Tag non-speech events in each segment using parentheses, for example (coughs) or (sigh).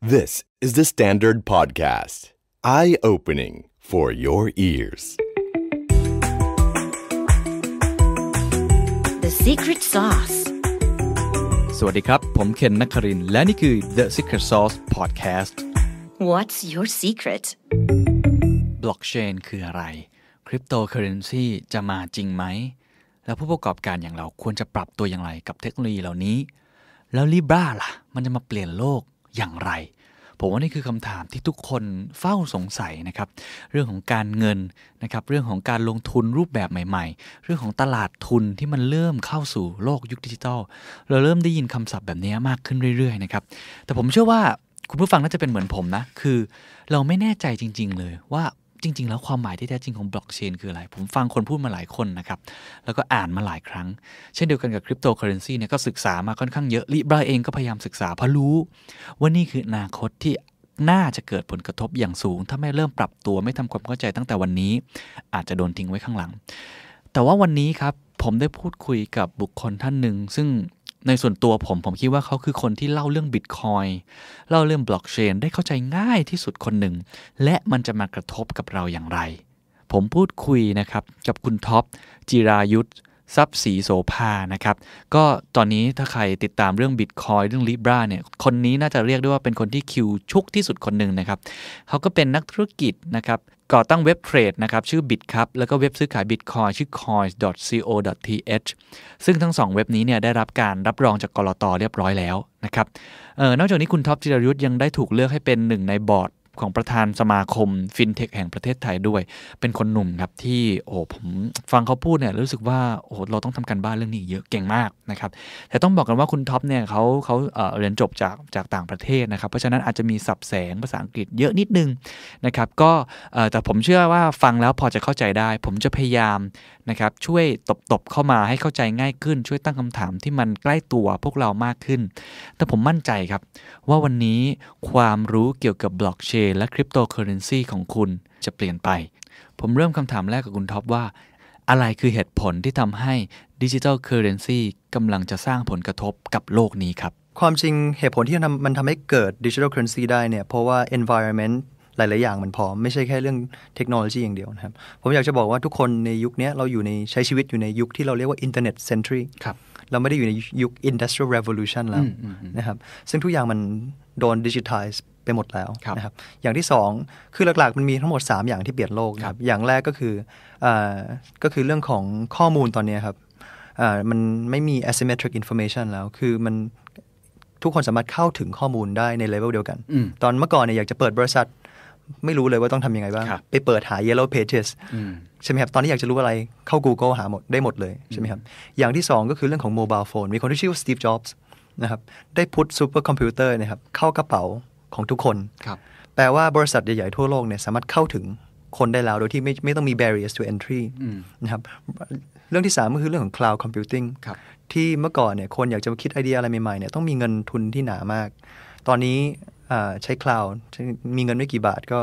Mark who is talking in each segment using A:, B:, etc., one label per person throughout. A: This is the Standard Podcast. Eye opening for your ears.
B: The Secret Sauce
C: สวัสดีครับ ผมเคนนักครินทร์และนี่คือ The Secret Sauce Podcast
B: What's your secret
C: บล็อกเชนคืออะไร คริปโตเคอเรนซีจะมาจริงไหม แล้วผู้ประกอบการอย่างเราควรจะปรับตัวอย่างไรกับเทคโนโลยีเหล่านี้ แล้ว Libra ล่ะ มันจะมาเปลี่ยนโลกอย่างไร ผมว่านี่คือคำถามที่ทุกคนเฝ้าสงสัยนะครับ เรื่องของการเงินนะครับ เรื่องของการลงทุนรูปแบบใหม่ๆ เรื่องของตลาดทุนที่มันเริ่มเข้าสู่โลกยุคดิจิทัล เราเริ่มได้ยินคำศัพท์แบบนี้มากขึ้นเรื่อยๆนะครับ แต่ผมเชื่อว่า คุณผู้ฟังน่าจะเป็นเหมือนผมนะ คือเราไม่แน่ใจจริง ๆ เลยว่าจริง ๆ แล้วความหมายที่แท้จริงของบล็อกเชนคืออะไร ผมฟังคนพูดมาหลายคนนะครับ แล้วก็อ่านมาหลายครั้ง เช่นเดียวกันกับคริปโตเคอเรนซีเนี่ยก็ศึกษามาค่อนข้างเยอะลิบราเองก็พยายามศึกษาเพราะรู้ ว่านี่คืออนาคตที่น่าจะเกิดผลกระทบอย่างสูง ถ้าไม่เริ่มปรับตัวไม่ทำความเข้าใจตั้งแต่วันนี้ อาจจะโดนทิ้งไว้ข้างหลัง แต่ว่าวันนี้ครับผมได้พูดคุยกับบุคคลท่านหนึ่ง ซึ่งในส่วนตัวผมผมคิดว่าเขาคือคนที่เล่าเรื่องบิตคอยเล่าเรื่องบล็อกเชนได้เข้าใจง่ายที่สุดคนหนึ่ง และมันจะมากระทบกับเราอย่างไร ผมพูดคุยนะครับกับคุณท็อปจิรายุทธทรัพย์ศรีโสภานะครับ ก็ตอนนี้ถ้าใครติดตามเรื่องบิตคอยเรื่องลิบราเนี่ยคนนี้น่าจะเรียกได้ว่าเป็นคนที่คิวชุกที่สุดคนหนึ่งนะครับ เขาก็เป็นนักธุรกิจนะครับ ก่อตั้งเว็บเทรดนะครับ ชื่อ BitCup แล้วก็เว็บซื้อขาย Bitcoin ชื่อ coins.co.th ซึ่งทั้ง 2 เว็บนี้เนี่ยได้รับการรับรองจากกรตเรียบร้อยแล้วนะครับเออนอกจากนี้คุณท็อปจิรยุทธ์ยังได้ถูกเลือกให้เป็นหนึ่งในบอร์ดของประธานสมาคมฟินเทคแห่งประเทศไทยด้วย เป็นคนหนุ่มครับที่โอ้โหผมฟังเขาพูดเนี่ยรู้สึกว่าโอ้โหเราต้องทำการบ้านเรื่องนี้อีกเยอะเก่งมากนะครับ แต่ต้องบอกกันว่าคุณท็อปเนี่ยเขาเขาเอ่อเรียนจบจากจากต่างประเทศนะครับ เพราะฉะนั้นอาจจะมีสับแสงภาษาอังกฤษเยอะนิดนึงนะครับก็เอ่อแต่ผมเชื่อว่าฟังแล้วพอจะเข้าใจได้ ผมจะพยายามนะครับช่วยตบๆเข้ามาให้เข้าใจง่ายขึ้น ช่วยตั้งคำถามที่มันใกล้ตัวพวกเรามากขึ้น แต่ผมมั่นใจครับ ว่าวันนี้ความรู้เกี่ยวกับบล็อกเชนและคริปโตเคอเรนซีของคุณจะเปลี่ยนไป ผมเริ่มคำถามแรกกับคุณท็อปว่า อะไรคือเหตุผลที่ทำให้ดิจิทัลเคอเรนซีกำลังจะสร้างผลกระทบกับโลกนี้ครับ
D: ความจริงเหตุผลที่ทำมันทำให้เกิดดิจิทัลเคอเรนซีได้เนี่ย เพราะว่า environment หลาย ๆ อย่างมันพร้อม ไม่ใช่แค่เรื่องเทคโนโลยีอย่างเดียวนะครับ ผมอยากจะบอกว่าทุกคนในยุคเนี้ยเราอยู่ในใช้ชีวิตอยู่ในยุคที่เราเรียกว่าอินเทอร์เน็ตเซนทรี
C: ครับ
D: เราไม่ได้อยู่ในยุค industrial revolution แล้วนะครับ ซึ่งทุกอย่างมันโดนดิจิทัลไปหมดแล้ว
C: ครับ
D: นะครับ อย่างที่ 2 คือหลัก ๆ มันมีทั้งหมด 3 อย่างที่เปลี่ยนโลกนะครับ อย่างแรกก็คือเออก็คือเรื่องของข้อมูลตอนเนี้ยครับเอ่อมันไม่มี asymmetric information แล้ว คือมัน ทุกคนสามารถเข้าถึงข้อมูลได้ในเลเวลเดียวกัน
C: อืม
D: ตอนเมื่อก่อนเนี่ยอยากจะเปิดบริษัท ไม่รู้เลยว่าต้องทำยังไงบ้าง
C: ครับ
D: ไปเปิดหา yellow pages
C: อืม
D: ใช่ไหมครับ ตอนนี้อยากจะรู้อะไรเข้า Google หาหมดได้หมดเลย ใช่ไหมครับ อย่างที่ 2 ก็คือเรื่องของโมบายโฟนมีคนที่ชื่อว่าสตีฟจ็อบส์นะครับได้พุทซูเปอร์คอมพิวเตอร์นะครับเข้ากระเป๋าของทุกคน
C: ครับ
D: แปลว่าบริษัทใหญ่ ๆ ทั่วโลกเนี่ยสามารถเข้าถึงคนได้แล้ว โดยที่ไม่ไม่ต้องมี barriers to entry นะครับเรื่องที่ 3 ก็คือเรื่องของ cloud computing
C: ครับ
D: ที่เมื่อก่อนเนี่ยคนอยากจะคิดไอเดียอะไรใหม่ๆเนี่ยต้องมีเงินทุนที่หนามาก ตอนนี้อ่าใช้ cloud ใช้มีเงินไม่กี่บาทก็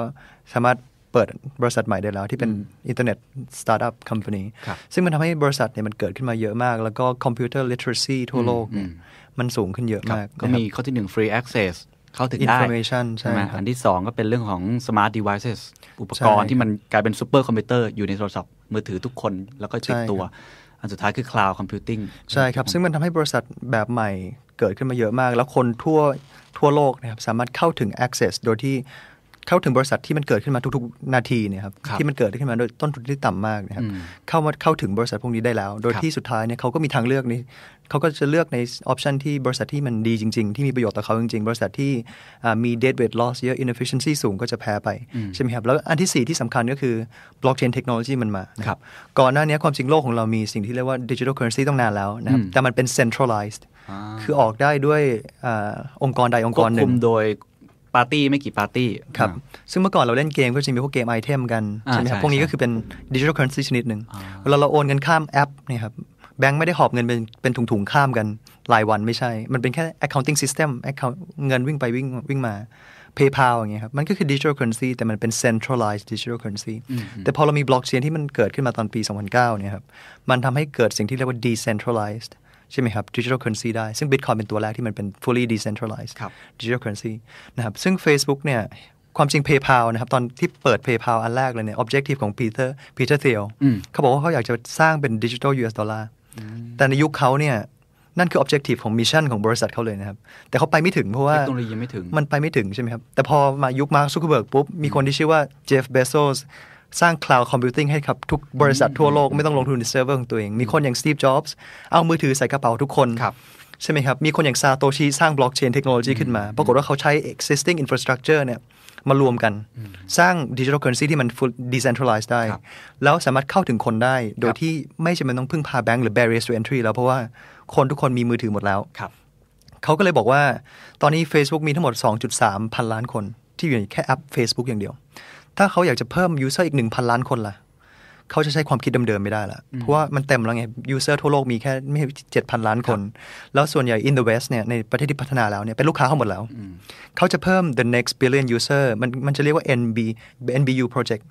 D: สามารถเปิดบริษัทใหม่ได้แล้ว ที่เป็นอินเทอร์เน็ตสตาร์ทอัพคอมพานี
C: ครับ
D: ซึ่งมันทำให้บริษัทเนี่ยมันเกิดขึ้นมาเยอะมาก แล้วก็ computer literacy ทั่วโลกเนี่ยมันสูงขึ้นเยอะ
C: ครับ
D: มาก
C: ก็
D: นะครับ
C: มีข้อที่ 1 free access เข้าถึงได้
D: Information ใช่
C: ไหม
D: ครับ
C: อันที่ 2 ก็เป็นเรื่องของ smart devices อุป
D: ใช่
C: ก
D: ค
C: ร
D: รั
C: ณ์
D: บ
C: ที่มันกลายเป็นซูเปอร์คอมพิวเตอร์อยู่ในโทรศัพท์มือถือทุกคนแล้วก็ติด
D: ใช่ครับ
C: ตัว อันสุดท้ายคือ cloud computing
D: ใช่ครับ ซึ่งมันทำให้บริษัทแบบใหม่เกิดขึ้นมาเยอะมาก แล้วคนทั่วทั่วโลกนะครับสามารถเข้าถึง access โดยที่เข้าถึงบริษัทที่มันเกิดขึ้นมาทุกๆ นาทีเนี่ยครับ
C: ครับ
D: ที่มันเกิดขึ้นมาโดยต้นทุนที่ต่ำมากนะครับเข้ามาเข้าถึงบริษัทพวกนี้ได้แล้ว โดย
C: ครับ
D: ที่สุดท้ายเนี่ยเขาก็มีทางเลือกนี้เขาก็จะเลือกใน option ที่บริษัทที่มันดีจริง ๆ ที่มีประโยชน์ต่อเขาจริง ๆ บริษัทที่อ่ามี dead weight loss เยอะ inefficiency สูงก็จะแพ้ไปใช่ไหมครับแล้วอันที่สี่ที่สำคัญก็คือ blockchain technology มันมานะ
C: ครับ
D: ก่อนหน้านี้ความจริงโลกของเรามีสิ่งที่เรียกว่าดิจิทัลเคอเรนซีต้องนานแล้วนะครับ แต่มันเป็น centralized คือออกได้ด้วยเออองค์กรใดองค์
C: ค
D: ก
C: ว
D: ร
C: บ
D: หนึ่
C: คุ
D: ง
C: มโดยปาร์ตี้ไม่กี่ปาร์ตี้
D: ครับ ซึ่งเมื่อก่อนเราเล่นเกมก็จะมีพวกเกมไอเทมกัน
C: อ่า
D: ใช่ไหมครับ
C: ใช่
D: พวกนี้
C: ใช่
D: ก็คือเป็นดิจิทัลเคอเรนซีชนิดหนึ่งเวลาเราโอนเงินข้ามแอปเนี่ยครับแบงค์ไม่ได้หอบเงินเป็นเป็นถุงๆข้ามกันรายวันไม่ใช่ มันเป็นแค่ accounting system account เงินวิ่งไปวิ่งวิ่งมา PayPal อย่างเงี้ยครับมันก็คือ digital currency แต่มันเป็น centralized digital currency แต่พอเรามี blockchain ที่มันเกิดขึ้นมาตอนปี 2009เนี่ยครับมันทำให้เกิดสิ่งที่เรียกว่า decentralized ใช่ไหมครับ digital currency ได้ ซึ่ง bitcoin เป็นตัวแรกที่มันเป็น fully decentralized
C: ครับ
D: digital currency นะครับ ซึ่ง Facebook เนี่ย ความจริง PayPal นะครับ ตอนที่เปิด PayPal อันแรกเลยเนี่ย objective ของ Peter Peter Thiel เขาบอกว่าเขาอยากจะสร้างเป็น digital US dollar แต่ในยุคเขาเนี่ย นั่นคือ objective ของมิชชั่นของบริษัทเขาเลยนะครับ แต่เขาไปไม่ถึงเพราะว่า
C: เทคโนโลยียังไม่ถึง
D: มันไปไม่ถึงใช่ไหมครับ แต่พอมายุคมาร์คซูเ e อร์เบิร์กปุ๊บ มีคนที่ชื่อว่าเจฟเบโซสสร้าง Cloud Computing ให้กับทุกบริษัททั่วโลก ไม่ต้องลงทุนในเซิร์ฟเวอร์ของตัวเอง มีคนอย่างสตีฟจ็อบส์เอามือถือใส่กระเป๋าทุกคน
C: ครับ
D: ใช่ไหมครับ มีคนอย่างซาโตชิสร้างบล็อกเชนเทคโนโลยีขึ้นมา ปรากฏว่าเขาใช้ existing infrastructure เนี่ยมารวมกัน สร้าง digital currency ที่มัน full decentralized ได้ แล้วสามารถเข้าถึงคนได้ โดยที่ไม่จำเป็นต้องพึ่งพาแบงก์หรือ barriers to entry แล้วเพราะว่าคนทุกคนมีมือถือหมดแล้ว
C: ครับ
D: เขาก็เลยบอกว่าตอนนี้ Facebook มีทั้งหมด 2.3 พันล้านคน ที่อยู่ในแค่แอป Facebook อย่างเดียว ถ้าเขาอยากจะเพิ่ม user อีก 1,000 ล้านคนล่ะ เขาจะใช้ความคิดเดิมๆไม่ได้ละ เพราะว่ามันเต็มแล้วไง user ทั่วโลกมีแค่ไม่เจ็ดพันล้านคน แล้วส่วนใหญ่ in the west เนี่ยในประเทศที่พัฒนาแล้วเนี่ยเป็นลูกค้าเขาหมดแล้ว เขาจะเพิ่ม the next billion user มันมันจะเรียกว่า NB NBU project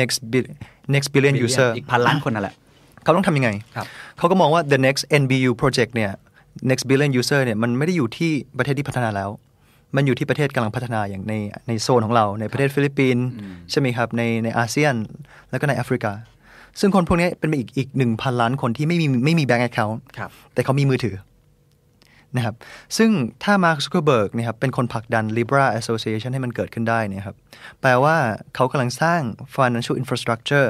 D: next Bi- next billion
C: ยูเซอ
D: user
C: ร์อีกพันล้านคนนั่นแหละ
D: เขาต้องทำยังไง
C: ครับ
D: เขาก็มองว่า the next NBU project เนี่ย next billion user เนี่ย มันไม่ได้อยู่ที่ประเทศที่พัฒนาแล้ว มันอยู่ที่ประเทศกำลังพัฒนาอย่างในในโซนของเรา ในประเทศฟิลิปปินส์ใช่ไหมครับ ในในอาเซียน แล้วก็ในแอฟริกา ซึ่งคนพวกนี้เป็นอีกอีกหนึ่งพันล้านคนที่ไม่มีไม่มีแบงก์แอคเคาท์
C: ครับ
D: แต่เขามีมือถือ นะครับ ซึ่งถ้ามาร์คซูเ e อร์เบิร์กเนี่ยครับเป็นคนผลักดัน Libra Association ให้มันเกิดขึ้นได้เนี่ยครับแปลว่าเขากำลังสร้าง financial infrastructure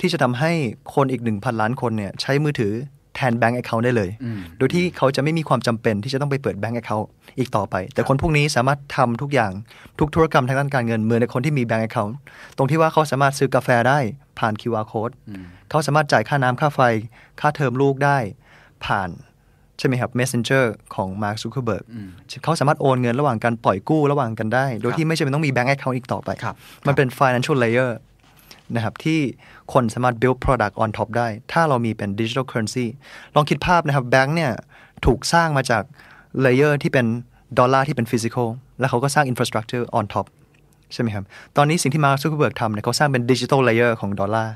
D: ที่จะทำให้คนอีก 1,000 ล้านคนเนี่ยใช้มือถือแทนแบงก์ account ได้เลย โดยที่เขาจะไม่มีความจำเป็นที่จะต้องไปเปิดแบงก์ account อีกต่อไป แต่คนพวกนี้สามารถทำทุกอย่างทุกธุรกรรมทางด้านการเงินเหมือนกับคนที่มีแบงก์ account ตรงที่ว่าเขาสามารถซื้อกาแฟได้ผ่าน QR code เขาสามารถจ่ายค่าน้ำค่าไฟ ค่าเทอมลูกได้ผ่าน ใช่ไหมครับ Messenger ของ Mark Zuckerberg เขาสามารถโอนเงินระหว่างการปล่อยกู้ระหว่างกันได้ โดยที่ไม่จำเป็นต้องมีแบงก์ account อีกต่อไป
C: ครับ
D: มันเป็น financial layer นะครับที่คนสามารถ build product on top ได้ ถ้าเรามีเป็น digital currency ลองคิดภาพนะครับแบงก์เนี่ยถูกสร้างมาจาก layer ที่เป็นดอลลาร์ที่เป็น physical แล้วเขาก็สร้าง infrastructure on top ใช่ไหมครับ ตอนนี้สิ่งที่มาร์คซูเ e อร์เบิร์กทำเนี่ยเขาสร้างเป็น digital layer ของดอลลาร์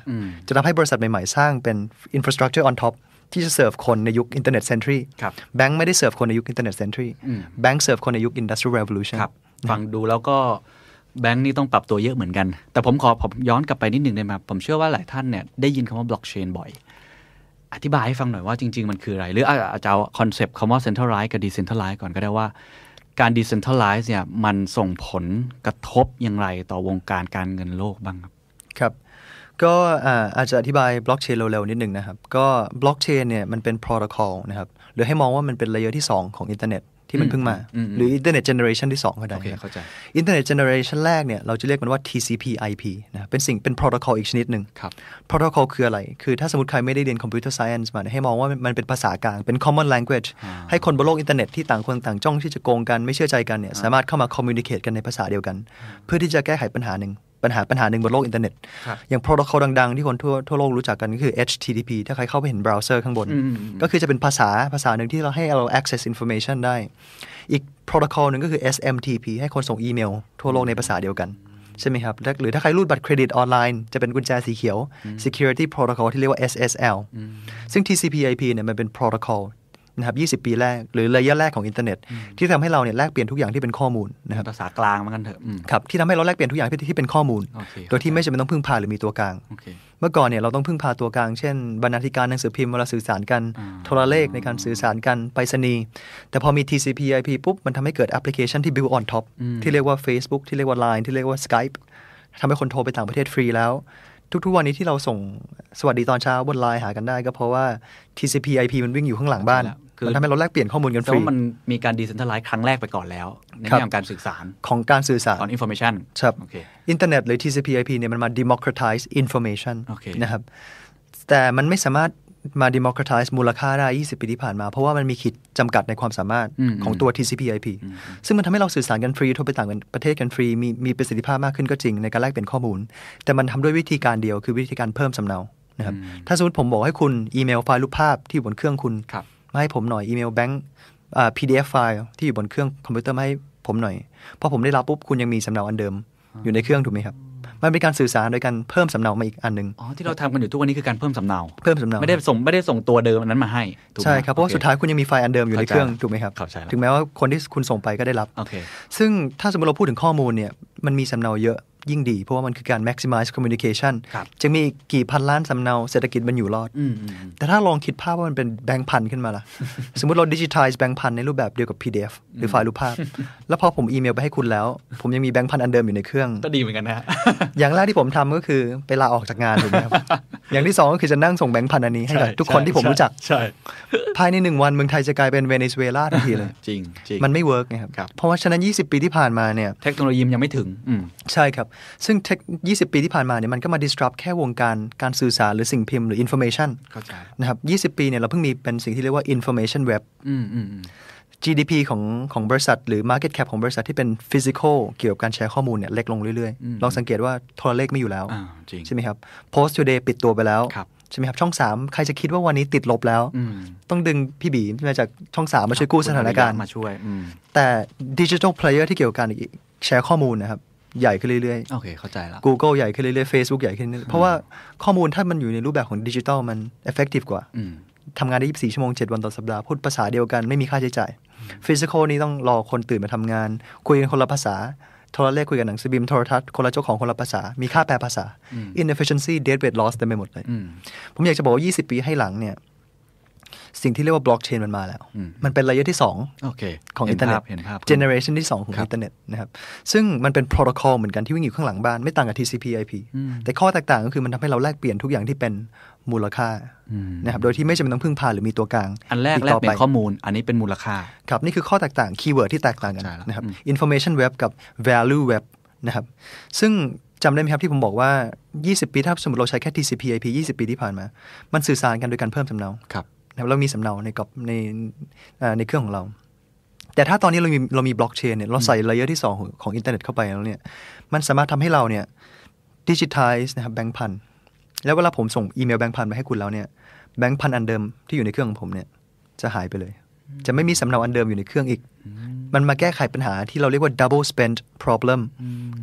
D: จะทำให้บริษัทใหม่ ๆ สร้างเป็น infrastructure on top ที่จะเสิร์ฟคนในยุค Internet Century
C: ครับ
D: แบงค์ไม่ได้เสิร์ฟคนในยุค Internet Century แบงค์เสิร์ฟคนในยุค Industrial Revolution
C: ครับ ฟังดูแล้วก็แบงค์นี่ต้องปรับตัวเยอะเหมือนกัน แต่ผมขอผมย้อนกลับไปนิดหนึ่งได้ไหมครับผมเชื่อว่าหลายท่านเนี่ยได้ยินคำว่าบล็อกเชนบ่อย อธิบายให้ฟังหน่อยว่าจริง ๆ มันคืออะไร หรืออาอาจจะเอาคอนเซปต์คำว่า centralize กับ decentralize ก่อนก็ได้ว่าการ decentralize เนี่ยมันส่งผลกระทบอย่างไรต่อวงการการเงินโลกบ้างครับ
D: ครับ ก็อ่าอาจจะอธิบายบล็อกเชนเร็ว ๆ นิดหนึ่งนะครับ ก็บล็อกเชนเนี่ยมันเป็น protocol นะครับ หรือให้มองว่ามันเป็นเลเยอร์ที่ 2 ของอินเทอร์เน็ตที่มันเพิ่งมา หรืออินเทอร์เน็ตเจเนอเรชันที่ 2 ก็ได้
C: โอเคเข้าใจ
D: อินเทอร์เน็ตเจเนอเรชันแรกเนี่ยเราจะเรียกมันว่า TCP/IP นะครับเป็นสิ่งเป็น protocol อีกชนิดหนึ่ง
C: ครับ
D: protocol คืออะไร คือถ้าสมมติใครไม่ได้เรียน computer science มาเนี่ยให้มองว่ามันเป็นภาษากลาง เป็น common language ให้คนบนโลกอินเทอร์เน็ตที่ต่างคนต่างจ้องที่จะโกงกันไม่เชื่อใจกันเนี่ยสามารถเข้ามา communicate กันในภาษาเดียวกัน เพื่อที่จะแก้ไขปัญหาหนึ่งปัญหาปัญหาหนึ่งบนโลกอินเทอร์เน็ต อย่าง protocol ดัง ๆ ที่คนทั่วทั่วโลกรู้จักกันก็คือ HTTP ถ้าใครเข้าไปเห็นเบราว์เซอร์ข้างบน ก็คือจะเป็นภาษาภาษาหนึ่งที่เราให้เรา access information ได้ อีก protocol หนึ่งก็คือ SMTP ให้คนส่งอีเมล ทั่วโลกในภาษาเดียวกัน ใช่ไหมครับและหรือถ้าใครรูดบัตรเครดิตออนไลน์จะเป็นกุญแจสีเขียว security protocol ที่เรียกว่า SSL ซึ่ง TCP/IP เนี่ยมันเป็น protocol นะครับ20 ปีแรก หรือเลเยอร์แรกของอินเทอร์เน็ต ที่ทำให้เราเนี่ยแลกเปลี่ยนทุกอย่างที่เป็นข้อมูลนะครับ
C: ภาษากลางมันกันเถอะอืม
D: ครับที่ทำให้เราแลกเปลี่ยนทุกอย่างที่ที่เป็นข้อมูล
C: โอเค
D: โดยที่ไม่จำเป็นต้องพึ่งพาหรือมีตัวกลาง
C: โอเค
D: เมื่อก่อนเนี่ยเราต้องพึ่งพาตัวกลาง เช่น บรรณาธิการหนังสือพิมพ์เวลาสื่อสารกัน โทรเลขในการสื่อสารกันไปรษณีย์แต่พอมี TCP/IP ปุ๊บ มันทำให้เกิดแอปพลิเคชันที่ build on top ที่เรียกว่า Facebook ที่เรียกว่า Line ที่เรียกว่า Skype ทำให้คนโทรไปต่างประเทศฟรีแล้ว ทุกๆวันนี้ที่เราส่งสวัสดีตอนเช้าบนไลน์หากันได้ ก็เพราะว่า TCP/IP มันวิ่งอยู่ข้างหลังบ้าน
C: ใช่แล้วคือ
D: มันทำให้เราแลกเปลี่ยนข้อมูลกันฟ
C: แต่
D: รี
C: ว่ามันมีการ decentralize ครั้งแรกไปก่อนแล้ว ใน
D: ครับ
C: แง่ของการสื่อสาร
D: ของการสื่อสาร
C: ตอน information
D: ครับ
C: โอเค
D: อินเทอร์เน็ตหรือ TCP/IP เนี่ยมันมา democratize information
C: โอเค
D: นะครับ แต่มันไม่สามารถมา democratize มูลค่าได้ 20 ปีที่ผ่านมา เพราะว่ามันมีขีดจำกัดในความสามารถของตัว TCP/IP ซึ่งมันทำให้เราสื่อสารกันฟรีโทรไปต่างประเทศกันฟรี มีมีประสิทธิภาพมากขึ้นก็จริงในการแลกเปลี่ยนข้อมูล แต่มันทำด้วยวิธีการเดียวคือวิธีการเพิ่มสำเนานะครับถ้าสมมติผมบอกให้คุณอีเมลไฟล์รูปภาพที่อยู่บนเครื่องคุณ
C: ครับ
D: มาให้ผมหน่อยอีเมลแบงค์อ่า PDF ไฟล์ที่อยู่บนเครื่องคอมพิวเตอร์มาให้ผมหน่อยพอผมได้รับปุ๊บคุณยังมีสำเนาอันเดิมอยู่ในเครื่องถูกไหมครับ มันเป็นการสื่อสารโดยการเพิ่มสำเนามาอีกอันหนึ่ง
C: อ๋อที่เราทำกันอยู่ทุกวันนี้คือการเพิ่มสำเนา
D: เพิ่มสำเนา
C: ไม่ได้ส่งไม่ได้ส่งตัวเดิมอันนั้นมาให้ถูกไหม
D: ใช่ครับเพราะว่า
C: โอ
D: สุดท้ายคุณยังมีไฟล์อันเดิมอยู่ในเครื่องถูกไหมครับ
C: เข้าใจแล้ว
D: ถึงแม้ว่าคนที่คุณส่งไปก็ได้รับ
C: โอเค
D: ซึ่งถ้าสมมติเราพูดถึงข้อมูลเนี่ยมันมีสำเนาเยอะยิ่งดี เพราะว่ามันคือการ maximize communication
C: ครับ
D: จะมีอีกกี่พันล้านสำเนาเศรษฐกิจมันอยู่รอด
C: อืมอืมอืม
D: แต่ถ้าลองคิดภาพว่ามันเป็นแบงค์พันขึ้น
C: (laughs)
D: มาล่ะ สมมติเราดิจิทัลแบงค์พันในรูปแบบเดียวกับ PDF หรือไฟล์รูปภาพ แล้วพอผมอีเมลไปให้คุณแล้ว ผมยังมีแบงค์พันอันเดิมอยู่ใน
C: (laughs)
D: เครื่อง
C: ก็ดีเหมือนกันนะฮะ
D: อย่างแรกที่ผมทำก็คือไปลาออกจากงานถูกไหมครับ อย่างที่สองก็คือจะนั่งส่งแบงค์พันอันนี้ให้กับทุกคนที่ผมรู้จัก
C: ใช่
D: ภายในหนึ่งวันเมืองไทยจะกลายเป็นเวเนซุเอลาทันทีเลย
C: จริงจริง
D: มันไม่เวิร์กไงครับ
C: ครับ
D: เพราะว่าฉะนั้น 20 ปีที่ผ่านมาเนี่ย
C: เทคโนโลยีมันยังไม่ถึงอืม
D: ใช่ครับ ซึ่งเทค20 ปีที่ผ่านมาเนี่ยมันก็มา disrupt แค่วงการการสื่อสารหรือสิ่งพิมพ์หรือ information
C: เข้าใจ
D: นะครับ 20 ปีเนี่ยเราเพิ่งมีเป็นสิ่งที่เรียกว่า information web
C: อืมอืมอืม
D: GDP ของของบริษัท หรือ market cap ของบริษัทที่เป็น physical เกี่ยวกับการแชร์ข้อมูลเนี่ยเล็กลงเรื่อย
C: อืม
D: ๆ ลองสังเกตว่าโทรเลขไม่อยู่แล้ว
C: อ่าจริง
D: ใช่ไหมครับ Post Today ปิดตัวไปแล้ว
C: ครับ
D: ใช่ไหมครับช่อง 3 ใครจะคิดว่าวันนี้ติดลบแล้ว
C: อืม
D: ต้องดึงพี่บีมาจากช่อง 3 มาช่วยกู้สถานการณ์
C: มาช่วยอืม
D: แต่ดิจิทัลเพลเยอร์ที่เกี่ยวกับการแชร์ข้อมูลนะครับใหญ่ขึ้นเรื่อย
C: โอเคเข้าใจละ
D: ๆ Google ใหญ่ขึ้นเรื่อยๆ Facebook ใหญ่ขึ้นเรื่อยๆเพราะว่าข้อมูลถ้ามันอยู่ในรูปแบบของดิจิทัลมัน effective กว่า
C: อืม
D: ทำงานได้ 24 ชั่วโมง 7 วันต่อสัปดาห์ พูดภาษาเดียวกันไม่มีค่าใช้จ่าย ฟิสิกอลนี่ต้องรอคนตื่นมาทำงาน คุยกันคนละภาษา โทรเลขคุยกันหนังสือพิมพ์โทรทัศน์คนละเจ้าของคนละภาษา มีค่าแปลภาษา inefficiency dead weight loss เต็มไปหมดเลย
C: อืม
D: ผมอยากจะบอกว่า 20 ปีให้หลังเนี่ย สิ่งที่เรียกว่าบล็อกเชนมันมาแล้ว
C: อืม
D: มันเป็นระยะที่ 2
C: โอเค
D: ของ
C: ห็
D: อินเทอร์เน็ต
C: ภาพเห็นภาพ
D: เจเนอเรชันที่ 2 ของ
C: ครับ
D: อินเทอร์เน็ตนะครับ ซึ่งมันเป็นโปรโตคอลเหมือนกันที่วิ่งอยู่ข้างหลังบ้าน ไม่ต่างกับ TCP/IP
C: อืม
D: แต่ข้อแตกต่างก็คือมันทำให้เราแลกเปลี่ยนทุกอย่างที่เป็นมูลค่า
C: อืม
D: นะครับโดยที่ไม่จำเป็นต้องพึ่งพาหรือมีตัวกลาง
C: อันแรก
D: ก
C: แลก
D: ต่อ
C: เปลี่ยนข้อมูล อันนี้เป็นมูลค่า
D: ครับ นี่คือข้อแตกต่างคีย์เวิร์ดที่แตกต่างกัน
C: เข้าใจแล้ว
D: นะครับ
C: อืม
D: information web กับ value web นะครับซึ่งจำได้ไหมครับที่ผมบอกว่า 20 ปีถ้าสมมติเราใช้แค่ TCP/IP 20 ปีที่ผ่านมา มันสื่อสารกันโดยการเพิ่มสำเนา
C: ครับ
D: นะครับเรามีสำเนาในกับในเอ่อในเครื่องของเรา แต่ถ้าตอนนี้เรามีเรามีบล็อกเชนเนี่ยเราใส่เลเยอร์ที่ 2 ของของอินเทอร์เน็ตเข้าไปแล้วเนี่ยมันสามารถทำให้เราเนี่ยดิจิทัลนะครับแบงค์พันแล้วเวลาผมส่งอีเมลแบงค์พันไปให้คุณแล้วเนี่ยแบงค์พันอันเดิมที่อยู่ในเครื่องของผมเนี่ยจะหายไปเลย จะไม่มีสำเนาอันเดิมอยู่ในเครื่องอีก มันมาแก้ไขปัญหาที่เราเรียกว่า double spend problem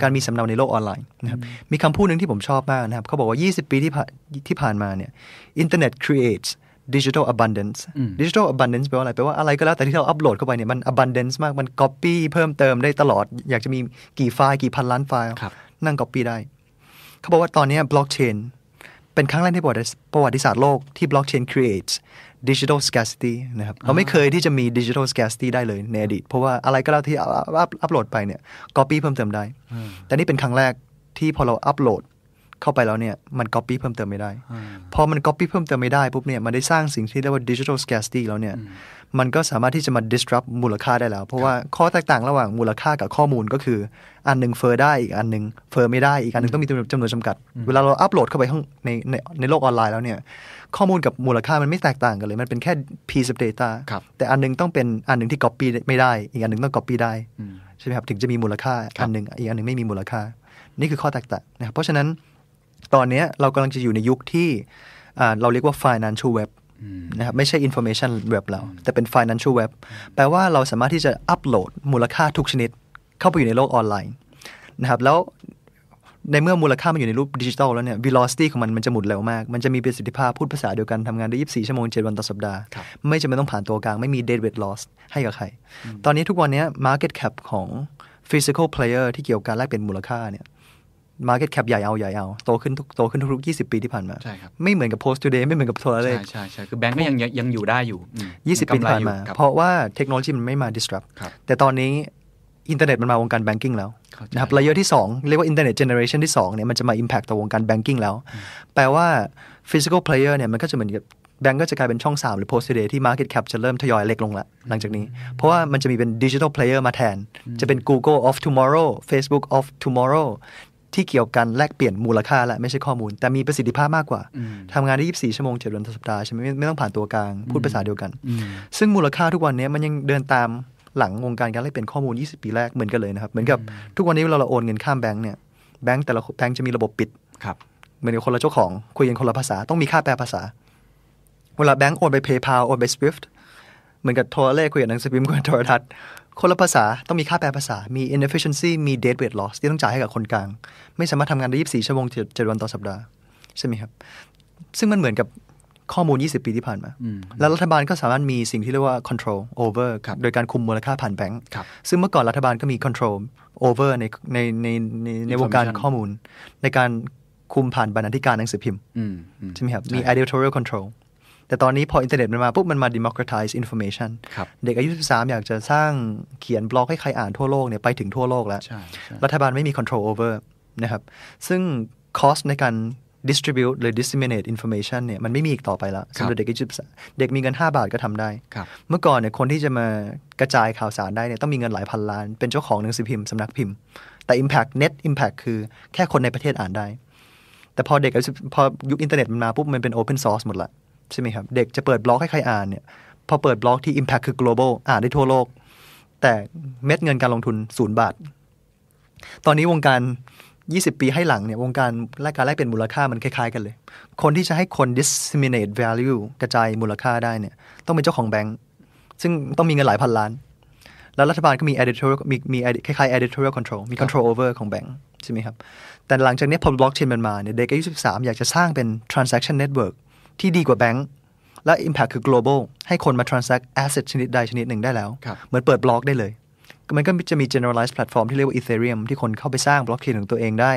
D: การมีสำเนาในโลกออนไลน์นะครับมีคำพูดหนึ่งที่ผมชอบมากนะครับเขาบอกว่า 20 ปีที่ผ่านที่ผ่านมาเนี่ยอินเทอร์เน็ต creates digital abundance digital abundance แปลว่าอะไรแปลว่าอะไรก็แล้วแต่ที่เราอัปโหลดเข้าไปเนี่ยมัน abundance มากมัน copy เพิ่มเติมได้ตลอด อยากจะมีกี่ไฟล์กี่พันล้านไฟล์
C: ครับ
D: นั่ง copy ได้ เขาบอกว่าตอนเนี้บล็อกเชนเป็นครั้งแรกในประวัติประวัติศาสตร์โลกที่บล็อกเชน creates digital scarcity นะครับเราไม่เคยที่จะมี digital scarcity ได้เลยในอดีต เพราะว่าอะไรก็แล้วที่อัพอัพอัพโหลดไปเนี่ย copy เพิ่มเติมได้ แต่นี่เป็นครั้งแรกที่พอเราอัพโหลดเข้าไปแล้วเนี่ยมัน copy เพิ่มเติมไม่ได้ พอมัน copy เพิ่มเติมไม่ได้ปุ๊บเนี่ยมันได้สร้างสิ่งที่เรียกว่า digital scarcity แล้วเนี่ยมันก็สามารถที่จะมา disrupt มูลค่าได้แล้ว เพราะว่าข้อแตกต่างระหว่างมูลค่ากับข้อมูลก็คือ อันหนึ่งเฟอร์ได้อีกอันหนึ่งเฟอร์ไม่ได้อีกอันหนึ่งต้องมีจำนวนจำนวนจำกัด เวลาเราอัพโหลดเข้าไปข้างในในในโลกออนไลน์แล้วเนี่ยข้อมูลกับมูลค่ามันไม่แตกต่างกันเลย มันเป็นแค่ piece of data
C: ครับ
D: แต่อันหนึงต้องเป็นอันหนึ่งที่ copy ไม่ได้ อีกอันหนึ่งต้อง copy ได้ใช่ไหมครับถึงจะมีมูลค่าอันหนึ่งอีกอันหนึ่งไม่มีมูลค่า นี่คือข้อแตกต่างนะครับเพราะฉะนั้น ตอนเนี้ยเรากำลังจะอยู่ในยุคที่อ่าเราเรียกว่า financial web นะครับไม่ใช่ information web แล้ว แต่เป็น financial web แปลว่าเราสามารถที่จะอัปโหลดมูลค่าทุกชนิด เข้าไปอยู่ในโลกออนไลน์นะครับแล้วในเมื่อมูลค่ามันอยู่ในรูปดิจิทัลแล้วเนี่ย velocity ของมันมันจะหมุนเร็วมาก มันจะมีประสิทธิภาพพูดภาษาเดียวกันทำงานได้ 24 ชั่วโมง 7 วันต่อสัปดาห์
C: ครับ
D: ไม่จำเป็นต้องผ่านตัวกลางไม่มี dead weight loss ให้กับใคร ตอนนี้ทุกวันเนี้ย market cap ของ physical player ที่เกี่ยวกับการแลกเปลี่ยนมูลค่าเนี่ย market cap ใหญ่เอาใหญ่เอา โตขึ้นทุกโตขึ้นทุกๆ20 ปีที่ผ่านมา
C: ใช่ครับ
D: ไม่เหมือนกับ post today ไม่เหมือนกับโทรเล
C: ใช่
D: ข
C: ใช่ใช่คือแบงก์ก็ยังยังยังอยู่ได้อยู่อืม
D: 20 ปี
C: ยังกำ
D: ที่
C: ไร
D: ผ่าน
C: อยู่
D: มา
C: ครับ
D: เพราะว่าเทคโนโลยีมันไม่มา disrupt
C: ครับ
D: แต่ตอนนี้อินเทอร์เน็ตมันมาวงการแบงกิ้งแล้ว
C: เข้าใจ
D: นะครับเลเยอร์ที่ 2 เรียกว่าอินเทอร์เน็ตเจเนอเรชันที่2เนี่ยมันจะมา impact ต่อวงการแบงกิ้งแล้ว แปลว่า physical player เนี่ยมันก็จะเหมือนกับแบงก์ก็จะกลายเป็นช่อง 3 หรือ post today ที่ market cap จะเริ่มทยอยเล็กลงละหลังจากนี้ เพราะว่ามันจะมีเป็น digital player มาแทน จะเป็น Google of tomorrow Facebook of tomorrow ที่เกี่ยวกันแลกเปลี่ยนมูลค่าและไม่ใช่ข้อมูล แต่มีประสิทธิภาพมากกว่าทำงานได้ 24 ชั่วโมง7วันต่อสัปดาห์ใช่ไหมไม่ไม่ต้องผ่านตัวกลางพูดภาษาเดียวกัน ซึ่งมูลค่าทุกวันนี้มันยังเดินตามหลังวงการการแลกเปลี่ยนข้อมูล 20 ปีแรกเหมือนกันเลยนะครับ เหมือนกับทุกวันนี้เวลาเราโอนเงินข้ามแบงก์เนี่ยแบงก์แต่ละแบงก์จะมีระบบปิด
C: ครับ
D: เหมือนกับคนละเจ้าของ คุยกันคนละภาษาต้องมีค่าแปลภาษา เวลาแบงก์โอนไป PayPal โอนไป Swift เหมือนกับโทรเลขคุยกับหนังสือพิมพ์คุยกับโทรทัศน์ คนละภาษาต้องมีค่าแปลภาษา มี inefficiency มี date weight loss ที่ต้องจ่ายให้กับคนกลาง ไม่สามารถทำงานได้ 24 ชั่วโมง7 7วันต่อสัปดาห์ ใช่ไหมครับ ซึ่งมันเหมือนกับข้อมูล 20 ปีที่ผ่านมา แล้วรัฐบาลก็สามารถมีสิ่งที่เรียกว่า control over โดยการคุมมูลค่าผ่านแบงก์
C: ครับ
D: ซึ่งเมื่อก่อนรัฐบาลก็มี control over ในในในในในวงการ
C: Information
D: ข้อมูล ในการคุมผ่านบรรณาธิการหนังสือพิมพ์
C: อืมอืม
D: ใช่ไหมครับ มี editorial control แต่ตอนนี้พออินเทอร์เน็ตมันมาปุ๊บ มันมา democratize information
C: ครับ
D: เด็กอายุ 13 อยากจะสร้างเขียนบล็อกให้ใครอ่านทั่วโลกเนี่ยไปถึงทั่วโลกแล้ว
C: ใช่ใช่
D: รัฐบาลไม่มี control over นะครับ ซึ่ง cost ในการ distribute หรือ disseminate information เนี่ย มันไม่มีอีกต่อไปละ
C: ครั
D: สำ
C: บ
D: หรับเด็กอายุ13เด็กมีเงิน 5 บาทก็ทำได้
C: ครับ
D: เมื่อก่อนเนี่ย คนที่จะมากระจายข่าวสารได้เนี่ย ต้องมีเงินหลายพันล้าน เป็นเจ้าของหนังสือพิมพ์สำนักพิมพ์ แต่ impact net impact คือแค่คนในประเทศอ่านได้ แต่พอเด็กอายุ10พอยุคอินเทอร์เน็ตมันมาปุ๊บ มันเป็น open source หมดละ ใช่ไหมครับ เด็กจะเปิดบล็อกให้ใครอ่านเนี่ย พอเปิดบล็อกที่ impact คือ global อ่านได้ทั่วโลก แต่เม็ดเงินการลงทุนศูนย์บาท ตอนนี้วงการ 20 ปีให้หลังเนี่ย วงการแลกการแลกเปลี่ยนมูลค่ามันคล้ายๆกันเลย คนที่จะให้คน disseminate value กระจายมูลค่าได้เนี่ย ต้องเป็นเจ้าของแบงก์ ซึ่งต้องมีเงินหลายพันล้าน แล้วรัฐบาลก็มี editorial มีมีคล้ายๆ editorial control มี control over ของแบงก์ใช่ไหมครับ แต่หลังจากนี้พอบล็อกเชนมันมาเนี่ย เด็กอายุ13 อยากจะสร้างเป็น transaction network ที่ดีกว่าแบงก์ และ impact คือ global ให้คนมา transact asset ชนิดใดชนิดหนึ่งได้แล้ว
C: ครับ
D: เหมือนเปิดบล็อกได้เลย มันก็จะมี generalized platform ที่เรียกว่า Ethereum ที่คนเข้าไปสร้างบล็อกเชนของตัวเองได้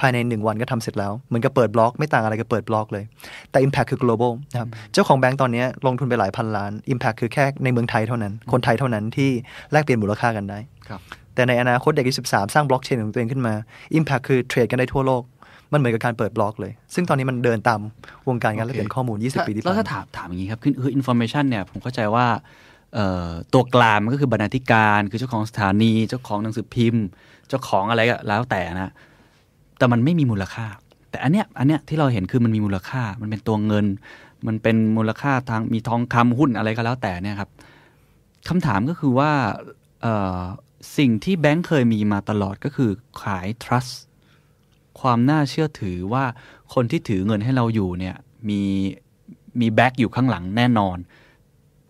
D: ภายใน 1 วันก็ทำเสร็จแล้ว เหมือนกับเปิดบล็อกไม่ต่างอะไรกับเปิดบล็อกเลย แต่ impact คือ global นะครับ เจ้าของแบงก์ตอนนี้ลงทุนไปหลายพันล้าน impact คือแค่ในเมืองไทยเท่านั้น คนไทยเท่านั้นที่แลกเปลี่ยนมูลค่ากันได้
C: ครับ
D: แต่ในอนาคตเด็กอายุ13 สร้างบล็อกเชนของตัวเองขึ้นมา Impact คือเทรดกันได้ทั่วโลก มันเหมือนกับการเปิดบล็อกเลย ซึ่งตอนนี้มันเดินตามวงการการแลกเปลี่ยนข้อมูล
C: ถ้า
D: 20 ปีที่
C: แล้ว
D: ผ่าน
C: ถ้าถามถามอย่างนี้ครับคือคืออินโฟ a มชันเนี่ยผมเข้าใจว่าเอ่อตัวกลางมันก็คือบรรณาธิการ คือเจ้าของสถานี เจ้าของหนังสือพิมพ์ เจ้าของอะไรก็แล้วแต่นะ แต่มันไม่มีมูลค่า แต่อันเนี้ยอันเนี้ยที่เราเห็นคือมันมีมูลค่า มันเป็นตัวเงิน มันเป็นมูลค่าทางมีทองคำหุ้นอะไรก็แล้วแต่เนี่ยครับคำถามก็คือว่าเอ่อสิ่งที่แบงค์เคยมีมาตลอดก็คือขาย trust ความน่าเชื่อถือว่าคนที่ถือเงินให้เราอยู่เนี่ยมีมีแบ็กอยู่ข้างหลังแน่นอน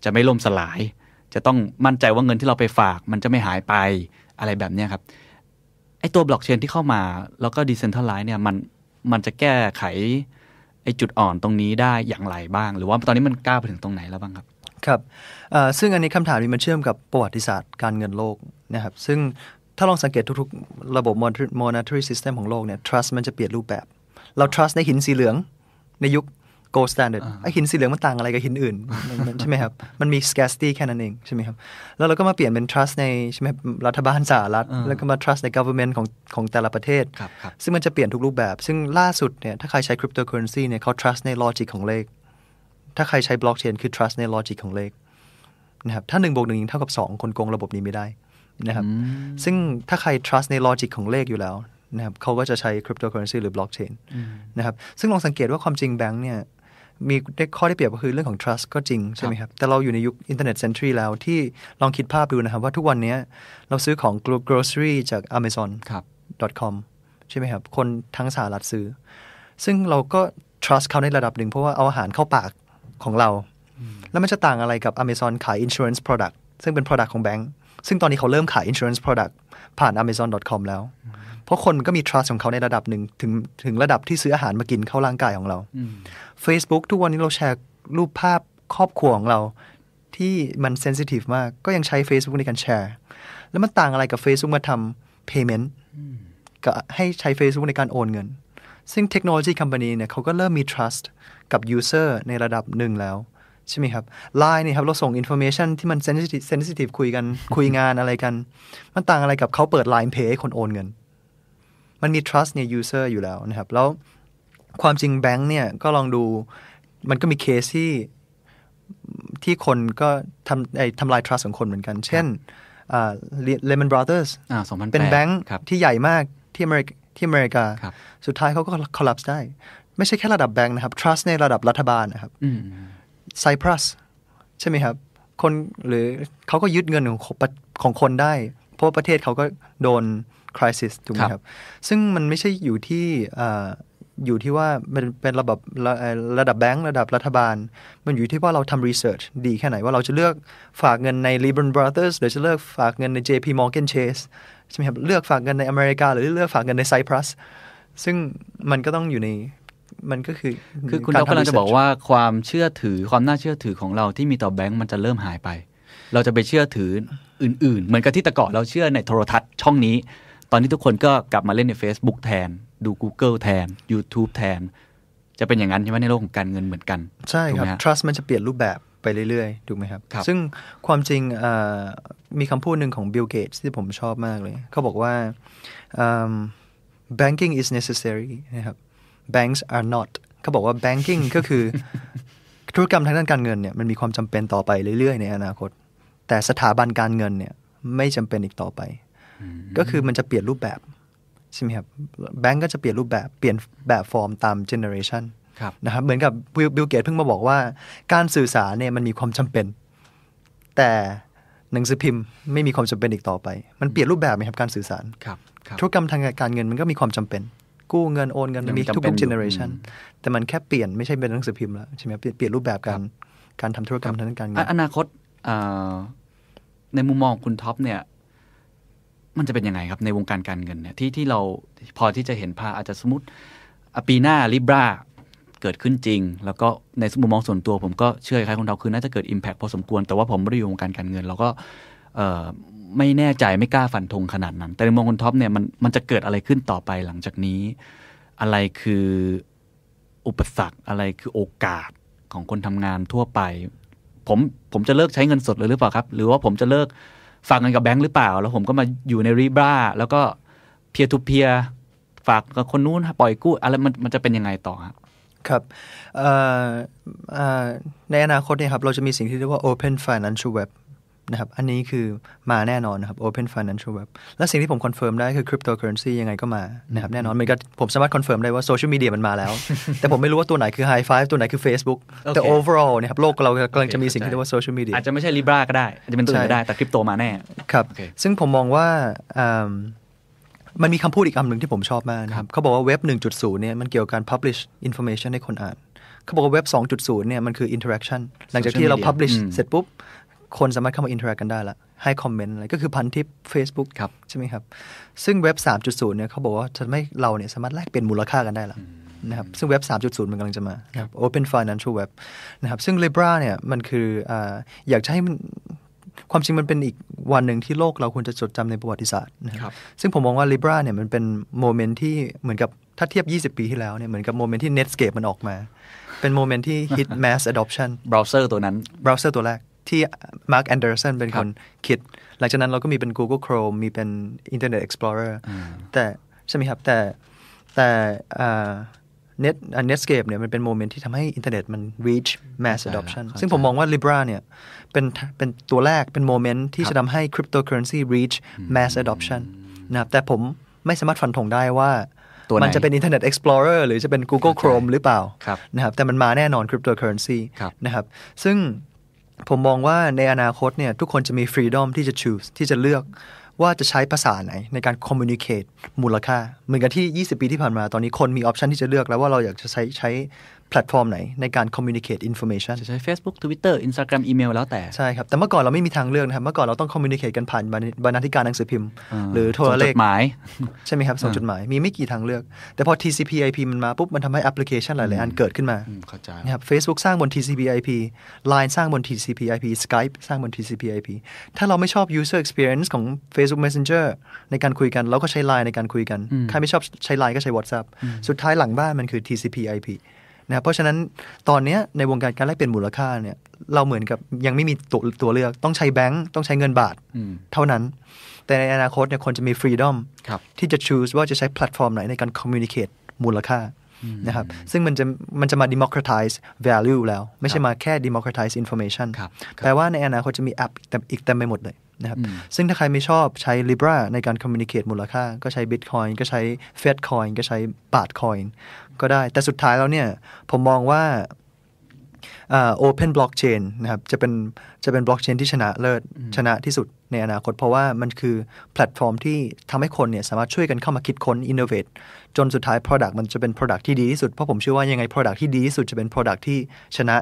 C: จะไม่ล่มสลาย จะต้องมั่นใจว่าเงินที่เราไปฝาก มันจะไม่หายไปอะไรแบบเนี้ยครับไอตัวบล็อกเชนที่เข้ามา แล้วก็ดิเซนทัลไลซ์เนี่ยมันมันจะแก้ไขไอจุดอ่อนตรงนี้ได้อย่างไรบ้าง หรือว่าตอนนี้มันก้าวไปถึงตรงไหนแล้วบ้างครับ
D: ครับเอ่อซึ่งอันนี้คำถามนี้มันเชื่อมกับประวัติศาสตร์การเงินโลกนะครับ ซึ่งถ้าลองสังเกตทุกๆ ระบบ monetary- monetary system ของโลกเนี่ย trust มันจะเปลี่ยนรูปแบบ เรา trust ในหินสีเหลืองในยุค gold standard ไอหินสีเหลืองมันต่างอะไรกับหิน (laughs) อื่น มันมันใช่ไหมครับ มันมี scarcity แค่นั้นเองใช่ไหมครับ แล้วเราก็มาเปลี่ยนเป็น trust ในใช่ไหมครับรัฐบาลสหรัฐ แล้วก็มา trust ใน government ของของแต่ละประเทศ
C: ครับครับ
D: ซึ่งมันจะเปลี่ยนทุกรูปแบบ ซึ่งล่าสุดเนี่ยถ้าใครใช้ cryptocurrency เนี่ยเขา trust ใน logic ของเลข ถ้าใครใช้ blockchain คือ trust ใน logic ของเลขนะครับ ถ้า1นึ่งบวกหนึ่งเท่ากับ 2 คนโกงระบบนี้ไม่ได้นะครับ ซึ่งถ้าใคร trust ใน logic ของเลขอยู่แล้วนะครับเขาก็จะใช้ cryptocurrency หรือ blockchain นะครับ ซึ่งลองสังเกตว่าความจริงแบงค์เนี่ย มีได้ข้อได้เปรียบก็คือเรื่องของ trust ก็จริงใช่ไหมครับ แต่เราอยู่ในยุค internet century แล้วที่ลองคิดภาพดูนะครับ ว่าทุกวันเนี้ยเราซื้อของ gro- grocery จาก Amazon
C: ครับ
D: .com ใช่ไหมครับ คนทั้งสหรัฐซื้อ ซึ่งเราก็ trust เขาในระดับหนึ่งเพราะว่าเอาอาหารเข้าปากของเรา แล้วมันจะต่างอะไรกับ Amazon ขาย insurance product ซึ่งเป็น product ของแบงก์ซึ่งตอนนี้เขาเริ่มขาย insurance product ผ่าน amazon.com แล้ว เพราะคนก็มี trust ของเขาในระดับหนึ่งถึงถึงระดับที่ซื้ออาหารมากินเข้าร่างกายของเรา Facebook ทุกวันนี้เราแชร์รูปภาพครอบครัวของเรา ที่มันเซนซิทีฟมากก็ยังใช้ Facebook ในการแชร์ แล้วมันต่างอะไรกับ Facebook มาทำ payment ก็ให้ใช้ Facebook ในการโอนเงิน ซึ่งเทคโนโลยี company เนี่ยเขาก็เริ่มมี trust กับ user ในระดับหนึ่งแล้ว ใช่ไหมครับ Line เนี่ยครับ เราส่ง information ที่มัน sensitive sensitive คุยกัน (laughs) คุยงานอะไรกัน มันต่างอะไรกับเขาเปิด Line Pay ให้คนโอนเงิน มันมี trust ใน user อยู่แล้วนะครับ แล้วความจริงแบงค์เนี่ย ก็ลองดูมันก็มีเคสที่ ที่คนก็ทำไอ้ทำลาย trust ของคนเหมือนกัน เช่นอ่า Lehman Brothers
C: อ่า2008
D: เป็นแบงค์
C: ครับ
D: ที่ใหญ่มากที่อเมริกที่อเมริกา
C: ครับ
D: สุดท้ายเขาก็ collapse ได้ ไม่ใช่แค่ระดับแบงค์นะครับ trust ในระดับรัฐบาลนะครับ
C: อืม
D: ไซปรัสใช่ไหมครับ คนหรือเขาก็ยึดเงินของประของคนได้ เพราะว่าประเทศเขาก็โดนคริสิสถูกไหม
C: ค
D: ค
C: รั
D: รับ บ ซึ่งมันไม่ใช่อยู่ที่เอ่อ อยู่ที่ว่ามันเป็นระบบระเอ่อระดับแบงก์ระดับรัฐบาล มันอยู่ที่ว่าเราทำรีเสิร์ชดีแค่ไหนว่าเราจะเลือกฝากเงินใน Lehman Brothers หรือจะเลือกฝากเงินใน JP Morgan Chase ใช่ไหมครับเลือกฝากเงินในอเมริกา หรือเลือกฝากเงินในไซปรัสซึ่งมันก็ต้องอยู่ในมันก็คือ
C: คือคุณ
D: ร
C: เรา
D: ทำ
C: กำลังจะ
D: research
C: บอกว่าความเชื่อถือความน่าเชื่อถือของเราที่มีต่อแบงก์มันจะเริ่มหายไป เราจะไปเชื่อถืออื่น ๆ เหมือนกับที่แต่ก่อนเราเชื่อในโทรทัศน์ช่องนี้ ตอนนี้ทุกคนก็กลับมาเล่นใน Facebook แทน ดู Google แทน YouTube แทน จะเป็นอย่างนั้นใช่ไหมในโลกของการเงินเหมือนกัน
D: ใช่
C: ถูก
D: ครับ
C: ไหมฮะ
D: trust มันจะเปลี่ยนรูปแบบไปเรื่อยๆ ถูกไหมครับ
C: ครับ
D: ซึ่งความจริงเอ่อมีคำพูดหนึ่งของ Bill Gates ที่ผมชอบมากเลย เขาบอกว่าเอิ่ม banking is necessary นะครับ banks are not เขาบอกว่า banking ก็คือ ธุรกรรมทางด้านการเงินเนี่ยมันมีความจำเป็นต่อไปเรื่อยๆ ในอนาคต แต่สถาบันการเงินเนี่ยไม่จำเป็นอีกต่อไป ก็คือมันจะเปลี่ยนรูปแบบใช่ไหมครับแบงก์ก็จะเปลี่ยนรูปแบบเปลี่ยนแบบฟอร์มตามเจเนอเรชัน
C: ครับ
D: นะครับเหมือนกับบิลบิลเกตเพิ่งมาบอกว่า การสื่อสารเนี่ยมันมีความจำเป็น แต่หนังสือพิมพ์ไม่มีความจำเป็นอีกต่อไป มันเปลี่ยนรูปแบบไหมครับการสื่อสาร
C: ครับ ครับ
D: ธุรกรรมทางการเงินมันก็มีความจำเป็น กู้เงินโอนเงิน
C: ยั
D: มัน
C: งมี
D: มี
C: จำเป็
D: ทุ
C: น
D: ก
C: อยู่
D: ๆเจเนอเรชัน
C: อื
D: แต่มันแค่เปลี่ยนไม่ใช่เป็นหนังสือพิมพ์แล้วใช่ไหมครับเปลี่ยนเปลี่ยนรูปแบบการการทำธุรกรรมทางด้านการเงิ
C: อ่ะ
D: น
C: อนาคตเอ่อในมุมมองคุณท็อปเนี่ย มันจะเป็นยังไงครับในวงการการเงินเนี่ยที่ที่เราพอที่จะเห็นภาพอาจจะสมมติอ่ะปีหน้าลิบราเกิดขึ้นจริง แล้วก็ในมุมมองส่วนตัวผมก็เชื่อคล้ายๆคุณท็อปคือน่าจะเกิด Impact พอสมควร แต่ว่าผมไม่ได้อยู่วงการการเงิน เราก็เอ่อไม่แน่ใจไม่กล้าฟันธงขนาดนั้น แต่ในมุมมองคุณท็อปเนี่ยมันมันจะเกิดอะไรขึ้นต่อไปหลังจากนี้ อะไรคืออุปสรรคอะไรคือโอกาสของคนทำงานทั่วไป ผมผมจะเลิกใช้เงินสดเลยหรือเปล่าครับ หรือว่าผมจะเลิกฝากเงินกับแบงค์หรือเปล่า แล้วผมก็มาอยู่ในรีบราแล้วก็เพียร์ทูเพียร์ฝากกับคนนู้นปล่อยกู้อะไรมันมันจะเป็นยังไงต่อฮะ
D: ครับเอ่อเอ่อในอนาคตเนี่ยครับเราจะมีสิ่งที่เรียกว่า Open Financial Web นะครับอันนี้คือมาแน่นอนนะครับ Open Financial Web และสิ่งที่ผมคอนเฟิร์มได้คือ Cryptocurrency ยังไงก็มานะครับแน่นอนเหมือนกับผมสามารถคอนเฟิร์มได้ว่าโซเชียลมีเดียมันมา
C: (laughs)
D: แล้ว แต่ผมไม่รู้ว่าตัวไหนคือ High Five ตัวไหนคือ Facebook แต่
C: โอเค
D: overall เนะครับโลกเรากำลังจะมี
C: โอเค
D: สิ่งที่เรียกว่าโซเชียลมีเดีย
C: อาจจะไม่ใช่รีบราก็ได้ อาจจะเป็นตัวอื่นก็ได้แต่คริปโตมาแน่
D: ครับ
C: โอเค
D: ซึ่งผมมองว่าอืมมันมีคำพูดอีกคำหนึ่งที่ผมชอบมากนะครับ เขาบอกว่าเว็บ 1.0 เนี่ยมันเกี่ยวกับการ publish information ให้คนอ่าน เขาบอกว่าเว็บ 2.0 เนี่ยมันคือ interaction หลังจากที่เรา
C: media
D: publish
C: อืม
D: เสร็จปุ๊บ คนสามารถเข้ามา interact กันได้ละ ให้คอมเมนต์อะไร ก็คือพันทิป Facebook
C: ครับ
D: ใช่ไหมครับ ซึ่งเว็บ 3.0 เนี่ยเขาบอกว่าจะไม่เราเนี่ยสามารถแลกเปลี่ยนมูลค่ากันได้ละนะครับ ซึ่งเว็บ 3.0 มันกำลังจะมานะครับ Open Financial Web นะครับ ซึ่ง Libra เนี่ยมันคืออาอยากจะให้มัน ความจริงมันเป็นอีกวันหนึ่งที่โลกเราควรจะจดจำในประวัติศาสตร์นะค
C: ครั
D: รับ บ ซึ่งผมมองว่า Libra เนี่ยมันเป็นโมเมนต์ที่เหมือนกับถ้าเทียบ 20 ปีที่แล้วเนี่ยเหมือนกับโมเมนต์ที่ Netscape มันออกมา เป็นโมเมนต์ที่ hit mass adoption
C: เบราว์เซอร์ตัวนั้น
D: เบราว์เซอร์ตัวแรกที่ Mark Anderson เป็นคนคิด หลังจากนั้นเราก็มีเป็น Google Chrome มีเป็น Internet Explorer แต่ใช่ไหมครับแต่แต่เน็ตเน็ตสเคปเนี่ยมันเป็นโมเมนต์ที่ทำให้อินเทอร์เน็ตมัน reach mass
C: เข้าใจละ
D: adoption
C: เข้าใจ
D: ซึ่งผมมองว่า Libra เนี่ยเป็นเป็นตัวแรกเป็นโมเมนต์
C: ค
D: ที่
C: รับ
D: จะทำให้ cryptocurrency reach mass adoption นะครับแต่ผมไม่สามารถฟันธงได้ว่า
C: ตัวไหน
D: มันจะเป็น Internet Explorer หรือจะเป็น Google
C: เข้าใจ
D: Chrome หรือเปล่า
C: ครับ
D: นะครับแต่มันมาแน่นอนคริปโตเคอเรนซี
C: ครับ
D: นะครับซึ่งผมมองว่าในอนาคตเนี่ยทุกคนจะมีฟรีดอมที่จะ choose ที่จะเลือกว่าจะใช้ภาษาไหนในการ communicate มูลค่า เหมือนกับที่ 20 ปีที่ผ่านมาตอนนี้คนมีออปชันที่จะเลือกแล้วว่าเราอยากจะใช้ใช้แพลตฟอร์มไหนในการ communicate information
C: จะใช้ Facebook Twitter Instagram อีเมลแล้วแต่
D: ใช่ครับ แต่เมื่อก่อนเราไม่มีทางเลือกนะครับ เมื่อก่อนเราต้อง communicate กันผ่านบรรณบรรณาธิการหนังสือพิมพ์ หรือโทรเล
C: ส่งจ
D: ข
C: ดหมาย
D: ใช่ไหมครับส่งจดหมายมีไม่กี่ทางเลือก แต่พอ TCP/IP มันมาปุ๊บมันทำให้แอปพลิเคชันหลายๆอันเกิดขึ้นมา
C: อืมเข้าใจ
D: นะครับ Facebook สร้างบน TCP/IP Line สร้างบน TCP/IP Skype สร้างบน TCP/IP ถ้าเราไม่ชอบ user experience ของ Facebook Messenger ในการคุยกัน เราก็ใช้ Line ในการคุยกันใครไม่ชอบใช้ Line ก็ใช้ WhatsApp สุดท้ายหลังบ้านมันคือ TCP/IP นะครับเพราะฉะนั้นตอนเนี้ยในวงการการแลกเปลี่ยนมูลค่าเนี่ยเราเหมือนกับยังไม่มีตัวตัวเลือกต้องใช้แบงก์ต้องใช้เงินบาทเท่านั้น แต่ในอนาคตเนี่ยคนจะมี freedom
C: ครับ
D: ที่จะ choose ว่าจะใช้แพลตฟอร์มไหนในการ communicate มูลค่านะครับ ซึ่งมันจะมันจะมา democratize value แล้ว ไม่ใช่มาแค่ democratize information
C: ครับ
D: แต่ว่าในอนาคตจะมีแอปอีกเต็มอีกเต็มไปหมดเลยนะครับ ซึ่งถ้าใครไม่ชอบใช้ Libra ในการ communicate มูลค่า ก็ใช้ Bitcoin ก็ใช้ Fedcoin ก็ใช้ Baatcoin ก็ได้ แต่สุดท้ายแล้วเนี่ย ผมมองว่า โอเพนบล็อกเชนนะครับจะเป็นจะเป็นบล็อกเชนที่ชนะเลิศชนะที่สุดในอนาคต เพราะว่ามันคือแพลตฟอร์มที่ทำให้คนเนี่ยสามารถช่วยกันเข้ามาคิดค้น innovate จนสุดท้าย Product มันจะเป็น Product ที่ดีที่สุด เพราะผมเชื่อว่ายังไง Product ที่ดีที่สุดจะเป็น Product ที่ชนะ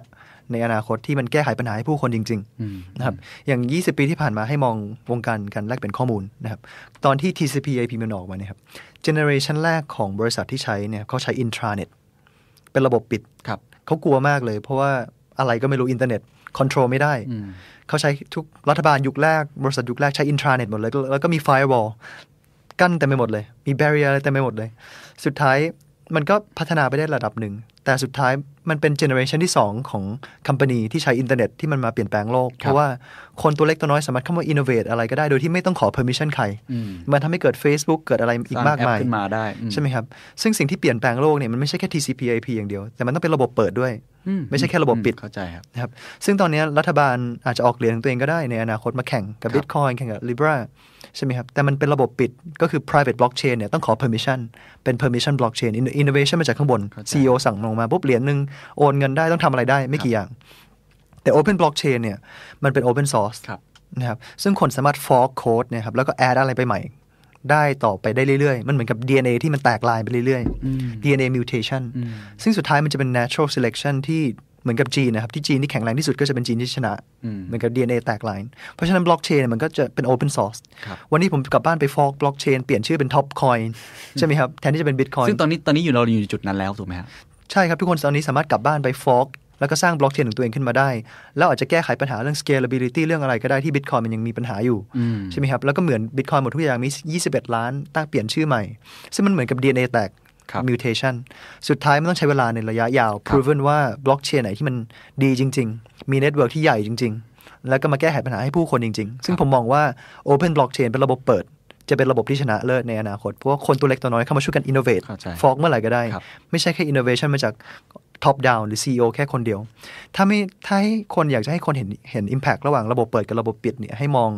D: ในอนาคตที่มันแก้ไขปัญหาให้ผู้คนจริงๆนะครับอย่าง 20 ปีที่ผ่านมาให้มองวงการการแลกเปลี่ยนข้อมูลนะครับตอนที่ TCP/IP มันออกมาเนี่ยครับเจเนอเรชันแรกของบริษัทที่ใช้เนี่ยเขาใช้ intranet เป็นระบบปิด
C: ครับ
D: เขากลัวมากเลย เพราะว่าอะไรก็ไม่รู้อินเทอร์เน็ตคอนโทรลไม่ได้ เขาใช้ทุกรัฐบาลยุคแรก บริษัทยุคแรกใช้อินทราเน็ตหมดเลยแล้วแล้วก็มีไฟวอลกั้นเต็มไปหมดเลย มีแบ r รียอะไรเต็มไปหมดเลย สุดท้ายมันก็พัฒนาไปได้ระดับหนึ่ง แต่สุดท้ายมันเป็นเจเนอเรชันที่ 2 ของคัมปานีที่ใช้อินเทอร์เน็ตที่มันมาเปลี่ยนแปลงโลก เพราะว่าคนตัวเล็กตัวน้อยสามารถเข้ามาอินโนเวตอะไรก็ได้โดยที่ไม่ต้องขอ permission ใคร มันทำให้เกิด Facebook เกิดอะไรอีกมากมา
C: สร้างแอ
D: ย
C: ปขึ้นมาได้อืม
D: ใช่ไหมครับ ซึ่งสิ่งที่เปลี่ยนแปลงโลกเนี่ยมันไม่ใช่แค่ TCP/IP อย่างเดียว แต่มันต้องเป็นระบบเปิดด้วย ไม่ใช่แค่ระบบปิด
C: เข้าใจครับ
D: นะครับ ซึ่งตอนนี้รัฐบาลอาจจะออกเหรียญของตัวเองก็ได้ในอนาคตมาแข่งกับ Bitcoin แข่งกับ Libra ใช่ไหมครับ แต่มันเป็นระบบปิดก็คือ private blockchain เนี่ยต้องขอ permission เป็น permission blockchain Inno- innovation มาจากข้างบน CEO สั่งลงมาปุ๊บเหรียญหนึ่งโอนเงินได้ต้องทำอะไรได้ไม่กี่อย่าง แต่ open blockchain เนี่ยมันเป็น open source
C: ครับ
D: นะครับซึ่งคนสามารถ fork code นะครับแล้วก็ add อะไรไปใหม่ ได้ต่อไปได้เรื่อยๆ มันเหมือนกับ DNA ที่มันแตกลายไปเรื่อยๆ DNA mutation ซึ่งสุดท้ายมันจะเป็น natural selection ที่เหมือนกับจีนนะครับ ที่จีนที่แข็งแรงที่สุดก็จะเป็นจีนที่ชนะ เหมือนกับ DNA แตกลาย เพราะฉะนั้น blockchain เนี่ยมันก็จะเป็น open source วันนี้ผมกลับบ้านไป fork blockchain เปลี่ยนชื่อเป็น top coin ใช่ไหมครับ แทนที่จะเป็น bitcoin
C: ซึ่งตอนนี้ตอนนี้อยู่เราอยู่จุดนั้นแล้วถูกไหมฮะ
D: ใช่ครับทุกคนตอนนี้สามารถกลับบ้านไปฟอกแล้วก็สร้างบล็อกเชนของตัวเองขึ้นมาได้ แล้วอาจจะแก้ไขปัญหาเรื่อง scalability เรื่องอะไรก็ได้ที่ Bitcoin มันยังมีปัญหาอยู่ ใช่ไหมครับ แล้วก็เหมือน Bitcoin หมดทุกอย่างมี 21 ล้านตั้งเปลี่ยนชื่อใหม่ ซึ่งมันเหมือนกับ DNA แตก
C: ครับ
D: mutation สุดท้ายมันต้องใช้เวลาในระยะยาว proven ว่าบล็อกเชนไหนที่มันดีจริง ๆ มีเน็ตเวิร์กที่ใหญ่จริง ๆ แล้วก็มาแก้ไขปัญหาให้ผู้คนจริง ๆ ซึ่งผมมองว่า Open Blockchain เป็นระบบเปิด จะเป็นระบบที่ชนะเลิศในอนาคต เพราะว่าคนตัวเล็กตัวน้อยเข้ามาช่วยกัน innovate
C: เข้าใจ
D: ฟอกเมื่อไหร่ก็ได้
C: ครับ
D: ไม่ใช่แค่ innovation มาจาก top down หรือ CEO แค่คนเดียว ถ้าไม่ถ้าให้คนอยากจะให้คนเห็นเห็น impact ระหว่างระบบเปิดกับระบบปิดเนี่ยให้มอง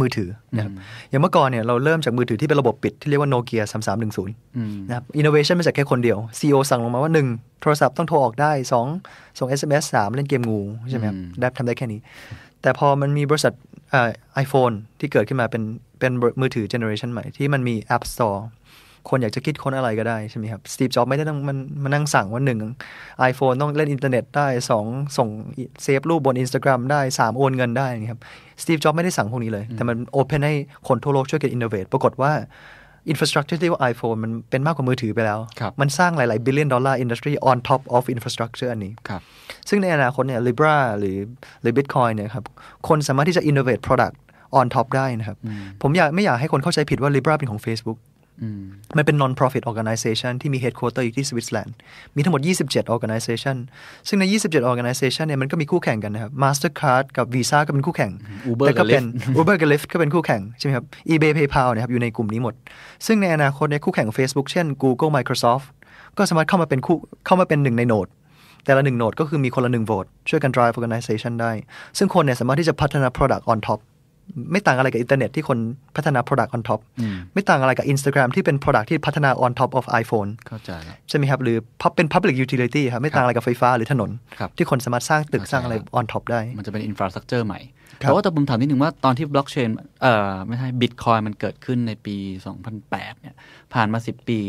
D: มือถือนะครับอย่างเมื่อก่อนเนี่ยเราเริ่มจากมือถือที่เป็นระบบปิดที่เรียกว่าโนเกียสามสามหนึ่งศูนย์นะครับอินโนเวชันมาจากแค่คนเดียว CEO สั่งลงมาว่า 1 โทรศัพท์ต้องโทรออกได้ 2 ส่ง SMS 3 เล่นเกมงูใช่ไหมครับได้ทำได้แค่นี้ แต่พอมันมีบริษัทไอโฟนที่เกิดขึ้นมาเป็นเป็นมือถือเจเนอเรชันใหม่ที่มันมี App Store คนอยากจะคิดค้นอะไรก็ได้ใช่ไหมครับสตีฟจ็อบไม่ได้ต้องมันมานั่งสั่งว่าหนึ่ง iPhone ต้องเล่นอินเทอร์เน็ตได้สองส่งเซฟรูปบน Instagram ได้สามโอนเงินได้นะครับสตีฟจ็อบไม่ได้สั่งพวกนี้เลย แต่มันโอเพนให้คนทั่วโลกช่วยกันอินโนเวทปรากฏว่าอินฟ a าสตรักเจอร์ที่เรียกว่า iPhone มันเป็นมากกว่ามือถือไปแล้ว
C: ครับ
D: มันสร้างหลาย ๆ billion dollar industry on top of infrastructure อันนี้
C: ครับ
D: ซึ่งในอนาคตเนี่ย Libra หรือหรือ Bitcoin เนี่ยครับ คนสามารถที่จะ innovate product on top ได้นะครับ ผมอยากไม่อยากให้คนเข้าใจผิดว่า Libra เป็นของ Facebook มันเป็น non-profit organization ที่มี headquarter อยู่ที่สวิตเซอร์แลนด์ มีทั้งหมด 27 organization ซึ่งใน 27 organization เนี่ยมันก็มีคู่แข่งกันนะครับ Mastercard กับ Visa ก็เป็นคู่แข่ง
C: Uber
D: แต่ก็เป็น
C: กับ Lyft
D: (laughs) Uber กับ Lyft ก็เป็นคู่แข่งใช่ไหมครับ eBay PayPal นะครับอยู่ในกลุ่มนี้หมด ซึ่งในอนาคตเนี่ยคู่แข่งของ Facebook เช่น Google Microsoft ก็สามารถเข้ามาเป็นคู่เข้ามาเป็นหนึ่งในโหนด แต่ละหนึ่งโหนดก็คือมีคนละหนึ่งโหวตช่วยกัน drive organization ได้ ซึ่งคนเนี่ยสามารถที่จะพัฒนา product on top ไม่ต่างอะไรกับอินเทอร์เน็ตที่คนพัฒนา product on top ไม่ต่างอะไรกับ Instagram ที่เป็น product ที่พัฒนา on top of iPhone
C: เข้าใจแล้ว
D: ใช่ไหมครับ หรือ pub- เป็น public utility ครับไม่ต่างอะไรกับไฟฟ้าหรือถนน
C: ครับ
D: ที่คนสามารถสร้างตึก
C: เข้าใจ
D: สร้างอะไร
C: ครับ
D: on top ได้
C: มันจะเป็นอินฟราสตรักเจอร์ใหม่
D: ครับ
C: แต่ว่าแต่ผมถามนิดนึงว่าตอนที่บล็อกเชนเอ่อไม่ใช่บิตคอยมันเกิดขึ้นในปี 2008 เนี่ย ผ่านมา 10 ปี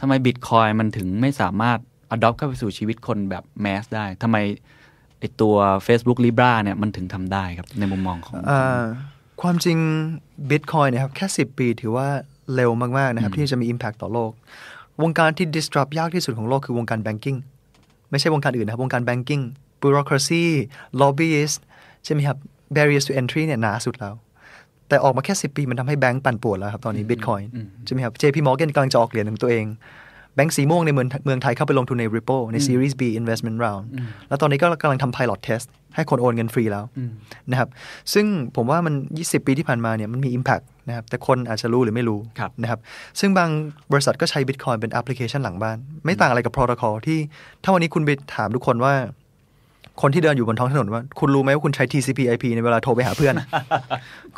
C: ทำไมบิตคอยมันถึงไม่สามารถ adopt เข้าไปสู่ชีวิตคนแบบแมสได้ทำไมไอตัว Facebook Libra เนี่ยมันถึงทำได้ครับ ในมุมมองของ
D: อ่าความจริง Bitcoin เนะครับแค่ 10 ปีถือว่าเร็วมาก ๆ นะครับ ที่จะมี Impact ต่อโลก วงการที่ disrupt ยากที่สุดของโลกคือวงการแบงกิ้งไม่ใช่วงการอื่นนะครับ วงการแบงกิ้ง bureaucracy lobbyist ใช่ไหมครับ barriers to entry เนี่ยหนาสุดแล้ว แต่ออกมาแค่ 10 ปีมันทำให้แบงก์ปั่นป่วนแล้วครับ ตอนนี้ Bitcoin ใช่ไหมครับ JP Morgan กำลังจะออกเหรียญของตัวเอง แบงก์สีม่วงในเมืองเมืองไทยเข้าไปลงทุนใน Ripple ใน Series B Investment Round แล้วตอนนี้ก็กำลังทำ Pilot Test ให้คนโอนเงินฟรีแล้วนะครับ ซึ่งผมว่ามัน 20 ปีที่ผ่านมาเนี่ยมันมี Impact นะครับ แต่คนอาจจะรู้หรือไม่รู้
C: ครับ
D: นะครับ ซึ่งบางบริษัทก็ใช้ Bitcoin เป็นแอปพลิเคชันหลังบ้าน ไม่ต่างอะไรกับ Protocol ที่ถ้าวันนี้คุณไปถามทุกคนว่า คนที่เดินอยู่บนท้องถนนว่า คุณรู้ไหมว่าคุณใช้ TCP/IP ในเวลาโทรไปหาเพื่อน
C: (laughs)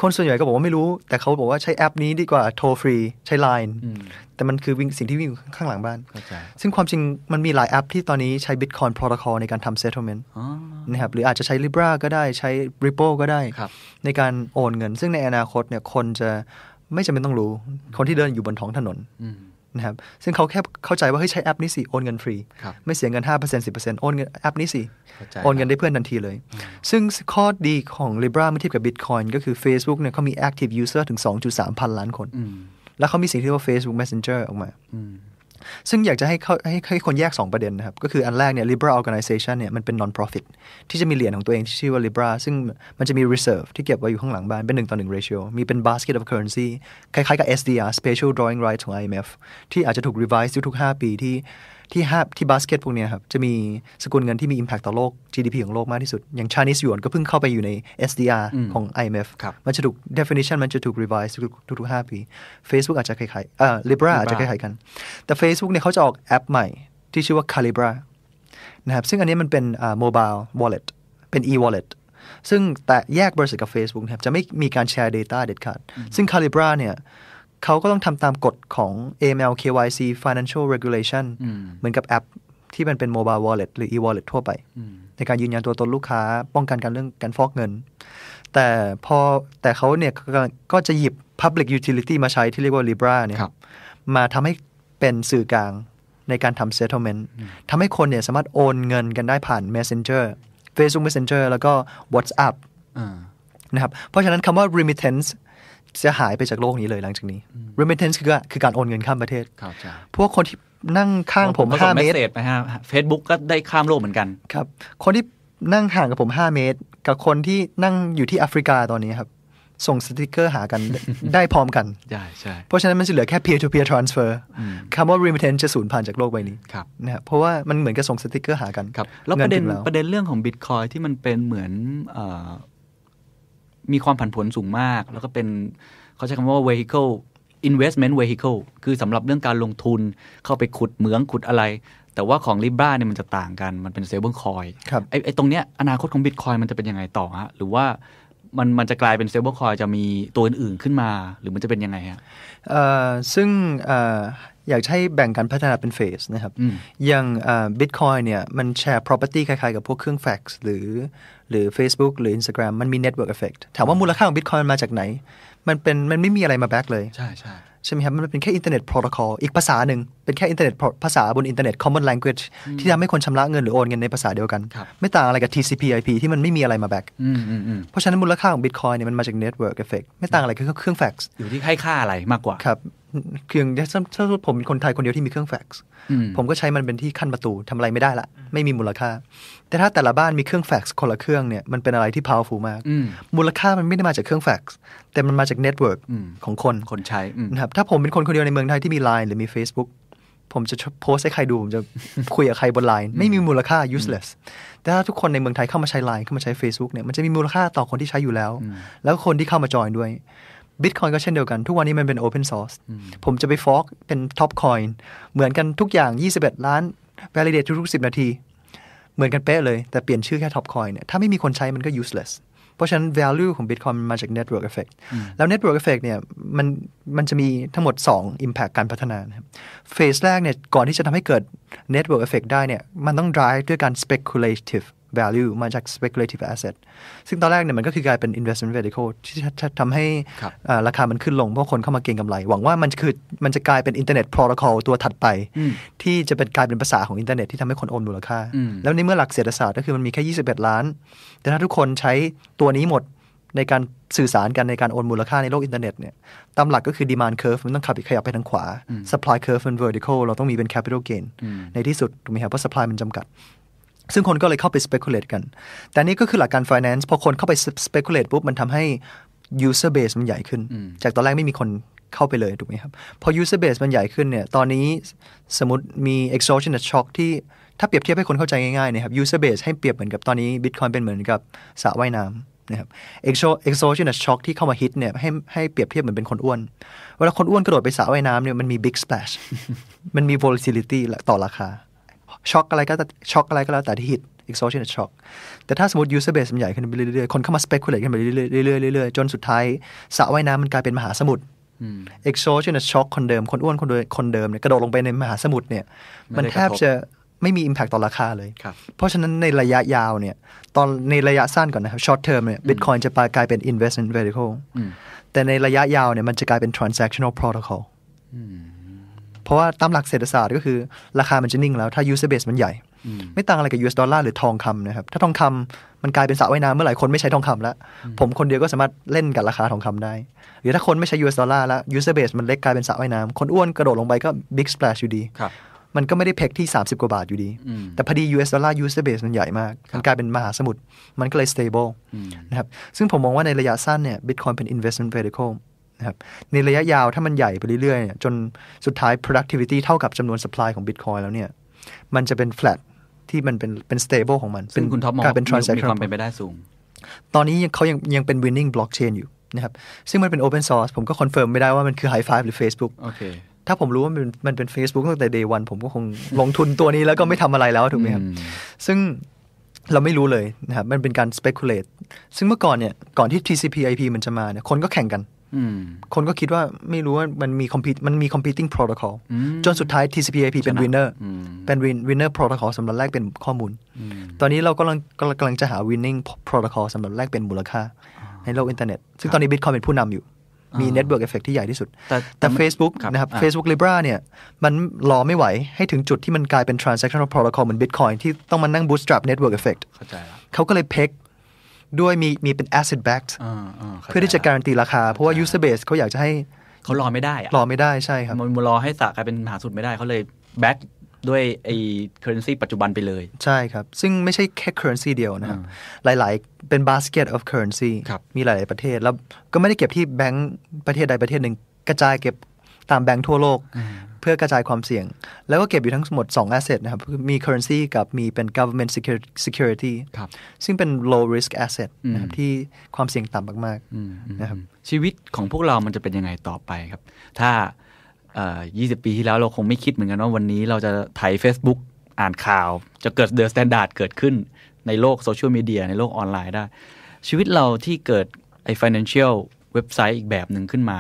D: คนส่วนใหญ่ก็บอกว่าไม่รู้ แต่เขาบอกว่าใช้แอปนี้ดีกว่าโทรฟรีใช้ Line
C: อืม
D: แต่มันคือวิ่งสิ่งที่วิ่งอยู่ข้างหลังบ้าน
C: เข้าใจ
D: ซึ่งความจริงมันมีหลายแอปที่ตอนนี้ใช้ Bitcoin Protocol ในการทำ settlement
C: อ๋อ
D: นะครับหรืออาจจะใช้ Libra ก็ได้ใช้ Ripple ก็ได้
C: ครับ
D: ในการโอนเงิน ซึ่งในอนาคตเนี่ยคนจะไม่จำเป็นต้องรู้ คนที่เดินอยู่บนท้องถนน
C: อืม
D: นะครับซึ่งเขาแค่เข้าใจว่าเฮ้ยใช้แอปนี้สิโอนเงินฟรี
C: ครับ
D: ไม่เสียเงิน 5% 10%โอนเงินแอปนี้สิ
C: เข้าใจ
D: โอนเงินได้เพื่อนทันทีเลย ซึ่งข้อดีของ Libra เมื่อเทียบกับ Bitcoin ก็คือ Facebook เนี่ยเขามี active user ถึง 2.3 พันล้านคน
C: อืม
D: แล้วเขามีสิ่งที่เรียกว่า Facebook Messenger ออกมา
C: อืม
D: ซึ่งอยากจะให้เข้าให้ให้คนแยก 2 ประเด็นนะครับ ก็คืออันแรกเนี่ย Libra Organization เนี่ยมันเป็น non-profit ที่จะมีเหรียญของตัวเองที่ชื่อว่า Libra ซึ่งมันจะมี reserve ที่เก็บไว้อยู่ข้างหลังบ้าน เป็น 1 ต่อ 1 ratio มีเป็น basket of currency คล้ายๆกับ SDR Special Drawing Rights ของ IMF ที่อาจจะถูก revise ทุกๆ5ปีที่ที่ห้าที่ basket พวกเนี้ยครับ จะมีสกุลเงินที่มี impact ต่อโลก GDP ของโลกมากที่สุด อย่าง Chinese yuan ก็เพิ่งเข้าไปอยู่ใน SDR ของ IMF มันจะถูก definition มันจะถูก revise ทุกๆทุกๆ5ปี Facebook อาจจะคล้ายๆเอ่อ Libra อาจจะคล้ายๆ กันแต่ Facebook เนี่ยเขาจะออกแอปใหม่ที่ชื่อว่า Calibra นะครับซึ่งอันนี้มันเป็นอ่า mobile wallet เป็น e wallet ซึ่งแต่แยกบริษัทกับ Facebook นะครับจะไม่มีการแชร์ Data เด็ดขาด ซึ่ง Calibra เนี่ยเขาก็ต้องทำตามกฎของ AML KYC Financial Regulation เหมือนกับแอปที่มันเป็น mobile wallet หรือ e wallet ทั่วไป ในการยืนยันตัวตนลูกค้า ป้องกันการเรื่องการฟอกเงิน แต่พอแต่เขาเนี่ยก็กำลังก็จะหยิบ Public Utility มาใช้ที่เรียกว่า Libra เนี่ย
C: ครับ
D: มาทำให้เป็นสื่อกลางในการทำ settlement ทำให้คนเนี่ยสามารถโอนเงินกันได้ผ่าน messenger Facebook messenger แล้วก็ WhatsApp
C: อ่า
D: นะครับเพราะฉะนั้นคำว่า remittance จะหายไปจากโลกนี้เลยหลังจากนี้ remittance คือคือการโอนเงินข้ามประเทศ
C: เข้าใจ
D: พวกคนที่นั่งข้างผม
C: ก็ส่ง
D: 5 เมตร
C: สเซจไปฮะเฟซบุ๊กก็ได้ข้ามโลกเหมือนกัน
D: ครับคนที่นั่งห่างกับผม 5 เมตร กับคนที่นั่งอยู่ที่แอฟริกาตอนนี้ครับ ส่งสติกเกอร์หากัน ได้พร้อมกัน
C: ใช่ใช่
D: เพราะฉะนั้นมันจะเหลือแค่ peer to peer transfer คำว่า remittance จะสูญพันธุ์จากโลกใบนี้
C: ครับ
D: นะครับเพราะว่ามันเหมือนกับส่งสติกเกอร์หากัน
C: ครับ แล้วประเด็น
D: งิถึงแล้ว
C: ประเด็นเรื่องของบิตคอยที่มันเป็นเหมือนเอ่อมีความผันผวนสูงมาก แล้วก็เป็นเขาใช้คำว่า vehicle investment vehicle คือสำหรับเรื่องการลงทุนเข้าไปขุดเหมืองขุดอะไร แต่ว่าของ Libra เนี่ยมันจะต่างกันมันเป็น stable coin
D: ครับ
C: ไอ้ไอ้ตรงเนี้ยอนาคตของบิตคอยมันจะเป็นยังไงต่อฮะ หรือว่ามันมันจะกลายเป็น stable coin จะมีตัวอื่นๆขึ้นมา หรือมันจะเป็นยังไงฮะ
D: เอ่อซึ่งเอ่ออยากจะให้แบ่งการพัฒนาเป็นเฟสนะครับ อย่างบิตคอยเนี่ยมันแชร์ property คล้ายๆ กับพวกเครื่องแฟกซ์หรือหรือ Facebook หรือ Instagram มันมี network effect ถามว่ามูลค่าของ Bitcoin มันมาจากไหน มันเป็นมันไม่มีอะไรมาแบ็กเลย
C: ใช่ใช่
D: ใช่ไหมครับ มันเป็นแค่อินเทอร์เน็ตโปรโตคอลอีกภาษาหนึ่ง เป็นแค่อินเทอร์เน็ตภาษาบนอินเทอร์เน็ต common language ที่ทำให้คนชำระเงินหรือโอนเงินในภาษาเดียวกัน ไม่ต่างอะไรกับ TCP/IP ที่มันไม่มีอะไรมาแบ็ก
C: อืมอืมอืม
D: เพราะฉะนั้นมูลค่าของ Bitcoin เนี่ยมันมาจาก network effect ไม่ต่างอะไรกับเครื่องแฟกซ์
C: อยู่ที่ให้ค่าอะไรมากกว่า
D: ครับคืออย่างถ้าถ้าผมเป็นคนไทยคนเดียวที่มีเครื่องแฟกซ์ ผมก็ใช้มันเป็นที่ขั้นประตูทำอะไรไม่ได้ละ ไม่มีมูลค่า แต่ถ้าแต่ละบ้านมีเครื่องแฟกซ์คนละเครื่องเนี่ย มันเป็นอะไรที่ powerful มาก
C: อืม
D: มูลค่ามันไม่ได้มาจากเครื่องแฟกซ์ แต่มันมาจากเน็ตเวิร์กของคน
C: คนใช้อืม
D: นะครับถ้าผมเป็นคนคนเดียวในเมืองไทยที่มี Line หรือมี Facebook ผมจะโพสต์ให้ใครดู ผมจะ (laughs) คุยกับใครบน Line ไม่มีมูลค่า useless แต่ถ้าทุกคนในเมืองไทยเข้ามาใช้ Line เข้ามาใช้ Facebook เนี่ยมันจะมีมูลค่าต่อคนที่ใช้อยู่แล้ว แล้วคนที่เข้ามาจอยด้วย Bitcoin ก็เช่นเดียวกัน ทุกวันนี้มันเป็น Open Source ผมจะไปฟอกเป็น Top Coin เหมือนกันทุกอย่าง 21 ล้าน validate ทุกๆ10 นาที เหมือนกันเป๊ะเลย แต่เปลี่ยนชื่อแค่ Top Coin เนี่ยถ้าไม่มีคนใช้มันก็ useless เพราะฉะนั้น value ของ Bitcoin มันมาจาก network effect แล้ว network effect เนี่ยมันมันจะมีทั้งหมด 2 impact การพัฒนานะครับเฟสแรกเนี่ยก่อนที่จะทำให้เกิด network effect ได้เนี่ยมันต้อง drive ด้วยการ speculative value มาจาก speculative asset ซึ่งตอนแรกเนี่ยมันก็คือกลายเป็น investment vehicle ที่จะจะทำให้
C: ครับ
D: อ่าราคามันขึ้นลงเพราะคนเข้ามาเก็งกำไร หวังว่ามันคือมันจะกลายเป็น internet protocol ตัวถัดไป ที่จะเป็นกลายเป็นภาษาของอินเทอร์เน็ตที่ทำให้คนโอนมูลค่า แล้วในเมื่อหลักเศรษฐศาสตร์ก็คือมันมีแค่ 21 ล้าน แต่ถ้าทุกคนใช้ตัวนี้หมดในการสื่อสารกันในการโอนมูลค่าในโลกอินเทอร์เน็ตเนี่ยตามหลักก็คือ demand curve มันต้องขับขยับไปทางขวา supply curve มัน vertical เราต้องมีเป็น capital gain ในที่สุดถูกไหมครับเพราะ supply มันจำกัด ซึ่งคนก็เลยเข้าไป speculate กัน แต่นี่ก็คือหลักการ finance พอคนเข้าไป speculate ปุ๊บ มันทำให้ user base มันใหญ่ขึ้น จากตอนแรกไม่มีคนเข้าไปเลยถูกไหมครับ พอ user base มันใหญ่ขึ้นเนี่ย ตอนนี้สมมติมี exogenous shock ที่ถ้าเปรียบเทียบให้คนเข้าใจง่ายๆเนะครับ user base ให้เปรียบเหมือนกับตอนนี้ bitcoin เป็นเหมือนกับสระว่ายน้ำนะครับ exo- exogenous shock ที่เข้ามาฮิตเนี่ยให้ให้เปรียบเทียบเหมือนเป็นคนอ้วน เวลาคนอ้วนกระโดดไปสระว่ายน้ำเนี่ยมันมี big splash มันมี volatility ต่อราคา ช็อกอะไรก็ตะช็อกอะไรก็แล้วแต่ที่ฮิต exhaustion shock แต่ถ้าสมมติ user base มันใหญ่ขึ้นไปเรื่อยๆ คนเข้ามา speculate ขึ้นไปเรื่อยๆเรื่อยๆจนสุดท้ายสระว่ายน้ำมันกลายเป็นมหาสมุทร exhaustion shock คนเดิม คนอ้วนคนเดิมคนเดิมเนี่ยกระโดดลงไปในมหาสมุทรเนี่ย
C: ไม่ได้
D: มันแทบ
C: กระทบ
D: จะไม่มี impact ต่อราคาเลย
C: ครับ
D: เพราะฉะนั้นในระยะยาวเนี่ยตอนในระยะสั้นก่อนนะครับ short term เนี่ย bitcoin จะกลายเป็น investment vehicle แต่ในระยะยาวเนี่ยมันจะกลายเป็น transactional protocol เพราะว่าตามหลักเศรษฐศาสตร์ก็คือ ราคามันจะนิ่งแล้วถ้า user base มันใหญ่ ไม่ต่างอะไรกับ US ดอลลาร์หรือทองคำนะครับ ถ้าทองคำมันกลายเป็นสระว่ายน้ำเมื่อไหร่คนไม่ใช้ทองคำแล้ว ผมคนเดียวก็สามารถเล่นกับราคาทองคำได้ หรือถ้าคนไม่ใช้ US ดอลลาร์แล้ว user base มันเล็กกลายเป็นสระว่ายน้ำคนอ้วนกระโดดลงไปก็ big splash อยู่ดี
C: ครับ
D: มันก็ไม่ได้เพกที่ 30 กว่าบาทอยู่ดี
C: อืม
D: แต่พอดี US ดอลลาร์ user base มันใหญ่มาก มันกลายเป็นมหาสมุทร มันก็เลย stable นะครับ ซึ่งผมมองว่าในระยะสั้นเนี่ย Bitcoin เป็น investment vehicle นะครับ ในระยะยาวถ้ามันใหญ่ไปเรื่อยๆเนี่ยจนสุดท้าย productivity เท่ากับจำนวน supply ของ Bitcoin แล้วเนี่ย มันจะเป็น flat ที่มันเป็นเป็น stable ของมัน
C: ซึ่งคุณท็อปมอง
D: กลายเป็น
C: มีมี
D: transaction
C: ความเป็นไปได้สูง
D: ตอนนี้ยังเขายังยังเป็น winning blockchain อยู่นะครับ ซึ่งมันเป็น open source ผมก็ confirm ไม่ได้ว่ามันคือ high five หรือ Facebook
C: โอเค
D: ถ้าผมรู้ว่ามันมันเป็น Facebook ตั้งแต่ day one ผมก็คงลงทุนตัวนี้แล้วก็ไม่ทำอะไรแล้วถูกไหมครับ ซึ่งเราไม่รู้เลยนะครับ มันเป็นการ speculate ซึ่งเมื่อก่อนเนี่ย ก่อนที่ TCP/IP มันจะมาเนี่ย คนก็แข่งกัน
C: อืม
D: คนก็คิดว่าไม่รู้ว่ามันมี compete มันมี competing protocol
C: อืม
D: จนสุดท้าย TCP/IP เป็น winner
C: อืม
D: เป็น win- winner protocol สำหรับแลกเป็นข้อมูล ตอนนี้เรากำลังกำลังกำลังจะหา winning protocol สำหรับแลกเป็นมูลค่า ในโลกอินเทอร์เน็ต ซึ่งตอนนี้ Bitcoin เป็นผู้นำอยู่ มี network effect ที่ใหญ่ที่สุด
C: แต่แต่
D: แต่
C: มัน
D: Facebook
C: ครับ
D: นะครับ
C: อ่ะ
D: Facebook Libra เนี่ย มันรอไม่ไหวให้ถึงจุดที่มันกลายเป็น transactional protocol เหมือน Bitcoin ที่ต้องมานั่ง bootstrap network effect
C: เข้าใจละ
D: เขาก็เลยเพกด้วยมีมีเป็น asset backed
C: อ่าอ่าข้า
D: เพื่อที่จะการันตีราคา เพราะว่า user base เขาอยากจะให้
C: เขารอไม่ได้อะ
D: รอไม่ได้ใช่ครับ
C: มันรอให้สระกลายเป็นมหาสมุทรไม่ได้เขาเลยแบ็กด้วยไอ้เคอร์เรนซีปัจจุบันไปเลย
D: ใช่ครับ ซึ่งไม่ใช่แค่ currency เดียวนะครับ หลายๆ เป็น basket of currency
C: ครับ
D: มีหลาย ๆ ประเทศ แล้วก็ไม่ได้เก็บที่แบงก์ประเทศใดประเทศหนึ่ง กระจายเก็บตามแบงก์ทั่วโลก เพื่อกระจายความเสี่ยง แล้วก็เก็บอยู่ทั้งหมด 2 asset นะครับคือมี currency กับมีเป็น government security- security
C: ครับ
D: ซึ่งเป็น low risk asset นะครับที่ความเสี่ยงต่ำมากๆนะครับ
C: ชีวิตของพวกเรามันจะเป็นยังไงต่อไปครับ ถ้าเอ่อ20 ปีที่แล้วเราคงไม่คิดเหมือนกันว่าวันนี้เราจะไถ Facebook อ่านข่าว จะเกิดเดอะสแตนดาร์ดเกิดขึ้นในโลกโซเชียลมีเดียในโลกออนไลน์ได้ ชีวิตเราที่เกิดไอ้ financial เว็บไซต์อีกแบบหนึ่งขึ้นมา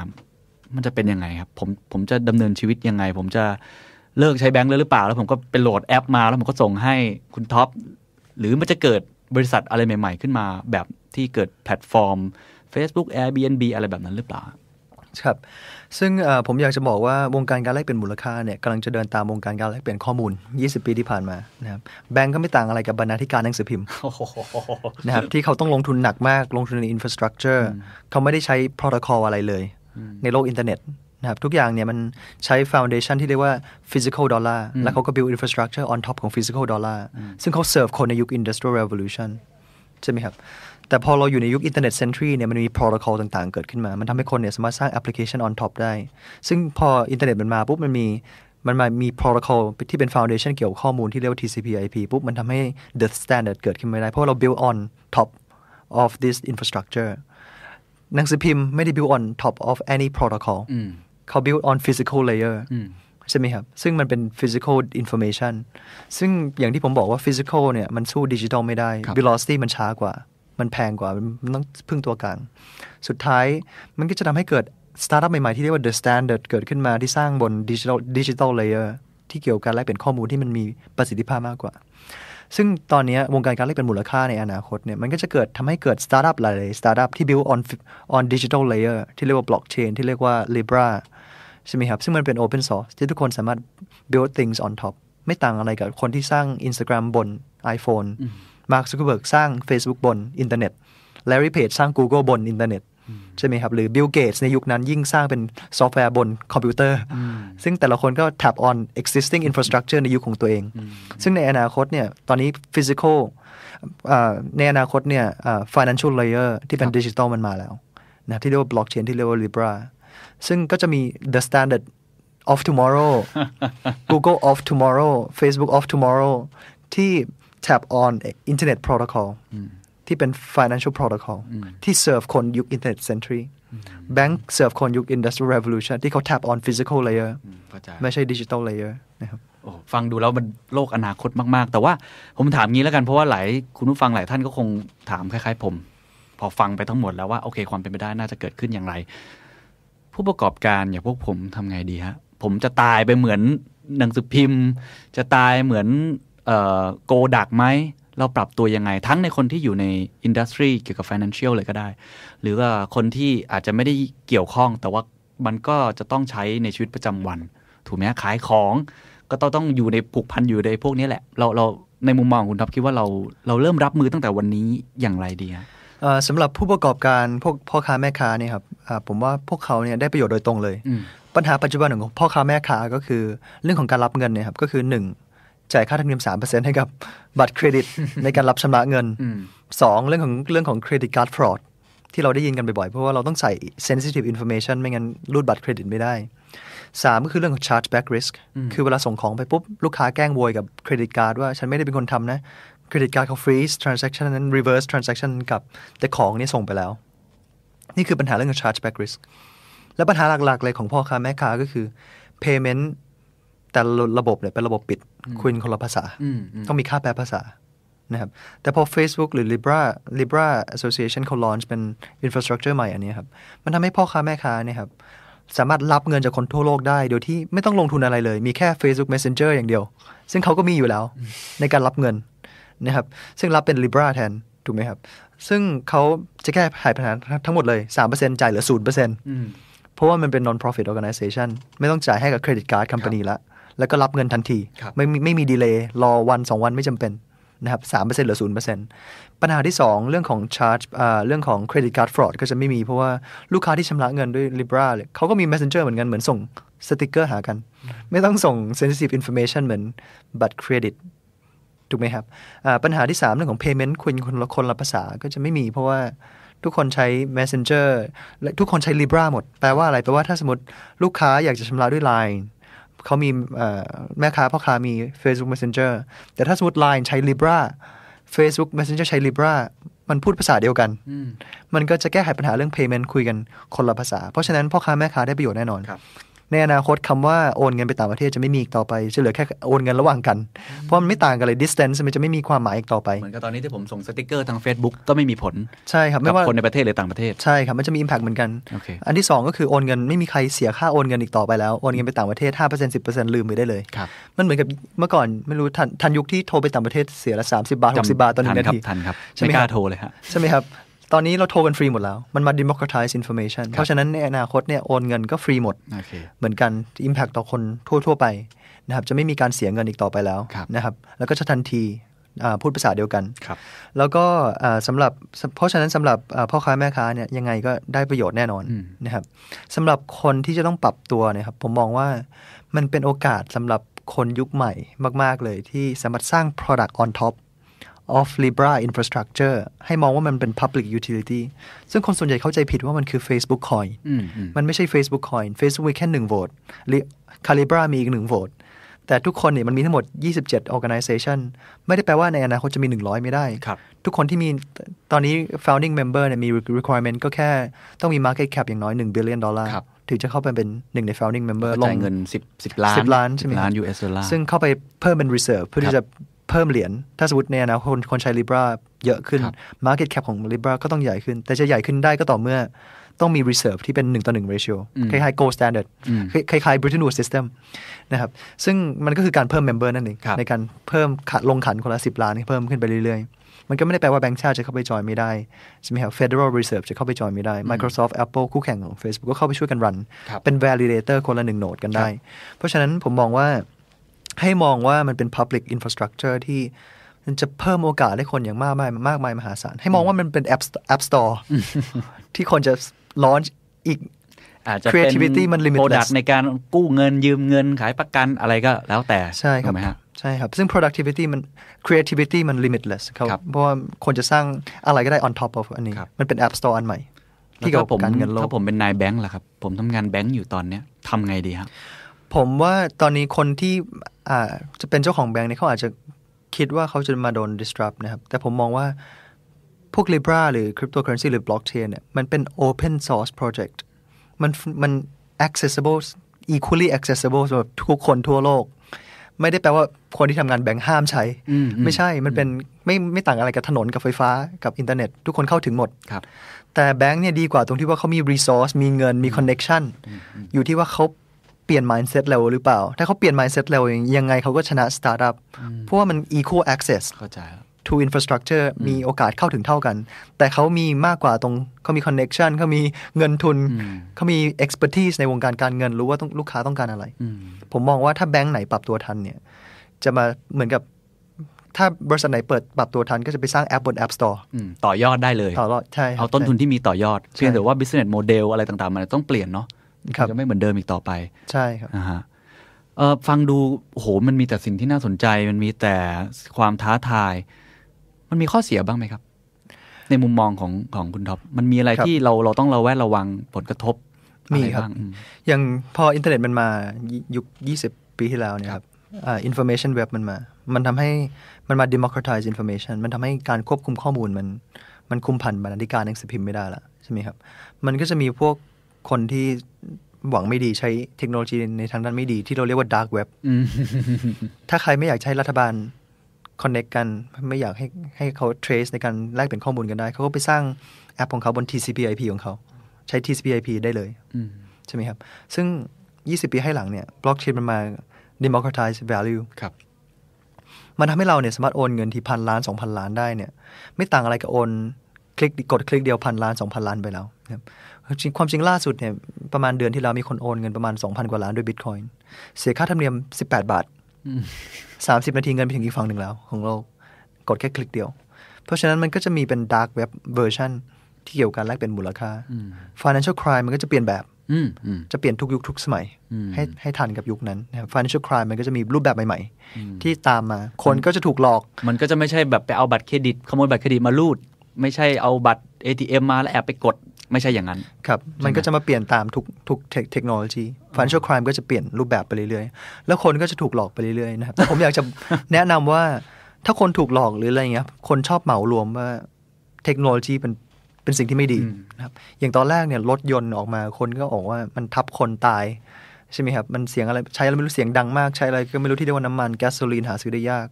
C: มันจะเป็นยังไงครับ ผมผมจะดำเนินชีวิตยังไง ผมจะเลิกใช้แบงค์เลยหรือเปล่า แล้วผมก็ไปโหลดแอปมา แล้วผมก็ส่งให้คุณท็อป หรือมันจะเกิดบริษัทอะไรใหม่ ๆ ขึ้นมา แบบที่เกิดแพลตฟอร์ม Facebook Airbnb อะไรแบบนั้นหรือเปล่า
D: ครับ ซึ่งเอ่อผมอยากจะบอกว่าวงการการแลกเปลี่ยนมูลค่าเนี่ยกำลังจะเดินตามวงการการแลกเปลี่ยนข้อมูล 20 ปีที่ผ่านมานะครับแบงก์ก็ไม่ต่างอะไรกับบรรณาธิการหนังสือพิมพ์ นะครับ ที่เขาต้องลงทุนหนักมาก ลงทุนในอินฟราสตรักเจอร์เขาไม่ได้ใช้โปรโตคอลอะไรเลย ในโลกอินเทอร์เน็ตนะครับทุกอย่างเนี่ยมันใช้ฟ u วเดชันที่เรียกว่า physical dollar แล้วเขาก็ build infrastructure on top ของ physical dollar ซึ่งเขาเสิร์ฟคนในยุค industrial revolution ใช่ไหมครับ แต่พอเราอยู่ในยุคอินเทอร์เน็ตเซนทรีเนี่ยมันมีโปรโตคอลต่างๆ เกิดขึ้นมา มันทำให้คนเนี่ยสามารถสร้างแอปพลิเคชัน on top ได้ ซึ่งพออินเทอร์เน็ตมันมาปุ๊บมันมีมันมามีโปรโตคอลที่เป็น foundation เกี่ยวกับข้อมูลที่เรียกว่า TCP/IP ปุ๊บมันทำให้ the standard เกิดขึ้นไม่ได้ เพราะว่าเรา build on top of this infrastructure หนังสือพิมพ์ไม่ได้ build on top of any protocol เขา build on physical layer ใช่ไหมครับ ซึ่งมันเป็น physical information ซึ่งอย่างที่ผมบอกว่า physical เนี่ย มันสู้ดิจิทัลไม่ได้
C: ครับ
D: velocity มันช้ากว่า มันแพงกว่า มันต้องพึ่งตัวกลาง สุดท้ายมันก็จะทำให้เกิด สตาร์ทอัพใหม่ๆ ที่เรียกว่า the standard เกิดขึ้นมาที่สร้างบนดิจิทัลดิจิทัลเลเยอร์ที่เกี่ยวกับการแลกเปลี่ยนข้อมูลที่มันมีประสิทธิภาพมากกว่า ซึ่งตอนเนี้ยวงการการแลกเปลี่ยนมูลค่าในอนาคตเนี่ยมันก็จะเกิดทำให้เกิดสตาร์ทอัพหลายๆสตาร์ทอัพที่ build on fi- on digital layer ที่เรียกว่า blockchain ที่เรียกว่า Libra ใช่ไหมครับ ซึ่งมันเป็น open source ที่ทุกคนสามารถ build things on top ไม่ต่างอะไรกับคนที่สร้าง Instagram บน iPhone Mark Zuckerberg สร้าง Facebook บนอินเทอร์เน็ต Larry Page สร้าง Google บนอินเทอร์เน็ต ใช่ไหมครับ หรือ Bill Gates ในยุคนั้นยิ่งสร้างเป็นซอฟต์แวร์บนคอมพิวเตอร์ ซึ่งแต่ละคนก็ tap on existing infrastructure ในยุคของตัวเอง ซึ่งในอนาคตเนี่ย ตอนนี้ physical เอ่อในอนาคตเนี่ยเอ่อ financial layer ที่เป็นดิจิ t a ลมันมาแล้วนะครับที่เรียกว่า blockchain ที่เรียกว่า Libra ซึ่งก็จะมี the standard of tomorrow Google of tomorrow Facebook of tomorrow ที่ tap on internet protocol ที่เป็น financial protocol ที่ serve คนยุค internet century แบงค์ serve คนยุค industrial revolution ที่เขา tap on physical layer
C: เข้าใจ
D: ไม่ใช่ digital layer นะครับ
C: โอ้ ฟังดูแล้วมันโลกอนาคตมาก ๆ แต่ว่าผมถามงี้แล้วกันเพราะว่าหลายคุณผู้ฟังหลายท่านก็คงถามคล้าย ๆ ผม พอฟังไปทั้งหมดแล้วว่าโอเคความเป็นไปได้น่าจะเกิดขึ้นอย่างไร ผู้ประกอบการอย่างพวกผมทำไงดีฮะ ผมจะตายไปเหมือนหนังสือพิมพ์ จะตายเหมือนโกดักไหม เราปรับตัวยังไง ทั้งในคนที่อยู่ในอินดัสทรีเกี่ยวกับ Financial เลยก็ได้ หรือว่าคนที่อาจจะไม่ได้เกี่ยวข้อง แต่ว่ามันก็จะต้องใช้ในชีวิตประจำวัน ถูกไหมฮะขายของ ก็ต้องต้องอยู่ในผูกพันอยู่ในพวกนี้แหละ เราเราในมุมมองของคุณทับคิดว่าเราเราเริ่มรับมือตั้งแต่วันนี้อย่างไรดีฮะ
D: เอ่อสำหรับผู้ประกอบการพวกพ่อค้าแม่ค้าเนี่ยครับอ่าผมว่าพวกเขาเนี่ยได้ประโยชน์โดยตรงเลย
C: อืม
D: ปัญหาปัจจุบันของพ่อค้าแม่ค้าก็คือเรื่องของการรับเงินเนี่ยครับก็คือ 1 จ่ายค่าธรรมเนียม 3%ให้กับบัตรเครดิต ในการรับชำระเงิน
C: อืม
D: 2 เรื่องของเรื่องของเครดิตการ์ดฟรอดที่เราได้ยินกันบ่อยๆ เพราะว่าเราต้องใส่ sensitive information ไม่งั้นรูดบัตรเครดิตไม่ได้ 3 ก็คือเรื่องของ charge back risk คือเวลาส่งของไปปุ๊บ ลูกค้าแกล้งโวยกับเครดิตการ์ดว่าฉันไม่ได้เป็นคนทำนะเครดิตการ์ดเขา freeze transaction นั้น reverse transaction กลับแต่ของเนี่ยส่งไปแล้ว นี่คือปัญหาเรื่องของ charge back risk และปัญหาหลักๆ เลยของพ่อค้าแม่ค้าก็คือ payment แต่ละระบบเนี่ยเป็นระบบปิด คุยคนละภาษา
C: อืมอืม
D: ต้องมีค่าแปลภาษานะครับ แต่พอ Facebook หรือ Libra Libra Association เขา launch เป็น infrastructure ใหม่อันนี้ครับ มันทำให้พ่อค้าแม่ค้าเนี่ยครับ สามารถรับเงินจากคนทั่วโลกได้ โดยที่ไม่ต้องลงทุนอะไรเลย มีแค่ Facebook Messenger อย่างเดียว ซึ่งเขาก็มีอยู่แล้วในการรับเงินนะครับ ซึ่งรับเป็น Libra แทน ถูกไหมครับ ซึ่งเขาจะแก้ไขปัญหาทั้งหมดเลย 3%จ่ายเหลือ 0%เพราะว่ามันเป็น non-profit organization ไม่ต้องจ่ายให้กับ credit card company ละ แล้วก็รับเงินทันที
C: ครับ
D: ไม่มีไม่มีดีเลย์รอวัน 2 วันไม่จำเป็นนะครับสามเปอร์เซ็นต์หรือศูนย์เปอร์เซ็นต์ปัญหาที่ 2 เรื่องของชาร์จเรื่องของเครดิตการ์ดฟรอดก็จะไม่มี เพราะว่าลูกค้าที่ชำระเงินด้วย Libra เลยเขาก็มี Messenger เหมือนกัน เหมือนส่งสติกเกอร์หากัน ไม่ต้องส่ง sensitive information เหมือนบัตรเครดิต ถูกไหมครับอ่าปัญหาที่ 3 เรื่องของ payment คุณคนละคนละภาษาก็จะไม่มี เพราะว่าทุกคนใช้ messenger และทุกคนใช้ libra หมด แปลว่าอะไร แปลว่าถ้าสมมติลูกค้าอยากจะชำระด้วย line เขามีเอ่อแม่ค้าพ่อค้ามี facebook messenger แต่ถ้าสมมติ line ใช้ libra facebook messenger ใช้ libra มันพูดภาษาเดียวกัน มันก็จะแก้ไขปัญหาเรื่อง payment คุยกันคนละภาษา เพราะฉะนั้นพ่อค้าแม่ค้าได้ประโยชน์แน่นอน
C: ครับ
D: ในอนาคตคำว่าโอนเงินไปต่างประเทศจะไม่มีอีกต่อไป จะเหลือแค่โอนเงินระหว่างกัน เพราะมันไม่ต่างกันเลย distance มันจะไม่มีความหมายอีกต่อไป
C: เหมือนกับตอนนี้ที่ผมส่งสติกเกอร์ทาง Facebook ก็ไม่มีผล
D: ใช่ครับ
C: กั
D: ไม่
C: บ
D: ว่า
C: คนในประเทศหรือต่างประเทศ
D: ใช่ครับ มันจะมี impact เหมือนกัน
C: โอเค
D: อันที่ 2 ก็คือโอนเงินไม่มีใครเสียค่าโอนเงินอีกต่อไปแล้ว โอนเงินไปต่างประเทศ 5% 10%ลืมไปได้เลย
C: ครับ
D: มันเหมือนกับเมื่อก่อนไม่รู้ทันทันยุคที่โทรไปต่างประเทศเสียละ30 บาท 60 บาทตอนหนึ่งนาที
C: ทันครับทันครับ
D: ใช่ไห
C: ไม่
D: ม
C: ก
D: ค
C: ล้า
D: รับ
C: โทรเลยฮะ
D: ใช่ไหมครับ ตอนนี้เราโทรกันฟรีหมดแล้ว มันมา democratize information เพราะฉะนั้นในอนาคตเนี่ยโอนเงินก็ฟรีหมด
C: โอเค
D: เหมือนกัน impact ต่อคนทั่ว ๆ ไปนะครับ จะไม่มีการเสียเงินอีกต่อไปแล้ว
C: ครับ
D: นะครับ แล้วก็จะทันทีอ่าพูดภาษาเดียวกัน
C: ครับ
D: แล้วก็อ่าสำหรับเพราะฉะนั้นสำหรับอ่าพ่อค้าแม่ค้าเนี่ยยังไงก็ได้ประโยชน์แน่นอน
C: อืม
D: นะครับสำหรับคนที่จะต้องปรับตัวเนะครับผมมองว่ามันเป็นโอกาสสำหรับคนยุคใหม่มาก ๆ เลยที่สามารถสร้าง product on top of Libra infrastructure ให้มองว่ามันเป็น public utility ซึ่งคนส่วนใหญ่เข้าใจผิดว่ามันคือ Facebook Coin
C: อืมอืม
D: มันไม่ใช่ Facebook Coin Facebook มีแค่1โหวตคาลิบรามีอีก1โหวต แต่ทุกคนเนี่ยมันมีทั้งหมด 27 organization ไม่ได้แปลว่าในอนาคตจะมี 100 ไม่ได้
C: ครับ
D: ทุกคนที่มีตอนนี้ founding member เนี่ยมี requirement ก็แค่ต้องมี market cap อย่างน้อย 1 billion ดอลลาร์
C: ครับ
D: ถึงจะเข้าไปเป็นหนึ่งใน founding member
C: จ่ายเงิน 10 10 ล้าน
D: สิบล้านใช่ไหม
C: 10ล้าน
D: ครับ
C: US ดอลลาร์
D: ซึ่งเข้าไปเพิ่มเป็น reserve เพื่อ
C: ครับ
D: ที่จะเพิ่มเหรียญ ถ้าสมมติในอนาคตคนใช้ Libra เยอะขึ้น
C: ครับ
D: market cap ของ Libra ก็ต้องใหญ่ขึ้น แต่จะใหญ่ขึ้นได้ก็ต่อเมื่อต้องมี reserve ที่เป็น 1 ต่อ 1 ratio คล้ายๆ gold standard คล้ายๆ Bretton Woods system นะครับ ซึ่งมันก็คือการเพิ่ม member นั่นเอง
C: ครับ
D: ในการเพิ่มขะลงขันคนละ 10 ล้านเพิ่มขึ้นไปเรื่อยๆ มันก็ไม่ได้แปลว่าแบงก์ชาติจะเข้าไปจอยไม่ได้ใช่ไหมครับ Federal Reserve จะเข้าไปจอยไม่ได้ Microsoft Apple คู่แข่งของ Facebook ก็เข้าไปช่วยกันรัน
C: ครับ
D: เป็น validator คนละหนึ่งโหนดกันได้ เพราะฉะนั้นผมมองว่าให้มองว่ามันเป็น public infrastructure ที่มันจะเพิ่มโอกาสให้คนอย่างมากมายมากมายมหาศาล ให้มองว่ามันเป็น app Sto- app (laughs) store ที่คนจะ launch อีก
C: อาจจะเป็น
D: creativity มัน limitless
C: โปรดักในการกู้เงินยืมเงินขายประกันอะไรก็แล้วแต่
D: ใช่ครั
C: ถูก
D: บ
C: ไหมฮะ
D: ใช่ครับ ซึ่ง productivity มัน creativity มัน limitless ครับ
C: ครับ
D: เพราะว่าคนจะสร้างอะไรก็ได้ on top of อันนี้
C: ครับ
D: มันเป็น app store อันใหม่ ที่
C: แล้
D: เกี่ยว ว
C: ผ
D: กับ
C: ม
D: การเงินโลก
C: ถ้าผมเป็นนายแบงค์ล่ะครับ ผมทำงานแบงค์อยู่ตอนเนี้ยทำไงดีครับ
D: ผมว่าตอนนี้คนที่อ่าจะเป็นเจ้าของแบงค์เนี่ยเขาอาจจะคิดว่าเขาจะมาโดน disrupt นะครับ แต่ผมมองว่าพวก Libra หรือ Cryptocurrency หรือ Blockchain เนี่ยมันเป็น Open Source Project มันมัน accessible equally accessible สำหรับทุกคนทั่วโลก ไม่ได้แปลว่าคนที่ทำงานแบงค์ห้ามใช้
C: อืมอืม
D: ไม่ใช่ มันเป็นไม่ไม่ต่างอะไรกับถนนกับไฟฟ้ากับอินเทอร์เน็ต ทุกคนเข้าถึงหมด
C: ครับ
D: แต่แบงค์เนี่ยดีกว่าตรงที่ว่าเขามี resource มีเงินมี connection อยู่ที่ว่าเขาเปลี่ยน mindset เร็วหรือเปล่า ถ้าเขาเปลี่ยน mindset เร็วยังไงเขาก็ชนะ startup เพราะว่ามัน equal access
C: เข้าใจแล้ว
D: to infrastructure มีโอกาสเข้าถึงเท่ากัน แต่เขามีมากกว่าตรงเขามี connection เขามีเงินทุน เขามี expertise ในวงการการเงินรู้ว่าต้องลูกค้าต้องการอะไร
C: อืม
D: ผมมองว่าถ้าแบงค์ไหนปรับตัวทันเนี่ย จะมาเหมือนกับ ถ้าบริษัทไหนเปิดปรับตัวทันก็จะไปสร้างแอปบน App Store
C: อืมต่อยอดได้เลย
D: ต่อรอดใช่ครับ
C: เอาต้นทุนที่มีต่อยอด
D: ใช่
C: เพียงแต่ว่า business model อะไรต่างๆ มันต้องเปลี่ยนเนาะ
D: ครับ
C: มันจะไม่เหมือนเดิมอีกต่อไป
D: ใช่ครับ
C: นะฮะเอ่อฟังดูโอ้โหมันมีแต่สิ่งที่น่าสนใจ มันมีแต่ความท้าทาย มันมีข้อเสียบ้างไหมครับ ในมุมมองของของคุณท็อปมันมีอะไร
D: ครับ
C: ที่เราเราต้องระแวดระวังผลกระทบ
D: มี
C: อะ
D: ครับ
C: ไางอืม
D: อย่างพออินเทอร์เน็ตมันมายุค 20 ปีที่แล้วเนี่ยครับอ่า information web มันมา มันทำให้มันมา democratize information มันทำให้การควบคุมข้อมูลมัน มันคุมผ่านบรรณาธิการหนังสือพิมพ์ไม่ได้ละใช่ไหมครับ มันก็จะมีพวกคนที่หวังไม่ดีใช้เทคโนโลยีในทางด้านไม่ดีที่เราเรียกว่า dark web
C: อืม
D: ถ้าใครไม่อยากใช้รัฐบาล connect กัน ไม่อยากให้ให้เขา trace ในการแลกเปลี่ยนข้อมูลกันได้ เขาก็ไปสร้างแอปของเขาบน TCP/IP ของเขาใช้ TCP/IP ได้เลย
C: อืม
D: ใช่ไหมครับ ซึ่ง 20 ปีให้หลังเนี่ย บล็อกเชนมันมา democratize value
C: ครับ
D: มันทำให้เราเนี่ยสามารถโอนเงินที่พันล้าน 2,000 ล้านได้เนี่ย ไม่ต่างอะไรกับโอน คลิกกดคลิกเดียวพันล้าน 2,000 ล้านไปแล้วนะครับจริงความจริงล่าสุดเนี่ย ประมาณเดือนที่แล้วมีคนโอนเงินประมาณ 2,000 กว่าล้านด้วยบิตคอยน์เสียค่าธรรมเนียม 18 บาท 30 นาทีเงินไปถึงอีกฝั่งหนึ่งแล้ว ของโลกกดแค่คลิกเดียว เพราะฉะนั้นมันก็จะมีเป็น dark web version ที่เกี่ยวกับการแลกเป็นมูลค่า financial crime มันก็จะเปลี่ยนแบบ
C: อืมอืม
D: จะเปลี่ยนทุกยุคทุกสมัย
C: อืม
D: ให้ให้ทันกับยุคนั้นนะครับ financial crime มันก็จะมีรูปแบบใหม่ๆ ที่ตามมา คนก็จะถูกหลอก
C: มันก็จะไม่ใช่แบบไปเอาบัตรเครดิตขโมยบัตรเครดิตมารูด ไม่ใช่เอาบัตร ATM มาแล้วแอบไปกด ไม่ใช่อย่างนั้น
D: ครับ มันก็จะมาเปลี่ยนตามทุกทุกเทคโนโลยี financial crime ก็จะเปลี่ยนรูปแบบไปเรื่อยๆ แล้วคนก็จะถูกหลอกไปเรื่อยๆนะครับแต่ผมอยากจะ แนะนำว่าถ้าคนถูกหลอกหรืออะไรอย่างเงี้ย คนชอบเหมารวมว่าเทคโนโลยีเป็นเป็นสิ่งที่ไม่ดีนะครับ อย่างตอนแรกเนี่ยรถยนต์ออกมาคนก็ออกว่ามันทับคนตาย ใช่ไหมครับ มันเสียงอะไรใช้อะไรไม่รู้เสียงดังมากใช้อะไรก็ไม่รู้ที่เรียกว่าน้ำมันแก๊สโซลีนหาซื้อได้ยาก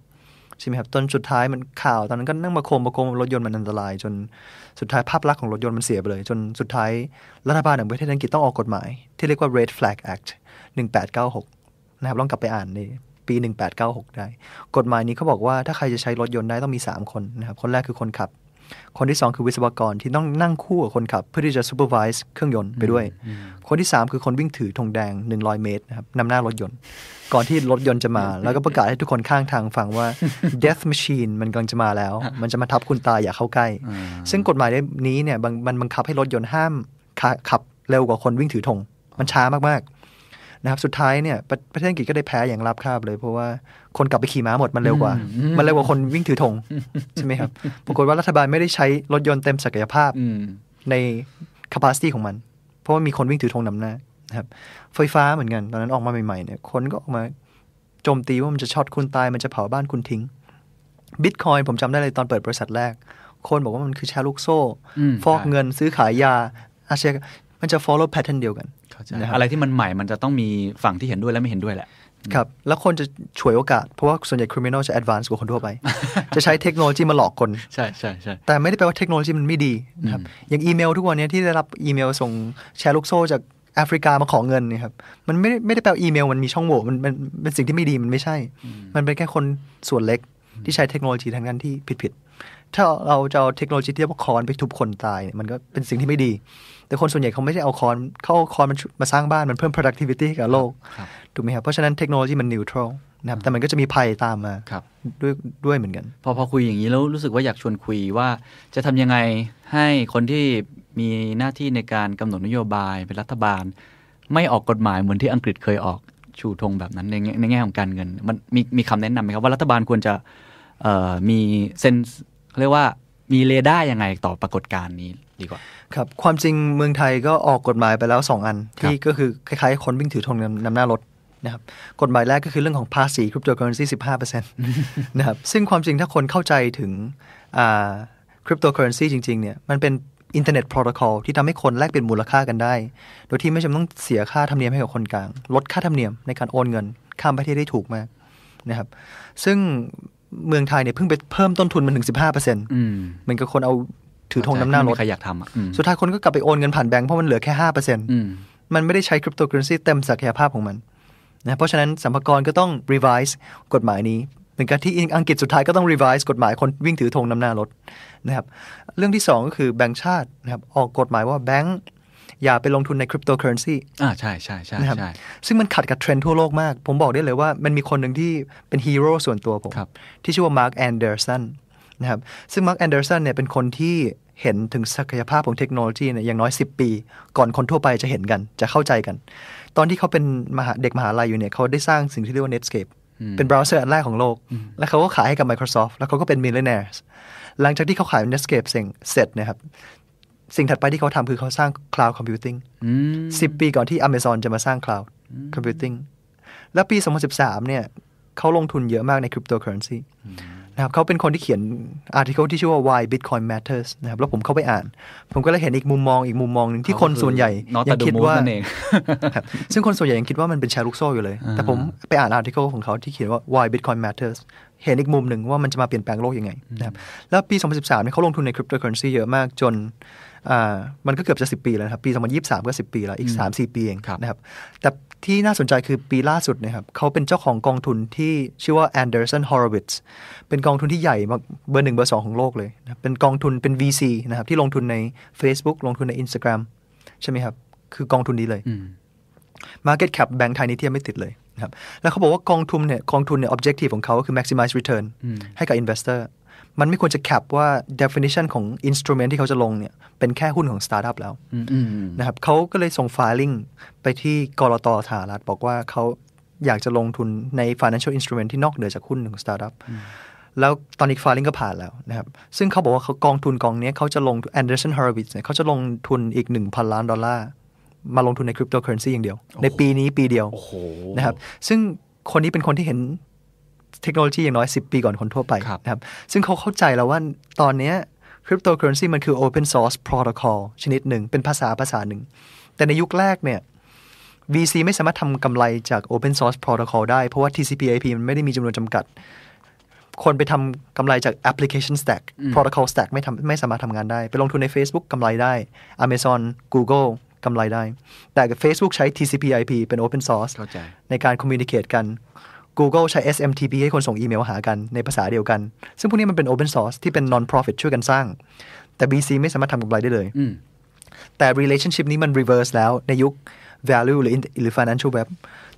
D: ใช่ไหมครับจนสุดท้ายมันข่าวตอนนั้นก็นั่งมาโคมมาโคมรถยนต์มันอันตราย จนสุดท้ายภาพลักษณ์ของรถยนต์มันเสียไปเลย จนสุดท้ายรัฐบาลของประเทศอังกฤษต้องออกกฎหมาย ที่เรียกว่า Red Flag Act 1896 นะครับลองกลับไปอ่านในปี 1896 ได้ กฎหมายนี้เขาบอกว่าถ้าใครจะใช้รถยนต์ได้ต้องมี 3 คนนะครับ คนแรกคือคนขับ คนที่ 2 คือวิศวกรที่ต้องนั่งคู่กับคนขับ เพื่อที่จะ supervise เครื่องยนต์ไปด้วย คนที่ 3 คือคนวิ่งถือธงแดง 100 เมตรนะครับนำหน้ารถยนต์ ก่อนที่รถยนต์จะ (laughs) มา แล้วก็ประกาศให้ทุกคนข้างทางฟัง (laughs) ว่า death machine มันกำลังจะมาแล้ว มันจะมาทับคุณตายอย่าเข้าใกล้ ซึ่งกฎหมายนี้เนี่ยบังมันบังคับให้รถยนต์ห้ามขะขับเร็วกว่าคนวิ่งถือธงมันช้ามากๆนะครับสุดท้ายเนี่ยประประเทศอังกฤษก็ได้แพ้อย่างราบคาบเลย เพราะว่าคนกลับไปขี่ม้าหมดมันเร็วกว่า มันเร็วกว่าคนวิ่งถือธงใช่ไหมครับปรากฏว่ารัฐบาลไม่ได้ใช้รถยนต์เต็มศักยภาพ
C: อืม
D: ใน capacity ของมัน เพราะว่ามีคนวิ่งถือธงนำหน้านะครับ ไฟฟ้าเหมือนกัน ตอนนั้นออกมาใหม่ๆเนี่ยคนก็ออกมาโจมตีว่ามันจะช็อตคุณตาย มันจะเผาบ้านคุณทิ้งบิตคอยผมจำได้เลยตอนเปิดบริษัทแรก คนบอกว่ามันคือแชร์ลูกโซ่
C: อืม
D: ฟอก
C: ใช่
D: เงินซื้อขายยา อาชญากรรมมันจะ follow pattern เดียวกัน
C: เข้าใจ
D: นะครับ
C: อะไรที่มันใหม่มันจะต้องมีฝั่งที่เห็นด้วยและไม่เห็นด้วยแหละ
D: ครับ แล้วคนจะฉวยโอกาส เพราะว่าส่วนใหญ่ criminal จะ advance กว่าคนทั่วไป จะใช้เทคโนโลยีมาหลอกคน
C: ใช่ใช่ใช่
D: แต่ไม่ได้แปลว่าเทคโนโลยีมันไม่ดีนะครับอย่างอีเมลทุกวันเนี้ยที่ได้รับอีเมลส่งแชร์ลูกโซ่จากแอฟริกามาขอเงินเนะครับมันไม่ได้ไม่ได้แปลว่าอีเมลมันมีช่องโหว่มันมันมันเป็นสิ่งที่ไม่ดีมันไม่ใช่ มันเป็นแค่คนส่วนเล็กที่ใช้เทคโนโลยีทางนั้นที่ผิดๆถ้าเราจะเอาเทคโนโลยีที่เรียกว่าคอนไปทุบคนตายเนี่ยมันก็เป็นสิ่งที่ไม่ดี แต่คนส่วนใหญ่เขาไม่ได้เอาคอนเขาเอาคอนมันมาสร้างบ้านมันเพิ่ม productivity ให้กับโลก
C: ครับ
D: ถูกไหมครับเพราะฉะนั้นเทคโนโลยีมัน neutral นะครับแต่มันก็จะมีภัยตามมา
C: ครับ
D: ด้วยด้วยเหมือนกัน
C: พอพอคุยอย่างนี้แล้วรู้สึกว่าอยากชวนคุยว่าจะทำยังไงให้คนที่มีหน้าที่ในการกำหนดนโยบายเป็นรัฐบาล ไม่ออกกฎหมายเหมือนที่อังกฤษเคยออกชูธงแบบนั้นในแง่ในแง่ของการเงิน มันมีมีคำแนะนำไหมครับ ว่ารัฐบาลควรจะเอ่อมีเซนส์เขาเรียกว่ามีเรดาร์ยังไงต่อปรากฏการณ์นี้ดีกว่า
D: ครับความจริงเมืองไทยก็ออกกฎหมายไปแล้ว 2 อัน
C: ครับ
D: ที่ก็คือคล้ายๆ คนวิ่งถือธงนำนำหน้ารถนะครับกฎหมายแรกก็คือเรื่องของภาษีคริปโตเคอเรนซีสิบห้าเปอร์เซ็นต์นะครับซึ่งความจริงถ้าคนเข้าใจถึงคริปโตเคอเรนซีจริงๆเนี่ยมันเป็นอินเทอร์เน็ตโปรโตคอลที่ทำให้คนแลกเปลี่ยนมูลค่ากันได้ โดยที่ไม่จำเป็นต้องเสียค่าธรรมเนียมให้กับคนกลาง ลดค่าธรรมเนียมในการโอนเงิน ข้ามประเทศได้ถูกมาก นะครับ ซึ่งเมืองไทยเนี่ยเพิ่งไปเพิ่มต้นทุนมันถึง 15%เ
C: อืม
D: หมือนกับคนเอาถือธงน้ำหน้ารถ
C: ใครอยากทำอ่ะอืม
D: สุดท้ายคนก็กลับไปโอนเงินผ่านแบงค์เพราะมันเหลือแค่ 5%
C: อืม
D: มันไม่ได้ใช้คริปโตเคอเรนซีเต็มศักยภาพของมันนะเพราะฉะนั้นสัมภากรก็ต้อง revise กฎหมายนี้เหมือนกับที่อังกฤษสุดท้ายก็ต้อง revise กฎหมายคนวิ่งถือธงนำหน้ารถนะครับเรื่องที่ 2 ก็คือแบงก์ชาตินะครับออกกฎหมายว่าแบงก์อย่าไปลงทุนในคริปโตเคอเรนซี
C: อ่าใช่ใช่ใช่
D: นะครับ
C: ใช่
D: ซึ่งมันขัดกับเทรนด์ทั่วโลกมาก ผมบอกได้เลยว่ามันมีคนหนึ่งที่เป็นฮีโร่ส่วนตัวผม
C: ครับ
D: ที่ชื่อว่ามาร์ a แอนเดอร์สันนะครับซึ่งมาร์ a แอนเดอร์สันเนี่ยเป็นคนที่เห็นถึงศักยภาพของเทคโนโลยีเนี่ยอย่างน้อย 10 ปี ก่อนคนทั่วไปจะเห็นกัน จะเข้าใจกัน ตอนที่เขาเป็นมหาเด็กมหาลัยอยู่เนี่ยเขาได้สร้างสิ่งที่เรียกว่า Netscape เป็นเบราว์เซอร์อันแรกของโลก แล้วเขาก็ขายให้กับ Microsoft แล้วเขาก็เป็นมิลเลนเนอร์หลังจากที่เขาขาย Netscape เสร็จเสร็จนะครับสิ่งถัดไปที่เขาทำคือเขาสร้าง Cloud Computing
C: อืม
D: สิบปีก่อนที่ Amazon จะมาสร้าง Cloud Computing แล้วปี 2013 เนี่ยเขาลงทุนเยอะมากใน Cryptocurrency นะครับเขาเป็นคนที่เขียน article ที่ชื่อว่า why Bitcoin matters นะครับแล้วผมเข้าไปอ่าน ผมก็เลยเห็นอีกมุมมองอีกมุมมองหนึ่งที่คนส่วนใหญ่
C: นอต
D: ยั
C: ตาดู
D: คิด
C: มู
D: ว่า
C: นั่นเอง
D: ครับซึ่งคนส่วนใหญ่ยังคิดว่ามันเป็นแชร์ลูกโซ่อยู่เลย แต่ผมไปอ่าน article ของเขาที่เขียนว่า why Bitcoin matters เห็นอีกมุมหนึ่งว่ามันจะมาเปลี่ยนแปลงโลกยังไงนะครับแล้วปี 2013เนี่ยเขาลงทุนใน Cryptocurrency เยอะมากจนอ่ามันก็เกือบจะ 10 ปีแล้วนะครับปี 2023 ก็ 10 ปีแล้วอีก 3-4 ปีเอง
C: ครับ
D: นะครับ แต่ที่น่าสนใจคือปีล่าสุดเนะครับเขาเป็นเจ้าของกองทุนที่ชื่อว่า Anderson Horowitz เป็นกองทุนที่ใหญ่มากเบอร์หนึ่งเบอร์สองของโลกเลยนะครับเป็นกองทุนเป็น VC นะครับที่ลงทุนใน Facebook ลงทุนใน Instagram ใช่ไหมครับ คือกองทุนนี้เลย Market Cap แบงก์ไทยนี่เทียบไม่ติดเลยนะครับแล้วเขาบอกว่ากองทุนเนี่ยกองทุนเนี่ย objective ของเขาก็คือ maximize return ให้กับ investor มันไม่ควรจะ cap ว่า definition ของ instrument ที่เขาจะลงเนี่ยเป็นแค่หุ้นของ startup แล้ว
C: อืมอืมอืม
D: นะครับเขาก็เลยส่งไฟลิ่งไปที่กรตสหรัฐบอกว่าเขาอยากจะลงทุนใน financial instrument ที่นอกเหนือจากหุ้นของสตาร์ทอัพแล้วตอนนี้ไฟลิ่งก็ผ่านแล้วนะครับ ซึ่งเขาบอกว่าเขากองทุนกองเนี้ยเขาจะลง Anderson Horowitz เนี่ยเขาจะลงทุนอีก 1,000 ล้านดอลลาร์ มาลงทุนในคริปโตเคอเรนซีอย่างเดียว ในปีนี้ปีเดียว
C: โอ้โห
D: นะครับซึ่งคนนี้เป็นคนที่เห็นเทคโนโลยีอย่างน้อย 10 ปีก่อนคนทั่วไป
C: ครับ
D: นะครับซึ่งเขาเข้าใจแล้วว่าตอนเนี้ยคริปโตเคอเรนซีมันคือ Open Source Protocol ชนิดหนึ่ง เป็นภาษาภาษาหนึ่ง แต่ในยุคแรกเนี่ย VC ไม่สามารถทำกำไรจาก Open Source Protocol ได้ เพราะว่า TCP/IP มันไม่ได้มีจำนวนจำกัด คนไปทำกำไรจาก application stack protocol stack ไม่ทำไม่สามารถทำงานได้ ไปลงทุนใน Facebook กำไรได้ Amazon Google กำไรได้ แต่ Facebook ใช้ TCP/IP เป็น open source
C: เข้าใจ
D: ในการ communicate กัน Google ใช้ SMTP ให้คนส่งอีเมลหากันในภาษาเดียวกัน ซึ่งพวกนี้มันเป็น open source ที่เป็น non profit ช่วยกันสร้าง แต่ VC ไม่สามารถทำกำไรได้เลย
C: อืม
D: แต่ relationship นี้มัน reverse แล้วในยุค value หรือ in- หรือ financial web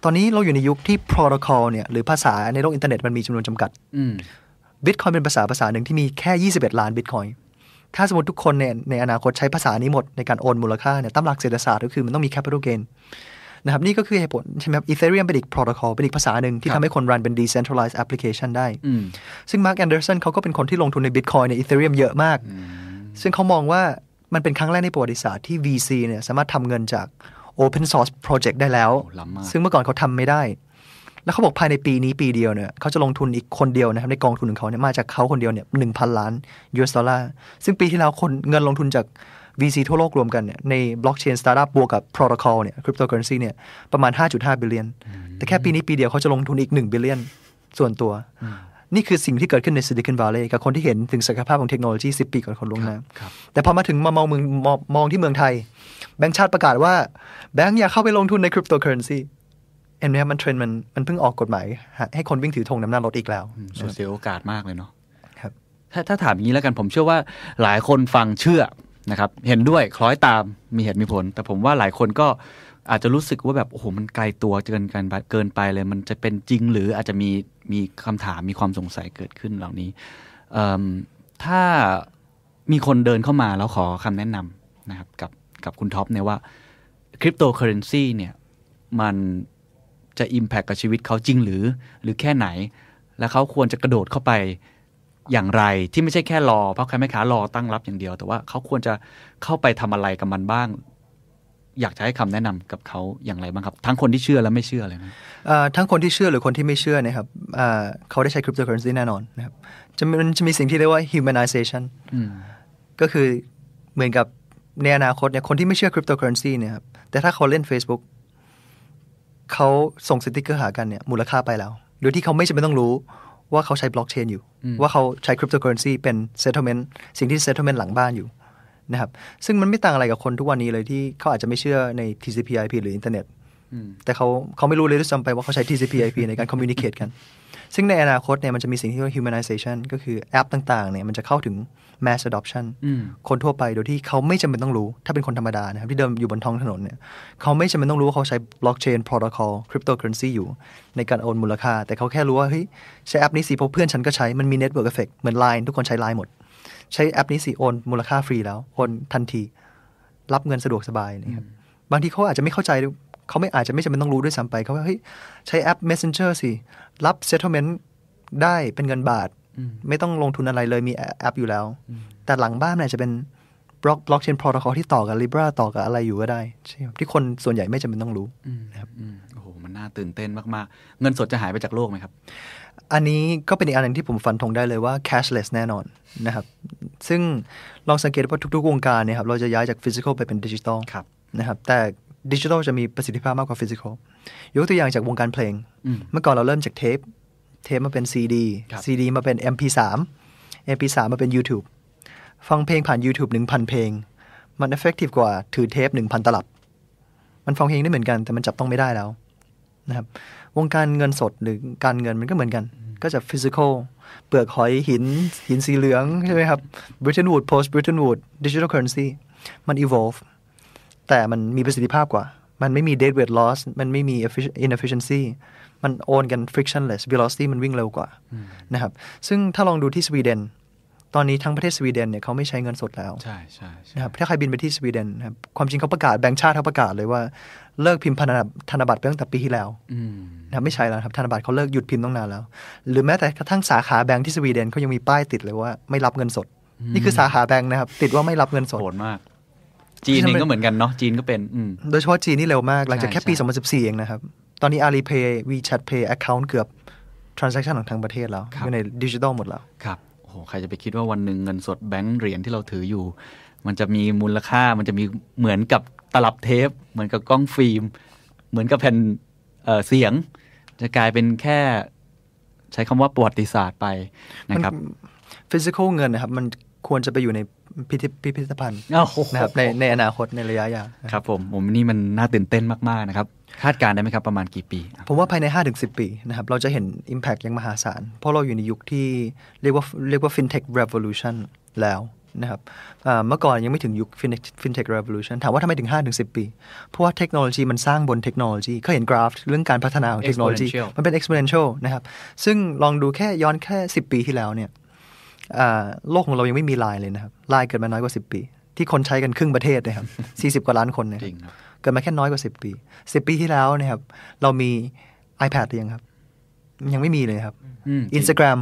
D: ตอนนี้เราอยู่ในยุคที่ protocol เนี่ยหรือภาษาในโลกอินเทอร์เน็ตมันมีจำนวนจำกัด
C: อืม
D: Bitcoin เป็นภาษาภาษาหนึ่งที่มีแค่ 21 ล้าน Bitcoin ถ้าสมมติทุกคนในในอนาคตใช้ภาษานี้หมดในการโอนมูลค่าเนี่ยตามหลักเศรษฐศาสตร์ก็คือมันต้องมี capital gain นะครับนี่ก็คือเหตุผลใช่ไหมครับ Ethereum เป็นอีก protocol เป็นอีกภาษาหนึ่งที่ทำให้คน run เป็น decentralized application ได้
C: อืม
D: ซึ่ง Mark Anderson เขาก็เป็นคนที่ลงทุนใน Bitcoin ใน Ethereum เยอะมาก ซึ่งเขามองว่ามันเป็นครั้งแรกในประวัติศาสตร์ที่ VC เนี่ยสามารถทำเงินจาก Open Source Project ได้แล้ว
C: โอ้ล้ำมาก
D: ซึ่งเมื่อก่อนเขาทำไม่ได้ แล้วเขาบอกภายในปีนี้ปีเดียวเนี่ยเขาจะลงทุนอีกคนเดียวนะครับในกองทุนของเขาเนี่ยมาจากเขาคนเดียวเนี่ยหนึ่งพันล้าน US ดอลลาร์ ซึ่งปีที่แล้วคนเงินลงทุนจาก VC ทั่วโลกรวมกันเนี่ยในบล็อกเชนสตาร์ทอัพบวกกับ Protocol เนี่ยคริปโตเคอเรนซีเนี่ยประมาณ 5.5 บิลเลียน แต่แค่ปีนี้ปีเดียวเขาจะลงทุนอีก 1 บิลเลียนส่วนตัว นี่คือสิ่งที่เกิดขึ้นใน Silicon Valley กับคนที่เห็นถึงศักยภาพของเทคโนโลยี 10 ปีก่อนคนลวงหน้า
C: ครับ
D: แต่พอมาถึงมามองเมืองมองมองที่เมืองไทย แบงก์ชาติประกาศว่า แบงก์อย่าเข้าไปลงทุนในคริปโตเคอเรนซีเห็นไหมครับมันเทรนด์มันมันเพิ่งออกกฎหมาย ให้คนวิ่งถือธงนำหน้ารถอีกแล้ว
C: อืมสูญเสียโอกาสมากเลยเนาะ
D: ครับ
C: ถ้าถ้าถามอย่างนี้แล้วกันผมเชื่อว่าหลายคนฟังเชื่อนะครับ เห็นด้วยคล้อยตามมีเหตุมีผล แต่ผมว่าหลายคนก็อาจจะรู้สึกว่าแบบ โอ้โห มันไกลตัวเกินกันไปเกินไปเลย มันจะเป็นจริงหรืออาจจะมีมีคำถามมีความสงสัยเกิดขึ้นเหล่านี้เอิ่มถ้ามีคนเดินเข้ามาแล้วขอคำแนะนำนะครับกับกับคุณท็อปเนี่ยว่าคริปโตเคอเรนซีเนี่ยมัน จะ Impact กับชีวิตเขาจริงหรือ หรือแค่ไหน และเขาควรจะกระโดดเข้าไปอย่างไรที่ไม่ใช่แค่รอ เพราะใครไม่ขารอตั้งรับอย่างเดียว แต่ว่าเขาควรจะเข้าไปทำอะไรกับมันบ้าง อยากจะให้คำแนะนำกับเขาอย่างไรบ้างครับ ทั้งคนที่เชื่อและไม่เชื่อเลยนะ
D: เอ่อทั้งคนที่เชื่อหรือคนที่ไม่เชื่อเนะครับเอ่อเขาได้ใช้คริปโตเคอเรนซีแน่นอนนะครับจะมันจะมีสิ่งที่เรียกว่า humanization ก็คือเหมือนกับในอนาคตเนี่ยคนที่ไม่เชื่อคริปโตเคอเรนซีเนี่ยครับแต่ถ้าเขาเล่น Facebook เขาส่งสติกเกอร์หากันเนี่ยมูลค่าไปแล้ว โดยที่เขาไม่จำเป็นต้องรู้ว่าเขาใช้บล็อกเชนอยู่ ว่าเขาใช้คริปโตเคอเรนซีเป็น settlement สิ่งที่ settlement หลังบ้านอยู่นะครับซึ่งมันไม่ต่างอะไรกับคนทุกวันนี้เลยที่เขาอาจจะไม่เชื่อใน TCP/IP หรืออินเทอร์เน็ตแต่เขาเขาไม่รู้เลยด้วยซ้ำไปว่าเขาใช้ TCP/IP ในการ communicate กัน ซึ่งในอนาคตเนี่ยมันจะมีสิ่งที่เรียกว่า humanization ก็คือแอปต่างๆเนี่ยมันจะเข้าถึง mass adoption คนทั่วไปโดยที่เขาไม่จำเป็นต้องรู้ ถ้าเป็นคนธรรมดานะครับที่เดินอยู่บนท้องถนนเนี่ยเขาไม่จำเป็นต้องรู้ว่าเขาใช้ blockchain protocol cryptocurrency อยู่ในการโอนมูลค่า แต่เขาแค่รู้ว่าเฮ้ยใช้แอปนี้สิเพราะเพื่อนฉันก็ใช้มันมี network effect เหมือน Line ทุกคนใช้ Line หมด ใช้แอปนี้สิโอนมูลค่าฟรีแล้วโอนทันที รับเงินสะดวกสบายนะครับบางทีเขาอาจจะไม่เข้าใจด้วยเขาไม่อาจจะไม่จำเป็นต้องรู้ด้วยซ้ำไปเขาว่าเฮ้ยใช้แอป Messenger สิ รับ settlement ได้เป็นเงินบาท ไม่ต้องลงทุนอะไรเลยมีแอปอยู่แล้ว แต่หลังบ้านมันอาจจะเป็นบล็อกบล็อกเชนพอร์ตคอที่ต่อกับ Libra ต่อกับอะไรอยู่ก็ได้ใช่ครับที่คนส่วนใหญ่ไม่จำเป็นต้องรู้
C: อืมโอ้โหมันน่าตื่นเต้นมากๆ เงินสดจะหายไปจากโลกไหมครับ
D: อันนี้ก็เป็นอีกอันหนึ่งที่ผมฟันธงได้เลยว่า cashless แน่นอนนะครับ ซึ่งลองสังเกตว่าทุกๆวงการเนี่ยครับเราจะย้ายจาก physical ไปเป็น digital
C: ครับ
D: นะครับ แต่ digital จะมีประสิทธิภาพมากกว่า physical ยกตัวอย่างจากวงการเพลง เมื่อก่อนเราเริ่มจากเทป เทปมาเป็น CD
C: ครับ
D: CD มาเป็น MP3 MP3 มาเป็น YouTube ฟังเพลงผ่าน YouTube 1,000 เพลง มัน effective กว่าถือเทป 1,000 ตลับ มันฟังเพลงได้เหมือนกันแต่มันจับต้องไม่ได้แล้ว นะครับวงการเงินสดหรือการเงินมันก็เหมือนกัน ก็จะฟิสิกอลเปลือกหอยหิน หินสีเหลืองใช่ไหมครับบริ t ต n Woods Post b r i t t a n Woods Digital Currency มัน evolve แต่มันมีประสิทธิภาพกว่า มันไม่มี dead weight loss มันไม่มี effic- inefficiency มันโอนกัน frictionless velocity มันวิ่งเร็วกว่านะครับซึ่งถ้าลองดูที่สวีเดน ตอนนี้ทั้งประเทศสวีเดนเนี่ยเขาไม่ใช้เงินสดแล้ว
C: ใช่ใช่ใช่
D: นะครับถ้าใครบินไปที่สวีเดนนะครับความจริงเขาประกาศแบงก์ชาติเขาประกาศเลยว่าเลิกพิมพ์พันธบัตรธนบัตรไปตั้งแต่ปีที่แล้วนะครับไม่ใช่แล้วนะครับธนบัตรเขาเลิกหยุดพิมพ์ตั้งนานแล้ว หรือแม้แต่กระทั่งสาขาแบงก์ที่สวีเดนเขายังมีป้ายติดเลยว่าไม่รับเงินสด นี่คือสาขาแบงก์นะครับ ติดว่าไม่รับเงินสด
C: โหดมาก จีนเองก็เหมือนกันเนาะจีนก็เป็นอืม
D: โดยเฉพาะจีนนี่เร็วมากหลังจากแค่ปี
C: ใช่
D: 2014 เองนะครับ ตอนนี้ Alipay WeChat Pay Account เกือบ transaction ของทางประเทศแล้ว
C: ครับ
D: อยู่ในดิจิทัลหมดแล้ว
C: ครับโอ้โหใครจะไปคิดว่าวันหนึ่งเงินสดแบงก์เหรียญที่เราถืออยู่ มันจะมีมูลค่ามันจะมีเหมือนกับตลับเทป เหมือนกับกล้องฟิล์ม เหมือนกับแผ่นเอ่อเสียง จะกลายเป็นแค่ ใช้คำว่าประวัติศาสตร์ไปนะครับ
D: ฟิสิกอลเงินนะครับมันควรจะไปอยู่ในพิพิธพิพิธภัณฑ์
C: อ้าวโอ้โห
D: นะครับในในอนาคตในระยะยาว
C: ครับผมผมนี่มันน่าตื่นเต้นมากๆนะครับ คาดการณ์ได้ไหมครับประมาณกี่ปีอ่ะ
D: ผมว่าภายใน 5-10 ปีนะครับเราจะเห็น Impact อย่างมหาศาล เพราะเราอยู่ในยุคที่เรียกว่าเรียกว่า FinTech Revolution แล้วนะครับอ่าเมื่อก่อนยังไม่ถึงยุค FinTech, FinTech Revolution ถามว่าทำไมถึง 5-10 ปี เพราะว่าเทคโนโลยีมันสร้างบนเทคโนโลยีเคยเห็นกราฟเรื่องการพัฒนาของเทคโนโลยี มันเป็น exponential นะครับ ซึ่งลองดูแค่ย้อนแค่ 10 ปีที่แล้วเนี่ยอ่าโลกของเรายังไม่มีไลน์เลยนะครับไลน์เกิดมาน้อยกว่า 10 ปี ที่คนใช้กันครึ่งประเทศ
C: (laughs)
D: นะครับ 40 กว่าล้านคนนะ
C: จ
D: ครับ
C: ริงครับ
D: เกิดมาแค่น้อยกว่า 10 ปี 10 ปีที่แล้วเนะครับ เรามี iPad หรือยังครับ ยังไม่มีเลยครับ
C: อืม
D: Instagram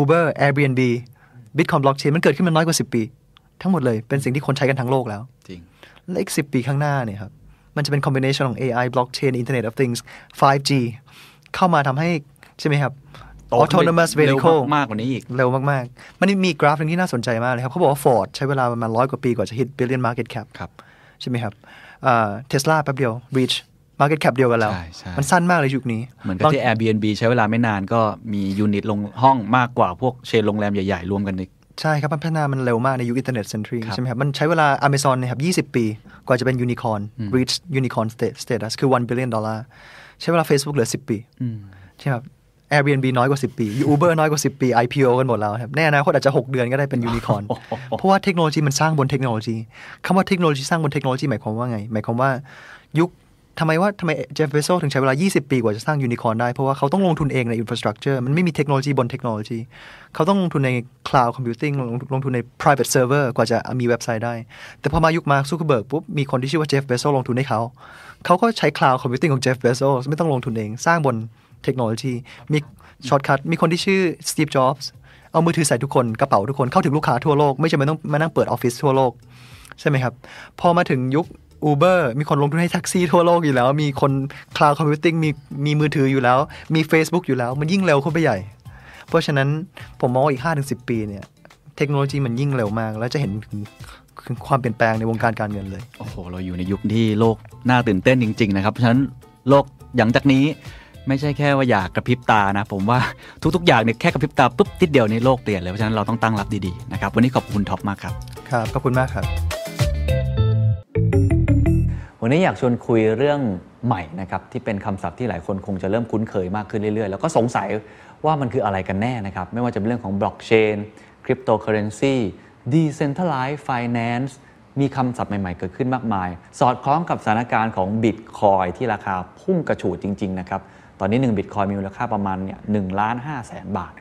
D: Uber Airbnb Bitcoin Blockchain มันเกิดขึ้นมาน้อยกว่า 10 ปี ทั้งหมดเลยเป็นสิ่งที่คนใช้กันทั้งโลกแล้ว
C: จริง
D: และอีก 10 ปีข้างหน้าเนี่ยครับ มันจะเป็นคอมบิเนชันของ AI Blockchain Internet of Things 5G เข้ามาทำให้ ใช่ไหมครับ
C: โตขึ้นไป
D: Autonomous
C: เร็ว
D: Vehicle
C: มากกว่านี้อีก
D: เร็วมาก ๆ มันมีกราฟหนึ่งที่น่าสนใจมากเลยครับ เขาบอกว่า Ford ใช้เวลาประมาณร้อยกว่าปีกว่าจะ hit billion market cap
C: ครับ
D: ใช่ไหมครับเทสลาแป๊บเดียว reach market cap เดียวกันแล้ว
C: ใช่ใช่
D: มันสั้นมากเลยยุคนี้
C: เหมือนกับที่ Airbnb ใช้เวลาไม่นานก็มียูนิตลงห้องมากกว่าพวกเชนโรงแรมใหญ่ๆรวมกันอีก
D: ใช่ครับมันพัฒนามันเร็วมากในยุคอินเทอร์เน็ตเซนทรี
C: ครับ
D: ใช่ไหมครับ มันใช้เวลา Amazon เนะครับ20 ปี กว่าจะเป็นยูนิคอน reach unicorn sta- status คือ 1 billion ดอลลาร์ใช้เวลา Facebook เหลือ 10 ปีใช่ไหมครับ Airbnb น้อยกว่า 10 ปี Uber น้อยกว่า 10 ปี IPO กันหมดแล้วครับในอนาคตอาจจะ 6 เดือนก็ได้เป็นยูนิค (laughs) อนเพราะว่าเทคโนโลยีมันสร้างบนเทคโนโลยีคำว่าเทคโนโลยีสร้างบนเทคโนโลยีหมายความว่าไง หมายความว่ายุค ทำไมว่าทำไมเจฟเฟโซถึงใช้เวลา 20 ปีกว่าจะสร้างยูนิคอร์นได้ เพราะว่าเขาต้องลงทุนเองในอินฟราสตรักเจอร์มันไม่มีเทคโนโลยีบนเทคโนโลยี เขาต้องลงทุนใน Cloud Computing ลงลงทุนใน private server กว่าจะมีเว็บไซต์ได้ แต่พอมายุคมาร์คซูเกอร์เบิร์กปุ๊บ มีคนที่ชื่อว่าเจฟเบโซลงทุนให้เขา เขาก็ใช้ Cloud Computing ของเจฟเบโซไม่ต้องลงทุนเอง สร้างบนเทคโนโลยี มีช็อตคัทมีคนที่ชื่อสตีฟจ็อบส์เอามือถือใส่ทุกคนกระเป๋าทุกคนเข้าถึงลูกค้าทั่วโลกไม่จำเป็นต้องมานั่งเปิดออฟฟิศทั่วโลก ใช่ไหมครับ พอมาถึงยุค Uber มีคนลงทุนให้แท็กซี่ทั่วโลกอยู่แล้ว มีคน Cloud Computing มีมีมือถืออยู่แล้ว มี Facebook อยู่แล้ว มันยิ่งเร็วเข้าไปใหญ่ เพราะฉะนั้นผมมองว่าอีก 5-10 ปีเนี่ย เทคโนโลยีมันยิ่งเร็วมาก แล้วจะเห็นถึงถึงความเปลี่ยนแปลงในวงการการเงินเลย
C: โอ้โห เราอยู่ในยุคที่โลกน่าตื่นเต้นจริง ๆ นะครับ เพราะฉะนั้นโลกหลังจากนี้ ไม่ใช่แค่ว่าอยากกระพริบตานะ ผมว่าทุกๆ อย่างเนี่ยแค่กระพริบตาปุ๊บ ติดเดียวในโลกเปลี่ยนเลย เพราะฉะนั้นเราต้องตั้งรับดีๆนะครับวันนี้ขอบคุณท็อปมากครับ
D: ครับขอบคุณมากครับ
C: วันนี้อยากชวนคุยเรื่องใหม่นะครับที่เป็นคำศัพท์ที่หลายคนคงจะเริ่มคุ้นเคยมากขึ้นเรื่อยๆ แล้วก็สงสัยว่ามันคืออะไรกันแน่นะครับ ไม่ว่าจะเป็นเรื่องของบล็อกเชนคริปโตเคอเรนซีดิเซนทัลไลซ์ไฟแนนซ์มีคำศัพท์ใหม่ๆ เกิดขึ้นมากมาย สอดคล้องกับสถานการณ์ของบิตคอยที่ราคาพุ่งกระฉูดจริงๆนะครับตอนนี้1บิตคอยมีมูลค่าประมาณเนี่ยหนึ่งล้านห้าแสนบาท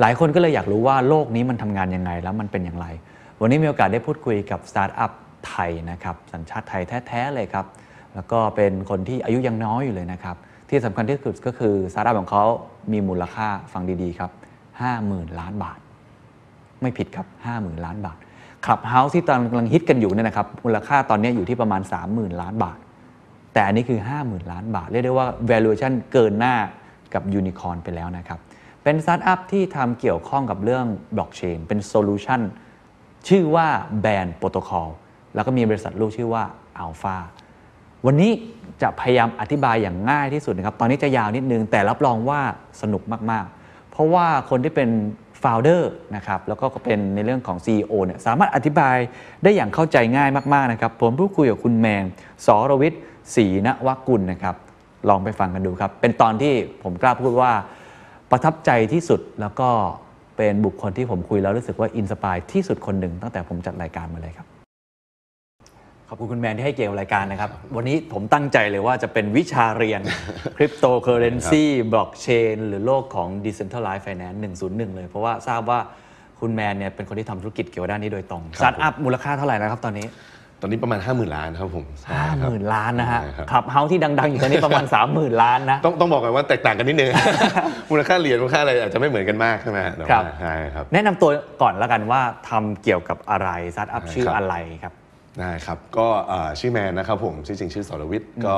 C: หลายคนก็เลยอยากรู้ว่าโลกนี้มันทำงานยังไงแล้วมันเป็นอย่างไร วันนี้มีโอกาสได้พูดคุยกับสตาร์ทอัพไทยนะครับ สัญชาติไทยแท้ ๆ เลยครับ แล้วก็เป็นคนที่อายุยังน้อยอยู่เลยนะครับ ที่สำคัญที่สุดก็คือสตาร์ทอัพของเขามีมูลค่าฟังดีๆ ครับ 50,000 ล้านบาท ไม่ผิดครับ 50,000 ล้านบาทคลับเฮาส์ที่ตอนกำลังฮิตกันอยู่เนี่ยนะครับมูลค่าตอนนี้อยู่ที่ประมาณ 30,000 ล้านบาท แต่อันนี้คือ 50,000 ล้านบาท เรียกได้ว่า valuation เกินหน้ากับยูนิคอร์นไปแล้วนะครับ เป็นสตาร์ทอัพที่ทำเกี่ยวข้องกับเรื่องบล็อกเชนเป็นโซลูชันชื่อว่าแบรนด์โปรโตคอลแล้วก็มีบริษัทลูกชื่อว่า Alpha วันนี้จะพยายามอธิบายอย่างง่ายที่สุดนะครับ ตอนนี้จะยาวนิดนึง แต่รับรองว่าสนุกมาก ๆ เพราะว่าคนที่เป็นฟ o u เดอร์นะครับ แล้วก็เป็นในเรื่องของ CEO เนี่ยสามารถอธิบายได้อย่างเข้าใจง่ายมาก ๆ นะครับ ผมพูดคุยกับคุณแมนสรวิทย์ศรีนวกุลนะครับ ลองไปฟังกันดูครับ เป็นตอนที่ผมกล้าพูดว่า ประทับใจที่สุดแล้วก็เป็นบุคคลที่ผมคุยแล้วรู้สึกว่าอินสปายที่สุดคนหนึ่งตั้งแต่ผมจัดรายการมาเลยครับ ขอบคุณคุณแมนที่ให้เกียรติกับรายการนะครับ วันนี้ผมตั้งใจเลยว่าจะเป็นวิชาเรียน
E: (laughs)
C: คริปโตเคอเรนซีบล็อกเชนหรือโลกของ Decentralized Finance 101 เลย เพราะว่าทราบว่าคุณแมนเนี่ยเป็นคนที่ทำธุรกิจเกี่ยวกับด้านนี้โดยตรง
E: ครับ
C: สตาร์ทอัพมูลค่าเท่าไหร่นะครับตอนนี้
E: ตอนนี้ประมาณ 5 0,000 ล้านครับผมใช่ครับ
C: 50,000 ล้านนะฮะ
E: ใช่ครับ
C: ขับเฮาที่ดัง ๆ อยู่ตอนนี้ (laughs) ประมาณ 30,000 ล้านนะ
E: ต้องต้องบอกกันว่าแตกต่างกันนิดนึ
C: (laughs)
E: ง มูลค่าเหรียญมูลค่าอะไรอาจจะไม่เหมือนกันมากใช่ไหมฮะแต่
C: ครับ
E: ว่าใช่ครับ
C: แนะนำตัวก่อนละกันว่าทำเกี่ยวกับอะไรสตาร์ทอัพ
E: ได้
C: ชื่อ
E: ครับ
C: อะไรครับ
E: ได้ครับก็เอ่อชื่อแมนนะครับผมชื่อจริงชื่อสรวิทย์ก็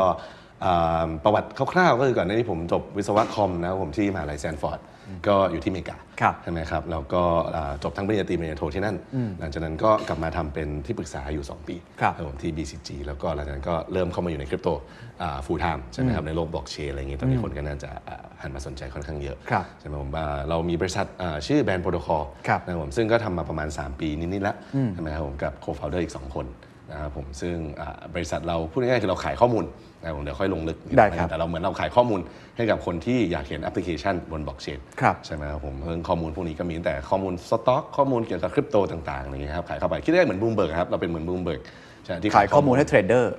E: เอ่อประวัติคร่าวๆก็คือก่อนหน้านี้ผมจบวิศวะคอมนะครับผมที่มหาลัยแซนฟอร์ดก็อยู่ที่อเมริกา
C: ครับ
E: ใช่ไหมครับแล้วก็เอ่อจบทั้งปริญญาตรีปริญญาโทที่นั่น หลังจากนั้นก็กลับมาทำเป็นที่ปรึกษาอยู่ 2 ปี
C: ครับ
E: ผมที่ BCG แล้วก็หลังจากนั้นก็เริ่มเข้ามาอยู่ในคริปโตฟูลไทม์ใช่ไหมครับในโลกบล็อกเชนอะไรอย่างเงี้ยตอนนี้คนก็น่าจะเอ่อหันมาสนใจค่อนข้างเยอะ
C: ครับ
E: ใช่ไหมผมเอ่อเรามีบริษัทเอ่อชื่อแบรนด์โปรโตคอล
C: ครับ
E: นะครับผมซึ่งก็ทำมาประมาณ 3 ปีนิดๆแล้วใช่ไหมครับผมกับโคฟาวเดอร์อีก 2 คนนะครับผมซึ่งอ่าบริษัทเราพูดง่ายๆคือเราขายข้อมูลนะครับผมเดี๋ยวค่อยลงลึกนิ
C: ได้
E: นึ
C: ครับ
E: งแต่เราเหมือนเราขายข้อมูลให้กับคนที่อยากเห็นแอปพลิเคชันบนบล็อกเชน
C: ครับ
E: ใช่ไหมครับผมเรื่องข้อมูลพวกนี้ก็มีตั้งแต่ข้อมูลสต็อกข้อมูลเกี่ยวกับคริปโตต่างๆอะไรอย่างเงี้ยครับขายเข้าไปคิดได้เหมือนบูมเบิร์กครับเราเป็นเหมือนบูมเบิร์กใช่ที่
C: ขายข้อมูลให้เทรดเดอร์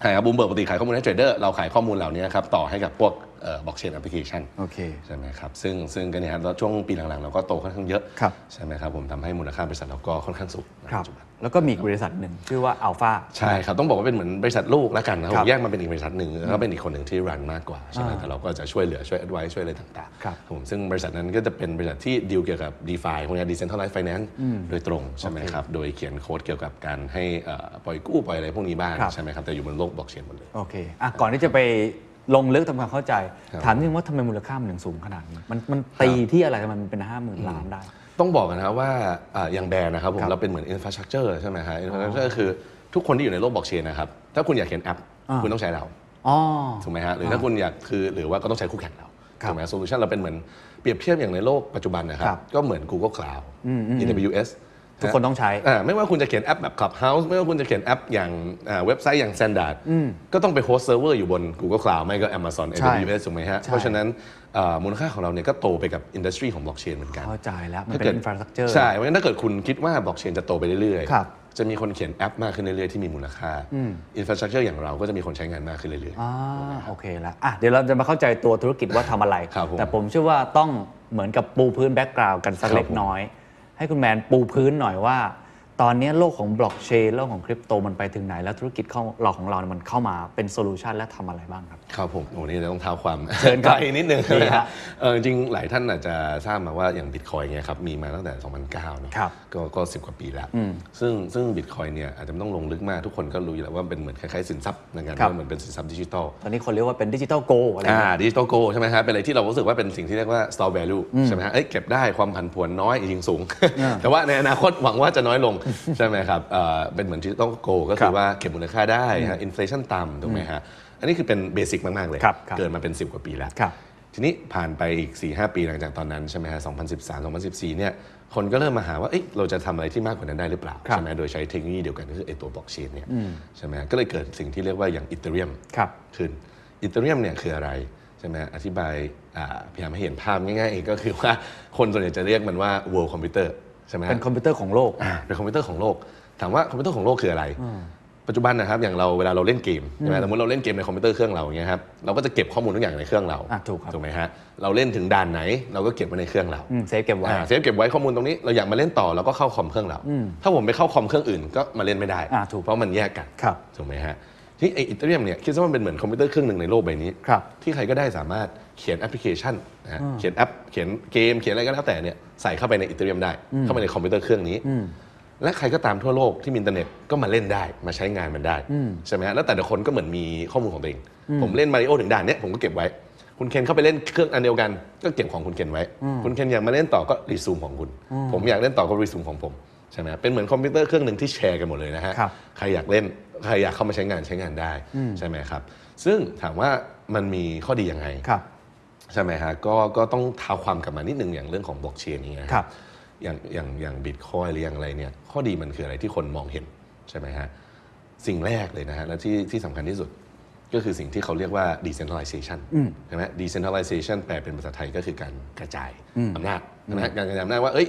E: ใช่ครับบูมเบิร์กปกติขายข้อมูลให้เทรดเดอร์เราขายข้อมูลเหล่านี้ครับต่อให้กับพวกบล็อกเชนแอปพลิเคชัน
C: โอเค
E: ใช่ไหมครับซึ่งซึ่งก็เนี่ยครับแล้วช่วงปีหลังๆ เราก็โตค่อนข้างเยอะ
C: ครับ
E: ใช่ไหมครับผมทำให้มูลค่าบริษัทเราก็ค่อนข้างสูงใน
C: ครับ
E: ปัจจุบัน
C: แล้วก็มีอีกบริษัทหนึ่งชื่อว่าอัลฟา
E: ใช่ครับ ต้องบอกว่าเป็นเหมือนบริษัทลูกแล้วกันนะค
C: ครั
E: รั
C: บบ
E: แยกมาเป็นอีกบริษัทหนึ่งแล้วก็เป็นอีกคนหนึ่งที่รันมากกว่าใช่ไหมแต่เราก็จะช่วยเหลือช่วย advice ช่วยอะไรต่างๆ
C: ครับ
E: ผมซึ่งบริษัทนั้นก็จะเป็นบริษัทที่ดีลเกี่ยวกับ DeFi พวกนี้ Decentralized Finance โดยตรงใช่ไหมครับโดยเขียนโค้ดเกี่ยวกับการให้เอ่อปล่อยกู้ปล่อยอะไรพวกนี้บ้าง
C: ครับ
E: ใช่ไหมครับแต่อยู่บนโลกบล็อกเชนหมดเลย
C: โอเคอ่ะก่อนที่จะไปลงลึกทำความเข้าใจ
E: ครับ
C: ถามนิดนึงว่าทำไมมูลค่ามันถึงสูงขนาดนี้ มันมันตีที่อะไรกันมันเป็นห้าหมื่นล้านได้
E: ต้องบอกกันนะครับว่าอ่าอย่างแบรนด์นะครับผมเราเป็นเหมือน infrastructure ใช่ไหมฮะ infrastructure คือทุกคนที่อยู่ในโลกบล็อกเชนนะครับ ถ้าคุณอยากเห็นแอป
C: อ่า
E: คุณต้องใช้เรา
C: อ๋อ
E: ถูกไหมฮะหรือถ้าคุณอยากคือหรือว่าก็ต้องใช้คู่แข่งเรา
C: ครับ
E: ถูกไหมโซลูชันเราเป็นเหมือนเปรียบเทียบอย่างในโลกปัจจุบันนะครั
C: ครับ บ
E: ก็เหมือน Google Cloud AWS
C: ทุกคนต้องใช้
E: าไม่ว่าคุณจะเขียนแอปแบบ Clubhouse ไม่ว่าคุณจะเขียนแอปอย่างอ่าเว็บไซต์อย่าง Standard ก็ต้องไปโฮสต์เซิร์ฟเวอร์อยู่บน Google Cloud ไม่ก็ Amazon
C: ใช่
E: AWS ถูกไหมฮะ
C: ใช่
E: เพราะฉะนั้นอ่ามูลค่าของเราเนี่ยก็โตไปกับอินดัสทรีของบล็อกเชนเหมือนกัน
C: เข้าใจแล้ว มันเป็
E: ถ้าเกิ
C: น
E: ด
C: อินฟราสตรักเจอร์
E: ใช่เพราะฉะนั้นถ้าเกิดคุณคิดว่าบล็อกเชนจะโตไปเรื่อย
C: ครับ
E: จะมีคนเขียนแอปมากขึ้นเรื่อยๆ ที่มีมูลค่าอินฟราสตรักเจอร์อย่างเราก็จะมีคนใช้งานมากขึ้นเรื่อย
C: ่าโอเคแล้วอ่ะเดี๋ยวเราจะมาเข้าใจตัวธุรกิจว่าทำอะไร
E: ครับผม
C: แต่ผมเชื่อว่าต้องเหมือนกับปูพื้นแบ็กกราว n ์กันสัก
E: ครับ
C: เล็กน้อย ให้คุณแมนปูพื้นหน่อยว่า ตอนนี้โลกของบล็อกเชนโลกของคริปโตมันไปถึงไหน แล้วธุรกิจของเราของเราเนี่ยมันเข้ามาเป็นโซลูชันและทำอะไรบ้างครับ
E: ๆ ครับผม โอ้นี่เดี๋ยวต้องเท้าความ
C: เชิญครับ
E: ไกลนิดนึง
C: ดีฮะ
E: นะเออจริงๆหลายท่านอาจจะทราบมาว่าอย่างบิตคอยเนี่ยครับมีมาตั้งแต่ 2009เนอะ
C: ครับ
E: ก็ก็สิบกว่าปีแล้วซึ่งซึ่งบิตคอยเนี่ยอาจจะไม่ต้องลงลึกมากทุกคนก็รู้อยู่แล้วว่าเป็นเหมือนคล้ายๆสินทรัพย์ในการ
C: ครับ
E: เหมือนเป็นสินทรัพย์ดิจิทัล
C: ตอนนี้คนเรียกว่าเป็นดิจิตอลโกอะไรอย่าง
E: อ่า
C: เงี้ย
E: ดิจิตอลโกใช่ไหมฮะเป็นอะไรที่เรารู้สึกว่าเป็นสิ่งที่เรียกว่า store value ใช่ไหมฮะเอ้ยเก็บได้ความผันผวนน้อยจริงๆสูง (laughs) แต่ว่าในอนาคตหวังว่าจะน้อยลง ใช่ไหมครับเอ่อเป็นเหมือนดิจิตอลโกก็
C: ครั
E: คื
C: บ
E: อว่าเก็บมูลค่าได้ฮะอินฟลชันต่ำถูกไหมฮะอันนี้คือเป็นเบสิกมาก ๆ เลย
C: ครับครับ
E: เกิดมาเป็น 10 กว่าปีแล้ว
C: ครับ
E: ทีนี้ผ่านไปอีก 4 5 ปีหลังจากตอนนั้นใช่ไหมฮะ2013 2014 เนี่ย คนก็เริ่มมาหาว่า เอ๊ะเราจะทำอะไรที่มากกว่านั้นได้หรือเปล่า
F: ครับ
E: ใช่ไหมโดยใช้เทคโนโลยีเดียวกันก็คือไอตัวบล็อกเชนเนี่ยใช่ไหมฮะก็เลยเกิดสิ่งที่เรียกว่าอย่างอีเทเรียม
F: ครับ
E: ขึ้นอีเทเรียมเนี่ยคืออะไร ใช่ไหมอธิบายอ่าพยายามให้เห็นภาพง่ายๆเองก็คือว่าคนส่วนใหญ่จะเรียกมันว่า world computer ใช่ไหมฮะ
F: เป็นคอมพิวเตอร์ของโลก
E: อ่าเป็นคอมพิวเตอร์ของโลก ถามว่าคอมพิวเตอร์ของโลกคืออะไร ปัจจุบันนะครับอย่างเราเวลาเราเล่นเกมใช่ไหมสมมติเราเล่นเกมในคอมพิวเตอร์เครื่องเราอย่างเงี้ยครับเราก็จะเก็บข้อมูลทุกอย่างในเครื่องเรา
F: อ่ะถูกครับ
E: ถูกไหมฮะเราเล่นถึงด่านไหน เราก็เก็บไว้ในเครื่องเรา
F: อืมเซฟเก็บไว้
E: อ่าเซฟเก็บไว้ข้อมูลตรงนี้เราอยากมาเล่นต่อเราก็เข้าคอมเครื่องเรา ถ้าผมไปเข้าคอมเครื่องอื่นก็มาเล่นไม่ได้
F: อ่าถูก
E: เพราะมันแยกกัน
F: ครับ
E: ถูกไหมฮะทนี่ไออิตาเลียมเนี่ยคิดซะว่ามันเป็นเหมือนคอมพิวเตอร์เครื่องหนึ่งในโลกใบนี้
F: ครับ
E: ที่ใครก็ได้สามารถเขียนแอปพลิเคชันนะฮะเขียนแอปเขียนเกมเขียนอะไรก็แล้วแต่เนี่ยใส่เข้าไปในอิตาเลียมได้ เข้าไปในคอมพิวเตอร์เครื่องนี้ และใครก็ตามทั่วโลกที่มีอินเทอร์เน็ตก็มาเล่นได้มาใช้งานมันได้ใช่ไหมฮะแล้วแต่ละคนก็เหมือนมีข้อมูลของตัวเอง ผมเล่นมาริโอถึงด่านเนี้ยผมก็เก็บไว้ คุณเคนเข้าไปเล่นเครื่องอันเดียวกัน ก็เก็บของคุณเคนไว้ คุณเคนอยากมาเล่นต่อก็รีซูมของคุณ ผมอยากเล่นต่อก็รีซูมของผมใช่ไหมเป็นเหมือนคอมพิวเตอร์เครื่องหนึ่งที่แชร์กันหมดเลยนะฮะ
F: ครับ
E: ใครอยากเล่นใครอยากเข้ามาใช้งานใช้งานได้ใช่ไหมครับ ซึ่งถามว่ามันมีข้อดียังไง
F: ครับ
E: ใช่ไหมฮะก็ก็ต้องเท้าความกลับมานิดนึงอย่างเรื่องของบล็อกเชนนี้ย
F: ครับ
E: อย่างอย่างอย่างบิตคอยหรืออย่างอะไรเนี่ยข้อดีมันคืออะไรที่คนมองเห็นใช่ไหมฮะสิ่งแรกเลยนะฮะและที่ที่สำคัญที่สุดก็คือสิ่งที่เขาเรียกว่า decentralization ใช่ไหม decentralization แปลเป็นภาษาไทยก็คือการกระจายอำนาจใช่ไหมฮะการกระจายอำนาจว่าเอ้ย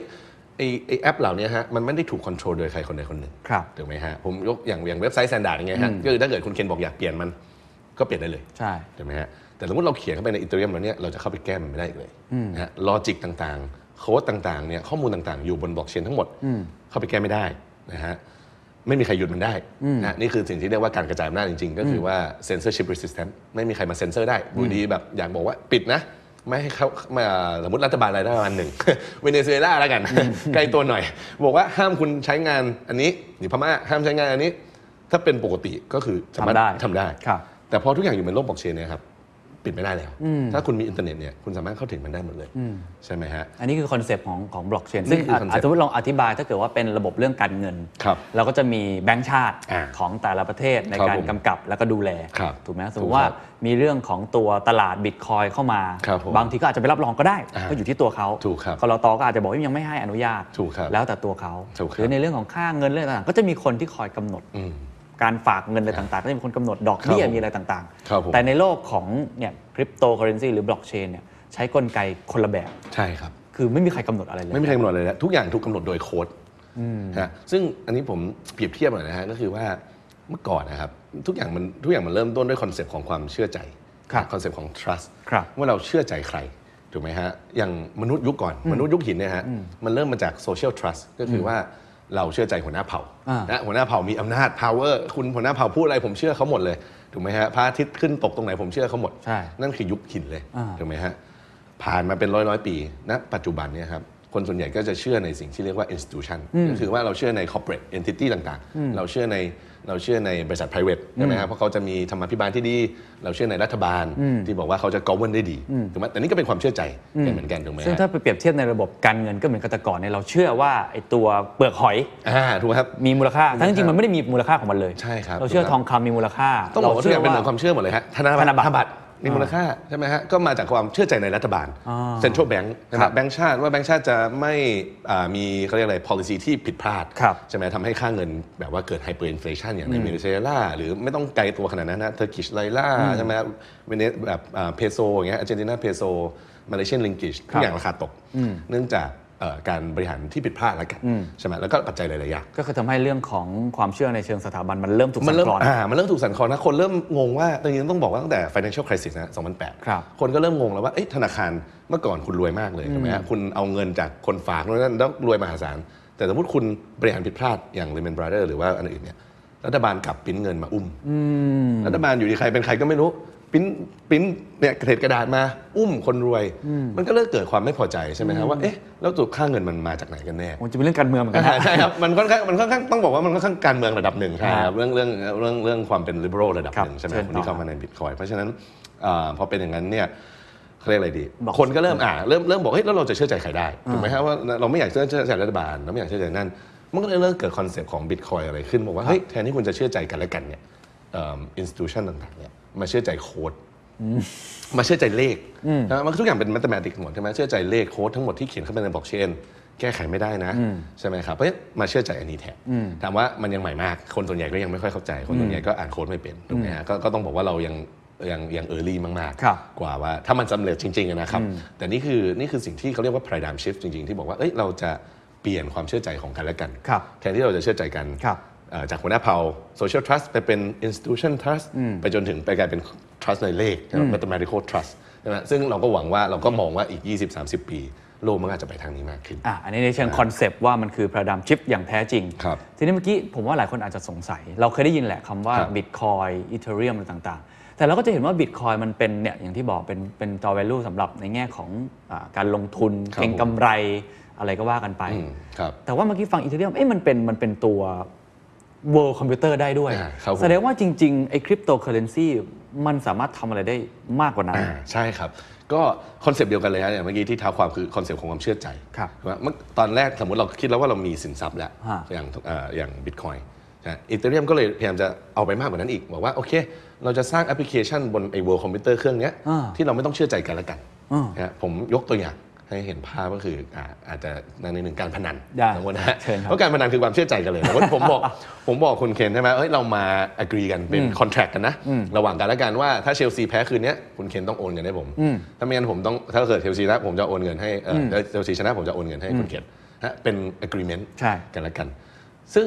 E: ไอไอแอปเหล่านี้ฮะมันไม่ได้ถูกคอนโทรลโดยใครคนใดคนหนึ่ง
F: ครับ
E: ถูกไหมฮะผมยกอย่างอย่างเว็บไซต์ standard อย่างเงี้ยฮะก็คือถ้าเกิดคุณเคนบอกอยากเปลี่ยนมันก็เปลี่ยนได้เลย
F: ใช่
E: ใช่ไหมฮะแต่สมมติเราเขียนเข้าไปในอีเทเรียมแล้วเนี่ยเราจะเข้าไปแก้มันไม่ได้อีกเลยนะฮะลอจิกต่างๆ โค้ดต่างๆเนี่ยข้อมูลต่างๆ อยู่บนบล็อกเชนทั้งหมดเข้าไปแก้ไม่ได้นะฮะไม่มีใครหยุดมันได้นะนี่คือสิ่งที่เรียกว่าการกระจายอำนาจจริงๆ ก็คือว่า censorship resistant ไม่มีใครมาเซ็นเซอร์ได้บูดีแบบอยากบอกว่าปิดนะ ไม่ให้เขามาสมมติรัฐบาลอะไรรัฐบาลหนึ่ง (laughs) เวเนซุเอลาแล้วกัน ใกล้ตัวหน่อย บอกว่าห้ามคุณใช้งานอันนี้หรือพม่าห้ามใช้งานอันนี้ ถ้าเป็นปกติก็คือสามารถ
F: ทำได้
E: ทำได้
F: ครับ
E: แต่พอทุกอย่างอยู่บนโลกบล็อกเชนเนี่ยครับ ปิดไม่ได้แล้ว ถ้าคุณมีอินเทอร์เน็ตเนี่ยคุณสามารถเข้าถึงมันได้หมดเลย ใช่ไหมฮะ
G: อันนี้คือคอนเซปต์ของของบล็อกเชน
E: นี่
G: ซึ่ง
E: คือคอนเซปต์
G: อ่ะสมมติลองอธิบายถ้าเกิดว่าเป็นระบบเรื่องการเงิน
E: ครับ
G: เราก็จะมีแบงก์ชาติ
E: อ่า
G: ของแต่ละประเทศใน
E: ครับ
G: การ
E: ผม
G: กำกับแล้วก็ดูแล
E: ครับ
G: ถูกไหม
E: ถูก
G: สมมติว่า
E: ครับ
G: มีเรื่องของตัวตลาดบิตคอยเข้ามา
E: ครับผม
G: บางทีก็อาจจะไปรับรองก็ได้
E: อ่า
G: ก็อยู่ที่ตัวเขา
E: ถูกครับ
G: กรตก็อาจจะบอกว่ายังไม่ให้อนุญาต
E: ถูกครับ
G: แล้วแต่ตัวเขา
E: ถูกครับ
G: หรือในเรื่องของค่าเงินเรื่องต่างๆก็จะมีคนที่คอยกำหนด
E: อืม
G: การฝากเงินอะไรต่างๆ ก็จะมีคนกำหนดดอก
E: ครับ
G: เบี้ย
E: ผม
G: มีอะไรต่าง
E: ครับผม
G: แต่ในโลกของเนี่ยคริปโตเคอเรนซีหรือบล็อกเชนเนี่ยใช้กลไกคนละแบบ
E: ใช่ครับ
G: คือไม่มีใครกำหนดอะไรเลย
E: ไม่มีใครกำหนดเลยนะทุกอย่างถูกกำหนดโดยโค้ดฮะซึ่งอันนี้ผมเปรียบเทียบหน่อยนะฮะก็คือว่าเมื่อก่อนนะครับทุกอย่างมันทุกอย่างมันเริ่มต้นด้วยคอนเซปต์ของความเชื่อใจ
G: ครับ
E: คอนเซปต์ของ trust
G: ครับ
E: ว่าเราเชื่อใจใครถูกไหมฮะอย่างมนุษย์ยุคก่อน มนุษย์ยุคหินเนี่ยฮะมันเริ่มมาจาก social trust ก็คือว่าเราเชื่อใจหัวหน้าเผ่า
G: อ่าน
E: ะหัวหน้าเผ่ามีอำนาจ power คุณหัวหน้าเผ่าพูดอะไรผมเชื่อเขาหมดเลยถูกไหมฮะพระอาทิตย์ขึ้นตกตรงไหนผมเชื่อเขาหมด
G: ใช่
E: นั่นคือยุคหินเลย
G: อ่า
E: ถูกไหมฮะผ่านมาเป็นร้อยร้อยๆปีณปัจจุบันเนี่ยครับคนส่วนใหญ่ก็จะเชื่อในสิ่งที่เรียกว่า institution ก็คือว่าเราเชื่อใน corporate entity ต่างๆ เราเชื่อในเราเชื่อในบริษัท private ใช่ไหมครับเพราะเขาจะมีธรรมาภิบาลที่ดี เราเชื่อในรัฐบาลที่บอกว่าเขาจะ govern ได้ดีถูกไหมแต่นี่ก็เป็นความเชื่อใจกันเหมือนกันถูกไหมฮะ
G: ซึ่งถ้าไปเปรียบเทียบในระบบการเงินก็เหมือนกับแต่ก่อนเนี่ยเราเชื่อว่าไอ้ตัวเปลือกหอย
E: อ่าถูกไหมครับ
G: มีมูลค่า ทั้งจริงๆมันไม่ได้มีมูลค่าของมันเลย
E: ใช่ครับ
G: เราเชื่อทองคำมีมูลค่า
E: ต้องบอกว่าทุกอย่างเป็นเรื่อง
G: ร
E: ความเชื่อหมดเลยฮะธนา
G: ธนบัตร
E: บัตรมีมูลค่าใช่ไหมฮะก็มาจากความเชื่อใจในรัฐบาลเซ็นทรัลแบงก์นะครับแบงก์ชาติว่าแบงก์ชาติจะไม่อ่ามีเขาเรียกอะไร policy ที่ผิดพลาด
G: ครับ
E: ใช่ไหมทำให้ค่าเงินแบบว่าเกิด hyperinflation อย่างในเวเนซุเอลาหรือไม่ต้องไกลตัวขนาดนั้นนะเทอร์กิชไลล่าใช่ไหมเวเนแบบเพโซอย่างเงี้ยอาร์เจนตินาเพโซมาเลเซียนลิงกิชทุกอย่างราคาตก เนื่องจากเอ่อการบริหารที่ผิดพลาดแล้วกันใช่ไหมแล้วก็ปัจจัยหลายๆอย่าง
G: าก็คือทำให้เรื่องของความเชื่อในเชิงสถาบันมันเริ่มถูก
E: มัน
G: สั่น
E: เริ่ม
G: คลอน
E: อ่ามันเริ่มถูกสั่นคลอนนะคนเริ่มงงว่าตอนนี้ต้องบอกว่าตั้งแต่ financial crisis นะ2008
G: ครับ
E: คนก็เริ่มงงแล้วว่าเอ๊ะธนาคารเมื่อก่อนคุณรวยมากเลยใช่ไหมฮะคุณเอาเงินจากคนฝากนู่นนั่นแล้วรวยมหาศาล แต่สมมติคุณบริหารผิดพลาดอย่าง Lehman Brothers หรือว่าอันอื่นเนี่ยรัฐบาลกลับปริ้นเงินมาอุ้ม รัฐบาลอยู่ดีใครเป็นใครก็ไม่รู้ปริ้นปริ้นเนี่ยเศษกระดาษมาอุ้มคนรวย มันก็เริ่มเกิดความไม่พอใจใช่ไหมครับว่าเอ๊ะแล้วตัวค่าเงินมันมาจากไหนกันแน่
G: ันจะเป็นเรื่องการเมืองเหมือนกันนะ
E: ใช่ครับ มันค่อนข้างมันค่อนข้างต้องบอกว่ามันค่อนข้างการเมืองระดับหนึ่งใช่ครับเรื่องเรื่องเรื่องเรื่องความเป็น liberal ระดับหนึ่ง
G: ครับ
E: ใช่ไหม
G: เชิญ
E: ค
G: ต่
E: น
G: อ
E: ที่เข้ามาในบิตคอยเพราะฉะนั้นเอ่อพอเป็นอย่างนั้นเนี่ยเขาเรียกอะไรดี
G: บอก
E: คนก็เริ่มอ่าเริ่มเริ่มบอกเฮ้ยแล้วเราจะเชื่อใจใครได้ถูกไหมครับว่าเราไม่อยากเชื่อใจรัฐบาลเราไม่อยากเชื่อใจนั่นมันก็เลยเริ่มเกิดคอนเซปต์ของบิตคอยอะไรขึ้นบอกว่าเฮ้ยแทนที่คุณจะเชื่อใจกันและกันเนี่ยอินสติทูชันต่างๆเนี่ยมาเชื่อใจโค้ด มาเชื่อใจเลขนะมันทุกอย่างเป็นแมทแมติกหมดใช่ไหมเชื่อใจเลขโค้ดทั้งหมดที่เขียนเข้าไปในบล็อกเชนแก้ไขไม่ได้นะ ใช่ไหมครับเพราะฉะนั้นมาเชื่อใจอันนี้แทนถามว่ามันยังใหม่มาก คนส่วนใหญ่ก็ยังไม่ค่อยเข้าใจ คนส่วนใหญ่ก็อ่านโค้ดไม่เป็นถูกไหมฮะก็ก็ต้องบอกว่าเรายังยังยังเออร์ลี่มาก
G: ครับ
E: ๆ กว่าว่าถ้ามันสำเร็จจริงๆอะนะครับ แต่นี่คือนี่คือสิ่งที่เขาเรียกว่า paradigm shift จริงๆ ที่บอกว่าเอ้ยเราจะเปลี่ยนความเชื่อใจของกันและกัน
G: ครับ
E: แทนที่เราจะเชื่อใจกัน
G: ครับ
E: เอ่อจากหัวหน้าเผ่า social trust ไปเป็น institution trust ไปจนถึงไปกลายเป็น trust ในเลข mathematical trust ใช่ไหมซึ่งเราก็หวังว่าเราก็มองว่าอีก 20-30 ปี โลกมันก็อาจจะไปทางนี้มากขึ้น
G: อ่ะอันนี้ในเชิงคอนเซปต์ว่ามันคือพระดามชิปอย่างแท้จริง
E: ครับ
G: ทีนี้เมื่อกี้ผมว่าหลายคนอาจจะสงสัย เราเคยได้ยินแหละคำว่า
E: ครับ
G: บิตคอยอีเทเรียมอะไรต่างๆ แต่เราก็จะเห็นว่าบิตคอยมันเป็นเนี่ยอย่างที่บอกเป็นเป็นตัว value สำหรับในแง่ของอาการลงทุน
E: ครับ
G: เก็งกำไรอะไรก็ว่ากันไป
E: อืมครับ
G: แต่ว่าเมื่อกี้ฟังอีเทเรียมเอ๊ะมันเป็นมันเป็นตัว world computer ได้ด้วย
E: อ่าครับผม
G: แสดงว่าจริงๆไอ้คริปโตเคอเรนซีมันสามารถทำอะไรได้มากกว่านั้น
E: อ่าใช่ครับ ก็คอนเซปต์เดียวกันเลยฮะอย่างเมื่อกี้ที่ท้าความคือคอนเซปต์ของความเชื่อใจ
G: ครับ
E: ว่าเมื่อตอนแรกสมมติเราคิดแล้วว่าเรามีสินทรัพย์แล้ว
G: ฮะ
E: อย่างเอ่ออย่างบิตคอยอีเทเรียมก็เลยพยายามจะเอาไปมากกว่านั้นอีก บอกว่า โอเค เราจะสร้างแอปพลิเคชันบนไอ้เวิร์คอมพิวเตอร์เครื่องเนี้ย
G: อ่า
E: ที่เราไม่ต้องเชื่อใจกันและกัน
G: อ่าน
E: ฮะผมยกตัวอย่างให้เห็นภาพก็คืออ่าอาจจะในหนึ่งการพนัน
G: ได้
E: สมมตินะฮะ
G: เชิญครับ
E: เพราะการพนันคือความเชื่อใจกันเลยสมมติ (laughs) ผมบอก ผมบอกคุณเคนใช่ไหมเอ้ยเรามา agree กันเป็น contract กันนะ ระหว่างกันและกันว่าถ้าเชลซีแพ้คืนเนี้ยคุณเคนต้องโอนเงินให้ผม ถ้าไม่งั้นผมต้องถ้าเกิดเชลซีนะผมจะโอนเงินให้เอ่อถ้าเชลซีชนะผมจะโอนเงินให้คุณเคนฮะเป็น agreement
G: ใช่
E: กันและกัน ซึ่ง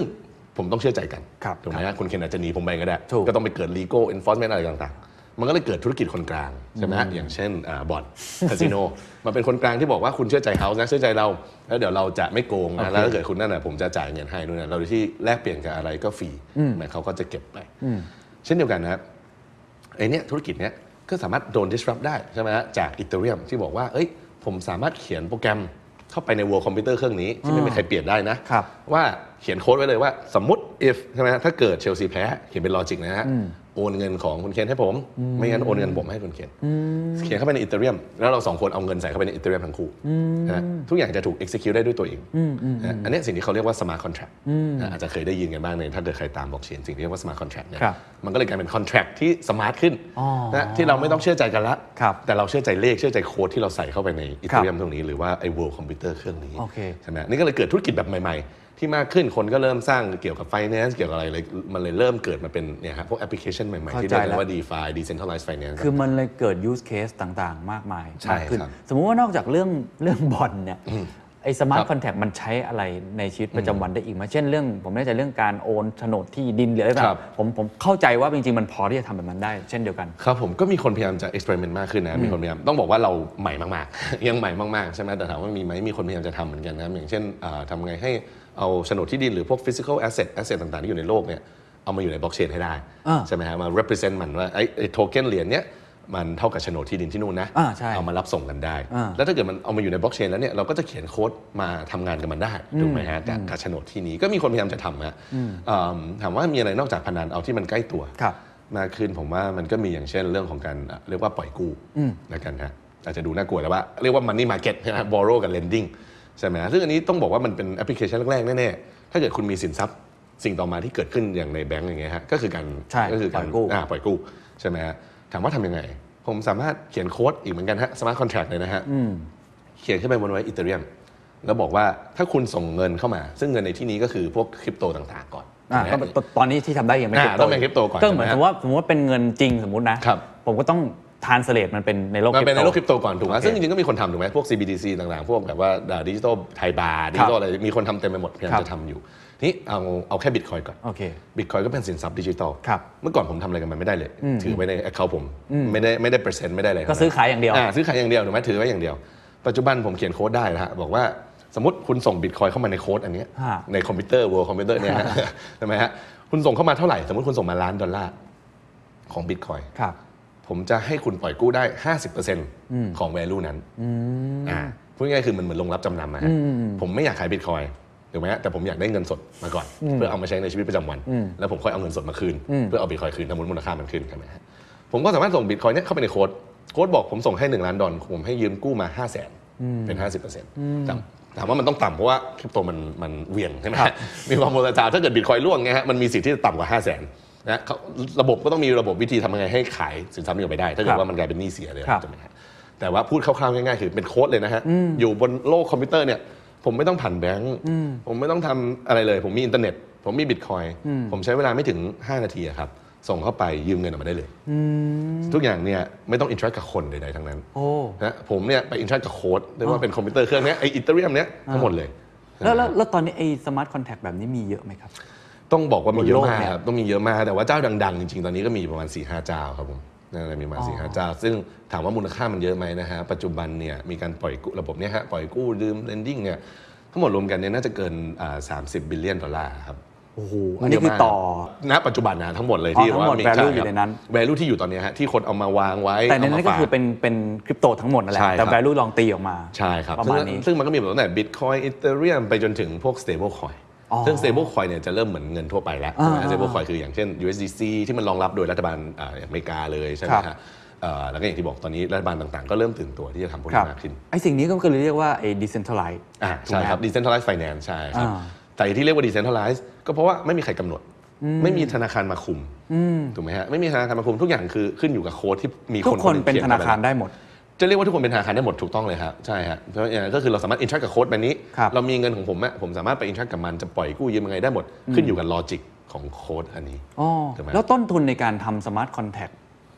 E: ผมต้องเชื่อใจกัน
G: ครับ
E: ถูกไหมฮะคุณเคนอาจจะหนีผมไปก็ได้
G: ถูก
E: ก็ต้องไปเกิด legal enforcement อะไรต่างๆ มันก็เลยเกิดธุรกิจคนกลางใช่ไหมฮะอย่างเช่นบอดคาสิโน
G: (laughs)
E: มันเป็นคนกลางที่บอกว่าคุณเชื่อใจเฮาส์นะเชื่อใจเรา แล้วเดี๋ยวเราจะไม่โกงนะแล้วถ้าเกิดคุณนั่นนะผมจะจ่ายเงินให้นู่นนะเราที่แลกเปลี่ยนกับอะไรก็ฟรีนะเขาก็จะเก็บไป เช่นเดียวกันนะครับ ไอ้เนี่ยธุรกิจเนี้ยก็สามารถโดน disrupt ได้ใช่ไหมฮะจากอีเทเรียมที่บอกว่า เอ้ย ผมสามารถเขียนโปรแกรมเข้าไปใน World คอมพิวเตอร์เครื่องนี้ ที่ไม่มีใครเปลี่ยนได้นะ
G: ครับ
E: ว่าเขียนโค้ดไว้เลยว่าสมมติ if ใช่ไหมฮะถ้าเกิดเชลซีแพ้ เขียนเป็นลอจิกนะฮะ โอนเงินของคุณเคนให้ผม ไม่งั้นโอนเงินผมให้คุณเคนเขียนเข้าไปในอีเทเรียมแล้วเราสองคนเอาเงินใส่เข้าไปในอีเทเรียมทั้งคู่นะฮะทุกอย่างจะถูก execute ได้ด้วยตัวเองนะฮะอันเนี้ยสิ่งที่เขาเรียกว่า smart contract นะอาจจะเคยได้ยินกันบ้างในถ้าเกิดใครตาม blockchain สิ่งที่เรียกว่า smart contract เนี่ย
G: ครับ
E: มันก็เลยกลายเป็นคอนแท c t ที่สมาร์ทขึ้น
G: อ๋อ
E: นะที่เราไม่ต้องเชื่อใจกันละ
G: ครับ
E: แต่เราเชื่อใจเลขเชื่อใจโค้ดที่เราใส่เข้าไปในอี
G: ค
E: เท
G: รับ
E: เรียมตรงนี้หรือว่าไอ้ World คอมพิวเตอร์เครื่องนี้
G: โอเค
E: ใช่ไหมนี่ก็เลยเกิดธุรกิจแบบใหม่ ๆ ที่มากขึ้นคนก็เริ่มสร้างเกี่ยวกับ finance เกี่ยวกับอะไรเลยมันเลยเริ่มเกิดมาเป็นเนี่ยฮะพวกแอปพลิเคชันใหม่ๆ ที่เรียกกันว่า DeFi decentralized finance
G: คือมันเลยเกิด use case ต่างๆ มากมาย
E: ใช่
G: มากขึ้น
E: ครับ
G: สมมุติว่านอกจากเรื่องเรื่องบอลเนี่ยไอ้สมาร์ทคอนแทคมันใช้อะไรในชีวิตประจำวันได้อีกไหมเช่นเรื่อง ผมไม่แน่ใจเรื่องการโอนโฉนดที่ดินหรืออะไร
E: ครั
G: แบบ บผมผมเข้าใจว่าจริง ๆ มันพอที่จะทำแบบนั้นได้ เช่นเดียวกัน
E: ครับผมก็มีคนพยายามจะ experiment มากขึ้นนะมีคนพยายามต้องบอกว่าเราใหม่มากๆ (laughs) ยังใหม่มากๆใช่ไหมแต่ถามว่ามีไหมมีคนพยายามจะทำเหมือนกันนะครับอย่างเช่นเอ่อทำไงให้เอาโฉนดที่ดินหรือพวก physical asset asset ต่างๆ ที่อยู่ในโลกเนี่ยเอามาอยู่ในบล็อกเชนให้ได้
G: อ่า
E: ใช่ไหมฮะมา represent มันว่าไอ้โทเก้นเหรียญเนี้ยมันเท่ากับโฉนดที่ดินที่นู่นนะ
G: อ่าใช่
E: เอามารับส่งกันได้
G: อ่า
E: แล้วถ้าเกิดมันเอามาอยู่ในบล็อกเชนแล้วเนี่ยเราก็จะเขียนโค้ดมาทำงานกับมันได้ถูกไหมฮะกับกับโฉนดที่นี้ก็มีคนพยายามจะทำฮะเอิ่มถามว่ามีอะไรนอกจากพนันเอาที่มันใกล้ตัว
G: ครับ
E: มากขึ้นผมว่ามันก็มีอย่างเช่นเรื่องของการเอ่อเรียกว่าปล่อยกู้แล้วกันฮะอาจจะดูน่ากลัวแต่ว่า เรียกว่า money market ใช่ไหม borrow กับ lending ใช่ไหมซึ่งอันนี้ต้องบอกว่ามันเป็นแอปพลิเคชันแรก ๆ แน่ ๆ ถ้าเกิดคุณมีสินทรัพย์สิ่งต่อมาที่เกิดขึ้นอย่างในแบงก์อย่างเงี้ยฮะก็คือการ
G: ใช่
E: ก็คืการ
G: ปล่อยกู้
E: าปล่อยกู้ใช่ไหมฮะถามว่าทำยังไง ผมสามารถเขียนโค้ดอีกเหมือนกันฮะ smart contract เลยนะฮะ เขียนขึ้นไปบนไว้อีเทเรียมแล้วบอกว่าถ้าคุณส่งเงินเข้ามา ซึ่งเงินในที่นี้ก็คือพวกคริปโตต่างๆก่อน
G: อ่ะ
E: นะ
G: ก็
E: ฮะ
G: ตอนนี้ที่ทำได้ยังไม่
E: อ่า
G: คริปโต
E: ต้องเป็นคริปโตก่อน
G: ก็เหมือน
E: ใช่
G: ส
E: ไหม
G: มมติว่าสมมติว่าเป็นเงินจริงสมมตินะครับ ผมก็ต้องทานสเลตมันเป็นในโลกค
E: มัน
G: ริปโต
E: เป็นในโลกคริปโตก่อนถูกไหม
G: โอเค
E: ซึ่งจริงๆก็มีคนทำถูกไหมพวก CBDC ต่างๆ พวกแบบว่าดิจิตอลไทยบาร์ดิจิตอลอะไร มีคนทำเต็มไปหมดพยายา
G: ครั
E: ม
G: บ
E: จะทำอยู่ นี่เอาเอาแค่บิตคอยก่อน
G: โอเค
E: บิตคอยก็เป็นสินทรัพย์ดิจิตอล
G: ครับ
E: เมื่อก่อนผมทำอะไรกับมันไม่ได้เลย ถือไว้ใน account ผมไม่ได้ไม่ได้เปอร์เซ็นต์ไม่ได้อะไร
G: ก็ซื้อขายอย่างเดียว
E: ซื้อขายอย่างเดียวถูกไหมถือไว้อย่างเดียว ปัจจุบันผมเขียนโค้ดได้นะฮะบอกว่าสมมติคุณส่งบิตคอยเข้ามาในโค้ดอันเนี้ย
G: ฮะ
E: ในคอมพิวเตอร์ world คอมพิวเตอร์เนี่ยฮะ (laughs) ใช่ไหมฮะคุณส่งเข้ามาเท่าไหร่สมมติคุณส่งมาล้านดอลลาร์ของ Bitcoin
G: ครับ
E: ผมจะให้คุณปล่อยกู้ได้ 50%ของ value นั้นอ่าพูดง่ายๆคือมันเหมือนลงรับจำนำนะฮะผมไม่อยากขายบิตคอยถูกไหมฮะแต่ผมอยากได้เงินสดมาก่อน เพื่อเอามาใช้ในชีวิตประจำวัน แล้วผมค่อยเอาเงินสดมาคืน เพื่อเอาบิตคอยคืนทำมูลมูลค่ามันคืนใช่ไหมฮะผมก็สามารถส่งบิตคอยเนี่ยเข้าไปในโค้ดโค้ดบอกผมส่งให้ 1 ล้านดอลผมให้ยืมกู้มา 5 0 0แสนเป็น 50%ถามถามว่ามันต้องต่ำเพราะว่าคริปโตมันมันเหวียงใช่ไหมฮะมีความโมลตาถ้าเกิดบิตคอยล่วงไงฮะมันมีสิทธิ์ที่จะต่ำกว่า 5 0 0แสน นะเขาระบบก็ต้องมีระบบวิธีทำยังไงให้ขายสินทรัพย์นี้ออกไปได้ ถ้าเกิ
G: ครั
E: ด
G: บ
E: ว่ามันกลายเป็นหนี้เสียเลย
G: ครับ
E: ใช่ไหมฮะแต่ว่าพูดคร่าวๆง่ายๆคือเป็นโค้ดเลยนะฮะอยู่บนโลกคอมพิวเตอร์เนี่ยผมไม่ต้องผ่านแบงค์ผมไม่ต้องทำอะไรเลย ผมมีอินเทอร์เน็ต ผมมีบิตคอยผมใช้เวลาไม่ถึง 5 นาทีอะครับส่งเข้าไปยืมเงินออกมาได้เลย ทุกอย่างเนี่ยไม่ต้องอินทรักับคนใดๆทั้งนั้น
G: โอ้
E: นะผมเนี่ยไปอินทรักับโค้ดเรียกว่าเป็นคอมพิวเตอร์เครื่องเนี้ยไออินเตอร์เรียมเนี้ยทั้งหมดเลย
G: แล้วแล้วแล้วตอนนี้ไอ้สมาร์ทคอนแทคแบบนี้มีเยอะไหมครับ
E: ต้องบอกว่ามีเย
G: บนโล
E: อะ
G: ก
E: มาก
G: เนี่ย
E: ครับต้องมีเยอะมากแต่ว่าเจ้าดังๆ จริงๆ ตอนนี้ก็มีอยู่ประมาณ4ี่ห้าเจ้าครับผมน่าจะมีประมาณสี่ห้าเจ้า ซึ่งถามว่ามูลค่ามันเยอะไหมนะฮะปัจจุบันเนี่ยมีการปล่อยกู้ระบบเนี่ยฮะปล่อยกู้ดืมเลนดิ้งเนี่ยทั้งหมดรวมกันเนี่ยน่าจะเกินสามสิบบิลเลียนดอลลาร์ครับ
G: โอ้โหอันนี้คือต่อ
E: ณปัจจุบันนะทั้งหมดเลย
G: อ๋อ
E: ที่
G: ทั้งหมด value อยู่ในนั้น
E: value ที่อยู่ตอนเนี้ยฮะที่คนเอามาวางไว้
G: แต่ใน
E: เอา
G: นั้
E: มาน
G: ก็
E: ฝาก
G: คือเป็นเป็นคริปโตทั้งหมดนั่นแหละ
E: ใช่ครับ
G: แต่ value ลองตีออกมา
E: ใช่ครับ
G: ประ
E: ซึ่
G: มาง ณนี้
E: ซึ่งมันก็มีแบบตั้งแต่บิตคอยอีเทเรียมไปจนถึงพวก stable coin
G: อ๋อ
E: ซึ่ง stable coin เนี่ยจะเริ่มเหมือนเงินทั่วไปแล้ว
G: อ่า
E: stable coin คืออย่างเช่น USDC ที่มันรองรับโดยรัฐบาลอ่าอเมริกาเลยใช่ไหม
G: ครับ
E: ฮะเอ่อแล้วก็อย่างที่บอกตอนนี้รัฐบาลต่างๆ ก็เริ่มตื่นตัวที่จะทำพวก
G: ครับ
E: นี้มากขึ้น
G: ไอ้สิ่งนี้ก็คือเรียกว่าไอ้ decentralized
E: อ่า
G: ถูก
E: ใช่
G: ไหม
E: ครับ decentralized finance ใช่ครับ
G: อ่า
E: แต่ที่เรียกว่า decentralized ก็เพราะว่าไม่มีใครกำหนด ไม่มีธนาคารมาคุมถูกไหมฮะไม่มีธนาคารมาคุมทุกอย่างคือขึ้นอยู่กับโค้ดที่มี
G: ทุกคน
E: ห
G: เป็น
E: ขีย
G: ธ
E: ม
G: นา
E: แล้ว
G: คารได้หมด
E: จะเรียกว่าทุกคนเป็นธนาคารได้หมดถูกต้องเลยครับใช่ฮะเพราะอย่างนั้นก็คือเราสามารถอินทรักับโค้ดแบบนี้
G: ครับ
E: เรามีเงินของผมอะผมสามารถไปอินทรักับมันจะปล่อยกู้ยืมยังไงได้หมด ขึ้นอยู่กับลอจิกของโค้ดอันนี้
G: ๋อ
E: ถูกไหม
G: แล้วต้นทุนในการทำสมาร์ทคอนแทค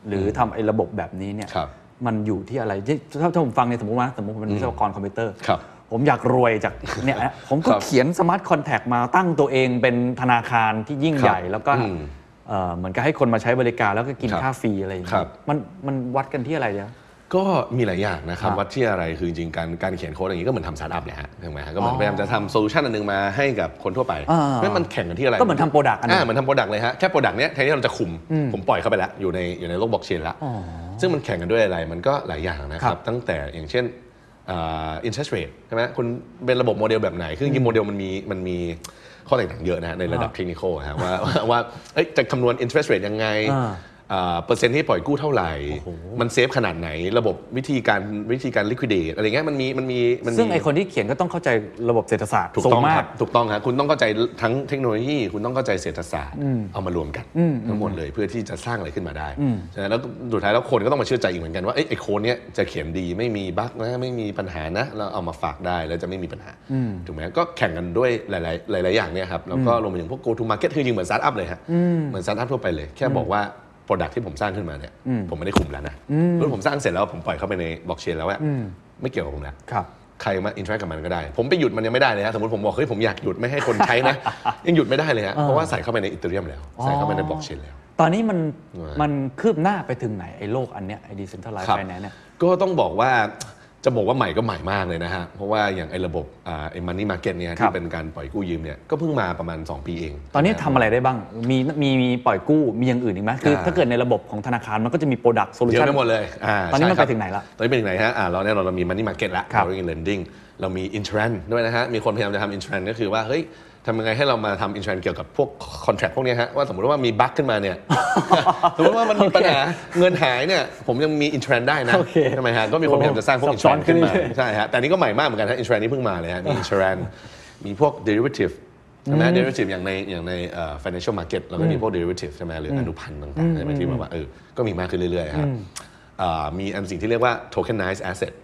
G: หรือทำไอ้ระบบแบบนี้เนี่ย
E: ครับ
G: มันอยู่ที่อะไรที่ถ้าถ้าผมฟังในยสมมติว่าสมมติผมเป็นวิศวกรคอมพิวเตอร์
E: ครับ
G: ผมอยากรวยจาก (laughs) เนี่ยนะผมก็
E: ครับ
G: เขียนสมาร์ทคอนแทคมาตั้งตัวเองเป็นธนาคารที่ยิ่ง
E: ครับ
G: ใหญ่ แล้วก็
E: อืม
G: เอ่อเหมือนกับให้คนมาใช้บริการแล้วก็กิน
E: ครับ
G: ค่าฟรีอะไรอย่าง
E: ค
G: เงี้
E: รั
G: ย
E: บ
G: มันมันวัดกันที่อะไรเนี่ย
E: ก็มีหลายอย่างนะครับ
G: ครับ
E: วัดที่อะไรคือจริงๆการการเขียนโค้ดอย่างนี้ก็เหมือนทำสตาร์ทอัพแหละฮะถูกไหมฮะก็เหมือนพยายามจะทำโซลูชันอันหนึงมาให้กับคนทั่วไป
G: อ่า
E: เพราะฉะนั้นมันแข่งกันที่อะไร
G: ก็เหมือนทำ product อันหนึ่ง
E: อ่าเหมือนทำโปรดักต์เลยฮะแค่โปรดักต์เนี้ยแทนที่เราจะคุมผมปล่อยเข้าไปแล้วอยู่ในอยู่ในโลกบล็อกเชนแล้วซึ่งมันแข่งกันด้วยอะไรมันก็หลายอย่างนะค
G: ครั
E: รับบ ตั้งแต่อย่างเช่นอินเทอร์เรทใช่ไหมคุณเป็นระบบโมเดลแบบไหนคือจริงๆโมเดลมันมีมันมีข้อแตกต่างเยอะนะฮะในระดับเทคนิคฮะว่าว่าว่าเอ้ยจะคำนวณ interest rate ยังไง
G: อ่า
E: อ่าเปอร์เซ็นต์ที่ปล่อยกู้เท่าไหร่ มันเซฟขนาดไหน ระบบวิธีการวิธีการลิควิดเดตอะไรเงี้ยมันมีมันมีมัมี
G: ซึ่งไอคนที่เขียนก็ต้องเข้าใจระบบเศรษฐศาสตร์
E: ถูก
G: สู
E: ต้อง งค
G: มา
E: รั
G: ก
E: บถูกต้องครับคุณต้องเข้าใจทั้งเทคโนโลยี คุณต้องเข้าใจเศรษฐศาสตร์เอามารวมกันทั้งหมดเลยเพื่อที่จะสร้างอะไรขึ้นมาได้ใช่ไหมแล้วสุดท้ายแล้วคนก็ต้องมาเชื่อใจอีกเหมือนกันว่าเอ้ยไอ้โค้ดเนี้ยจะเขียนดีไม่มีบั๊กนะไม่มีปัญหานะเราเอามาฝากได้แล้วจะไม่มีปัญหาถูกไหมก็แข่งกันด้วยหลาย ๆ หลาย ๆ อย่างเนี่ยครับแล้วก็รวมไปถึงพวก go to market คือจริงเหมือน startup เลยฮะเหมือน startup ทั่วไปเลยแค่บอกว่า โปรดักที่ผมสร้างขึ้นมาเนี่ยผมไม่ได้คุมแล้วนะเมื่อผมสร้างเสร็จแล้วผมปล่อยเข้าไปในบล็อกเชนแล้วอะไม่เกี่ยวกับผมแล้ว
G: ครับ
E: ใครมาอินทรกับมันก็ได้ ผมไปหยุดมันยังไม่ได้เลยฮะสมมติผมบอกเฮ้ยผมอยากหยุดไม่ให้คนใช้นะ
G: (laughs)
E: ยังหยุดไม่ได้เลยฮะเพราะว่าใส่เข้าไปในอีเทเรียมแล้ว ใส่เข้าไปในบล็อกเชนแล้ว
G: ตอนนี้มัน
E: เออ
G: มันคืบหน้าไปถึงไหนไอ้โลกอันเนี้ยไอ้ decentralized
E: ครับ
G: finance เนี่ย
E: ก็ต้องบอกว่าจะบอกว่าใหม่ก็ใหม่มากเลยนะฮะ เพราะว่าอย่างไอ้ระบบอ่าไอ้มันนี่มาเก็ตเนี่ย
G: ครั
E: ที่
G: บ
E: เป็นการปล่อยกู้ยืมเนี่ยก็เพิ่งมาประมาณ 2 ปีเอง
G: ตอนนี้
E: ะฮะ
G: ทำอะไรได้บ้าง มีมีมีปล่อยกู้ มีอย่างอื่นอีกไหมคือ
E: อ่า
G: ถ้าเกิดในระบบของธนาคารมันก็จะมี product
E: เย
G: solution
E: อะไปหมดเลยา
G: ตอนนี้มัน
E: ใช่ครับ
G: ไปถึงไหนละ
E: ตอนนี้ไปถึงไหนฮะอ่าเราแน่นอนเรามี money market ละ
G: ครับ
E: เรามี lending เรามี insurance ด้วยนะฮะ มีคนพยายามจะทำ insurance ก็คือว่า เฮ้ยทำยังไงให้เรามาทำ insurance เกี่ยวกับพวก contract พวกเนี้ยฮะ ว่าสมมติว่ามีบั๊กขึ้นมาเนี่ย (laughs) สมมติว่ามันมีปัญหาเงินหายเนี่ย ผมยังมี insurance ได้นะ
G: โอเค
E: ทำไมฮะ ก็มีคนพยายามจะสร้างพวก
G: ซับซ้อน
E: insurance ขึ้นมา
G: ขึ้นเรื่อย
E: ใช่ฮะ แต่อันนี้ก็ใหม่มากเหมือนกันฮะ insurance นี่เพิ่งมาเลย (laughs) ฮะ มี insurance มีพวก derivative ใช่ไหม derivative อย่างในอย่างในเอ่อ financial market เราก็มีพวก derivative ใช่ไหมหรืออนุพันธ์ต่างๆใช่ไหมที่แบบว่าเออ ก็มีมากขึ้นเรื่อยๆครับอ่ามีอันสิ่งที่เรียกว่า tokenized asset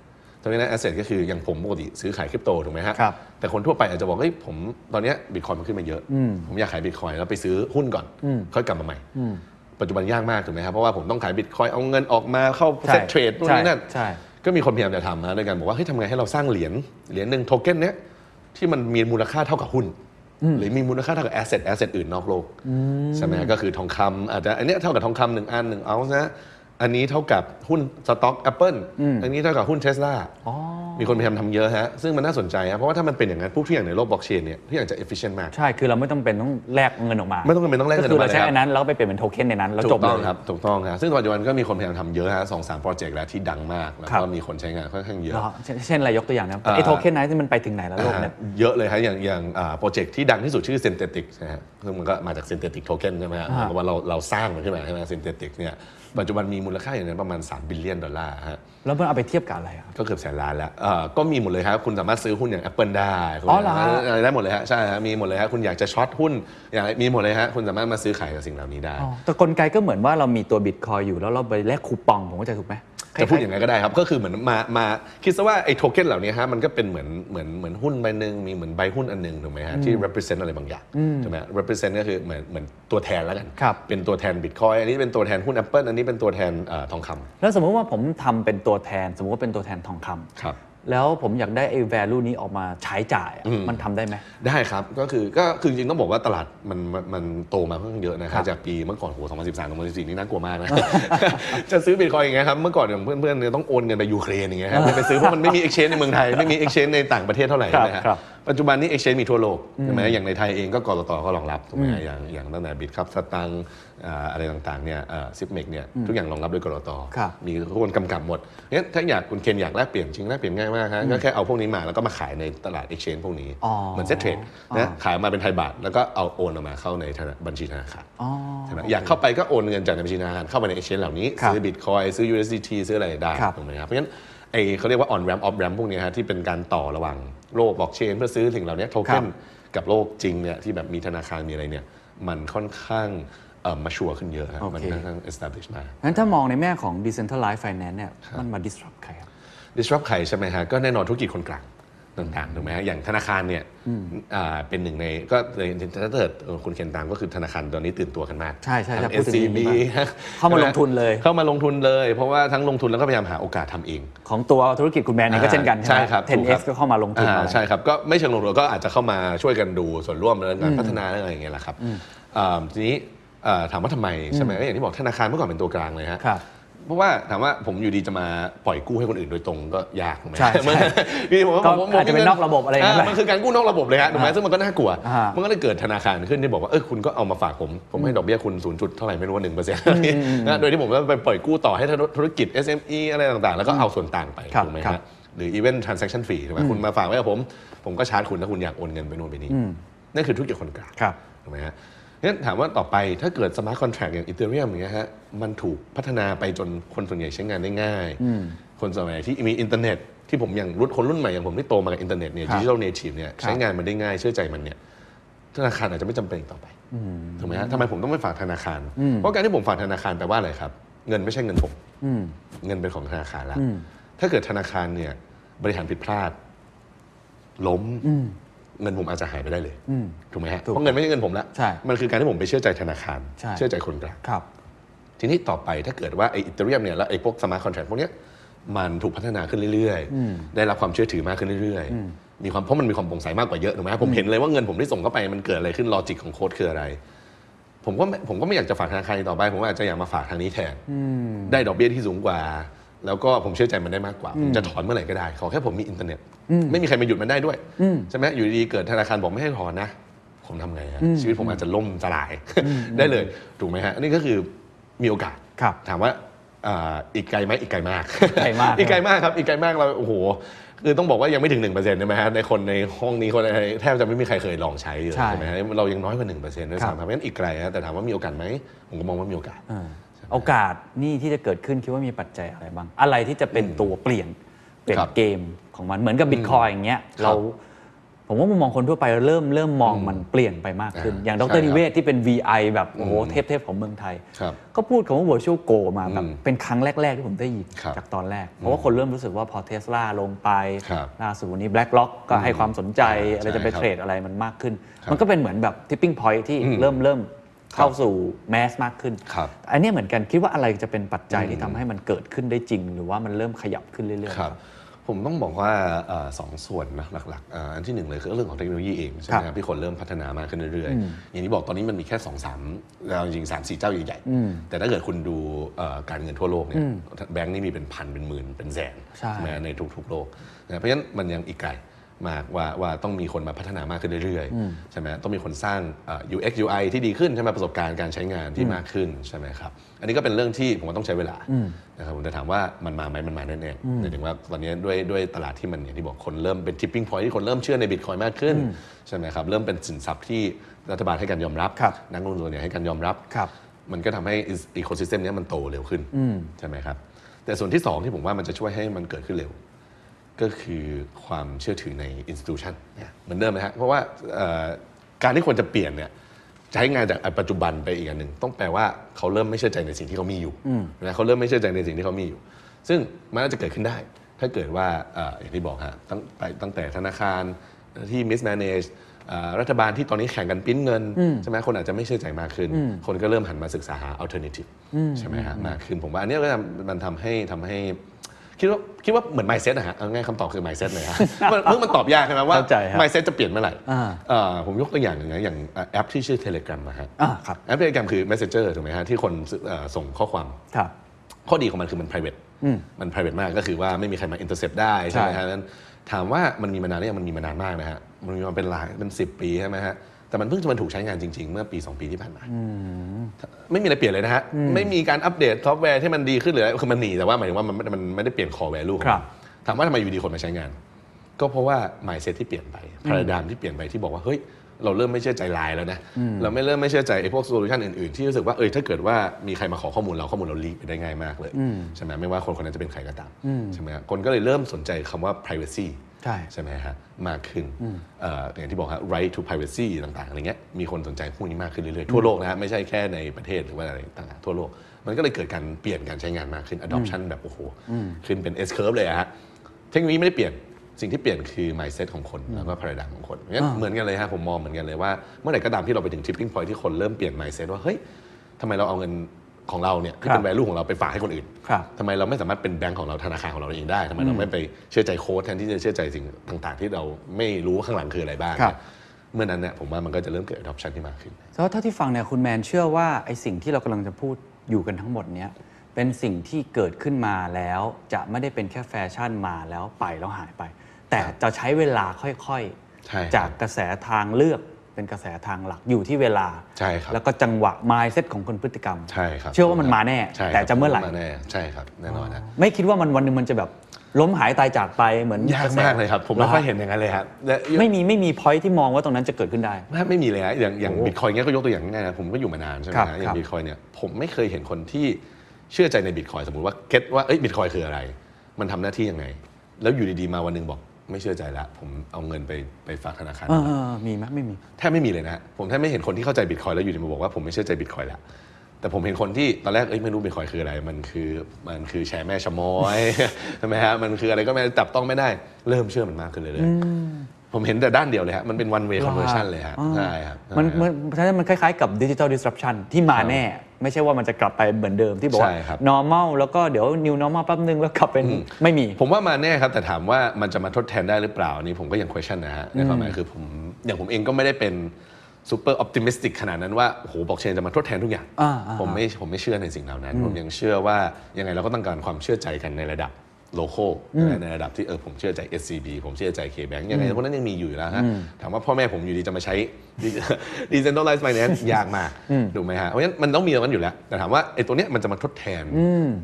E: tokenized asset ก็คืออย่างผมปกติซื้อขายคริปโตถูกไหมฮะ
G: ครับ
E: แต่คนทั่วไปอาจจะบอกเฮ้ยผมตอนเนี้บิตคอย Bitcoin มันขึ้นมาเยอะ ผมอยากขายบิตคอยแล้วไปซื้อหุ้นก่อน ค่อยกลับมาใหม่ ปัจจุบันยากมากถูกไหมครับ เพราะว่าผมต้องขายบิตคอยเอาเงินออกมาเข้า
G: ใช่
E: เซ็ตเทรดนู่นนี่นั่น
G: ใช่ใช่
E: ก็มีคนพยายามจะทำนะด้วยกันบอกว่าเฮ้ยทำไงให้เราสร้างเหรียญเหรียญหนึ่งโทเก้นเนี้ยที่มันมีมูลค่าเท่ากับหุ้น หรือมีมูลค่าเท่ากับแอสเซทแอสเซทอื่นนอกโลกใช่ไหมก็คือทองคำอาจจะอันเนี้ยเท่ากับทองคำหนึ่งอันหนึ่งเอานะอันนี้เท่ากับหุ้นสต็อกแอปเปิลอันนี้เท่ากับหุ้นเทสลามีคนพยายามทำเยอะฮะซึ่งมันน่าสนใจฮะเพราะว่าถ้ามันเป็นอย่างนั้นพวกทุกอย่างในโลกบล็อกเชนเนี่ยทุกอย่างจะ efficient มาก
G: ใช่ คือเราไม่ต้องเป็นต้องแลกเงินออกมา
E: ไม่ต้องเป็นต้องแลกเงินอ
G: คือ
E: อกมา
G: เราใช้
E: เลยครับ
G: อันนั้นแล้วก็ไปเปลี่ยนเป็นโทเค็นในนั้น แล้วจบ
E: ถูก
G: เล
E: ต้อง
G: ย
E: ครับถูกต้องครับซึ่งปัจจุบันก็มีคนพยายามทำเยอะฮะสองสามโปรเจกต์แล้วที่ดังมาก แล้ว
G: ครั
E: ก็
G: บ
E: มีคนใช้งานค่อนข้างเยอะ
G: เหรอเช่นเช่นอะไรยกตัวอย่างนะครับ
E: อ่า
G: ไอ้โทเค็นนั้นมันไปถึงไหนแล้วโลกเนี่ย
E: อ่าเยอะเลยฮะอย่างอย่างโปรเจกต์ที่ดังที่สุดชื่อ synthetic นะฮะซึ่งมันก็มาจาก synthetic token ใช่ไหมฮะหมายความว่าเราเราสร้างมันขึ้นมาใช่ไหม synthetic เนี่ย ปัจจุบันมีมูลค่าอย่างนั้นประมาณ 3 บิลเลียนดอลลาร์ฮะ
G: แล้วมันเอาไปเทียบกับอะไรครับ
E: ก็เกือบแสนล้านแล้วเอ่อก็มีหมดเลยครับ คุณสามารถซื้อหุ้นอย่าง Apple ได้คุณ
G: อ๋อเหรอฮะ
E: เอ่อได้หมดเลยฮะ ใช่ฮะ มีหมดเลยฮะ คุณอยากจะช็อตหุ้น อย่างไรมีหมดเลยฮะ คุณสามารถมาซื้อขายกับสิ่งเหล่านี้ได้
G: อ๋อแต่กลไกก็เหมือนว่าเรามีตัวบิตคอยอยู่แล้วเราไปแลกคูปองผมเข้าใจถูกไหม
E: จะพูดอย่างไรก็ได้ครับ ก็คือเหมือนมา มาคิดซะว่าไอ้โทเค็นเหล่านี้ฮะ มันก็เป็นเหมือน เหมือน เหมือนหุ้นใบหนึ่งมีเหมือนใบหุ้นอันหนึ่งถูกไหมฮะ ที่ represent อะไรบางอย่างใช่ไหม represent ก็คือเหมือน เหมือนตัวแทนแล้วกัน เป็นตัวแทนบิตคอยอันนี้เป็นตัวแทนหุ้น Apple อันนี้เป็นตัวแทนเอ่อทองคำ
G: แล้วสมมุติว่าผมทำเป็นตัวแทน สมมุติว่าเป็นตัวแทนทองคำ
E: ครับ
G: แล้วผมอยากได้ไอ้ value นี้ออกมาใช้จ่ายอะมันทำได้ไหม
E: ได้ครับ ก็คือก็คือจริงๆต้องบอกว่าตลาดมันมันมันโตมาค่อนข้างเยอะนะครับจากปีเมื่อก่อนโห2013 2014 นี่น่ากลัวมากนะ (laughs) จะซื้อบิตคอยน์อย่างเงี้ยครับเมื่อก่อนอย่างเพื่อนๆเนี่ยต้องโอนเงินไปยูเครนอย่างเงี้ยครับไปซื้อเพราะมันไม่มี exchange ในเมืองไทย ไม่มี exchange ในต่างประเทศเท่าไหร่
G: ครับ
E: นะฮะ
G: ครับ
E: ปัจจุบันนี้ exchange มีทั่วโลกใช่ไหมอย่างในไทยเองก็กรตก็รองรับถูกไหมฮะอย่างอย่างตั้งแต่บิตครับสตังค์อ่าอะไรต่างๆเนี่ยซิปเมกเนี่ยทุกอย่างรองรับด้วยกรต
G: ครับ
E: มีทุกคนกำกับหมดงั้นถ้าอยากคุณเคนอยากแลกเปลี่ยนจริงแลกเปลี่ยนง่ายมากฮะก็แค่เอาพวกนี้มาแล้วก็มาขายในตลาด exchange พวกนี้
G: อ๋อ
E: เหมือนเซ็ตเทรดนะขายมาเป็นไทยบาทแล้วก็เอาโอนออกมาเข้าในธนาบัญชีธนาคาร
G: อ๋อ
E: ใช่ไหมอยากเข้าไปก็โอนเงินจากในบัญชีธนาคารเข้าไปใน exchange เหล่านี้
G: ครับ
E: ซื้อบิตคอยซื้อ USDT ซื้ออะไรได้
G: ครับ
E: ถูกไหมครับเพราะฉะนั้นไอเขาเรียกว่า on ramp off ramp พวกนี้ฮะที่เป็นการต่อระหว่างโลกบล็อกเชนเพื่อซื้อถึงเหล่านี้โทเค็นกับโลกจริงเนี่ยที่แบบมีธนาคารมีอะไรเนี่ยมันค่อนข้างเอ่อมาชัวร์ขึ้นเยอะฮะมันค่อนข้าง establish มาก
G: งั้นถ้ามองในแง่ของ decentralized finance เนี่ยมันมา disrupt ใครครับ
E: disrupt ใครใช่ไหมฮะ ก็แน่นอนธุรกิจคนกลางต่างๆถูกไหมฮะ อย่างธนาคารเนี่ยอ่าเป็นหนึ่งในก็เลยถ้าเกิดเอ่อคุณเคนตามก็คือธนาคารตอนนี้ตื่นตัวกันมาก
G: ใช่ใช่
E: ทั้
G: จะ
E: ง
G: พูดถึง
E: SCB
G: เรื่องนี้บ้างเข้ามาลงทุนเลย
E: เข้ามาลงทุนเลย เพราะว่าทั้งลงทุนแล้วก็พยายามหาโอกาสทำเอง
G: ของตัวธุรกิจคุณแมนเองก็เช่นกัน
E: ใช่
G: ใช่ไหม
E: ครับถูครับ
G: 10x ก็เข้ามาลงทุน
E: อ่
G: อะไร
E: ใช่ครับ ก็ไม่เชิงลงทุนก็อาจจะเข้ามาช่วยกันดูส่วนร่วมเรื่องการพัฒนาเรื่องอะไรอย่างเงี้ยแหละครับอ่าทีนี้อ่าถามว่าทำไมใช่ไหมก็อย่างที่บอกธนาคารเมื่อก่อนเป็นตัวกลางเลยฮะ
G: ครับ
E: เพราะว่าถามว่าผมอยู่ดีจะมาปล่อยกู้ให้คนอื่นโดยตรงก็ยากถูกไหม
G: ใช่ใช่
E: เมื่ออยู่ดีผมว่า
G: ก็
E: ผมผม
G: อาจจะเป็นนอกระบบอะไรอย่างเงี้ย
E: ามันคือการกู้นอกระบบเลยฮะถูกไหมซึ่งมันก็น่ากลัว
G: อ่ามั
E: มันก็เลยเกิดธนาคารขึ้นที่บอกว่าเออคุณก็เอามาฝากผมผมให้ดอกเบี้ยคุณศูนย์จุดเท่าไหร่ไม่รู้ว่าหนึ่งเปอร์เซ็นต์โดยที่ผมก็ไปปล่อยกู้ต่อให้ธุรกิจ SME อะไรต่างๆ แล้วก็เอาส่วนต่างไป
G: ครับ
E: ถูกไหม
G: ครั
E: ฮะ
G: บ
E: หรือ even transaction fee ถูกไหมคุณมาฝากไว้กับผม ผมก็ชาร์จคุณถ้าคุณอยากโอนเงินไปนู่นไปนี่ นั่นคือธุรกิจคนกลาง
G: ครับ
E: ถูกไหมฮะงั้นถามว่าต่อไปถ้าเกิด smart contract อย่าง Ethereum อย่างเงี้ยฮะมันถูกพัฒนาไปจนคนส่วนใหญ่ใช้งานได้ง่าย คนส่วนใหญ่ที่มีอินเทอร์เน็ต ที่ผมอย่างรุ่นคนรุ่นใหม่อย่างผมที่โตมากับอินเทอร์เน็ตเนี่ย
G: ครับ
E: ดิจิทัลเนทีฟเนี่ย
G: ครับ
E: ใช้งานมันได้ง่ายเชื่อใจมันเนี่ย ธนาคารอาจจะไม่จำเป็นอีกต่อไปถูกไหมฮะทำไมผมต้องไปฝากธนาคาร เพราะการที่ผมฝากธนาคารแปลว่าอะไรครับ เงินไม่ใช่เงินผมเงินเป็นของธนาคารแล้วถ้าเกิดธนาคารเนี่ยบริหารผิดพลาด ล้มเงินผมอาจจะหายไปได้เลยถูกไหมฮะ
G: ถูก
E: เพราะเงินไม่ใช่เงินผมละ
G: ใช่
E: มันคือการที่ผมไปเชื่อใจธนาคาร
G: ใช่
E: เชื่อใจคนกลาง
G: ครับ
E: ทีนี้ต่อไปถ้าเกิดว่าไออิตาเลียมเนี่ยแล้วไอพวกสมาร์ทคอนแทรคพวกเนี้ยมันถูกพัฒนาขึ้นเรื่อยๆ ได้รับความเชื่อถือมากขึ้นเรื่อยๆ มีความเพราะมันมีความโปร่งใสมากกว่าเยอะถูกไหมผมเห็นเลยว่าเงินผมที่ส่งเข้าไปมันเกิดอะไรขึ้นลอจิกของโค้ดคืออะไร ผมก็ไม่ผมก็ไม่อยากจะฝากธนาคารอีกต่อไป ผมอาจจะอยากมาฝากทางนี้แทนได้ดอกเบี้ยที่สูงกว่า แล้วก็ผมเชื่อใจมันได้มากกว่า ผมจะถอนเมื่อไหร่ก็ได้ ขอแค่ผมมีอินเทอร์เน็ต ไม่มีใครมาหยุดมันได้ด้วยใช่ไหมอยู่ดีๆเกิดธนาคารบอกไม่ให้ถอนนะ ผมทำไงฮะชีวิตผมอาจจะล่มสลาย ได้เลยถูกไหมฮะอันนี่ก็คือมีโอกาส
G: ครับ
E: ถามว่าอ่าอีกไกลไหมอีกไกลมาก
G: ไกลมาก
E: (laughs) อีกไกลมากครับอีกไกลมากเราโอ้โหคือต้องบอกว่ายังไม่ถึง1%นใช่ไหมฮะในคนในห้องนี้คนอะไรแทบจะไม่มีใครเคยลองใช้เลย
G: ใช่
E: ใช่ไหมฮะเรายังน้อยกว่า1%ด้วยซ้ำครับเพราะฉะนั้นอีกไกลฮะแต่ถามว่ามีโอกาสไหมผมก็มองว่ามีโอกาส
G: อ่าโอกาสนี่ที่จะเกิดขึ้นคิดว่ามีปัจจัยอะไรบ้าง อะไรที่จะเป็นตัวเปลี่ยนเปลี่ยน
E: ครับ
G: เกมของมันเหมือนกับบิตคอยอย่างเงี้ยเรา ผมว่ามุมมองคนทั่วไปเริ่มเริ่มมองมันเปลี่ยนไปมากขึ้น
E: อ่า
G: อย่างด
E: ใช่ครั
G: ร
E: บ
G: นิเวศที่เป็น VI แบบโอ้โหเทพเทพๆของเมืองไทย
E: ครับ
G: ก็พูดคำว่า virtual go มาแบบ
E: อืม
G: เป็นครั้งแรก ๆ ที่ผมได้ยิน
E: ครับ
G: จากตอนแรก เพราะว่าคนเริ่มรู้สึกว่าพอเทสลาลงไป
E: ครับ
G: ล่าสุดวันนี้ BlackRock ก็ให้ความสนใจ
E: อ่า
G: อะไรจะไป
E: ใช่ครับ
G: เทรดอะไรมันมากขึ้น
E: ครับ
G: มันก็เป็นเหมือนแบบ tipping point ที่
E: อืม
G: เริ่มเริ่มเข้า
E: ครับ
G: สู่แมสมากขึ้น
E: ครับ
G: อันเนี้ยเหมือนกันคิดว่าอะไรจะเป็นปัจจัยที่ทำให้มันเกิดขึ้นได้จริง หรือว่ามันเริ่มขยับขึ้นเรื่อยๆ
E: ครับผมต้องบอกว่าเอ่อสองส่วนนะหลักๆเอ่ออันที่หนึ่งเลยคือเรื่องของเทคโนโลยีเองใช่ไหม
G: ค
E: ค
G: รั
E: รั
G: บบ
E: ที่คนเริ่มพัฒนามากขึ้นเรื่อยๆ อย่างที่บอกตอนนี้มันมีแค่2องสามเอาจริงสามสี่เจ้าใหญ่ๆ แต่ถ้าเกิดคุณดูเอ่อการเงินทั่วโลกเนี่ยแบงก์นี่มีเป็นพันเป็นหมื่นเป็นแสน
G: ใช่
E: ไหม ในทุกๆโลกนะเพราะฉะนั้นมันยังอีกไกลมากว่าว่าต้องมีคนมาพัฒนามากขึ้นเรื่อยๆใช่ไหมต้องมีคนสร้างเอ่อ UX UI ที่ดีขึ้นใช่ไหมประสบการณ์การใช้งานที่มากขึ้นใช่ไหมครับอันนี้ก็เป็นเรื่องที่ผมว่าต้องใช้เวลานะครับผมจะถามว่ามันมาไหมมันมาแน่ๆหมายถึงว่าตอนนี้ด้วยด้วยตลาดที่มันอย่างที่บอกคนเริ่มเป็น tipping point ที่คนเริ่มเชื่อในบิตคอยมากขึ้นใช่ไหมครับเริ่มเป็นสินทรัพย์ที่รัฐบาลให้การยอมรับ
G: ครับ
E: นักลงทุนเนี่ยให้การยอมรับ
G: ครับ
E: มันก็ทำให้อีโคซิสเต็มนี้ยมันโตเร็วขึ้นใช่ไหมครับ แต่ส่วนที่สองที่ผมว่ามันจะช่วยให้มันเกิดขึ้นเร็ว ก็คือความเชื่อถือใน institution เนี่ยเหมือนเดิมนะฮะเพราะว่าเอ่อการที่ควรจะเปลี่ยนเนี่ยใช้งานจากอันปัจจุบันไปอีกอันหนึ่งต้องแปลว่าเขาเริ่มไม่เชื่อใจในสิ่งที่เขามีอยู่นะเขาเริ่มไม่เชื่อใจในสิ่งที่เขามีอยู่ ซึ่งมันน่าจะเกิดขึ้นได้ ถ้าเกิดว่าเอ่ออย่างที่บอกฮะตั้งไปตั้งแต่ธนาคารที่ mismanage เอ่อรัฐบาลที่ตอนนี้แข่งกันปริ้นเงินใช่ไหมคนอาจจะไม่เชื่อใจมากขึ้น คนก็เริ่มหันมาศึกษาหา alternative ใช่ไหมฮะมากขึ้นผมว่าอันเนี้ยก็จะมันทำให้ทำให้ คิดว่าคิดว่าเหมือน mindset นะฮะเอาง่ายคำตอบคือ mindset
G: (laughs)
E: เลยฮะมันเรื่องมันตอบยากใช่ไหมว่า
G: เข้าใจครับ
E: mindset จะเปลี่ยนเมื่อไหร่
G: อ่า
E: เอ่อผมยกตัวอย่างหนึ่งนะอย่างแอปที่ชื่อ Telegram นะฮะ
G: อ่าครับ
E: แอป Telegram คือ messenger ถูกไหมฮะที่คนเอ่อส่งข้อความ
G: ครับ
E: ข้อดีของมันคือมัน private มัน private มากก็คือว่าไม่มีใครมา intercept ได้ใช่ไหมฮะนั้นถามว่ามันมีมานานหรือยังมันมีมานานมากนะฮะ มันมีมาเป็นหลายเป็น 10 ปีใช่ไหมฮะ แต่มันเพิ่งจะมันถูกใช้งานจริง ๆ เมื่อปี 2 ปีที่ผ่านมา ไม่มีอะไรเปลี่ยนเลยนะฮะ ไม่มีการอัปเดตซอฟต์แวร์ที่มันดีขึ้นหรืออะไรคือมันหนีแต่ว่าหมายถึงว่ามันมันมันไม่ได้เปลี่ยน core value ของ
G: ครั
E: มั
G: บ
E: นถามว่าทำไมอยู่ดีคนมาใช้งาน ก็เพราะว่า mindset ที่เปลี่ยนไป paradigm ที่เปลี่ยนไปที่บอกว่า เฮ้ย เราเริ่มไม่เชื่อใจไลน์แล้วนะ เราไม่เริ่มไม่เชื่อใจไอ้พวกโซลูชันอื่น ๆ ที่รู้สึกว่า เอยถ้าเกิดว่ามีใครมาขอข้อมูลเราข้อมูลเราลีกไปได้ง่ายมากเลย ใช่ไหมไม่ว่าคนคนนั้นจะเป็นใครก็ตาม ใช่ไหมฮะคนก็เลยเริ่มสนใจคำว่า privacy
G: ใช่
E: ใช่ไหมฮะมากขึ้นเอ่ออย่างที่บอกฮะ right to privacy ต่างๆอะไรเงี้ยมีคนสนใจพวกนี้มากขึ้นเรื่อยๆทั่วโลกนะฮะไม่ใช่แค่ในประเทศหรือว่าอะไรต่างๆทั่วโลก มันก็เลยเกิดการเปลี่ยนการใช้งานมากขึ้น adoption แบบโอ้โหขึ้นเป็น S curve เลยอะฮะเทคโนโลยีไม่ได้เปลี่ยนสิ่งที่เปลี่ยนคือ mindset ของคนแล้วก็ paradigm ของคนงั้นเหมือนกันเลยฮะผมมองเหมือนกันเลยว่าเมื่อไหร่ก็ตามที่เราไปถึง tipping point ที่คนเริ่มเปลี่ยน mindset ว่าเฮ้ยทำไมเราเอาเงินของเราเนี่ยที่เป็น
G: ครับ
E: value ของเราไปฝากให้คนอื่น
G: ครับ
E: ทำไมเราไม่สามารถเป็นแบงก์ของเราธนาคารของเราเองได้ทำไมเราไม่ไปเชื่อใจโค้ดแทนที่จะเชื่อใจสิ่งต่างๆ ที่เราไม่รู้ว่าข้างหลังคืออะไรบ้าง
G: ครับ
E: เมื่อนั้นเนี่ยผมว่ามันก็จะเริ่มเกิด adoption ที่มากขึ้น
G: แล้วเท่าที่ฟังเนี่ยคุณแมนเชื่อว่าไอ้สิ่งที่เรากำลังจะพูดอยู่กันทั้งหมดเนี้ยเป็นสิ่งที่เกิดขึ้นมาแล้วจะไม่ได้เป็นแค่แฟชั่นมาแล้วไปแล้วหายไป แต่จะใช้เวลาค่อย
E: ใช่ครับ
G: จากกระแสทางเลือกเป็นกระแสทางหลักอยู่ที่เวลา
E: ใช่ครับ
G: แล้วก็จังหวะ mindset ของคนพฤติกรรม
E: ใช่ครับ
G: เชื่อว่ามันมาแน่
E: ใช่ครับ
G: แต่จะเมื่อไหร่
E: าแน่ใช่ครับแน่นอนนะ
G: ไม่คิดว่ามันวันหนึงมันจะแบบล้มหายตายจากไปเหมือน
E: ยาก
G: ระแส
E: มากเลยครับ ผมไม่ค่อยเห็นอย่างนั้นเลยครับและ
G: ไม่มีไม่มีพอยที่มองว่าตรงนั้นจะเกิดขึ้นได้
E: ไม่ไม่มีเลยฮะอย่างอย่างบิตคอยเนี้ยก็ยกตัวอย่างง่ายๆนะผมก็อยู่มานานใช่ไหม
G: ครับ
E: ฮะอย่า
G: ค
E: ง
G: รับ
E: บิตคอยเนี่ยผมไม่เคยเห็นคนที่เชื่อใจในบิตคอยสมมติว่าเก็ตว่าเอ้ยบิตคอยคืออะไร มันทำหน้าที่ยังไง แล้วอยู่ดีๆมาวันหนึงบอกไม่เชื่อใจละผมเอาเงินไปไปฝากธนาคาร
G: เออเออมีไหมไม่มี
E: แทบไม่มีเลยนะ ผมแทบไม่เห็นคนที่เข้าใจบิตคอยแล้วอยู่ดีมาบอกว่าผมไม่เชื่อใจบิตคอยแล้ว แต่ผมเห็นคนที่ตอนแรกเอ้ยไม่รู้บิตคอยคืออะไร มันคือมันคือแชร์แม่ชะม้อย (laughs) ใช่ไหมฮะ มันคืออะไรก็ไม่จับต้องไม่ได้ เริ่มเชื่อมันมากขึ้นเลยเลยๆผมเห็นแต่ด้านเดียวเลยฮะ มันเป็น one way conversion เลยฮะ
G: อ่า
E: ใช่ครับ
G: มัน
E: ใช่ครับ
G: มันฉะนั้นมันคล้ายๆกับดิจิ t a ล disruption ที่มาแน่ ไม่ใช่ว่ามันจะกลับไปเหมือนเดิมที่บอกว่า
E: ใช่ครับ
G: normal แล้วก็เดี๋ยว new normal แป๊บนึงแล้วกลับเป็นไม่มี
E: ผมว่ามาแน่ครับ แต่ถามว่ามันจะมาทดแทนได้หรือเปล่าอันนี่ผมก็ยัง question นะฮะในความหมายคือผมอย่างผมเองก็ไม่ได้เป็นซูเปอร์ออพติมิสติกขนาดนั้นว่าโอ้โหบล็อกเชนจะมาทดแทนทุกอย่าง
G: อ่าอ่า
E: ผมไม่ผมไม่เชื่อในสิ่งเหล่านั้น ผมยังเชื่อว่ายังไงเราก็ต้องการความเชื่อใจกันในระดับโลโก้ในระดับที่เออผมเชื่อใจ SCB ผมเชื่อใจ KBank ยังไงพวกนั้นยังมีอยู่อยู่แล้วฮะถามว่าพ่อแม่ผมอยู่ดีจะมาใช้ (laughs) decentralized finance ยากมากถูกไหมฮะเพราะฉะนั้นมันต้องมีตรงนั้นอยู่แล้ว แต่ถามว่าไอ้ตัวเนี้ยมันจะมาทดแทน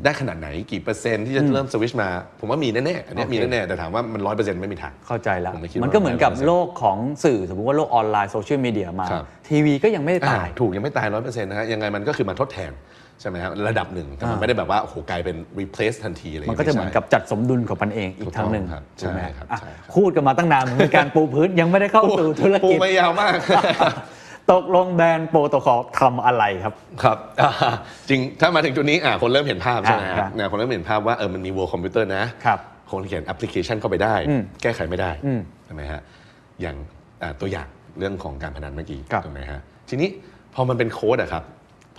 E: ได้ขนาดไหนกี่เปอร์เซ็นต์ที่จะเริ่มสวิชมา ผมว่ามีแน่ๆอันเนี้ยมีแน่ๆแต่ถามว่ามันร้อยเปอร์เซ็นต์ไม่มีทาง
G: เข้าใจแล้ว
E: ผมไม่คิดว่ามั
G: มันก็เหมือนกับ
E: 100%
G: โลกของสื่อ สมมติว่าโลกออนไลน์โซเชียลมีเดียมา
E: ครับ
G: ทีวีก็ยังไม่ได้ตาย
E: อ่ถูกยังไม่ตายร้อยเปอร์เซ็นต์นะฮะยังไงมันก็คือมาทดแทนใช่ไหมครับระดับหนึ่งแต่มันไม่ได้แบบว่าโอ้โหกลายเป็น replace ทันทีอะไรย่าง
G: มัน
E: งี้ย
G: ก็จะเหมือน
E: ไใช่
G: กับจัดสมดุลของมันเองอีกทางหนึ่ง
E: ถูกต้องครับ
G: ถูกไหม
E: ใช่ครับ
G: อ่ะ
E: ใช่ครับ
G: พูดกันมาตั้งนานมันเป็นการปูพื้นยังไม่ได้เข้าสู่ธุร
E: ปู
G: กิจ
E: ไม่ยาวมาก
G: (laughs) ตกลงแบรนด์โปรโตคอลทำอะไรครับ
E: ครับ (laughs) อ่าจริงถ้ามาถึงจุดนี้อ่าคนเริ่มเห็นภาพใช่ไหม
G: อ่า
E: ฮะ
G: ครับ
E: นะคนเริ่มเห็นภาพว่าเออมันมี World Computer นะครับ คนเขียนแอปพลิเคชันเข้าไปได้
G: อืม
E: แก้ไขไม่ได้
G: อืม
E: ใช่ไหมฮะอย่างอ่าตัวอย่างเรื่องของการพนันเมื่อกี้
G: ครับ
E: ถูกไหมฮะทีนี้พอมันเป็นโค้ดอะครับ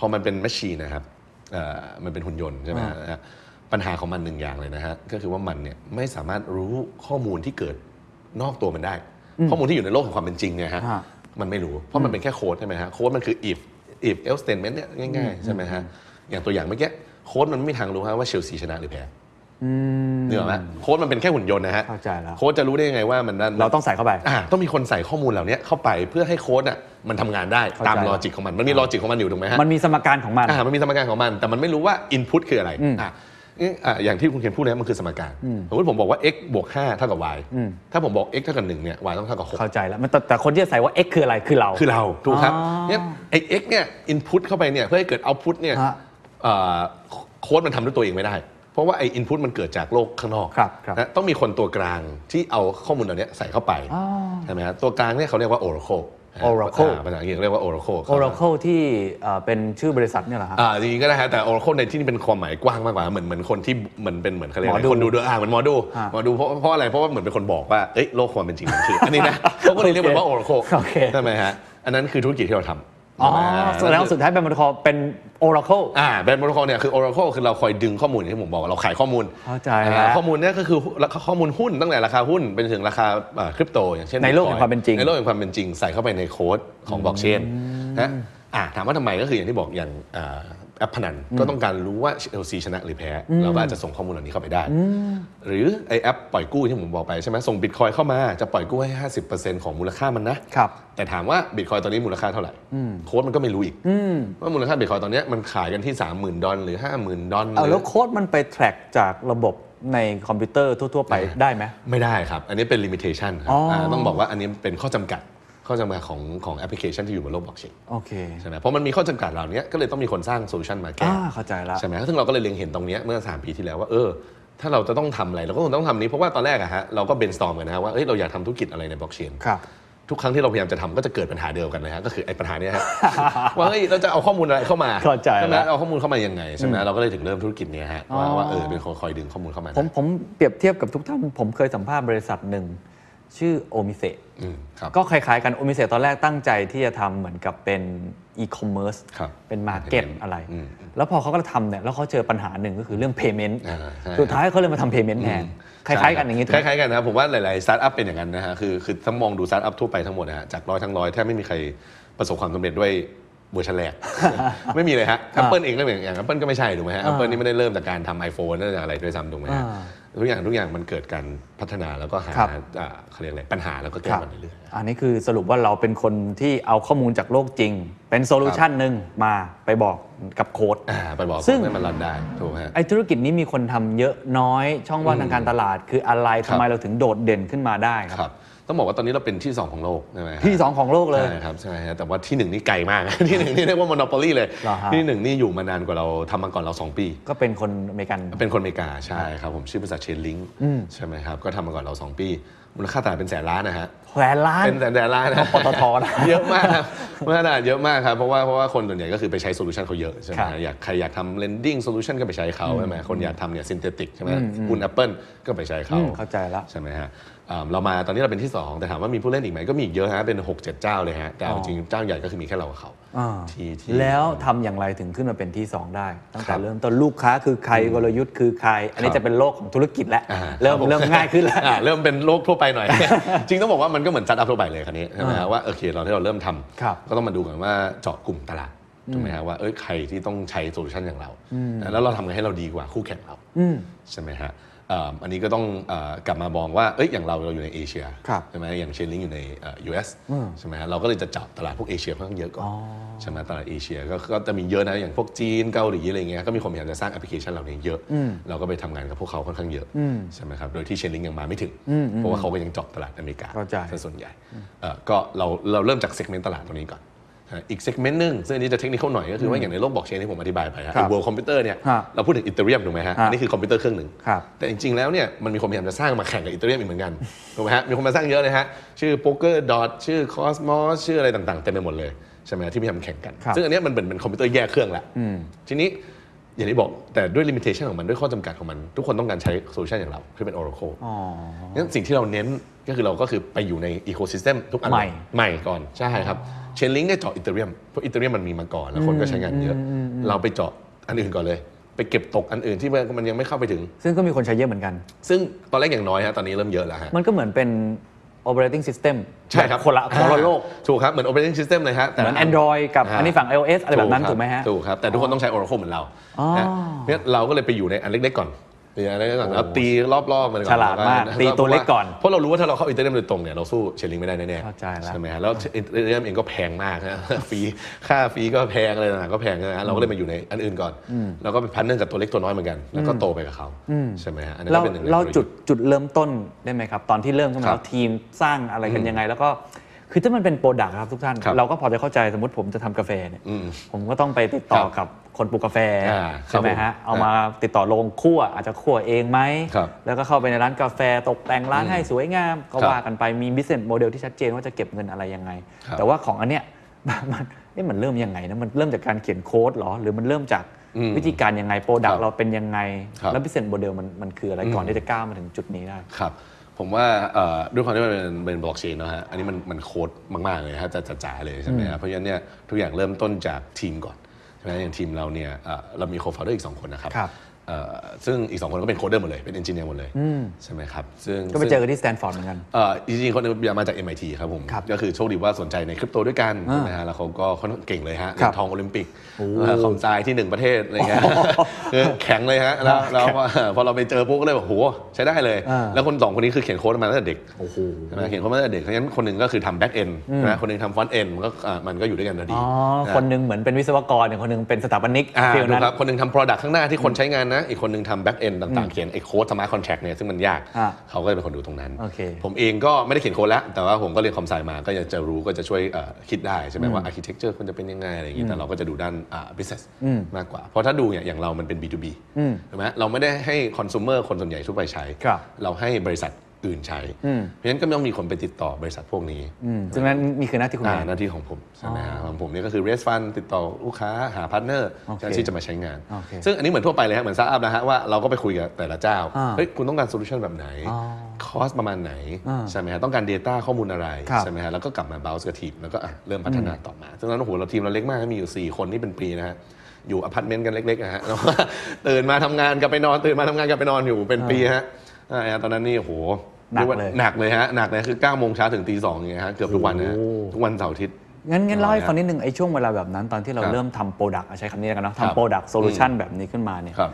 E: พอมันเป็นแมชชีนนะครับเอ่อมันเป็นหุ่นยนต์ใช่ไหมฮะปัญหาของมันหนึ่งอย่างเลยนะฮะก็คือว่ามันเนี่ยไม่สามารถรู้ข้อมูลที่เกิดนอกตัวมันได้ ข้อมูลที่อยู่ในโลกของความเป็นจริงเนี่ยฮะ
G: ฮะ
E: มันไม่รู้ เพราะมันเป็นแค่โค้ดใช่ไหมฮะ โค้ดมันคือ if if else statement เนี่ยง่ายๆ ใช่ไหมฮะ อย่างตัวอย่างเมื่อกี้โค้ดมันไม่มีทางรู้ฮะว่าเชลซีชนะหรือแพ้เนื้ออกไหมโค้ดมันเป็นแค่หุ่นยนต์นะฮะ
G: เข้าใจแล้ว
E: โค้ดจะรู้ได้ยังไงว่ามันนั่น
G: เราต้องใส่เข้าไป
E: อ่าต้องมีคนใส่ข้อมูลเหล่านี้เข้าไปเพื่อให้โค้ดอ่ะมันทำงานได้
G: เข้าใจ
E: ตาม
G: แล้ว
E: ลอจิกของมัน มันมีลอจิกของมันอยู่ถูกไหมฮะ
G: มันมีสมการของมัน
E: อ่ามันมีสมการของมัน แต่มันไม่รู้ว่า input คืออะไรอ่ะ เอ๊ะอ่ะอย่างที่คุณเคนพูดนะมันคือสมการสมมติผมบอกว่า x บวก5เท่ากับ y ถ้าผมบอก x เท่ากับ1เนี่ย y ต้องเท่ากับ6
G: เข้าใจแล้วมันแต่แต่คนที่จะใส่ว่า x คืออะไรคือเรา
E: คือเราถูกครับ
G: อ๋อ
E: เนี่ยไอ้ x เนี่ย input เข้าไปเนี่ยเพื่อให้เกิด output เนี่ย
G: ฮะ
E: เอ่อโค้ดมันทำด้วยตัวเองไม่ได้ เพราะว่าไอ้ input มันเกิดจากโลกข้างนอก
G: ครับครับ
E: นะต้องมีคนตัวกลางที่เอาข้อมูลเหล่านี้ใส่เข้าไปใช่ไหมครับตัวกลางเนี่ยเขาเรียกว่า oracle นะฮะ
G: Oracle
E: อ่าภาษาอังกฤษเรียกว่า oracle ครับ
G: Oracle ที่เอ่อเป็นชื่อบริษัทเนี่ยเหรอฮะ
E: อ่าจริงๆก็ได้ฮะแต่ Oracle ในที่นี่เป็นความหมายกว้างมากกว่าเหมือนเหมือนคนที่เหมือนเป็นเหมือนเขาเรียกอะ
G: หม
E: ไร
G: อดู
E: คนดูดูอ่าเหมือนหมอดู
G: ฮะ
E: หมอดูเพราะเพราะอะไรเพราะว่าเหมือนเป็นคนบอกว่าเอ้ยโลกความเป็นจริงมันคืออันนี้
G: (laughs)
E: นะเขาก็เลยเรียกมันว่า Oracle
G: โอเค
E: ใช่ไหมฮะอันนั้นคือธุรกิจที่เราทำ
G: อ๋อ
E: ใช่ไหมฮะ
G: แสดงว่าสุดท้ายเป็นมันคอเป็น Oracle
E: อ่าแบรนด์ Oracle เนี่ยคือ Oracle คือเราคอยดึงข้อมูลอย่างที่ผมบอกว่าเราขายข้อมูล
G: เข้าใจ
E: อ่า
G: แล้ว
E: ข้อมูลเนี่ยก็คือข้อมูลหุ้นตั้งแต่ราคาหุ้นเป็นถึงราคาเอ่อคริปโตอย่างเช่น
G: ในโลกแห่ง
E: Bitcoin
G: ความเป็นจริง
E: ในโลกแห่งความเป็นจริงใส่เข้าไปในโค้ดของบล็อกเชนนะอ่ะถามว่าทำไมก็คืออย่างที่บอกอย่างอ่าแอปพนันก็ต้องการรู้ว่าเอลซีชนะหรือแพ้ เราก็อาจจะส่งข้อมูลเหล่านี้เข้าไปได้ หรือไอแอปปล่อยกู้ที่ผมบอกไปใช่ไหมส่งบิตคอยเข้ามาจะปล่อยกู้ให้ 50%ของมูลค่ามันนะ
G: ครับ
E: แต่ถามว่าบิตคอยตอนนี้มูลค่าเท่าไหร่ โค้ดมันก็ไม่รู้อีกว่ามูลค่าบิตคอยตอนเนี้ยมันขายกันที่ 30,000 ดอลหรือ 50,000 ดอลห
G: เอา
E: รือ
G: แล้วโค้ดมันไปแทร็กจากระบบในคอมพิวเตอร์ทั่ว ๆ ไปได้ไหม
E: ไม่ได้ครับ อันนี้เป็น limitation ครั
G: อ๋ออ่
E: บาต้องบอกว่าอันนี้เป็นข้อจำกัด ข้อจำกัดของของแอปพลิเคชันที่อยู่บนโลกบล็อกเชน
G: โอเค
E: ใช่ไหมเพราะมันมีข้อจำกัดเหล่านี้ก็เลยต้องมีคนสร้างโซลูชันมาแก้
G: อ่าเข้าใจละ
E: ใช่ไหมซึ่งเราก็เลยเล็งเห็นตรงเนี้ยเมื่อ 3 ปีที่แล้วว่าเออ ถ้าเราจะต้องทำอะไร เราก็คงต้องทำนี้เพราะว่าตอนแรกอะฮะเราก็เบนสตอมกันนะฮะว่าเอ้ยเราอยากทำธุรกิจอะไรในบล็อกเชน
G: ครับ
E: ทุกครั้งที่เราพยายามจะทำก็จะเกิดปัญหาเดียวกันนะฮะก็คือไอ้ปัญหาเนี้ย
G: (laughs)
E: ฮะ ว่าเฮ้ยเราจะเอาข้อมูลอะไรเข้ามา
G: เข้าใจ
E: ช่ไหม
G: ละ
E: เอาข้อมูลเข้ามายังไงใช่ไหมเราก็เลยถึงเริ่มธุรกิจเนี้ยฮะว่าว่าเออเป็นคนคอยดึงข้อมูลเข้ามา
G: ผมผมเปรียบเทียบกับทุกท่าน ผมเคยสัมภาษณ์บริษัทหนึ่ง ชื่อโอมิเซ
E: อืมครับ
G: ก็คล้ายๆกันโอมิเซตอนแรกตั้งใจที่จะทำเหมือนกับเป็นอีคอมเมิร์ซ
E: ครับ
G: เป็นมาเก็ตอะไร
E: อืม
G: แล้วพอเขาก็ทำเนี่ยแล้วเขาเจอปัญหาหนึ่งก็คือเรื่อง Payment
E: อ่าใช่
G: สุดท้ายเขาเลยมาทำ Payment แทนคล้าย ๆ กันอย่างนี้
E: นี้
G: ถู
E: ค
G: กไหม
E: ล้ายๆกันนะครับผมว่าหลายๆสตาร์ทอัพเป็นอย่างนั้นนะฮะคือคือถ้ามองดูสตาร์ทอัพทั่วไปทั้งหมดนะฮะจากร้อยทั้งร้อยแทบไม่มีใครประสบความสำเร็จด้วยเวอร์ชันแรก (laughs) ไม่มีเลยฮะแอปเปิลเองก็เหมือนอย่างแอปเปิลก็ไม่ใช่ถูกไหมฮะแอปเปิลนี่ไม่ได้เริ่มจากการทำไอโฟนนั่นอะไรด้วยซ้ำถูกไหมฮะ
G: อ่า
E: ทุกอย่างทุกอย่างมันเกิดการพัฒนาแล้วก็หา
G: ครับ
E: อ่าเขาเรียกอะไรปัญหาแล้วก็แก้
G: ครับ
E: มันเรื่อยๆ
G: อันนี้คือสรุปว่าเราเป็นคนที่เอาข้อมูลจากโลกจริง เป็นโซลูชันหนึ่งมาไปบอกกับโค้ด
E: อ่าไปบอก
G: ซึ่
E: ซึ่
G: ง
E: งให้มันรันได้ถูกไหมฮะ
G: ไอธุรกิจนี้มีคนทำเยอะน้อยช่องว่างทางการตลาด คืออะไร
E: ค
G: ทำ
E: รับ
G: ไมเราถึงโดดเด่นขึ้นมาได้ค
E: ครับ รับต้องบอกว่าตอนนี้เราเป็นที่ 2 ของโลกใช่ไหมฮะ
G: ที่สองของโลกเลย
E: ใช่ครับใช่ฮะแต่ว่าที่หนึ่งนี่ไกลมาก (laughs) ที่หนึ่งนี่เรียกว่ามอนอปอลี่เลย
G: เหรอฮะ
E: ที่หนึ่งนี่อยู่มานานกว่าเราทำมาก่อนเรา 2 ปี
G: ก็เป็นคนอเมริกัน
E: เป็นคนอเมริกาใช่ครับ ผมชื่อบริษัทเชนลิงใช่ไหมครับ ก็ทำมาก่อนเรา 2 ปี มูลค่าตลาดเป็นแสนล้านนะฮะ
G: แผลล้าน
E: เป็นแสนแสนล้านนะ
G: ปตทนะ
E: (laughs) เยอะมากครับมูลค่าตลาดเยอะมากครับ เพราะว่าเพราะว่าคนส่วนใหญ่ก็คือไปใช้โซลูชันเขาเยอะใช่ไหม
G: ครับ
E: ฮะอยากใครอยากทำเลนดิ้งโซลูชันก็ไปใช้เขาใช่ไหมคนอยากทำเนี่ยซินเทติกใช่ไหมคุณแอปเปิลก็ไปใช้เขา
G: อืมเข้าใจละ
E: ใช่ไหมฮะอ่าเรามาตอนนี้เราเป็นที่ 2 แต่ถามว่ามีผู้เล่นอีกไหมก็มีอีกเยอะฮะเป็น 6 7 เจ้าเลยฮะแต่เอา
G: อ๋อ
E: จริงเจ้าใหญ่ก็คือมีแค่เรากับเขา
G: อ่า
E: ที่ที่
G: แล้วทำอย่างไรถึงขึ้นมาเป็นที่ 2 ได้ ตั้ง
E: ครั
G: แต่
E: บ
G: เริ่มต้นลูกค้าคือใครกลยุทธ์คือใคร อันนี้
E: ครับ
G: จะเป็นโลกของธุรกิจแล้ว
E: อ่า
G: เริ่
E: ค
G: ม
E: บผ
G: เริ่มง่ายขึ้นแล้ว
E: อ่าเริ่มเป็นโลกทั่วไปหน่อย (laughs) จริงต้องบอกว่ามันก็เหมือนสตาร์ทอัพทั่วไปเลยคันนี้ใช่ไหมฮะว่าโอเคเราที่เราเริ่มทำ
G: ครับ
E: ก็ต้องมาดูกันว่าเจาะกลุ่มตลาดถูกไหมฮะว่าเอ้ยใครที่ต้องใช้โซลูชันอย่างเราแล้วเราทำไงให้เราดีกว่าคู่แข่งเราใช่ไหมฮะเอ่ออันนี้ก็ต้องเอ่อกลับมามองว่าเอ้ยอย่างเราเราอยู่ในเอเชีย
G: ครับ
E: ใช่ไหมอย่างเชนลิงอยู่ในเอ่อ US ใช่ไหมฮะเราก็เลยจะเจาะตลาดพวกเอเชียค่อนข้างเยอะก่อนใช่ไหมตลาดเอเชียก็ก็จะมีเยอะนะอย่างพวกจีนเกาหลีอะไรเงี้ยก็มีคนพยายามจะสร้างแอปพลิเคชันเหล่านี้เยอะ เราก็ไปทำงานกับพวกเขาค่อนข้างเยอะใช่ไหมครับโดยที่เชนลิงยังมาไม่ถึง เพราะว่าเขาก็ยังเจาะตลาดอเมริกา
G: เข้าใจ
E: ซะส่วนใหญ่เอ่อก็เราเราเริ่มจากเซกเมนต์ตลาดตรงนี้ก่อนนะอีกเซกเมนต์หนึ่งซึ่งอันนี้จะเทคนิคเข้าหน่อยก็คือว่าอย่างในโลกบล็อกเชนที่ผมอธิบายไปฮะ
G: ครับ
E: เวิร์คอมพิวเตอร์เนี่ย
G: ฮะ
E: เราพูดถึงอีเทอริเอมถูกไหมฮะ
G: ฮะ
E: อันนี้คือคอมพิวเตอร์เครื่องหนึ่ง
G: ครับ
E: แต่จริงๆแล้วเนี่ยมันมีคนพยายามจะสร้างมาแข่งกับอีเทอริเอมอีกเหมือนกันถูกไหมฮะมีคนมาสร้างเยอะเลยฮะชื่อโป๊กเกอร์ดอทชื่อคอสมอสชื่ออะไรต่างๆเต็มไปหมดเลยใช่ไหมที่พยายามแข่งกัน
G: ครับ
E: ซึ่งอันเนี้ยมันเป็นเป็นคอมพิวเตอร์แยกเครื่องละทีนี้อย่างที่บอกแต่ด้วย limitation ของมันด้วยข้อจำกัดของมัน ทุกคนต้องการใช้ solution อย่างเราคือเป็น Oracle
G: อ๋อ
E: งั้นสิ่งที่เราเน้นก็คือเราก็คือไปอยู่ในอีโคซิสเต็มทุกอัน
G: ใหม่
E: ใหม่ก่อน ใช่ครับเชนลิงได้เจาะอีเทเรียมเพราะอีเทเรียมมันมีมาก่อน แล้วคนก็ใช้งานเยอะ เราไปเจาะอันอื่นก่อนเลย ไปเก็บตกอันอื่นที่มันยังไม่เข้าไปถึง
G: ซึ่งก็มีคนใช้เยอะเหมือนกัน
E: ซึ่งตอนแรกอย่างน้อยฮะตอนนี้เริ่มเยอะแล้วฮะ
G: มันก็เหมือนเป็น operating system
E: ใช่ครับ
G: คนละคนละโลก
E: ถูกครับ เหมือน operating system เลยฮะแต่
G: เหมือน Android กับ
E: า
G: อันนี้ฝั่ง iOS อะไรแบบนั้น
E: ค
G: ถูกไหมฮะ
E: ถูกครับ แต่ทุกคนต้องใช้ Oracle เหมือนเรา
G: อ๋อ
E: นะเนี่ยเราก็เลยไปอยู่ในอันเล็กๆก่อน หรืออะไรต่างๆแล้วตีรอบๆมันก่อน
G: ฉลาดมาก
E: แ
G: ตีตัวเล็กก่อน
E: เพราะเรารู้ว่าถ้าเราเข้าอินเตอร์เน็ตโดยตรงเนี่ยเราสู้เชลลิงไม่ได้แน่ๆ
G: เข้าใจละ
E: ใช่ไหมฮะแล้วอินเตอร์เน็ตเองก็แพงมาก (laughs) นะ ฟรีค่าฟรีก็แพงอะไรต่างๆก็แพงนะฮะเราก็เลยมาอยู่ในอันอื่นก่อนเราก็ไปพันเนื่องกับตัวเล็กตัวน้อยเหมือนกัน แล้วก็โตไปกับเขาใช่ไหมฮะอันนั้น
G: เรา
E: ก็เป็นหนึ่งใน
G: เรา
E: กลยุทธ์
G: จุดจุดเริ่มต้นได้ไหมครับ ตอนที่เริ่มเข้า
E: ค
G: มา
E: รับ
G: แล้วทีมสร้างอะไรกันยังไง แล้วก็คือถ้ามันเป็นโปรดักต์ครับทุกท่าน
E: ครับ
G: เราก็พอจะเข้าใจสมมติผมจะทำกาแฟเนี่ย
E: อืม
G: ผมก็ต้องไปติดต่อ
E: ครับ
G: กับคนปลูกกาแฟ
E: อ่า
G: ใช่ไหม
E: ครั
G: ฮะ
E: บผม
G: เอามาติดต่อโรงคั่วอาจจะคั่วเองไหม
E: ครับ
G: แล้วก็เข้าไปในร้านกาแฟตกแต่งร้านให้สวยงาม ก็
E: ครับ
G: ว่ากันไปมีบิสเนสโมเดลที่ชัดเจนว่าจะเก็บเงินอะไรยังไง
E: ครับ
G: แต่ว่าของอันเนี้ย (laughs) มันเอ๊ะมันเริ่มยังไงนะมันเริ่มจากการเขียนโค้ดเหรอหรือมันเริ่มจาก
E: อืม
G: วิธีการยังไงโปรดัก
E: ครับ
G: ต์เราเป็นยังไง
E: ครับ
G: แล้ว business model มันมันคืออะไรก่อนที่จะก้าวมาถึงจุดนี้ได้
E: ครับ ผมว่าเอ่อด้วยความที่มันเป็นเป็นบล็อกเชนนะฮะอันนี้มันมันโคตรมาก ๆ เลยนะฮะจะจะจ๋าเลยใช่ไหมครับเพราะฉะนั้นเนี่ยทุกอย่างเริ่มต้นจากทีมก่อนใช่ไหมอย่างทีมเราเนี่ยเอ่อเรามีโคฟาวเดอร์อีก 2 คนนะครับ
G: ครับ
E: เอ่อซึ่งอีก 2 คนก็เป็นโคเดอร์หมดเลย เป็นเอนจิเนียร์หมดเลยใช่ไหมครับซึ่ง
G: ก็ไปเจอกันที่สแตนฟอร์ดเหมือนกัน
E: เอ่อจริงๆคนนึงมาจาก MIT ครับผม
G: ครับ
E: ก็คือโชคดีว่าสนใจในคริปโตด้วยกัน
G: อ่า
E: ใช่ไหมฮะแล้วเขาก็ค่อนข้างเก่งเลยฮะเห
G: ค
E: รี
G: รั
E: ย
G: บ
E: ญทองโอลิมปิกคอมไซที่หนึ่งประเทศอะไรเงี้ยคือแข็งเลยฮะ
G: (laughs)
E: แล้วแล้วพอพอเราไปเจอปุ๊บก็เลยบอกโหใช้ได้เลย
G: อ่า
E: แล้วคนสองคนนี้คือเขียนโค้ดมาตั้งแต่เด็กใช่ไหมเขียนโค้ดมาตั้งแต่เด็กเพราะฉะนั้นคนหนึ่งก็คือทำแบ็กเอนนะคนหนึ่งทำฟอนต์เอนมันก็อ่ามันก็อยู่ด้วยกันพอดี
G: ๋อ
E: นะ
G: คนหนึงเหมือนเป็นวิศวกรอีกคนหนึงเป็นสถาปนิก
E: อ่า
G: ฟิล
E: ดู
G: นั้น
E: ครับ คนหนึ่งทำ Product ข้างหน้าที่คนใช้งานนะ อีกคนหนึ่งทำ Back End ต่างๆ เขียนไอ้โค้ดสมาร์ทคอนแท็กเนี่ยซึ่งมันยาก
G: อ่า
E: เขาก็จะเป็นคนดูตรงนั้น
G: โอเค
E: ผมเองก็ไม่ได้เขียนโค้ดแล้ว แต่ว่าผมก็เรียนคอมไซน์มาก็จะจะรู้ก็จะช่วยเอ่อคิดได้ใช่ไหมว่า Architecture ควรจะเป็นยังไงอะไรอย่างนี้ แต่เราก็จะดูด้านอ่า business มากกว่า เพราะถ้าดูเนี่ยอย่างเรามันเป็น B2B ใช่ไหมเราไม่ได้ให้ consumer คนส่วนใหญ่ทั่วไปใช้
G: ครับ
E: เราให้บริษัทอื่นใช้ เพราะฉะนั้นก็ต้องมีคนไปติดต่อบริษัทพวกนี้
G: อืมซึ่งนั้นนี่คือหน้าที่คุณ
E: อ่า
G: แมน
E: หน้าที่ของผมใช่ไหมฮะของผมเนี่ยก็คือ raise fund ติดต่อลูกค้าหาพาร์ทเนอร์
G: โอเค
E: ที่จะมาใช้งาน
G: โอเค
E: ซึ่งอันนี้เหมือนทั่วไปเลยฮะเหมือนซาอัพนะฮะว่าเราก็ไปคุยกับแต่ละเจ้า
G: อ่า
E: เฮ้ย คุณต้องการโซลูชันแบบไหน คอสประมาณไหน
G: อ่า
E: ใช่ไหมฮะต้องการ Data ข้อมูลอะไร
G: ครับ
E: ใช่ไหมฮะแล้วก็กลับมา bounce กับทีมแล้วก็อ่ะเริ่มพัฒนาต่อมาซึ่งตอนนั้นโอ้โหเราทีมเราเล็กมากมีอยู่ 4 คนนี่เป็นปีนะฮะอยู่อพาร์ตเมนต์กันเล็กๆนะฮะ (laughs) แล้วก็ตื่นมาทำงานกลับไปนอนตื่นมาทำงานกลับไปนอนอยู่เป็นปีฮะอ่าตอนนั้นนี่โอ้โห
G: หนักเลย
E: หนักเลยฮะหนักเลยคือ9ก้าโมงเช้าถึงตีสองอย่างเงี้ยฮะเกือบทุกวันนะฮะทุกวันเสาร์อาทิตย์
G: งั้นงั้นเล่าให้
E: อ่า
G: ฟังนิดนึงไอ้ช่วงเวลาแบบนั้นตอนที่เรา
E: ครับ
G: เริ่มทำโปรดักต์ใช้คำนี้แล้วกันเนาะ
E: ครับ
G: ทำโปรดักต์โซลูชันแบบนี้ขึ้นมาเนี่ย
E: ครับ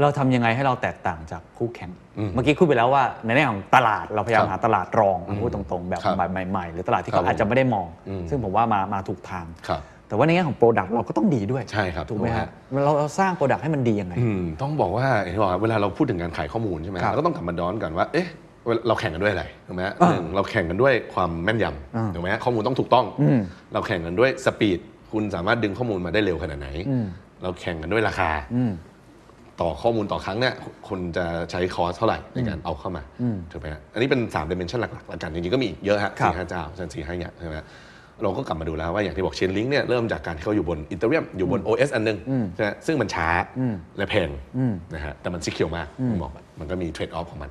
G: เราทำยังไงให้เราแตกต่างจากคู่แข่ง เมื่อกี้พูดไปแล้วว่าในแง่ของตลาดเราพยายาม
E: ครับ
G: หาตลาดรองพูดตรงๆ แบบ
E: ครับ
G: ใหม่ๆ หรือตลาดที่
E: ครับ
G: เขาอาจจะไม่ได้มอง
E: อืม
G: ซึ่งผมว่ามามาถูกทาง
E: ครับ
G: แต่ว่าในแง่ของโปรดักต์เราก็ต้องดีด้วย
E: ใช่ครับ
G: ถูกไหม
E: ถูกครั
G: ฮะ
E: บ
G: เราเราสร้างโปรดักต์ให้มันดียังไง
E: อืมต้องบอกว่าอย่างที่บอกครับเวลาเราพูดถึงการขายข้อมูลใช่ไหม
G: ครับ
E: เราก็ต้องกลับมาย้อนก่อนว่า เอ๊ะเวลาเราแข่งกันด้วยอะไรถูกไหมฮะหนึ่งเราแข่งกันด้วยความแม่นยำถูกไหมฮะข้อมูลต้องถูกต้อง เราแข่งกันด้วยสปีด คุณสามารถดึงข้อมูลมาได้เร็วขนาดไหน เราแข่งกันด้วยราคา ต่อข้อมูลต่อครั้งเนี่ยคุณจะใช้คอสเท่าไหร่ในการเอาเข้ามาถูกไหมฮะอันนี้เป็น3ามดิเมนชันหลักๆแล้วกันจริงๆก็มีอีกเยอะฮะ
G: ครับ
E: สี่ห้าเจ้าสี่ห้าอย่างใช่ไหมฮะเราก็กลับมาดูแล้วว่าอย่างที่บอกเชนลิงเนี่ยเริ่มจากการที่เขาอยู่บนอินเตอร์เรียมอยู่บน OS อันหนึงใช่ไหมซึ่งมันช้าและแพงนะฮะแต่มันซิเคียวมากผมบอกมันมันก็มีเทรดออฟของมัน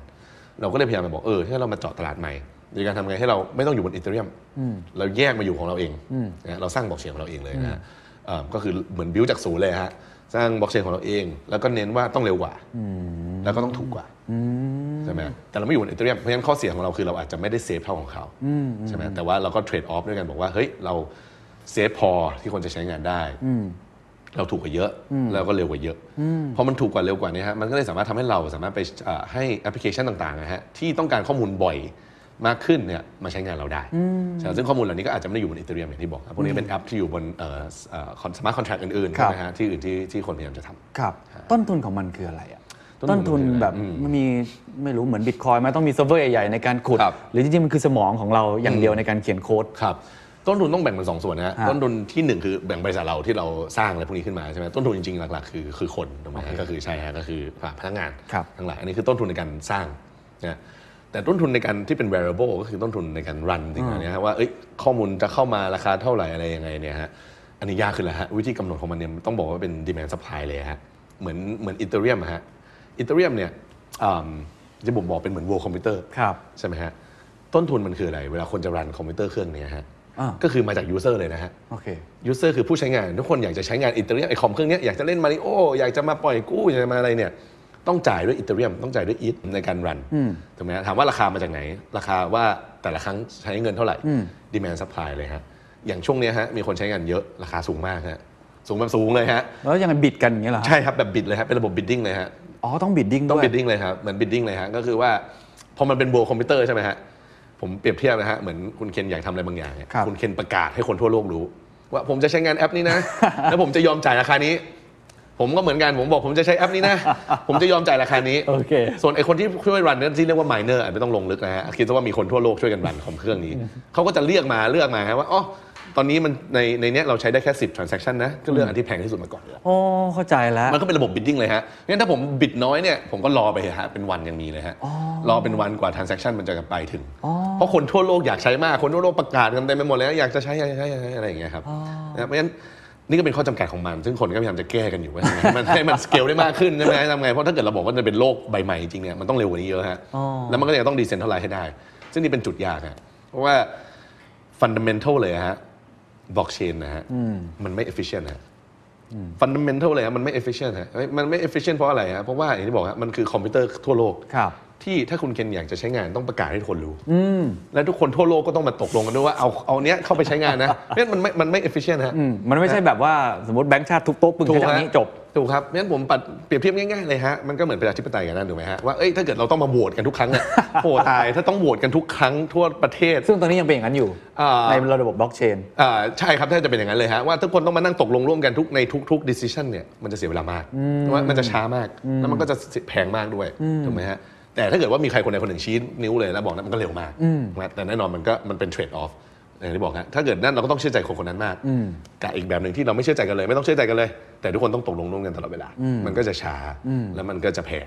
E: เราก็เลยพยายามไปบอกเออถ้าเรามาเจาะตลาดใหม่โดยการทำไงให้เราไม่ต้องอยู่บนอินเตอร์เรียมเราแยกมาอยู่ของเราเองนะฮะเราสร้างบล็อกเชนของเราเองเลยนะฮะเอ่อก็คือเหมือนบิวจากศูนย์เลยฮะสร้างบล็อกเชนของเราเอง แล้วก็เน้นว่าต้องเร็วกว่าแล้วก็ต้องถูกกว่าใช่ไหมแต่เราไม่อยู่บนอินเตอร์เรียมเพราะฉะนั้นข้อเสียของเราคือเราอาจจะไม่ได้เซฟเท่าของเขาใช่ไหมแต่ว่าเราก็เทรดออฟด้วยกันบอกว่าเฮ้ยเราเซฟพอที่คนจะใช้งานได้ เราถูกกว่าเยอะแล้วก็เร็วกว่าเยอะพอมันถูกกว่าเร็วกว่าเนี้ฮะมันก็เลยสามารถทำให้เราสามารถไปเอ่อให้แอปพลิเคชันต่างๆนะฮะที่ต้องการข้อมูลบ่อยมากขึ้นเนี่ยมาใช้งานเราได้ใช่ซึ่งข้อมูลเหล่านี้ก็อาจจะไม่ได้อยู่บนอีเทเรียมอย่างที่บอกครับพวกนี้เป็นแอปที่อยู่บนสมาร์ทคอนแทรคอื่นๆ
G: ครับ
E: นะฮะที่อื่นที่ที่คนพยายามจะทำ
G: ครับ ต้นทุนของมันคืออะไรอะ
E: ต้
G: ต้
E: น
G: น
E: ทุ
G: ทุ
E: น
G: น
E: มันคืออะไร
G: แบบ
E: อืม
G: มันมีไม่รู้เหมือนบิตคอยไหมต้องมีเซิร์ฟเวอร์ใหญ่ๆในการขุด
E: ครับ
G: หรือจริงๆ มันคือสมองของเราอย่างเดียวในการเขียนโค้ด
E: ครับต้นทุนต้องแบ่งเป็นสองส่วนนะฮะ
G: ฮะ
E: ต้นทุนที่หนึ่งคือแบ่งบริษัทเราที่เราสร้างอะไรพวกนี้ขึ้นมาใช่ไหมต้นทุนจริงๆหลักๆคือคือคนถูกไหมฮะก็คือใช่ฮะก็คือพนักงาน
G: ครับ
E: ทั้งหลายอันนี้คือต้นทุนในการสร้างนะแต่ต้นทุนในการที่เป็น variable ก็คือต้นทุนในการ run จริงๆนะฮะว่าเอ้ยข้อมูลจะเข้ามาราคาเท่าไหร่อะไรยังไงเนี่ยฮะอันนี้ยากขึ้นแล้วฮะวิธีกำหนดของมันเนี่ยต้องบอกว่าเป็น demand supply เลยฮะเหมือนเหมือนอีเทเรียมฮะอีเทเรียมเนี่ยอ่ำจะผมบอกเป็นเหมือน world computer
G: ครับ
E: ใช่ไหมฮะต้นทุนมันคืออะไร เวลาคนจะรันคอมพิวเตอร์เครื่องเนี้ยฮะ
G: อ่า
E: ก็คือมาจากยูเซอร์เลยนะฮะ
G: โอเค
E: ยูเซอร์คือผู้ใช้งาน ทุกคนอยากจะใช้งานอิตาเลียไอคอมเครื่องเนี้ยอยากจะเล่นมาริโออยากจะมาปล่อยกู้อยากจะมาอะไรเนี่ยต้องจ่ายด้วยอิตาเลียมต้องจ่ายด้วยอีทในการรันถูกไหมฮะถามว่าราคามาจากไหน ราคาว่าแต่ละครั้งใช้เงินเท่าไหร่ดีแมนซัพพลายเลยฮะอย่างช่วงเนี้ยฮะมีคนใช้งานเยอะราคาสูงมากฮะสูงแบบสูงเลยฮะ
G: แล้วยังไงบิดกันอย่างเงี้ยเหรอฮะ
E: ใช่ครับ แบบบิดเลยครับเป็นระบบบิดดิ้งเลยฮะ
G: อ๋อต้องบิดดิ้งด้วย
E: ต้องบิดดิ้งเลยครับ เหมือนบิดดิ้งเลยฮะก็คือว่าพอมันเป็นโบคอมพิวเตอร์ใช่ไหมฮะผมเปรียบเทียบนะฮะเหมือนคุณเคนอยากทำอะไรบางอย่างเนี่ย
G: ครับ
E: ณเคนประกาศให้คนทั่วโลกรู้ ว่าผมจะใช้งานแอปนี้
G: (laughs)
E: นะ แล้วผมจะยอมจ่ายราคานี้ ผมก็เหมือนกันผมบอกผมจะใช้แอป
G: (laughs)
E: นี้นะ ผมจะยอมจ่ายราคานี้
G: โอเค
E: ส่วนไอ้คนที่ช่วยรันเนี่ยที่เรียกว่า miner อาจไม่ต้องลงลึกนะฮะคิดซะว่ามีคนทั่วโลกช่วยกันรันของเครื่องนี้เขาก็จะเลือกมาเลือกมาฮะว่าอ๋อตอนนี้มันในในเนี้ยเราใช้ได้แค่10 transaction นะก็เลือกอันที่แพงที่สุดมาก่อน
G: อ๋อเข้าใจแล้ว
E: มันก็เป็นระบบบิดดิ้งเลยฮะ งั้นถ้าผมบิดน้อยเนี่ยผมก็รอไปเถอะฮะ เป็นวันยังมีเลยฮะ รอเป็นวันกว่า transaction มันจะไปถึง เพราะคนทั่วโลกอยากใช้มาก คนทั่วโลกประกาศกันเต็มไปหมดแล้วอยากจะใช้อยากจะใช้อยากจะใช้อะไรอย่างเงี้ยครับนะเพราะฉะนั้นนี่ก็เป็นข้อจำกัดของมัน ซึ่งคนก็พยายามจะแก้กันอยู่ (laughs) ว่าทำไงให้มันให้มันสเกลได้มากขึ้นใช่ไหมทำไง เพราะถ้าเกิดเราบอกว่าจะเป็นโลกใบใหม่จริงเนี่ยมันต้องเร็วกว่านี้เยอะฮะ แล้วมันก็จะต้องดีเซนทัลไลซ์ให้ได้ ซึ่งนี่เป็นจุดยากฮะ เพราะว่าฟันดัมเมนทัลเลยฮะ บล็อกเชนนะฮะ มันไม่ efficient ฮะ ฟันดัมเมนทัลเลยฮะมันไม่ efficient ฮะเอ้ยมันไม่ efficient เพราะอะไรฮะเพราะว่าอย่างที่บอกฮะมันคือคอมพิวเตอร์ทั่วโลก
G: ครับ
E: ที่ถ้าคุณเคนอยากจะใช้งานต้องประกาศให้ทุกคนรู้และทุกคนทั่วโลกก็ต้องมาตกลงกันด้วยว่าเอาเอาเนี้ยเข้าไปใช้งาน
G: (laughs)
E: นะเพราะฉะนั้นมันไม่มันไม่ efficient ฮะ
G: อืมมันไม่ใช่แบบว่าสมมติแบงค์ชาติทุบโต๊ะปึง
E: ถูก
G: แค่
E: ฮะ
G: นี้จบ
E: ถูกครับงั้นผมปัดเปรียบเทียบง่ายๆเลยฮะ มันก็เหมือนประชาธิปไตยกันนั่นถูกไหมฮะ ว่า เอ้ย ถ้าเกิดเราต้องมาโหวตกันทุกครั้งเนี่ย โหตาย ถ้าต้องโหวตกันทุกครั้งทั่วประเทศ
G: ซึ่งตอนนี้ยังเป็นอย่างนั้นอยู่
E: อ่า
G: ในระบบบล็อกเชน
E: อ่าใช่ครับ ถ้าจะเป็นอย่างนั้นเลยฮะ ว่าทุกคนต้องมานั่งตกลงร่วมกันทุกในทุกๆ decision เนี่ย มันจะเสียเวลามากว่ามันจะช้ามาก แล้วมันก็จะแพงมากด้วย ถูกไหมฮะ แต่ถ้าเกิดว่ามีใครคนใดคนหนึ่งชี้นิ้วเลยแล้วบอกนะมันก็เร็วมากนะแต่แน่นอนมันก็มันเป็น trade off อย่างที่บอกฮะ ถ้าเกิดนั่นเราก็ต้องเชื่อใจคนคนนั้นมากกับอีกแบบหนึ่งที่เราไม่เชื่อใจกันเลย ไม่ต้องเชื่อใจกันเลย แต่ทุกคนต้องตกลงร่วมกันตลอดเวลา มันก็จะช้า แล้วมันก็จะแพง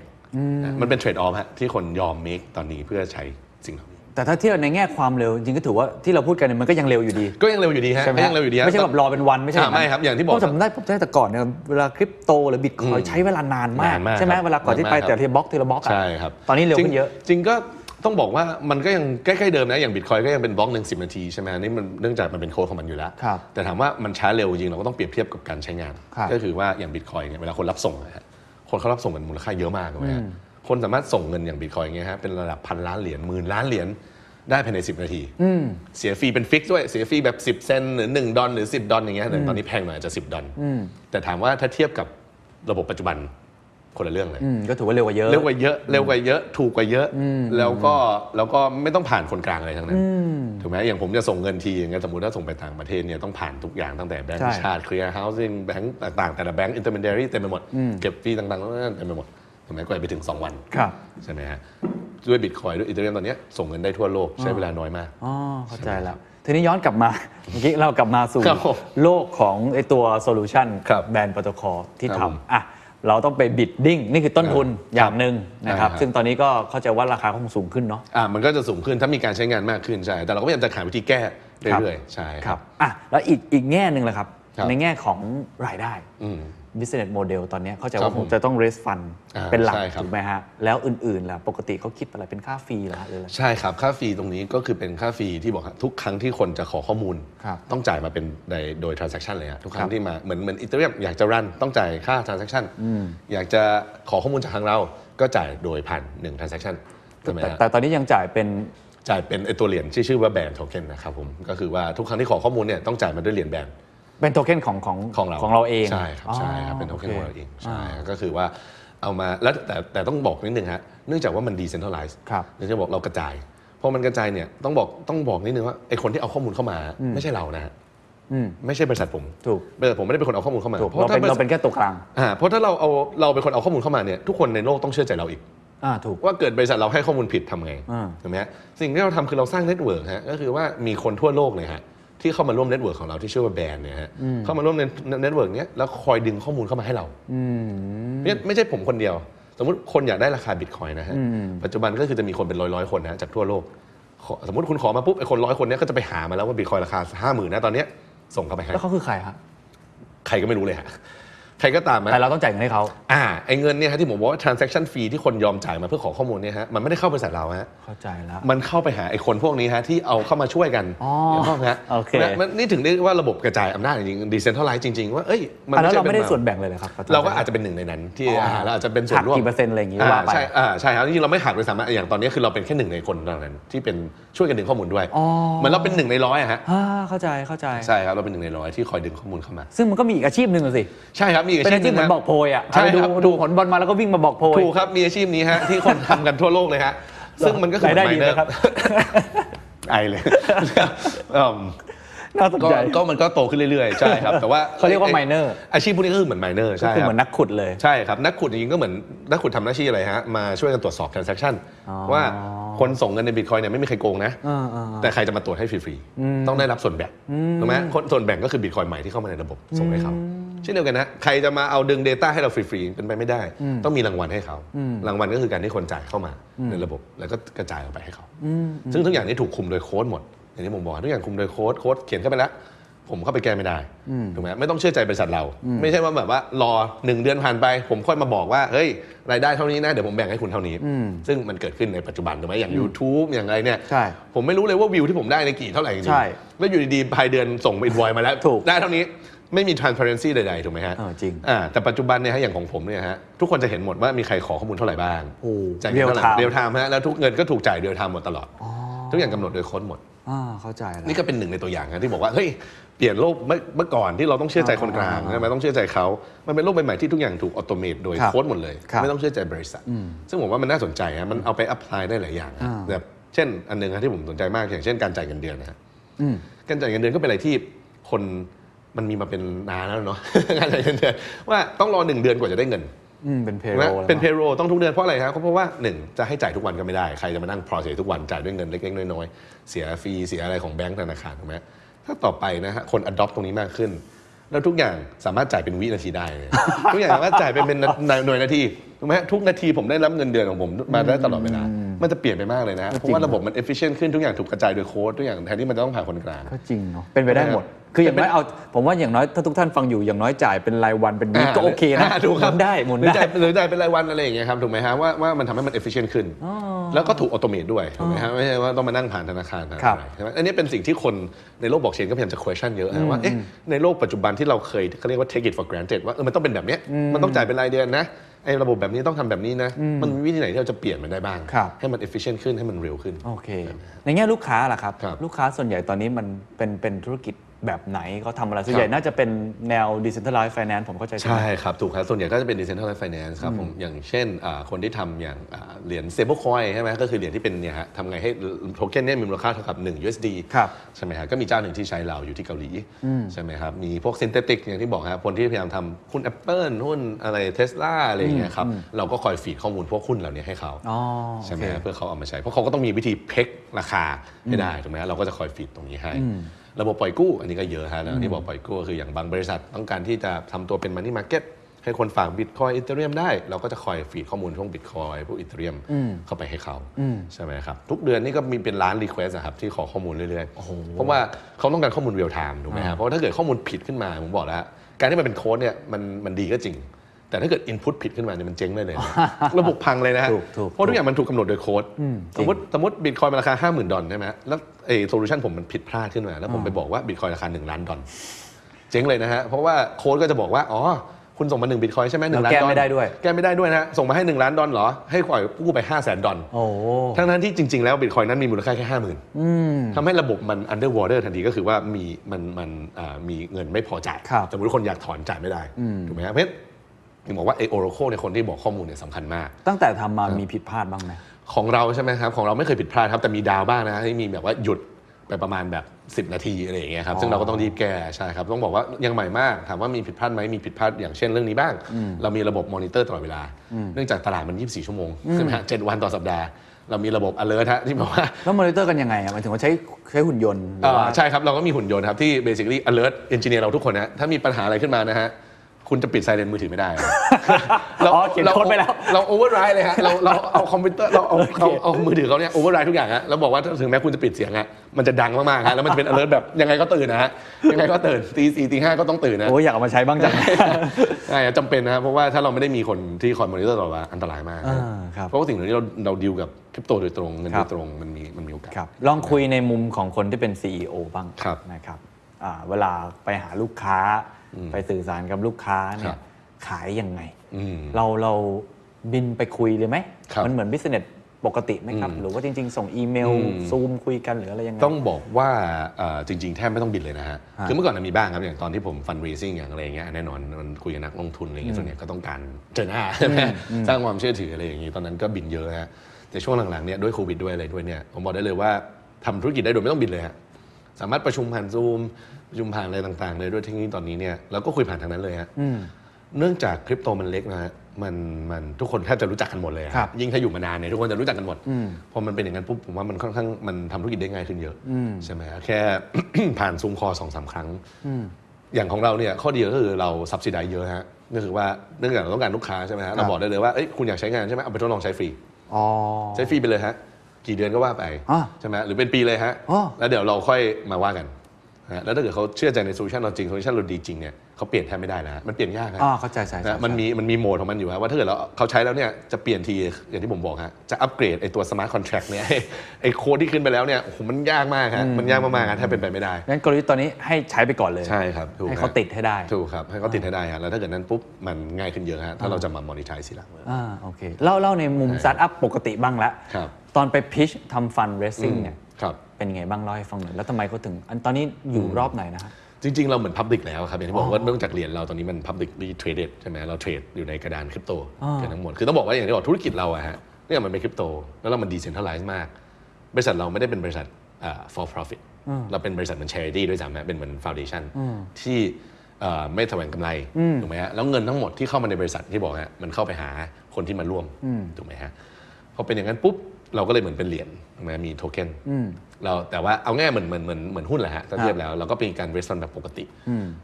E: นะมันเป็น trade off ฮะที่คนยอม make ตอนนี้เพื่อใช้สิ่งเหล่านี้
G: แต่ถ้าเทียบในแง่ความเร็ว จริงๆก็ถือว่าที่เราพูดกันเนี่ยมันก็ยังเร็วอยู่ดี
E: ก็ยังเร็วอยู่ดีฮะ
G: ใช่ไหม
E: ก็ยังเร็วอยู่ดีฮะ
G: ไม่ใช่แบบรอเป็นวันไม่ใช่
E: อ่าไม่ครับอย่างที่บอก
G: ผมจำได้ผมจำได้แต่ก่อนเนี่ยเวลาคริปโตหรือบิตคอยใช้เวลานานมาก
E: นานมาก
G: ใช่ไหม
E: ครับ
G: เวลาก่อนที่ไป
E: นานมาก
G: แต่ทีละบล็อกทีละบล็อกอะ
E: ใช่ครับ
G: ตอนนี้เร็วขึ้นเยอะ
E: จริงจริงก็ต้องบอกว่ามันก็ยังใกล้ๆเดิมนะ อย่างบิตคอยก็ยังเป็นบล็อกหนึ่งสินาทีใช่ไหมอันนี่มันเนื่องจากมันเป็นโค้ดของมันอยู่แล้ว
G: ครับ
E: แต่ถามว่ามันช้าเร็วจริงเราก็ต้องเปรียบเทียบกับการใช้งาน
G: ครับ
E: ก็คือว่าอย่างบิตคอยเนี่ยเวลาคนรับส่งนะฮะคนเขารับส่งกันมูลค่าเยอะมากเลยฮะคนสามารถส่งเงินอย่างบิตคอยเงี้ยฮะเป็นระดับพันล้านเหรียญหมื่นล้านเหรียญได้ภายใน 10 นาทีเสียฟรีเป็นฟิกซ์ด้วยเสียฟรีแบบ 10 เซนต์หรือ 1 ดอลหรือ 10 ดอลอย่างเงี้ยแต่ตอนนี้แพงหน่อยอาจจะ 10 ดอลแต่ถามว่าถ้าเทียบกับระบบปัจจุบันคนละเรื่องเลย
G: ืมก็ถือว่าเร็วกว่าเยอะ
E: เร็วกว่าเยอะเร็วกว่าเยอะถูกกว่าเยอะแล้วก็แล้วก็ไม่ต้องผ่านคนกลางอะไรทั้งนั้นถูกไหมอย่างผมจะส่งเงินทีอย่างเงี้ยสมมติถ้าส่งไปต่างประเทศเนี่ยต้องผ่านทุกอย่างตั้งแต่แบง
G: ใช่
E: ก์ชาติเคลียร์เฮาส์แบงก์ต่างๆ แต่ละแบงก์อินเตอร์เมนเดอรี่เต็มไปหมด เก็บฟรีต่างๆแล้วเต็มไปหมดถูกไหมกว่าจะไปถึง 2 วัน
G: ครับ
E: ใช่ไหมฮะ ด้วยบิตคอยด้วยอีเทเรียมตอนเนี้ยส่งเงินได้ทั่วโลกใช้เวลาน้อยมาก
G: อ๋อเข้าใจแล้ว ทีนี้ย้อนกลับมา (laughs) เมื่อกี้เรากลับมาสู่
E: ครับผม
G: โลกของไอตัวโซลูชัน
E: ครับ
G: แบรนด์โปรโตคอลที่
E: ครับผม
G: ทำอ่ะเราต้องไปบิดดิ้งนี่คือต้นทุนอย่างหนึ่งนะครับ
E: อ่าฮะ
G: ซึ่งตอนนี้ก็เข้าใจว่าราคาก็คงสูงขึ้นเนาะ
E: อ่ามันก็จะสูงขึ้นถ้ามีการใช้งานมากขึ้นใช่แต่เราก็พยายามจะหาวิธีแก้เรื่อยๆใช่
G: ครับอ่ะแล้วอีกอีกแง่หนึ่งแหละครับ
E: ครับ
G: ในแง่ของรายได้
E: อืม
G: business model ตอนเนี้ยเข้าใจ
E: ครั
G: ว่า
E: บ
G: ผ
E: ผม ม
G: จะต้อง raise fund
E: อ่า
G: เป็นหลัก
E: ใช่ครับ
G: ถูกไหมฮะ แล้วอื่นๆล่ะปกติเขาคิดอะไรเป็นค่าฟรีเหรอฮะหรืออะไร
E: ใช่ครับ ค่าฟรีตรงนี้ก็คือเป็นค่าฟรีที่บอกฮะทุกครั้งที่คนจะขอข้อมูล
G: ครับ
E: ต้องจ่ายมาเป็นในโดย transaction เลยฮะทุกครั้
G: ครั
E: ง
G: บ
E: ที่มาเหมือนเหมือนอีเทเรียมอยากจะรันต้องจ่ายค่า transaction อยากจะขอข้อมูลจากทางเราก็จ่ายโดยผ่านหนึ่ง transaction ใช่ไหม
G: แต่
E: ฮะ
G: แต่ตอนนี้ยังจ่ายเป็น
E: จ่ายเป็นไอตัวเหรียญที่ชื่อว่าแบนโทเค็นนะครับผมก็คือว่าทุกครั้งที่ขอข้อมูลเนี่ยต้องจ่ายมาด้วยเหรียญแบน
G: เป็นโทเค็นของของ
E: ของเรา
G: ของเราเอง
E: ใช่ครับใช่ครับเป็นโทเค็นของเราเองใช่
G: า
E: ก็คือว่าเอามาแล้วแต่แต่ต้องบอกนิดนึงฮะเนื่องจากว่ามันดีเซนทัลไลซ์
G: ครับ
E: เดี๋ยวจะบอกเรากระจายพอมันกระจายเนี่ยต้องบอกต้องบอกนิดนึงว่าไอคนที่เอาข้อมูลเข้ามาไม่ใช่เรานะฮะ
G: อืม
E: ไม่ใช่บริษัทผม
G: ถูก
E: บริษัทผมไม่ได้เป็นคนเอาข้อมูลเข้ามา
G: ถูก
E: เพ
G: เรา
E: ราะ
G: เป็
E: ถ้าน บริ
G: เรา
E: ษัท
G: เป็นแค่ตัวกลาง
E: อ่าเพราะถ้าเราเอาเราเป็นคนเอาข้อมูลเข้ามาเนี่ยทุกคนในโลกต้องเชื่อใจเราอีก
G: อ่าถูก
E: ว่าเกิดบริษัทเราให้ข้อมูลผิดทำไง
G: อ่า
E: ถูกไหมฮะสิ่งที่เราทำคือเราสร้างเน็ตเวิร์กฮะก็คือว่ามีคนทั่วโลกเลยฮะที่เข้ามาร่วมเน็ตเวิร์กของเราที่ชื่อว่าแบรนด์เนี่ยฮะเข้ามาร่วมในเน็ตเวิร์กเนี้ยแล้วคอยดึงข้อมูลเข้ามาให้เราเนี่ยไม่ใช่ผมคนเดียว สมมติคนอยากได้ราคาบิตคอยน์นะฮะปัจจุบันก็คือจะมีคนเป็นร้อยร้อยๆคนนะฮะจากทั่วโลกขอสมมติคุณขอมาปุ๊บไอ้คนร้อยคนเนี้ยก็จะไปหามาแล้วว่าบิตคอยน์ราคาห้าหมื่นนะตอนเนี้ยส่งเข้าไปให้
G: แล้วเขาคือใครฮะ
E: ใครก็ไม่รู้เลยฮะใครก็ตามฮะ
G: แต่เราต้องจ่ายเงินให้เขา
E: อ่าไอเงินเนี่ยฮะที่ผมบอกว่า transaction fee ที่คนยอมจ่ายมาเพื่อขอข้อมูลเนี่ยฮะมันไม่ได้เข้าบริษัทเราฮะ
G: เข้าใจแล้ว
E: มันเข้าไปหาไอคนพวกนี้ฮะที่เอาเข้ามาช่วยกัน
G: อ๋อ
E: ในห้องฮะ
G: โอเค
E: นะมันนี่ถึงเรียกว่าระบบกระจายอำนาจจริงๆ decentralized จริง ๆ ว่าเอ้ยมัน
G: อ่ะแล้ว
E: ใช่
G: เราไม่ได้
E: ป็
G: ส่วนแบ่งเลยเหรอครับขโทษ
E: เราก็อาจจะเป็นหนึ่งในนั้นที่
G: อ๋ออ่
E: าเราอาจจะเป็นส่วนร่วม
G: หักกี่เปอร์เซ็นต์อะไรอย่างงี้ว่าไป
E: ใช่อ่าใช่ครับจริงๆเราไม่หักเลยสามารถอย่างตอนนี้คือเราเป็นแค่หนึ่งในคนเท่านั้นที่เป็นช่วยกันดึงข้อมูลด้วยเหมือนเราเป็นหนึ่งในร้อยอะฮะ
G: อ่าเข้าใจเข้าใจ
E: ใช่ครับเราเป็นหนึ่งในร้อยที่คอยดึงข้อมูลเข้ามา
G: ซึ่งมันก็มีอีกอาชีพหนึ่งอะสิ
E: ใช่ครับ มี มีอา
G: เป็น
E: ชีพ
G: อาชีพเหมือน
E: ะ
G: บอกโพยอ่ะ
E: ใช่
G: เอาไปดู
E: ครับ
G: ดู
E: ถูก
G: ผลบอลมาแล้วก็วิ่งมาบอกโพย
E: ถูกครับ มีอาชีพนี้ฮะที่คนทำกันทั่วโลกเลยฮะ ซึ่งมันก็คือ
G: รายได้ดี
E: เหมือน
G: นะครับ
E: minor ไอเลย (laughs) อืม
G: (laughs) น่าสน
E: ก็
G: ใจ
E: ก็มันก็โตขึ้นเรื่อยๆ ใช่ครับ
G: (laughs)
E: แต่ว่า
G: เขาเรียกว่า minor
E: อาชีพพวกนี้ก็คือเหมือนไมเนอร์
G: ก็
E: ใช่
G: คือ
E: ครับ
G: เหมือนนักขุดเลย
E: ใช่ครับ นักขุดจริงๆก็เหมือนนักขุดทำหน้าที่อะไรฮะ มาช่วยกันตรวจสอบ transaction
G: อ๋อ
E: ว่าคนส่งเงินในบิตคอยเนี่ยไม่มีใครโกงนะ
G: อ่าๆ
E: แต่ใครจะมาตรวจให้ฟรีๆ ต้องได้รับส่วนแบ่งถูกไหมคนส่วนแบ่งก็คือบิตคอยใหม่ที่เข้ามาในระบบส่งให้เขาเช่นเดียวกันนะ ใครจะมาเอาดึง Data ให้เราฟรีๆ เป็นไปไม่ได้ ต้องมีรางวัลให้เขา รางวัลก็คือการที่คนจ่ายเข้ามาในระบบ แล้วก็กระจายออกไปให้เขา ซึ่งทุกอย่างนี้ถูกคุมโดยโค้ดหมด อย่างที่ผมบอกทุกอย่างคุมโดยโค้ด โค้ดเขียนเข้าไปแล้ว ผมเข้าไปแก้ไม่ได้ ถูกไหมไม่ต้องเชื่อใจบริษัทเรา ไม่ใช่ว่าแบบว่ารอหนึ่งเดือนผ่านไป ผมค่อยมาบอกว่า เฮ้ย รายได้เท่านี้นะ เดี๋ยวผมแบ่งให้คุณเท่านี้ ซึ่งมันเกิดขึ้นในปัจจุบันถูกไหมอย่าง YouTube อย่างอะไรเนี่ย
G: ใช่
E: ผมไม่รู้เลยว่าวิวที่ผมได้ในกี่เท่าไหร่จริงๆ
G: ใช่
E: แล้วอยู่ดีๆภายเดือนส่งอินวอยมาแล้ว
G: ถูก
E: ได้เท่านี้ไม่มี transparency ใดๆ ถูกไหมฮะ
G: เออจริง
E: อ่าแต่ปัจจุบันเนี่ยฮะอย่างของผมเนี่ยฮะทุกคนจะเห็นหมดว่ามีใครขอข้อมูลเท่าไหร่บ้าง
G: โอ้
E: จ่ายเงินเท่าไหร่
G: real time
E: เรียลไทม์ฮะแล้วทุกเงินก็ถูกจ่ายเรียลไทม์หมดตลอด ทุกอย่างกำหนดโดยโค้ดหมด
G: อ่าเข้าใจแล้ว
E: นี่ก็เป็นหนึ่งในตัวอย่างนะที่บอกว่าเฮ้ยเปลี่ยนโลกเมื่อเมื่อก่อนที่เราต้องเชื่อใจคนกลาง
G: อ่า
E: ใช่ไหมต้องเชื่อใจเขามันเป็นโลกใบใหม่ที่ทุกอย่างถูกออโตเมตโดย
G: ครับ
E: โค้ดหมดเลย
G: ครับ
E: ไม่ต้องเชื่อใจบริษัท ซึ่งผมว่ามันน่าสนใจฮะมันเอาไปอัพพลายได้หลายอย่างฮะ
G: อ่า
E: แบบเช่น อันหนึงฮะที่ผมสนใจมากอย่างเช่นการจ่ายเงินเดือนนะฮะ
G: อืม
E: การจ่ายเงินเดือนก็เป็นอะไรที่คนมันมีมาเป็นนานแล้วเนาะ (laughs) การจ่ายเงินเดือนว่าต้องรอหนึ่งเดือนกว่าจะได้เงิน
G: อืม เป็นเพ
E: ถู
G: โล
E: กไหม
G: แล้ว
E: เป็นเพ
G: อะ
E: โรต้องทุกเดือนเพราะอะไรครับก็เพราะว่าหนึ่งจะให้จ่ายทุกวันก็ไม่ได้ ใครจะมานั่ง process ทุกวันจ่ายด้วยเงินเล็กๆน้อยๆเสียฟรีเสียอะไรของแบงก์ธนาคารถูกไหมถ้าต่อไปนะฮะคน adopt ตรงนี้มากขึ้น แล้วทุกอย่างสามารถจ่ายเป็นวินาทีได้เลย ทุกอย่างสามารถจ่ายเป็นเป็น (laughs) นาหน่วยนาทีถูกไหมฮะทุกนาทีผมได้รับเงินเดือนของผมมาได้ตลอดเวลามันจะเปลี่ยนไปมากเลยนะฮะเพราะว่าระบบมัน efficient ขึ้นทุกอย่างถูกกระจายโดยโค้ดทุกอย่างแทนที่มันจะต้องผ่านคนกลาง
G: ก็จริงเนาะ เป็นไปได้หมด คืออย่างน้อยเอา ผมว่าอย่างน้อยถ้าทุกท่านฟังอยู่อย่างน้อยจ่ายเป็นรายวันเป็นวีคก็โอเคนะ
E: าถูกครับ
G: หมุได้หมุน
E: หรือ
G: ได้
E: จ่ายหรือจ่ายเป็นรายวันอะไรอย่างเงี้ยครับถูกไหมฮะว่าว่ามันทำให้มัน efficient ขึ้น แล้วก็ถูกออโตเมตด้วยถูกไหมฮะไม่ใช่ว่าต้องมานั่งผ่านธนาคารนะ
G: ครั
E: อะ
G: บ
E: ไรใช่ไหมอันนี้เป็นสิ่งที่คนในโลกบอกเชนก็พยายามจะ question เยอะนะว่าเอ๊ะในโลกปัจจุบันที่เราเคยเขาเรียกว่า take it for granted ว่าเออมันต้องเป็นแบบเนี้ยมันต้องจ่ายเป็นรายเดือนนะไอ้ระบบแบบนี้ต้องทำแบบนี้นะมันมีวิธีไหนที่เราจะเปลี่ยนมันได้บ้าง
G: ครับ
E: ให้มัน efficient ขึ้นให้มันเร็วขึ้น
G: โอเค ในแง่ลูกค้าล่ะครับ
E: ครับ
G: ลูกค้าส่วนใหญ่ตอนนี้มันเป็นเป็นธุรกิจแบบไหนเขาทำอะไร ส่วนใหญ่
E: ครับ
G: น่าจะเป็นแนว decentralized finance ผมเข้าใจใช่ไหม
E: ใช่ครับ ถูกครับ ส่วนใหญ่ก็จะเป็น decentralized finance ครับผมอย่างเช่นอ่าคนที่ทำอย่างอ่าเหรียญ stablecoin ใช่ไหมก็คือเหรียญที่เป็นเนี่ยฮะทำไงให้โทเค็นเนี่ยมีมูลค่าเท่ากับ 1 USD
G: ครับ
E: ใช่ไหมฮะก็มีเจ้าหนึ่งที่ใช้เราอยู่ที่เกาหลี ใช่ไหมครับ มีพวก synthetic อย่างที่บอกครับคนที่พยายามทำหุ้น Apple หุ้นอะไร Tesla อะไรอย่างเงี้ยครับ เราก็คอยฟีดข้อมูลพวกหุ้นเหล่านี้ให้เขา
G: อ๋อ
E: ใช่ไหม
G: โอเค
E: ฮะ เพื่อเขาเอามาใช้ เพราะเขาก็ต้องมีวิธีเพกราคาให้ได้ถูกไหมฮะเราก็จะคอยฟีดตรงนี้ให้ ระบบปล่อยกู้ อันนี้ก็เยอะฮะแล้วที่บอกปล่อยกู้ก็คืออย่างบางบริษัทต้องการที่จะทำตัวเป็นมันนี่มาร์เก็ตให้คนฝากบิตคอยอีเทเรียมได้ เราก็จะคอยฟีดข้อมูลช่วงบิตคอยพวกอีเทเรียมเข้าไปให้เขาใช่ไหมครับ ทุกเดือนนี่ก็มีเป็นล้านรีเควสครับที่ขอข้อมูลเรื่อยๆ เพราะว่าเขาต้องการข้อมูลเรียลไทม์ถูกไหมฮะเพราะถ้าเกิดข้อมูลผิดขึ้นมาผมบอกแล้วฮะการที่มันเป็นโค้ดเนี่ยมันมันดีก็จริง แต่ถ้าเกิด Input ผิดขึ้นมาเนี่ยมันเจ๊ง (laughs) ได้เลยนะระบบพังเลยนะฮะ
G: ถูกถูก
E: เพราะทุกอย่างมันถูกกำหนดโดยโค้ด สมมติสมมติบิตคอยมันราคา 50,000 ดอลลาร์ใช่ไหมแล้วไอ้โซลูชันผมมันผิดพลาดขึ้นมา แล้วผมไปบอกว่าบิตคอยราคา 1 ล้านดอลลาร์เจ๊งเลยนะฮะ เพราะว่าโค้ดก็จะบอกว่า อ๋อ คุณส่งมา1บิตคอยใช่ไหมหนึ่งล้านดอลลาร์
G: แล้วแก้ไม่ได้ด้วย
E: แก้ไม่ได้ด้วยนะฮะส่งมาให้ 1 ล้านดอลลาร์เหรอ ให้ปล่อยกู้ไป 5 0 0 0 0 0 ดอลลาร์
G: โอ้
E: ทั้งนั้นที่จริง ๆ แล้วบิตคอยนั้นมีมูลค่าแค่ 50,000ทำให้ระบบมัน underwater ทันทีก็คือว่ามีมันมันอ่ามีเงินไม่พอจ่าย
G: ครับ
E: สมมติคนอยากถอนจ่ายไม่ได้ถูกไหมฮะเพราะฉะนั้นผมบอกว่าไอ้ Oracle เนี่ยคนที่บอกข้อมูลเนี่ยสำคัญมาก
G: ตั้งแต่ทำมามีผิดพลาดบ้างไหม
E: ของเราใช่ไหมครับ ของเราไม่เคยผิดพลาดครับ แต่มีดาวบ้างนะที่มีแบบว่าหยุดไปประมาณแบบ 10 นาทีอะไรอย่างเงี้ยครับซึ่งเราก็ต้องรีบแก้ใช่ครับ ต้องบอกว่ายังใหม่มาก ถามว่ามีผิดพลาดไหมมีผิดพลาดอย่างเช่นเรื่องนี้บ้าง เรามีระบบมอนิเตอร์ตลอดเวลา เนื่องจากตลาดมัน 24 ชั่วโมง (laughs) ใช่ไหมฮะเจ็ดวันต่อสัปดาห์ เรามีระบบ alert ฮะที่บอกว่า
G: แล้วมอนิเตอร์กันยังไงอะหมายถึงว่าใช้ใช้หุ่นยนต์หรือว่า
E: อ่าใช่ครับ เราก็มีหุ่นยนต์ครับ ที่ basically alert engineer เราทุกคนนะถ้ามีปัญหาอะไรขึ้นมานะฮะ คุณจะปิดไซเรนมือถือไม่ได้
G: (laughs) อ๋อเขียนโค้ดไปแล้ว
E: เรา override เลยฮะเราเราเอาคอมพิวเตอร์เราเอาเอาเอามือถือเขาเนี่ย override ทุกอย่างฮะแล้วบอกว่าถึงแม้คุณจะปิดเสียงฮะมันจะดังมากๆ
G: (laughs)
E: ฮะแล้วมันจะเป็น alert แบบยังไงก็ตื่นนะฮะยังไงก็ตื่นตีสี่ตีห้าก็ต้องตื่นนะ
G: โอ้ยอยากเอามาใช้บ้างจั
E: (laughs)
G: ง
E: ใช่ (laughs) จำเป็นนะครับเพราะว่าถ้าเราไม่ได้มีคนที่คอยมอนิเตอร์ตลอดเวลาอันตรายมาก
G: อ่าครับ
E: เพราะว่าสิ่งเหล่านี้เราเราดีลกับคริปโตโดยตรงเงิน
G: ค
E: โด
G: รับ
E: ยตรงมันมีมันมีโอกาส
G: ครับลองคุยในมุมของคนที่เป็น CEO บ้าง
E: ครับ
G: นะครับอ่าเวลาไปหาลูกค้า ไปสื่อสารกับลูกค้า
E: ค
G: เนี่
E: รั
G: ย
E: บ
G: ขายยังไง
E: อืม
G: เราเราบินไปคุยเลยไหม
E: ครับ
G: มันเหมือน business ปกติไหมครับ หรือว่าจริง ๆ ส่งอีเมล
E: อืม
G: ซูมคุยกันหรืออะไรยังไง
E: ต้องบอกว่าเอ่อจริง ๆ แทบไม่ต้องบินเลยนะฮะ
G: ฮะ
E: คือเมื่อก่อนนะมีบ้างครับ อย่างตอนที่ผมฟัน r a i s i n g อย่างอะไรอย่างเงี้ยแน่นอนมันคุยกับนักลงทุนอะไรอย่างเงี้ยส่วนใหญ่ก็ต้องการเจอหน้าใช่ไหมสร้างความเชื่อถืออะไรอย่างงี้ตอนนั้นก็บินเยอะฮะแต่ช่วงหลังๆเนี่ยด้วยโควิดด้วยอะไรด้วยเนี่ยผมบอกได้เลยว่าทำธุรกิจได้โดยไม่ต้องบินเลยฮะสามารถประชุมผ่านซูมประชุมผ่านอะไรต่างๆเลยด้วยเทคโนโลยีตอนนี้เนี่ยเราก็คุยผ่านทางนั้นเลยฮะเนื่องจากคริปโตมันเล็กนะฮะมันมันทุกคนแทบจะรู้จักกันหมดเลยอะ
G: ครับ
E: ยิ่งถ้าอยู่มานานเนี่ยทุกคนจะรู้จักกันหมด พอมันเป็นอย่างนั้นปุ๊บผมว่ามันค่อนข้างมันทำธุรกิจได้ง่ายขึ้นเยอะใช่ไหมฮะแค่ (coughs) ผ่านซูมคอสองสามครั้ง อย่างของเราเนี่ยข้อดีก็คือเราสับสิ d i ยเยอะฮะนั่นคือว่าเนื่องจากเราต้องการลูกค้าใช่ไหมฮะเราบอกได้เลยว่าเอ้ยคุณอยากใช้งานใช่ไหมเอาไปทดลองใช้ฟรี
G: อ๋อ
E: ใช้ฟรีไปเลยฮะ กี่เดือนก็ว่าไป
G: อ่ะ
E: ใช่ไหมหรือเป็นปีเลยฮะ
G: อ๋อ
E: แล้วเดี๋ยวเราค่อยมาว่ากันฮะแล้วถ้าเกิดเขาเชื่อใจในโซลูชันเราจริงโซลูชันเราดีจริงเนี่ยเขาเปลี่ยนแทบไม่ได้นะฮะมันเปลี่ยนยากฮะ
G: อ๋อเข้าใจใช่ใช่
E: นะ
G: ใช่
E: มันมีมันมีโหมดของมันอยู่ฮะว่าถ้าเกิดเราเขาใช้แล้วเนี่ยจะเปลี่ยนที อย่างที่ผมบอกฮะจะอัปเกรดไอตัวสมาร์ทคอนแท c t เนี่ย ไอโค้ดที่ขึ้นไปแล้วเนี่ยโอ้โหมันยากมากฮะมันยากมากๆฮะแทบเป็นไปไม่ได้
G: งั้นกลยุทธ์ตอนนี้ให้ใช้ไปก่อนเลย
E: ใช่ครับถูก
G: ให้เขา
E: ฮะ
G: ติดให้ได้
E: ถูกครับ ให้เขาติดให้ได้ฮะแล้วถ้าเกิดนั้นปุ๊บ มันง่ายขึ้นเยอะฮะถ้าเราจะมามอนิทายสิหลัง
G: อ่าโอเคเล่าเล่าในมุมสตาร์ทอัพปกติบ้างละ
E: ครับ
G: ตอนไปพิชทำฟันเรสซิ่งเนี่ย
E: ครับ
G: เป็นยังไงบ้างเล่าให้ฟังหน่อยแล้วทำไมเขาถึงอันตอนนี้อยู่รอบไหนนะฮะ
E: จริง ๆ เราเหมือนพับ l ิ c แล้วครับ อย่างที่บอกว่าเนื่องจากเหรียญเราตอนนี้มันพับ l ิ c ดีเทรดเดใช่ไหมเราเทรดอยู่ในกระดานคริปโตกันทั้งหมด คือต้องบอกว่าอย่างที่บอกธุรกิจเราอะฮะเนี่ยมันเป็นคริปโต แล้วเรามันดีเซนทัลไลซ์มาก บริษัทเราไม่ได้เป็นบริษัทอ่า for profit เราเป็นบริษัทเหมือน charity ด้วยซ้ำนะเป็นเหมือน foundation ที่เอ่อไม่แสวงกำไรถูกไหมฮะแล้วเงินทั้งหมดที่เข้ามาในบริษัทที่บอกฮะมันเข้าไปหาคนที่มาร่วมถูกไหมฮะ พอเป็นอย่างนั้นปุ๊บ เราก็เลยเหมือนเป็นเหรียญถูกไหมมีโทเค็นเราแต่ว่าเอาง่ายเหมือนเหมือนเหมือนเหมือนหุ้นแหละฮะถ้าเทียบแล้วเราก็เป็นการเวสฟันแบบปกติ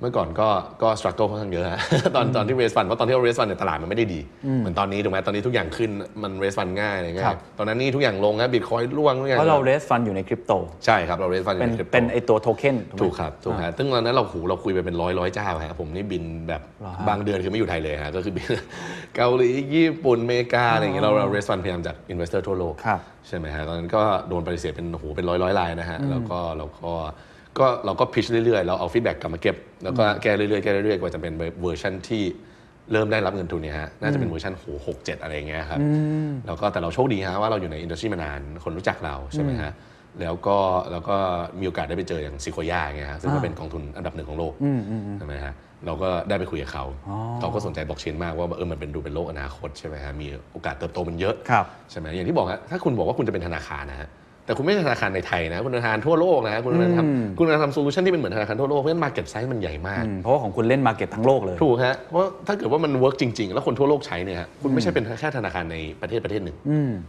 E: เมื่อก่อนก็ก็สครัลเกิลค่อนข้างเยอะฮะ (laughs) ตอนตอนที่เวสฟันเพราะตอนที่เราเวสฟันเนี่ยตลาดมันไม่ได้ดี เหมือนตอนนี้ถูกไหมตอนนี้ทุกอย่างขึ้นมันเวสฟันง่ายอะไร
G: ครั
E: เงี้ย
G: บ
E: ตอนนั้นนี่ทุกอย่างลงนะบิตคอยล่วงทุกอย่าง
G: เพราะเราเรสฟันอยู่ในคริปโต
E: ใช่ครับเราเวสฟัน
G: เป็น
E: คริปโต
G: เป็นไอตัวโทเค็นไหม
E: ถูกครับ ถูกฮะซึ่งตอนนั้นเราหูเราคุยไปเป็นร้อยร้อยเจ้าฮะผมนี่บินแบบ
G: เหรอฮะ
E: บางเดือนคือไม่อยู่ไทยเลยฮะ ก็คือบิน (laughs) เกาหลีญี่ปุ่นอเมริกา อะไรอย่างเงี้ยเราเราเรสฟันพยายามจากอินเวสเตอร์ทั่วโลก
G: ครับ
E: ใช่ไหมฮะ ตอนนั้นก็โดนปฏิเสธเป็นหูเป็นร้อยร้อยรายนะฮะ แล้วก็เราก็ก็เราก็พิชเรื่อยๆ เราเอาฟีดแบ็กกลับมาเก็บ แล้วก็แก้เรื่อยๆแก้เรื่อยๆกว่าจะเป็นเวอร์ชันที่เริ่มได้รับเงินทุนเนี่ยฮะน่าจะเป็นเวอร์ชันโหหกเจ็ดอะไรอย่างเงี้ยครับแล้วก็แต่เราโชคดีฮะว่าเราอยู่ในอินดัสทรีมานานคนรู้จักเราใช่ไหมฮะ แล้วก็แล้วก็มีโอกาสได้ไปเจออย่างซิโคย่าเงี้ยฮะซึ่งก็เป็นกองทุนอันดับหนึ่งของโลกใช่ไหมฮะเราก็ได้ไปคุยกับเขาเขาก็สนใจบล็อกเชนมากว่าเออมันเป็นดูเป็นโลกอนาคตใช่ไหมฮะมีโอกาสเติบโตมันเยอะ
G: ครับ
E: ใช่ไหมอย่างที่บอกฮะถ้าคุณบอกว่าคุณจะเป็นธนาคารนะฮะแต่คุณไม่ใช่ธนาคารในไทยนะคุณธนาคารทั่วโลกนะฮะคุณกำลังทำคุณกำลังทำโซลูชันที่เป็นเหมือนธนาคารทั่วโลกเพราะฉะนั้นมาเก็ตไซส์มันใหญ่มาก
G: อืมเพราะว่าของคุณเล่นมาเก็ตทั้งโลกเลย
E: ถูกฮะ เพราะถ้าเกิดว่ามันเวิร์กจริง ๆ แล้วคนทั่วโลกใช้เนี่ยฮะคุณไม่ใช่เป็นแค่ธนาคารในประเทศประเทศหนึ่ง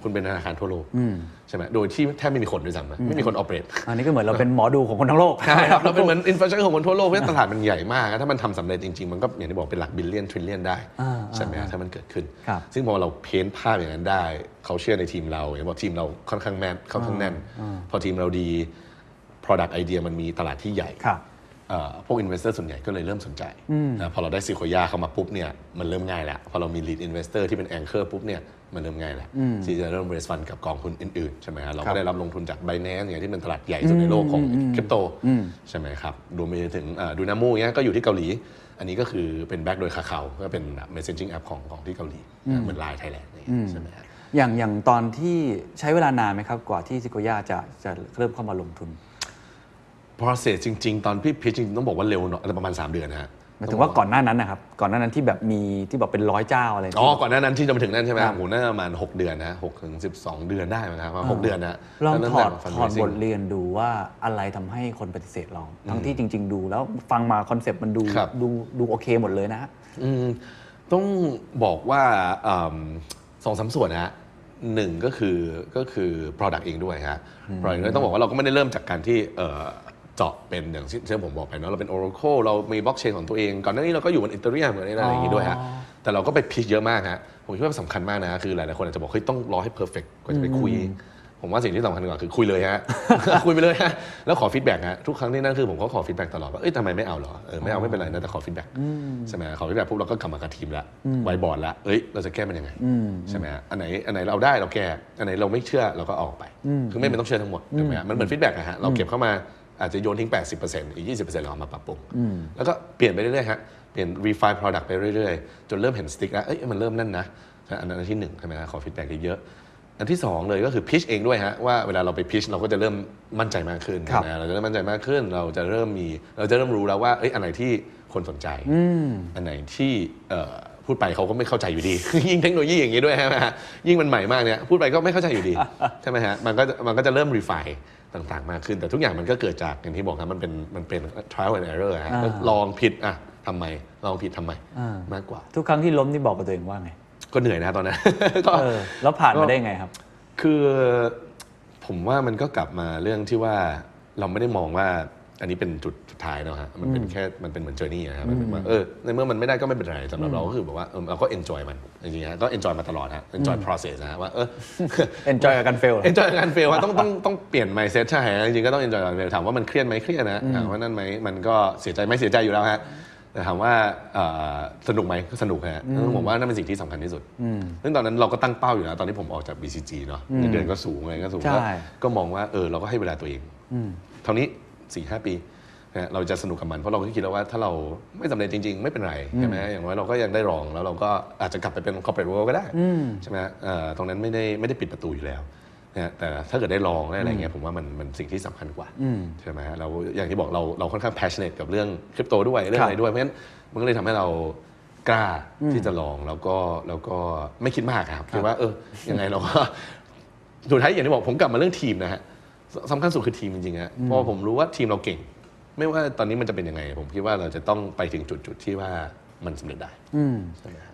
E: คุณเป็นธนาคารทั่วโลกใช่ไหมโดยที่แทบไม่มีคนด้วยซ้ำนะไม่มีคนออเปเรต
G: อันนี้ก็เหมือนเราเป็นหมอดูของคนทั้งโลก
E: ใช่ครับเราเป็นเหมือนอินฟ a า t เ c อร์ของคนทั่วโลกเพราะฉะนั้นตลาดมันใหญ่มาก ถ้ามันทำสำเร็จจริง ๆ มันก็อย่างที่บอกเป็นหลักบิลเลียนทริลเลียนได้ ใช่ไหมฮะถ้ามันเกิดขึ้น
G: ครับ
E: ซึ่งพอเราเพ้นท์ภาพอย่างนั้นได้ เขาเชื่อในทีมเราอย่างที่บอกทีมเราค่อนข้างแม่นค่อนข้างแน่น พอทีมเราดี product idea มันมีตลาดที่ใหญ่
G: ครับ
E: เอ่อพวกอินเวสเตอร์ส่วนใหญ่ก็เลยเริ่มสนใจนะพอเราได้ซิโคยาเข้ามาปุ๊บเนี่ยมันเริ่มง่ายแล้ว พอเรามี lead investor ที่เป็น anchor ปุ๊บเนี่ยมันเริ่มง่ายแล้วที่จะเริ่ม raise fund กับกองทุนอื่นๆ ใช่ไหมฮะเราก็ได้รับลงทุนจาก Binance อย่างที่เป็นตลาดใหญ่สุดในโลกของคริปโตใช่ไหมครับรวมไปถึงดูนามูเนี่ยก็อยู่ที่เกาหลี อันนี้ก็คือเป็นแบ็กโดยคาเขาก็เป็นแบบ messaging app ของของที่เกาหลีนะเหมือนไลน์ไทยแลนด์ใช่ไหมฮะ
G: อย่างอย่างตอนที่ใช้เวลานานไหมครับ กว่าที่ซิโกย่าจะจะเริ่มเข้ามาลงทุน
E: process จริง ๆ ตอนพี่พิชจริงๆต้องบอกว่าเร็วหน่อยประมาณสามเดือนนะฮะ
G: หมายถึงว่าก่อนหน้านั้นนะครับ ก่อนหน้านั้นที่แบบมีที่บอกเป็นร้อยเจ้าอะไร
E: อ๋อ
G: ที่
E: ก่อนหน้านั้นที่จะมาถึงนั่นใช่ไหม
G: ครับ
E: โอ้โหน่าจะประมาณ 6 เดือนนะ6ถึง 12 เดือนได้ไหมครับประมาณ6เดือนนะ
G: ลอง
E: แวเริ่ม
G: ถอ
E: จา
G: ด
E: ก
G: ถอด
E: fundraising
G: บทเรียนดูว่าอะไรทำให้คนปฏิเสธเรา ทั้งที่จริง ๆ ดูแล้วฟังมาคอนเซปต์มันดู
E: ครับ
G: ดูดูโอเคหมดเลยนะฮะ
E: อืมต้องบอกว่าอืมสองสามส่วนนะฮะหนึ่งก็คือก็คือ product เองด้วยฮะ product เองด้วยต้องบอกว่าเราก็ไม่ได้เริ่มจากการที่เอ่อเจาะเป็นอย่างที่ที่ผมบอกไปเนาะเราเป็น Oracle เรามี blockchain ของตัวเอง ก่อนหน้านี้เราก็อยู่บน Ethereum อะไรอะไรอย่างงี้ด้วยฮะ แต่เราก็ไปพิชเยอะมากฮะผมคิดว่าสำคัญมากนะฮะคือหลายๆคนอาจจะบอกเฮ้ยต้องรอให้ perfect กว่าจะไปคุย ผมว่าสิ่งที่สำคัญกว่าคือคุยเลยฮะ (laughs) คุยไปเลยฮะแล้วขอฟีดแบ็กฮะทุกครั้งที่นั่นคือผมก็ขอฟีดแบ็กตลอดว่าเอ้ยทำไมไม่เอาเหรอเออไม่เอาไม่เป็นไรนะแต่ขอฟีดแบ็กใช่ไหมขอฟีดแบ็กปุ๊บเราก็กลับมากับทีมละไวบอร์ดละเอ้ยเราจะแก้มันยังไงใช่ไหมฮะอันไหนอันไหนเราได้เราแก้อันไหนเราไม่เชื่อเราก็เอาออกไป คือไม่เป็นต้องเชื่อทั้งหมดถูกไหมฮะมันเหมือนฟีดแบ็กอะฮะเราเก็บเข้ามาอาจจะโยนทิ้ง 80%อีก 20%เราเอามาปรับปรุงแล้วก็เปลี่ยนไปเรื่อยๆฮะเปลี่ยน refine product ไปเรื่อยๆ จนเริ่มเห็นสติ๊กแล้วเอ้ยมันเริ่มนั่นนะอันนั้นอันที่หนึ่งใช่ไหมฮะขอฟีดแบ็กเยอะๆ อันที่สองเลยก็คือพิชเองด้วยฮะว่าเวลาเราไปพิชเราก็จะเริ่มมั่นใจมากขึ้น
G: ครับ
E: นะเราจะเริ่มมั่นใจมากขึ้น เราจะเริ่มมีเราจะเริ่มรู้แล้วว่าเอ้ยอันไหนที่คนสนใจ อันไหนที่เอ่อพูดไปเขาก็ไม่เข้าใจอยู่ดี (laughs) ยิ่งเทคโนโลยีอย่างนี้ด้วยใช่ไหมฮะยิ่งมันใหม่มากเนี่ยพูดไปก็ไม่เข้าใจอยู่ดี ใช่ไหมฮะมันก็มันก็จะเริ่มรีไฟต่างๆ มากขึ้น แต่ทุกอย่างมันก็เกิดจากอย่างที่บอกครับมันเป็นมันเป็น trial and error ฮะ
G: อ่า
E: ก็ลองผิดอ่ะทำไมลองผิดทำไมมากกว่า
G: ทุกครั้งที่ล้มนี่บอกกับตัวเองว่าไง
E: ก็เหนื่อยนะตอนนั้น (laughs) ก็
G: เออแล้วผ่านมาได้ไงครับ
E: คือผมว่ามันก็กลับมาเรื่องที่ว่าเราไม่ได้มองว่าอันนี้เป็นจุดสุดท้ายเนอะฮะมันเป็นแค่มันเป็นเหมือนเจอร์นี่นะครับมันเป็นว่าเออในเมื่อมันไม่ได้ก็ไม่เป็นไรสำหรับเราก็คือแบบว่าเออเราก็ enjoy มันจริงๆฮะก็ enjoy มาตลอดฮะ enjoy process นะฮะว่าเออ (laughs)
G: enjoy กับการ fail เหรอ
E: enjoy กับการ fail อะต้องต้องต้องเปลี่ยน mindset ใช่ฮะจริงๆก็ต้อง enjoy กับการ fail ถามว่ามันเครียดไหมเครียดนะถามว่านั่นไหมมันก็เสียใจไหมเสียใจอยู่แล้วฮะแต่ถามว่าเอ่อสนุกไหมก็สนุกฮะผมว่านั่นเป็นสิ่งที่สำคัญที่สุดซึ่งตอนนั้นเราก็ตั้งเป้าอยู่แล้วตอนที่ผมออกจาก BCG เนาะเงินเดือนก็สูงอะไรก็สูง
G: ใช่
E: ก็ก็มองว่าเออเราก็ให้เวลาตัวเองเท่านี้4ี่หปีนะฮะเราจะสนุกกับมันเพราะเราก็คิดแล้วว่าถ้าเราไม่สำเร็จจริง ๆ ไม่เป็นไรใช่ไหมอย่างน้อยเราก็ยังได้ลองแล้วเราก็อาจจะกลับไปเป็น corporate world ก็ได้ใช่ไหมฮะเอ่อตรงนั้นไม่ได้ไม่ได้ปิดประตูอยู่แล้วนะฮะแต่ถ้าเกิดได้ลองได้อะไรเงี้ยผมว่ามันมันสิ่งที่สำคัญกว่าใช่ไหมฮะเราอย่างที่บอกเราเราค่อนข้าง passionate กับเรื่องคริปโตด้วยเรื่องอะไรด้วยเพราะฉะนั้นมันก็เลยทำให้เรา กล้าที่จะลองแล้วก็แล้วก็ไม่คิดมากครับคือว่าเออยังไงเราก็ (laughs) สุดท้ายอย่างที่บอกผมกลับมาเรื่องทีมนะฮะสสำคัญสุดคือทีมจริงๆฮะเพราะว่าผมรู้ว่าทีมเราเก่ง ไม่ว่าตอนนี้มันจะเป็นยังไง ผมคิดว่าเราจะต้องไปถึงจุดจุดๆที่ว่ามันสำเร็จได้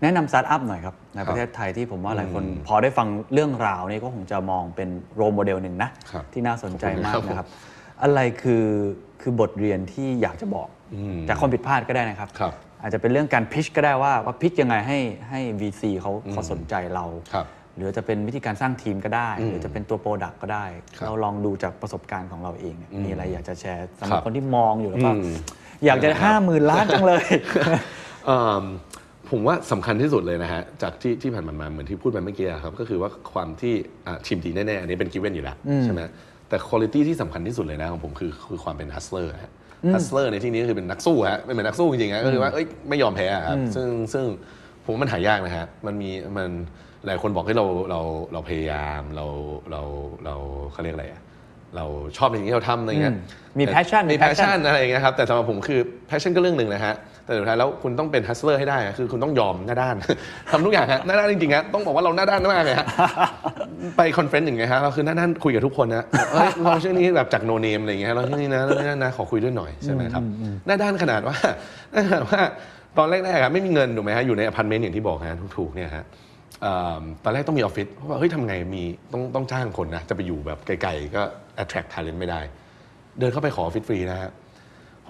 G: แนะนำสตาร์ทอัพหน่อยครับ ในประเทศไทยที่ผมว่าหลายคนพอได้ฟังเรื่องราวนี้ก็คงจะมองเป็นโรลโมเดลหนึ่งนะ
E: ครับ
G: ที่น่าสนใจมาก
E: ขอบคุณ
G: นะค
E: ครั
G: รับ
E: บ
G: อะไรคือคือบทเรียนที่อยากจะบอก
E: อืม
G: จากความผิดพลาดก็ได้นะครับ
E: ครับ
G: อาจจะเป็นเรื่องการพิชก็ได้ว่าว่าพิชยังไงให้ให้ VC เขาเขาสนใจเรา
E: ครับ
G: หรือจะเป็นวิธีการสร้างทีมก็ได้ หรือจะเป็นตัวโปรดักก็ได้
E: ครับ
G: เราลองดูจากประสบการณ์ของเราเองเนี่ยมีอะไรอยากจะแชร์สำห
E: ครั
G: รับบคนที่มองอยู่แล้วก็
E: อืม
G: อยากจะห้าหมื่นล้านจังเลย
E: (laughs) เอิ่มผมว่าสำคัญที่สุดเลยนะฮะ จากที่ที่ผ่านมาเหมือนที่พูดไปเมื่อกี้อะครับ ก็คือว่าความที่อ่ะทีมดีแน่ๆ อันนี้เป็นกิเวนอยู่แล้วใช่ไหมแต่คุณ i t y ที่สำคัญที่สุดเลยนะของผมคือคือความเป็นฮัสเลอร์ฮะฮัสเลอร์ในที่นี้ก็คือเป็นนักสู้ฮะเป็นเหมือนนักสู้จริงๆฮะก็คือว่าเอ้ยไม่ยอมแพ้อะครับซึ่งซึ่งผมว่ามันหายากนะฮะมันมีมันหลายคนบอกให้เราเราเราพยายามเราเราเราเขาเรียกอะไรอะเราชอบในสิ่งที่เราทำอะไรเงี้ย
G: อืมมี passion มี
E: มี
G: passion
E: passion อะไรอย่างเงี้ยครับแต่สำหรับผมคือ passion ก็เรื่องหนึ่งนะฮะ แต่สุดท้ายแล้วคุณต้องเป็น hustler ให้ได้อะคือคุณต้องยอมหน้าด้าน (laughs) ทำทุกอย่างฮะหน้าด้านจริงๆฮะต้องบอกว่าเราหน้าด้านมากเลยฮะ ไปคอนเฟรนซ์อย่างเงี้ยฮะเราคือหน้าด้านคุยกับทุกคนนะเอ้ย
G: (laughs)
E: เราชื่อนี้แบบจากโนเนมอะไรอย่างเงี้ยเราชื่อนี้นะเราชื่อนั้นนะขอคุยด้วยหน่อยใช่ไหมครับหน้าด้านขนาด (laughs) ว่าหน้าด้านว่าตอนแรกๆอะไม่มีเงินถูกไหมฮะอยู่ในอพาร์ตเมนต์อย่างที่บอกฮะถูกๆเนี่ยฮะ เอิ่มตอนแรกต้องมีออฟฟิศเพราะว่าเฮ้ยทำไงมีต้องต้องจ้างคนนะ จะไปอยู่แบบไกลๆก็ attract talent ไม่ได้ เดินเข้าไปขอออฟฟิศฟรีนะฮะ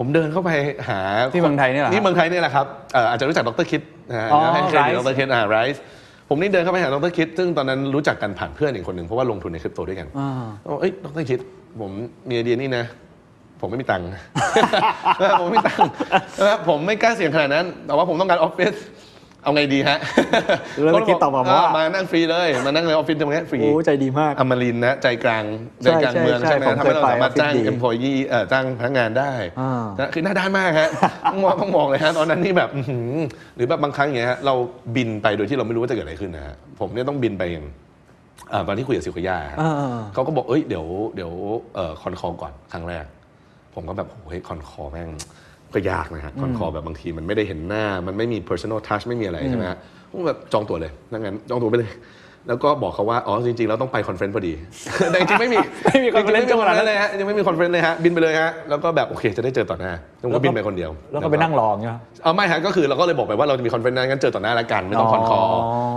E: ผมเดินเข้าไปหา
G: ที่เมืองไทยเนี่ยเหรอครับ
E: ที่เมืองไทยเนี่ยแหละครับเอ่ออาจจะรู้จักดรคิดนะฮะ
G: อ๋อ
E: ให้เครดิต
G: Rice
E: ดรคิดอ่าไรส์ผมนี่เดินเข้าไปหาดรคิด ซึ่งตอนนั้นรู้จักกันผ่านเพื่อนอีกคนหนึ่งเพราะว่าลงทุนในคริปโตด้วยกันเขาบอกเอ้ยดรคิด ผมมีไอเดียนี่นะ ผมไม่มีตังค์
G: (laughs)
E: ผมไม่มีตังค์นะครับผมไม่กล้าเสี่ยงขนาดนั้น แต่ว่าผมต้องการออฟฟิศเอาไงดีฮะ
G: (laughs) แล้วเมื่อกี้ตอบมาว่า
E: เมานั่งฟรีเลย มานั่งในออฟฟิศตรงเนี้ยฟรี
G: โอ้ใจดีมาก
E: อมรินทร์นะ ใจกลาง
G: ใช่
E: ใจกลางเมือง
G: ใช่
E: ใช่ไหม
G: ผม
E: ทำ
G: เคย
E: ให้เรา
G: ไป
E: สามารถ
G: ออฟฟิศ
E: จ้าง
G: ดี
E: employee เอ่อจ้างพนักงานได้
G: อ่า
E: นะคือหน้าด้านมาก
G: (laughs)
E: ฮะ ต้องมองต้องมองเลยฮะ ตอนนั้นนี่แบบอื้อหือหรือแบบบางครั้งอย่างเงี้ยฮะเราบินไปโดยที่เราไม่รู้ว่าจะเกิดอะไรขึ้นนะฮะผมเนี่ยต้องบินไปอย่างเอ่อตอนที่คุยกับซิคุย่าฮะ
G: อ่า
E: เขาก็บอก เอ้ย เดี๋ยว เดี๋ยวเอ่อคอนคอลก่อน ครั้งแรก ผมก็แบบโอ้ยคอนคอลแม่ง ก็ยากนะฮะ คอนคอลแบบบางทีมันไม่ได้เห็นหน้า มันไม่มี personal touch ไม่มีอะไรใช่ไหมฮะผมแบบจองตั๋วเลยดังนั้นจองตั๋วไปเลย แล้วก็บอกเขาว่า อ๋อ จริง ๆ แล้วต้องไปคอนเฟรนซ์พอดี (laughs) แต่จริงๆไม่มี
G: ไม่มี conference
E: จงๆไม่มี conference เลยฮะยังไม่มีคอนเฟรนซ์เลยฮะ บินไปเลยฮะ แล้วก็แบบโอเค จะได้เจอต่อหน้าผมก็บินไปคนเดียว
G: แล้วก็ไปนั่งรออย่างเงี้ย
E: เอาไม่ฮะก็คือเราก็เลยบอกไปว่าเราจะมีคอนเฟนต์นั้นงั้นเจอต่อหน้าละกัน ไม่ต้องค
G: อ๋อ
E: อนคอล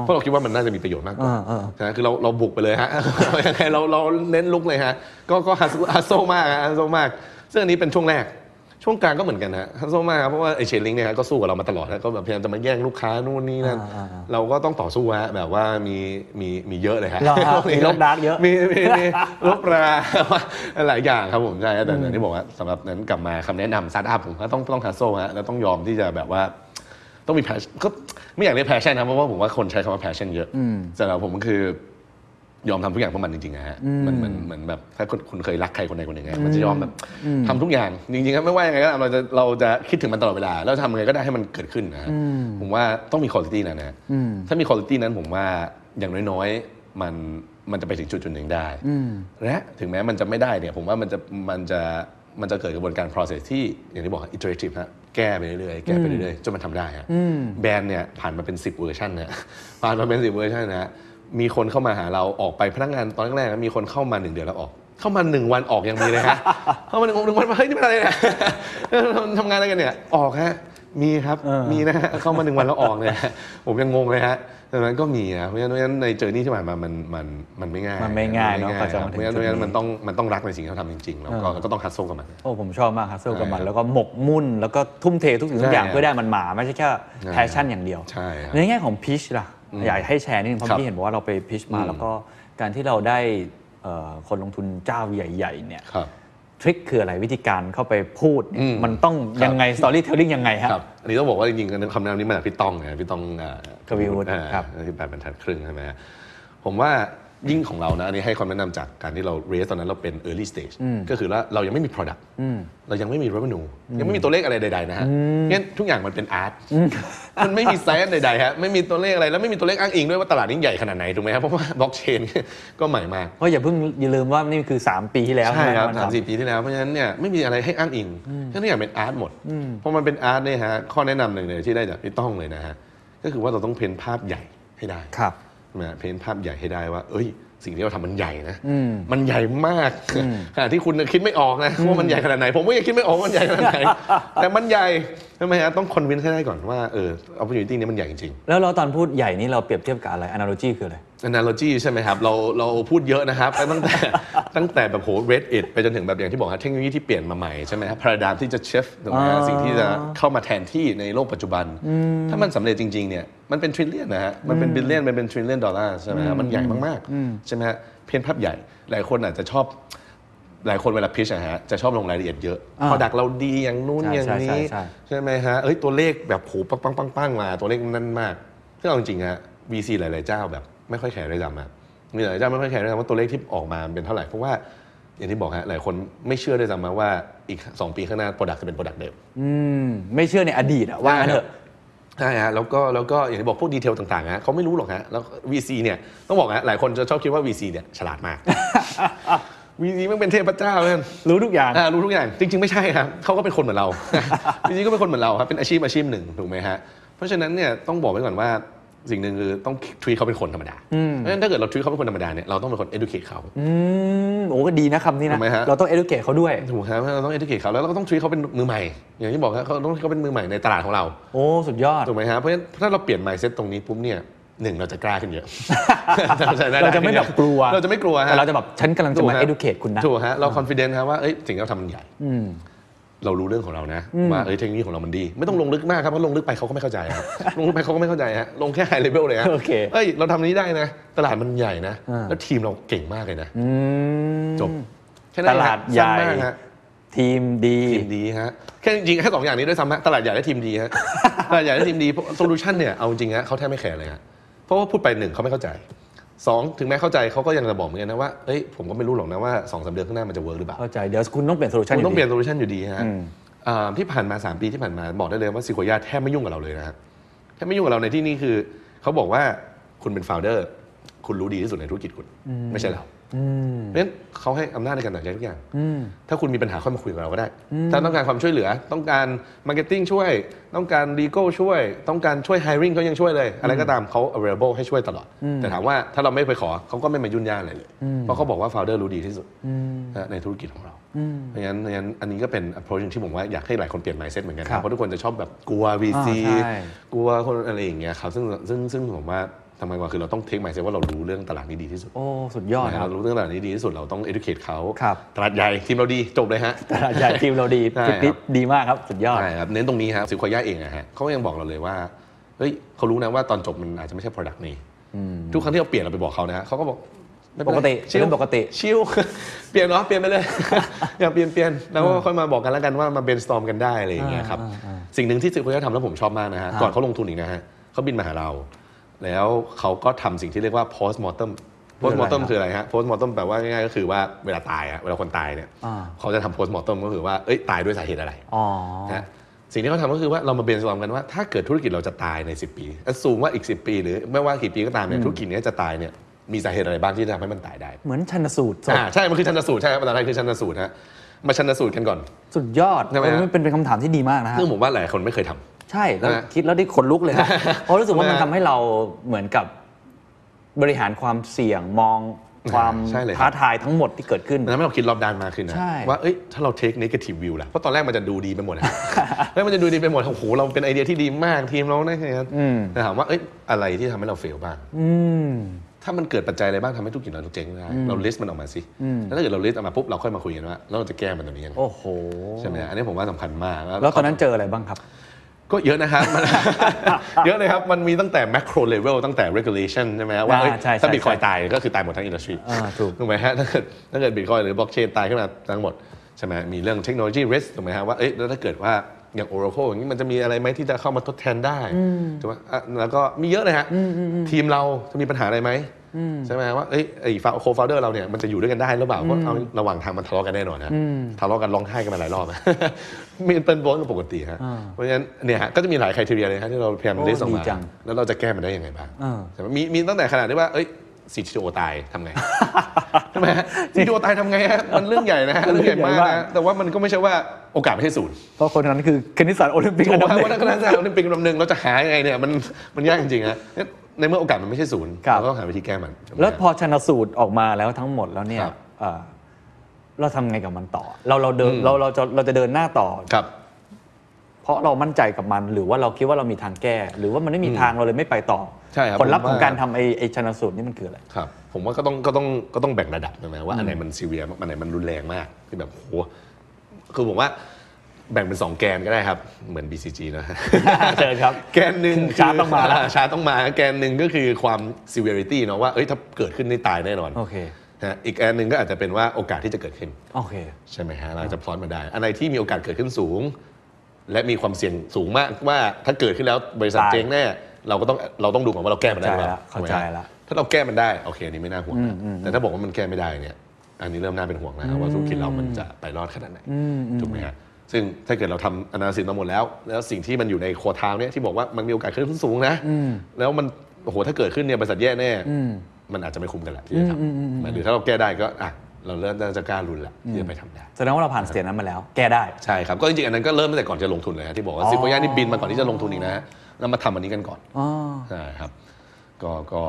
E: เพราะเราคิดว่ามันน่าจะมีประโยชน์มากกว่า
G: อ่าๆ
E: ใช่ไหมคือเราเราบุกไปเลยฮะ (laughs) ยังไงเราเราเน้นลุกเลยฮะ ก็ก็ฮัสฮัสโซมากฮะฮัสโซมาก ซึ่งอันนี้เป็นช่วงแรก ช่วงกลางก็เหมือนกันฮะฮัสโซมากครับเพราะว่าไอเชนลิงเนี่ยฮะก็สู้กับเรามาตลอดฮะก็แบบพยายามจะมาแย่งลูกค้านู่นนี่นั่นเราก็ต้องต่อสู้ฮะแบบว่ามีมีมีเยอะเลยฮะ
G: เหรอฮะมีโรคดาร์กเยอะ
E: มีมีมี (laughs) ลบราหลายอย่างครับผมใช่แต่อย่างที่บอกว่าสำหรับนั้นกลับมาคำแนะนำสตาร์ทอัพผมก็ต้องต้องฮัสโซฮะแล้วต้องยอมที่จะแบบว่า ต้องมีแพชก็ไม่อยากเรียกแพชชั่นนะเพราะว่าผมว่าคนใช้คำว่าแพชชั่นเยอะแต่เราผมก็คือยอมทำทุกอย่างเพื่อมันจริงๆนะฮะมันเหมือนเหมือนแบบถ้าคุณคุณเคยรักใครคนใดคนหนึ่งอะมันจะยอมแบบทำทุกอย่างจริงๆครับไม่ว่ายังไงก็ตามเราจะเราจะคิดถึงมันตลอดเวลาแล้วทำยังไงก็ได้ให้มันเกิดขึ้นนะฮะผมว่าต้องมีคุณภาพนั้นนะฮะถ้ามีคุณภาพนั้นผมว่าอย่างน้อยๆมัน มันจะไปถึงจุดจุดหนึ่งได้และถึงแม้มันจะไม่ได้เนี่ยผมว่ามันจะมันจะมันจะเกิดกระบวนการ process ที่อย่างที่บอก iterative ฮะแก้ไปเรื่อยๆแก้ไปเรื่อยๆจนมันทำได้ฮะแบรนด์เนี่ยผ่านมาเป็น 10 เวอร์ชันนะ (laughs) ผ่านมาเป็น 10 เวอร์ชันนะฮะมีคนเข้ามาหาเราออกไปพนักงานตอนแรกๆนะมีคนเข้ามาหนึ่งเดือนแล้วออก เข้ามาหนึ่งวันออกยังมีเลย
G: (laughs)
E: ฮะ เข้ามาหนึ่งวันหนึ่งวันมาเฮ้ยนี่เป็นอะไรเนี่ย ทำงานอะไรกันเนี่ยออกฮะมีครับมีนะฮะเข้ามาหนึ่งวันแล้วออกเนี่ยฮะผมยังงงเลยฮะดังนั้นก็มีนะเพราะฉะนั้นในเจอร์นี่ที่ผ่านมามันมันมันไม่ง่าย
G: มันไม่ง่ายเนอะ
E: มัไม่ง่
G: กว่าจะมาถึง
E: เพราะฉะนั้นเพราะฉะ
G: จุดนี้
E: นั้นมันต้องมันต้องรักในสิ่งที่เราทำจริงๆแล้วก็ก็ต้องคัดโซ่กับมัน
G: โอ้ผมชอบมากครับเซลกับมัน
E: ใช่ครับ
G: แล้วก็หมกมุ่น แล้วก็ทุ่มเททุกสิ่งทุกอย่าง
E: ใช่ครับ
G: เพื่อได้มันมาไม่ใช่แค่
E: ใช่
G: แพชชั่นอย่างเดียว
E: ใช่ครับ
G: ในแง่ของพิชล่ะ อยากให้แชร์นิดนึงเพราะ
E: ครับ
G: ที่เห็นบอกว่าเราไปพิชมา
E: อืม
G: แล้วก็การที่เราได้เอ่อคนลงทุนเจ้าใหญ่ ๆ เนี่ย
E: ครับ
G: ทริคคืออะไรวิธีการเข้าไปพูดเนี่ย
E: อืม
G: มันต้อง
E: ครับ
G: ยังไงสตอรี่เทลลิ่งยังไงฮะ
E: ครับอันนี้ต้องบอกว่าจริงๆคำแนะนำนี้มาจากพี่ต้องนะพี่ต้องอ่าก
G: วีวุฒิ
E: อ่า
G: ครับ
E: ที่แปดบรรทัดครึ่งใช่ไหมฮะผมว่ายิ่งของเรานะอันนี้ให้ความแนะนำจากการที่เราเรสตอนนั้นเราเป็น early stage ก็คือว่าเรายังไม่มี product เรายังไม่มี revenue ยังไม่มีตัวเลขอะไรใดๆนะฮะงั้นทุกอย่างมันเป็น art มันไม่มี science ใดๆฮะไม่มีตัวเลขอะไรแล้วไม่มีตัวเลขอ้างอิงด้วยว่าตลาดนี้ใหญ่ขนาดไหนถูกไหมครับเพราะว่า blockchain ก็ใหม่มาก
G: เพราะอย่าเพิ่งอย่าลืมว่านี่คือ 3 ปีที่แล้ว
E: ใช่ครับ
G: มัน
E: สามสี่ปีที่แล้วเพราะฉะนั้นเนี่ยไม่มีอะไรให้อ้างอิงก็ทุกอย่างเป็นอาร์ตหมดเพราะมันเป็นอาร์ตเนี่ยฮะข้อแนะนำหนึ่งเลยที่ได้จากพี่ต้องเลยนะฮะก็คือว่าเราต้องเพ้นภาพใหญ่ให้ได้
G: ครับ
E: นะเพ้นภาพใหญ่ให้ได้ว่า เอ้ย สิ่งที่เราทำมันใหญ่นะมันใหญ่มากขณะที่คุณน่ะคิดไม่ออกนะว่ามันใหญ่ขนาดไหน ผมก็ยังคิดไม่ออกว่ามันใหญ่ขนาดไห (laughs) น แต่มันใหญ่ทำไมฮะต้องคอนวินให้ได้ก่อนว่าเออ opportunity เนี้มันใหญ่จริง
G: แล้วเราตอนพูดใหญ่นี่เราเปรียบเทียบกับอะไร analogy คืออะไร
E: analogy ใช่ไหมครับ เราเราพูดเยอะนะครับ ตั้งแต่ (laughs) ตั้งแต่แบบโห red it ไปจนถึงแบบอย่างที่บอกฮะเทคโนโลยีที่เปลี่ยนมาใหม่ใช่ไหมครับพาราดามที่จะเชฟถูกไหมฮะสิ่งที่จะเข้ามาแทนที่ในโลกปัจจุบัน ถ้ามันสำเร็จจริง ๆ เนี่ย มันเป็นทริลเลียนนะฮะ มันเป็นบิลเลียนมันเป็นทริลเลียนดอลลาร์ใช่ไหมฮะมันใหญ่มากๆใช่ไหมฮะเพียนภาพใหญ่ หลายคนอาจจะชอบ หลายคนเวลาพิชอะฮะจะชอบลงรายละเอียดเยอะพอดักเราดีอย่างนู้น
G: ใช่
E: อย่างนี้
G: ใช่ใช่ใช่
E: ใช่ไหมฮะ เอ้ยตัวเลขแบบโหปังปังปังปังมา ตัวเลขนั่นมากซึ่งเอาจริงๆฮะ VC หลาย ๆ เจ้าแบบไม่ค่อยแคร์ด้วยซ้ำอะมีหลายเจ้าไม่ค่อยแคร์ด้วยซ้ำว่าตัวเลขที่ออกมาเป็นเท่าไหร่ เพราะว่าอย่างที่บอกฮะหลายคนไม่เชื่อด้วยซ้ำมาว่าอีก 2 ปีข้างหน้า Product จะเป็น Product เดิม
G: อืมไม่เชื่อในอดีตอะว่างั้นเถอะ
E: ใช่ฮะแล้วก็แล้วก็อย่างที่บอกพวกดีเทลต่างๆฮะเขาไม่รู้หรอกฮะแล้ว VC เนี่ยต้องบอกฮะหลายคนจะชอบคิดว่า VC เนี่ยฉลาดมาก (laughs) VC มันเป็นเทพเจ้าเนี่ย
G: รู้ทุกอย่าง
E: อ่ารู้ทุกอย่างจริง ๆ ไม่ใช่ครับเขาก็เป็นคนเหมือนเรา (laughs) จริงๆก็เป็นคนเหมือนเราครับเป็นอาชีพอาชีพหนึ่งถูกไหมฮะเพราะฉะนั้นเนี่ยต้องบอกไว้ก่อนว่าสิ่งหนึ่งคือต้องทวีเขาเป็นคนธรรมดาเพราะฉะนั้นถ้าเกิดเราทวีเขาเป็นคนธรรมดาเนี่ยเราต้องเป็นคน educate เขา
G: อืมโอ้ก็ดีนะคำนี้นะ
E: ทำไมฮะ
G: เราต้อง educate เขาด้วย
E: ถูกไหมครับเพราะฉะนั้นเราต้อง educate เขาแล้วเราก็ต้องทวีเขาเป็นมือใหม่ อย่างที่บอกครับเขาต้องให้เขาเป็นมือใหม่ในตลาดของเรา
G: โอ้ สุดยอด
E: ถูกไหมฮะเพราะฉะนั้นถ้าเราเปลี่ยน mindset ตรงนี้ปุ๊บเนี่ยหนึ่งเราจะกล้าขึ้
G: (laughs)
E: นเยอะ
G: เราจะไม่แบบกลัว
E: เราจะไม่กลัวฮะ
G: แต่เราจะแบบฉันกำลังจะมา
E: ถูฮ
G: educate คุณนะ
E: ถูกฮะเรา confident ฮะว่าเอ้ยสิ่งที่เราทำมันใหญ่เรารู้เรื่องของเรานะว่าเอ้ยเทคโนโลยีของเรามันดี ไม่ต้องลงลึกมากครับเพราะลงลึกไปเขาก็ไม่เข้าใจ
G: (laughs)
E: ครับ ลงลึกไปเขาก็ไม่เข้าใจฮะลงแค่ high level เลยฮะ
G: โอเค
E: เอ้ยเราทำอันนี้ได้นะ ตลาดมันใหญ่นะ แล้วทีมเราเก่งมากเลยนะ
G: อืม
E: จบแค่นั้น
G: ตลาด
E: ฮะ
G: ใหญ่
E: สั้นมากฮะ
G: ทีมดี
E: ทีมดีฮะแค่จริงๆแค่สองอย่างนี้ด้วยซ้ำฮะตลาดใหญ่และทีมดี
G: (laughs)
E: ฮะ ตลาดใหญ่และทีมดีโซลูชันเนี่ยเอาจริงฮะเขาแทบไม่แคร์เลยฮะเพราะว่าพูดไปหนึ่งเขาไม่เข้าใจสองถึงแม้เข้าใจเขาก็ยังจะบอกเหมือนกันนะว่าเอ้ยผมก็ไม่รู้หรอกนะว่าสองสามเดือนข้างหน้ามันจะเวิร์กหรือเปล่า
G: เข้าใจ เดี๋ยวคุณต้องเปลี่ยนโซลูชัน
E: คุณต้องเปลี่ยน
G: ดี
E: โซลูชันอยู่ดีฮะ
G: อืม
E: อ่าที่ผ่านมา 3 ปีที่ผ่านมาบอกได้เลยว่าซิโคยาแทบไม่ยุ่งกับเราเลยนะฮะแทบไม่ยุ่งกับเราในที่นี้คือเขาบอกว่าคุณเป็น founder คุณรู้ดีที่สุดในธุรกิจคุณไม่ใช่เรา
G: อืม
E: เพราะฉะนั้นเขาให้อำนาจในการตัดสินใจทุกอย่าง ถ้าคุณมีปัญหาค่อยมาคุยกับเราก็ได้ ถ้าต้องการความช่วยเหลือ ต้องการมาร์เก็ตติ้งช่วย ต้องการดีโก้ช่วย ต้องการช่วย hiring เขายังช่วยเลย อะไรก็ตามเขา available ให้ช่วยตลอด แต่ถามว่าถ้าเราไม่ไปขอเขาก็ไม่มายุ่นย่าอะไรเลย เพราะเขาบอกว่า founder รู้ดีที่สุดนะในธุรกิจของเรา เพราะฉะนั้นเพราะฉะนั้นอันนี้ก็เป็น approach ที่ผมว่าอยากให้หลายคนเปลี่ยน mindset เหมือนกัน
G: ครับ
E: นะเพราะทุกคนจะชอบแบบกลัว VC
G: อ่าใช่
E: กลัวคนอะไรอย่างเงี้ยครับซึ่งซึ่งซึ่งผมว่าทำไมกว่าคือเราต้อง take mindset ว่าเรารู้เรื่องตลาดนี้ดีที่สุด
G: โอ้ สุดยอด
E: นะ
G: ค
E: ครั
G: รั
E: บบ รู้เรื่องตลาดนี้ดีที่สุดเราต้อง educate เขา
G: ครับ
E: ตลาดใหญ่ทีมเราดีจบเลยฮะ
G: ตลาดใหญ่ทีมเราดี
E: ใช่
G: ทริปนี้
E: ครับ
G: ดีมากครับ สุดยอด
E: ใช่ครับเน้นตรงนี้ครับซิควายาเองอะฮะเขายังบอกเราเลยว่าเฮ้ยเขารู้นะว่าตอนจบมันอาจจะไม่ใช่ product นี้ทุกครั้งที่เราเปลี่ยนเราไปบอกเขานะฮะเขาก็บอกไม่เน
G: ป
E: ไร
G: กติ
E: ชิล
G: เรื่องปกติ
E: ชิล (laughs) เปลี่ยนเนาะเปลี่ยนไปเลย (laughs) อยากเปลี่ยนเปลี่ยนแล้วก็ค่อยมาบอกกันแล้วกันว่ามา brainstorm กันได้อะไรอย่างเงี้ยครับสิ่งหนึ่งที่ซิควายาทำแล้วผมชอบมากนะฮะก่อนเขาลงทุนอีกนะฮะเขาบินมาหาเรา แล้วเขาก็ทำสิ่งที่เรียกว่า post mortem post mortem คืออะไรฮะ post mortem แปลว่าง่ายๆก็คือว่าเวลาตายอะเวลาคนตายเนี่ย
G: อ่า
E: เขาจะทำ post mortem ก็คือว่าเอ้ยตายด้วยสาเหตุอะไร
G: อ๋อ
E: นะสิ่งที่เขาทำก็คือว่าเรามาเบนสวอมกันว่าถ้าเกิดธุรกิจเราจะตายใน 10 ปี assume ว่าอีก 10 ปี หรือไม่ว่ากี่ปีก็ตามเนี่ยธุรกิจเนี้ยจะตายเนี่ย มีสาเหตุอะไรบ้างที่ทำให้มันตายได้
G: เหมือนชันสูตรศพ
E: อ่าใช่มันคือชันสูตรใช่ครับภาษาไทยคือชันสูตรฮะมาชันสูตรกันก่อน
G: สุดยอด
E: ใช่ไหมฮะ
G: เออมันเป็นเป็นคำถามที่ดีมากนะฮะ
E: ซึ่งผมว่าหลายคนไม่เคยทำ
G: ใช่แล้ว
E: นะฮะ
G: คิดแล้วได้ขนลุกเลยฮะเพราะรู้สึกว่ามัน
E: นะฮะ
G: ทำให้เราเหมือนกับบริหารความเสี่ยงมองความ
E: ใช่เลยครับ
G: ท้าทายทั้งหมดที่เกิดขึ้น
E: มันทำให้เราคิดรอบด้านมากขึ้นนะ
G: ใช่
E: ว่าเอ้ยถ้าเราเทคนิคทีฟวิวล่ะเพราะตอนแรกมันจะดูดีไปหมดนะ แล้วมันจะดูดีไปหมดโอ้โหเราเป็นไอเดียที่ดีมากทีมเรานะฮะแต่ถามว่าเอ้ยอะไรที่ทำให้เราเฟลบ้าง
G: อืม
E: ถ้ามันเกิดปัจจัยอะไรบ้างทำให้ธุรกิจเราเจ๊งได้เราลิสต์มันออกมาสิแล้วถ้าเกิดเราลิสต์ออกมาปุ๊บเราค่อยมาคุยกันว่าแล้วเราจะแก้มันตรงนี้ยังไง
G: โอ้โห
E: ใช่ไหมฮะอันนี้ผมว่าสำคัญมาก
G: แล้วตอนนั้นเจออะไรบ้างครับ
E: ก็เยอะนะครับ (laughs) มัน เยอะเลยครับ มันมีตั้งแต่ macro level ตั้งแต่ regulation ใช่ไหมฮะว่า
G: อ่า
E: เอ้ย
G: ใช่ใช่
E: ถ้าบิตคอย
G: ใช่
E: ตายก็คือตายหมดทั้งอินดัสทรี
G: อ่าถูก
E: ถูกไหมฮะถ้าเกิดถ้าเกิดบิตคอยหรือบล็อกเชนตายขึ้นมาทั้งหมดใช่ไหมมีเรื่องเทคโนโลยี risk ถูกไหมฮะว่าเอ้ยแล้วถ้าเกิดว่าอย่าง Oracle อย่างนี้มันจะมีอะไรไหมที่จะเข้ามาทดแทนได้ถูกไหมอ่ะแล้วก็มีเยอะเลยฮะทีมเราจะมีปัญหาอะไรไหมใช่ไหมฮะว่าเอ้ยไอ้โคฟาวเดอร์เราเนี่ยมันจะอยู่ด้วยกันได้หรือเปล่าเพราะเอาระหว่างทางมันทะเลาะกันแน่นอนนะทะเลาะกันร้องไห้กันมาหลายรอบนะ (laughs) มีเป็นเรื่องปกติฮะเพราะฉะนั้นเนี่ยฮะก็จะมีหลายคุณทีเรียเลยฮะที่เราพยายาม
G: โอ้
E: ลิสต์ออก
G: ดี
E: มา
G: จัง
E: แล้วเราจะแก้มันได้ยังไงบ้าง
G: เออ
E: ใช่ไหมมีมีตั้งแต่ขนาดที่ว่า เอ้ยซีทีโอตายทำไง
G: (laughs)
E: ใช่ไหมฮะซีทีโอตายทำไงฮะมันเรื่องใหญ่นะฮะเรื่องใหญ่มากนะแต่ว่ามันก็ไม่ใช่ว่าโอกาสไม่ใช่ศูนย์
G: เพราะคนนั้นคือคณิตศาสตร์โอลิมปิก
E: ถูก
G: อัน
E: ไหมฮะว่า
G: ดับหนึ่ง
E: นักการศึกษาโอลิมปิกลำหนึ่งเราจะหายังไงเนี่ยมันมันยากจริงๆฮะเนี่ยในเมื่อโอกาสมันไม่ใช่ศูนย์
G: ครับ
E: เราต้องหาวิธีแก้มัน
G: แล้วพอชนสูตรออกมาแล้วทั้งหมดแล้วเนี่ย
E: ครับ
G: เอ่อเราทำไงกับมันต่อ เราเราเดิน
E: อืม
G: เราเราจะเราจะเดินหน้าต่อ
E: ครับ
G: เพราะเรามั่นใจกับมัน หรือว่าเราคิดว่าเรามีทางแก้ หรือว่ามันไม่มีทางเราเลยไม่ไปต่อ
E: ใช่ครับ
G: ผลลัพธ์
E: ผม
G: ข
E: ว่า
G: องการทำไอ้ไอ้ชนสูตรนี่มันคืออะไร
E: ครับผมว่าก็ต้องก็ต้องก็ต้องแบ่งระดับใช่ไหมว่าอันไหนมันซีเรียสอันไหนมันรุนแรงมากที่แบบโหคือผมว่าแบ่งเป็น 2 แกนก็ได้ครับ เหมือน BCG นะ
G: (laughs) เชิญครับ
E: แกนหนึ่ง
G: ชาร์จต้องมาแล้ว
E: ชาร์จต้องมา แกนหนึ่งก็คือความ severity เนาะว่าเอ้ยถ้าเกิดขึ้นนี่ตายแน่นอน
G: โอเค
E: นะฮะอีกแกนหนึ่งก็อาจจะเป็นว่าโอกาสที่จะเกิดขึ้น
G: โอเค
E: ใช่ไหมฮะเราจะพลอตมาได้อะไรที่มีโอกาสเกิดขึ้นสูง และมีความเสี่ยงสูงมากว่าถ้าเกิดขึ้นแล้วบริษัท
G: ตาย
E: เจ๊งแน่เราก็ต้องเราต้องดูก่อนว่าเราแก้มันได้หรือเปล่า
G: เข้าใจ
E: ถูกไหม
G: ละ
E: ฮะถ้าเราแก้มันได้โอเคอันนี้ไม่น่าห่วงนะแต่ถ้าบอกว่ามันแก้ไม่ได้เนี่ยอันนี้เริ่มน่าเป็นห่วงแล้วว่าธุรกิจเรามันจะไปรอดขนาดไหนถูกไหมฮะซึ่งถ้าเกิดเราทำอนาลิตมาหมดแล้ว แล้วสิ่งที่มันอยู่ในโคทาวเนี่ยที่บอกว่ามันมีโอกาสขึ้นสูงนะแล้วมันโอ้โหถ้าเกิดขึ้นเนี่ยบริษัทแย่แน่มันอาจจะไม่คุ้มกันละที่จะทำหรือถ้าเราแก้ได้ก็อ่ะเราเริ่มน่าจะกล้าลุนละที่จะไปทำได้
G: แสดงว่าเราผ่านสเตจนั้นมาแล้ว แก้ได้
E: ใช่ครับ ก็จริงๆ อันนั้นก็เริ่มตั้งแต่ก่อนจะลงทุนเลยฮะที่บอกว่า
G: อ๋อ
E: ซิโกย่านี่บินมาก่อนที่จะลงทุนอีกนะฮะแล้วมาทำอันนี้กันก่อนใช่ครับ ก็ก็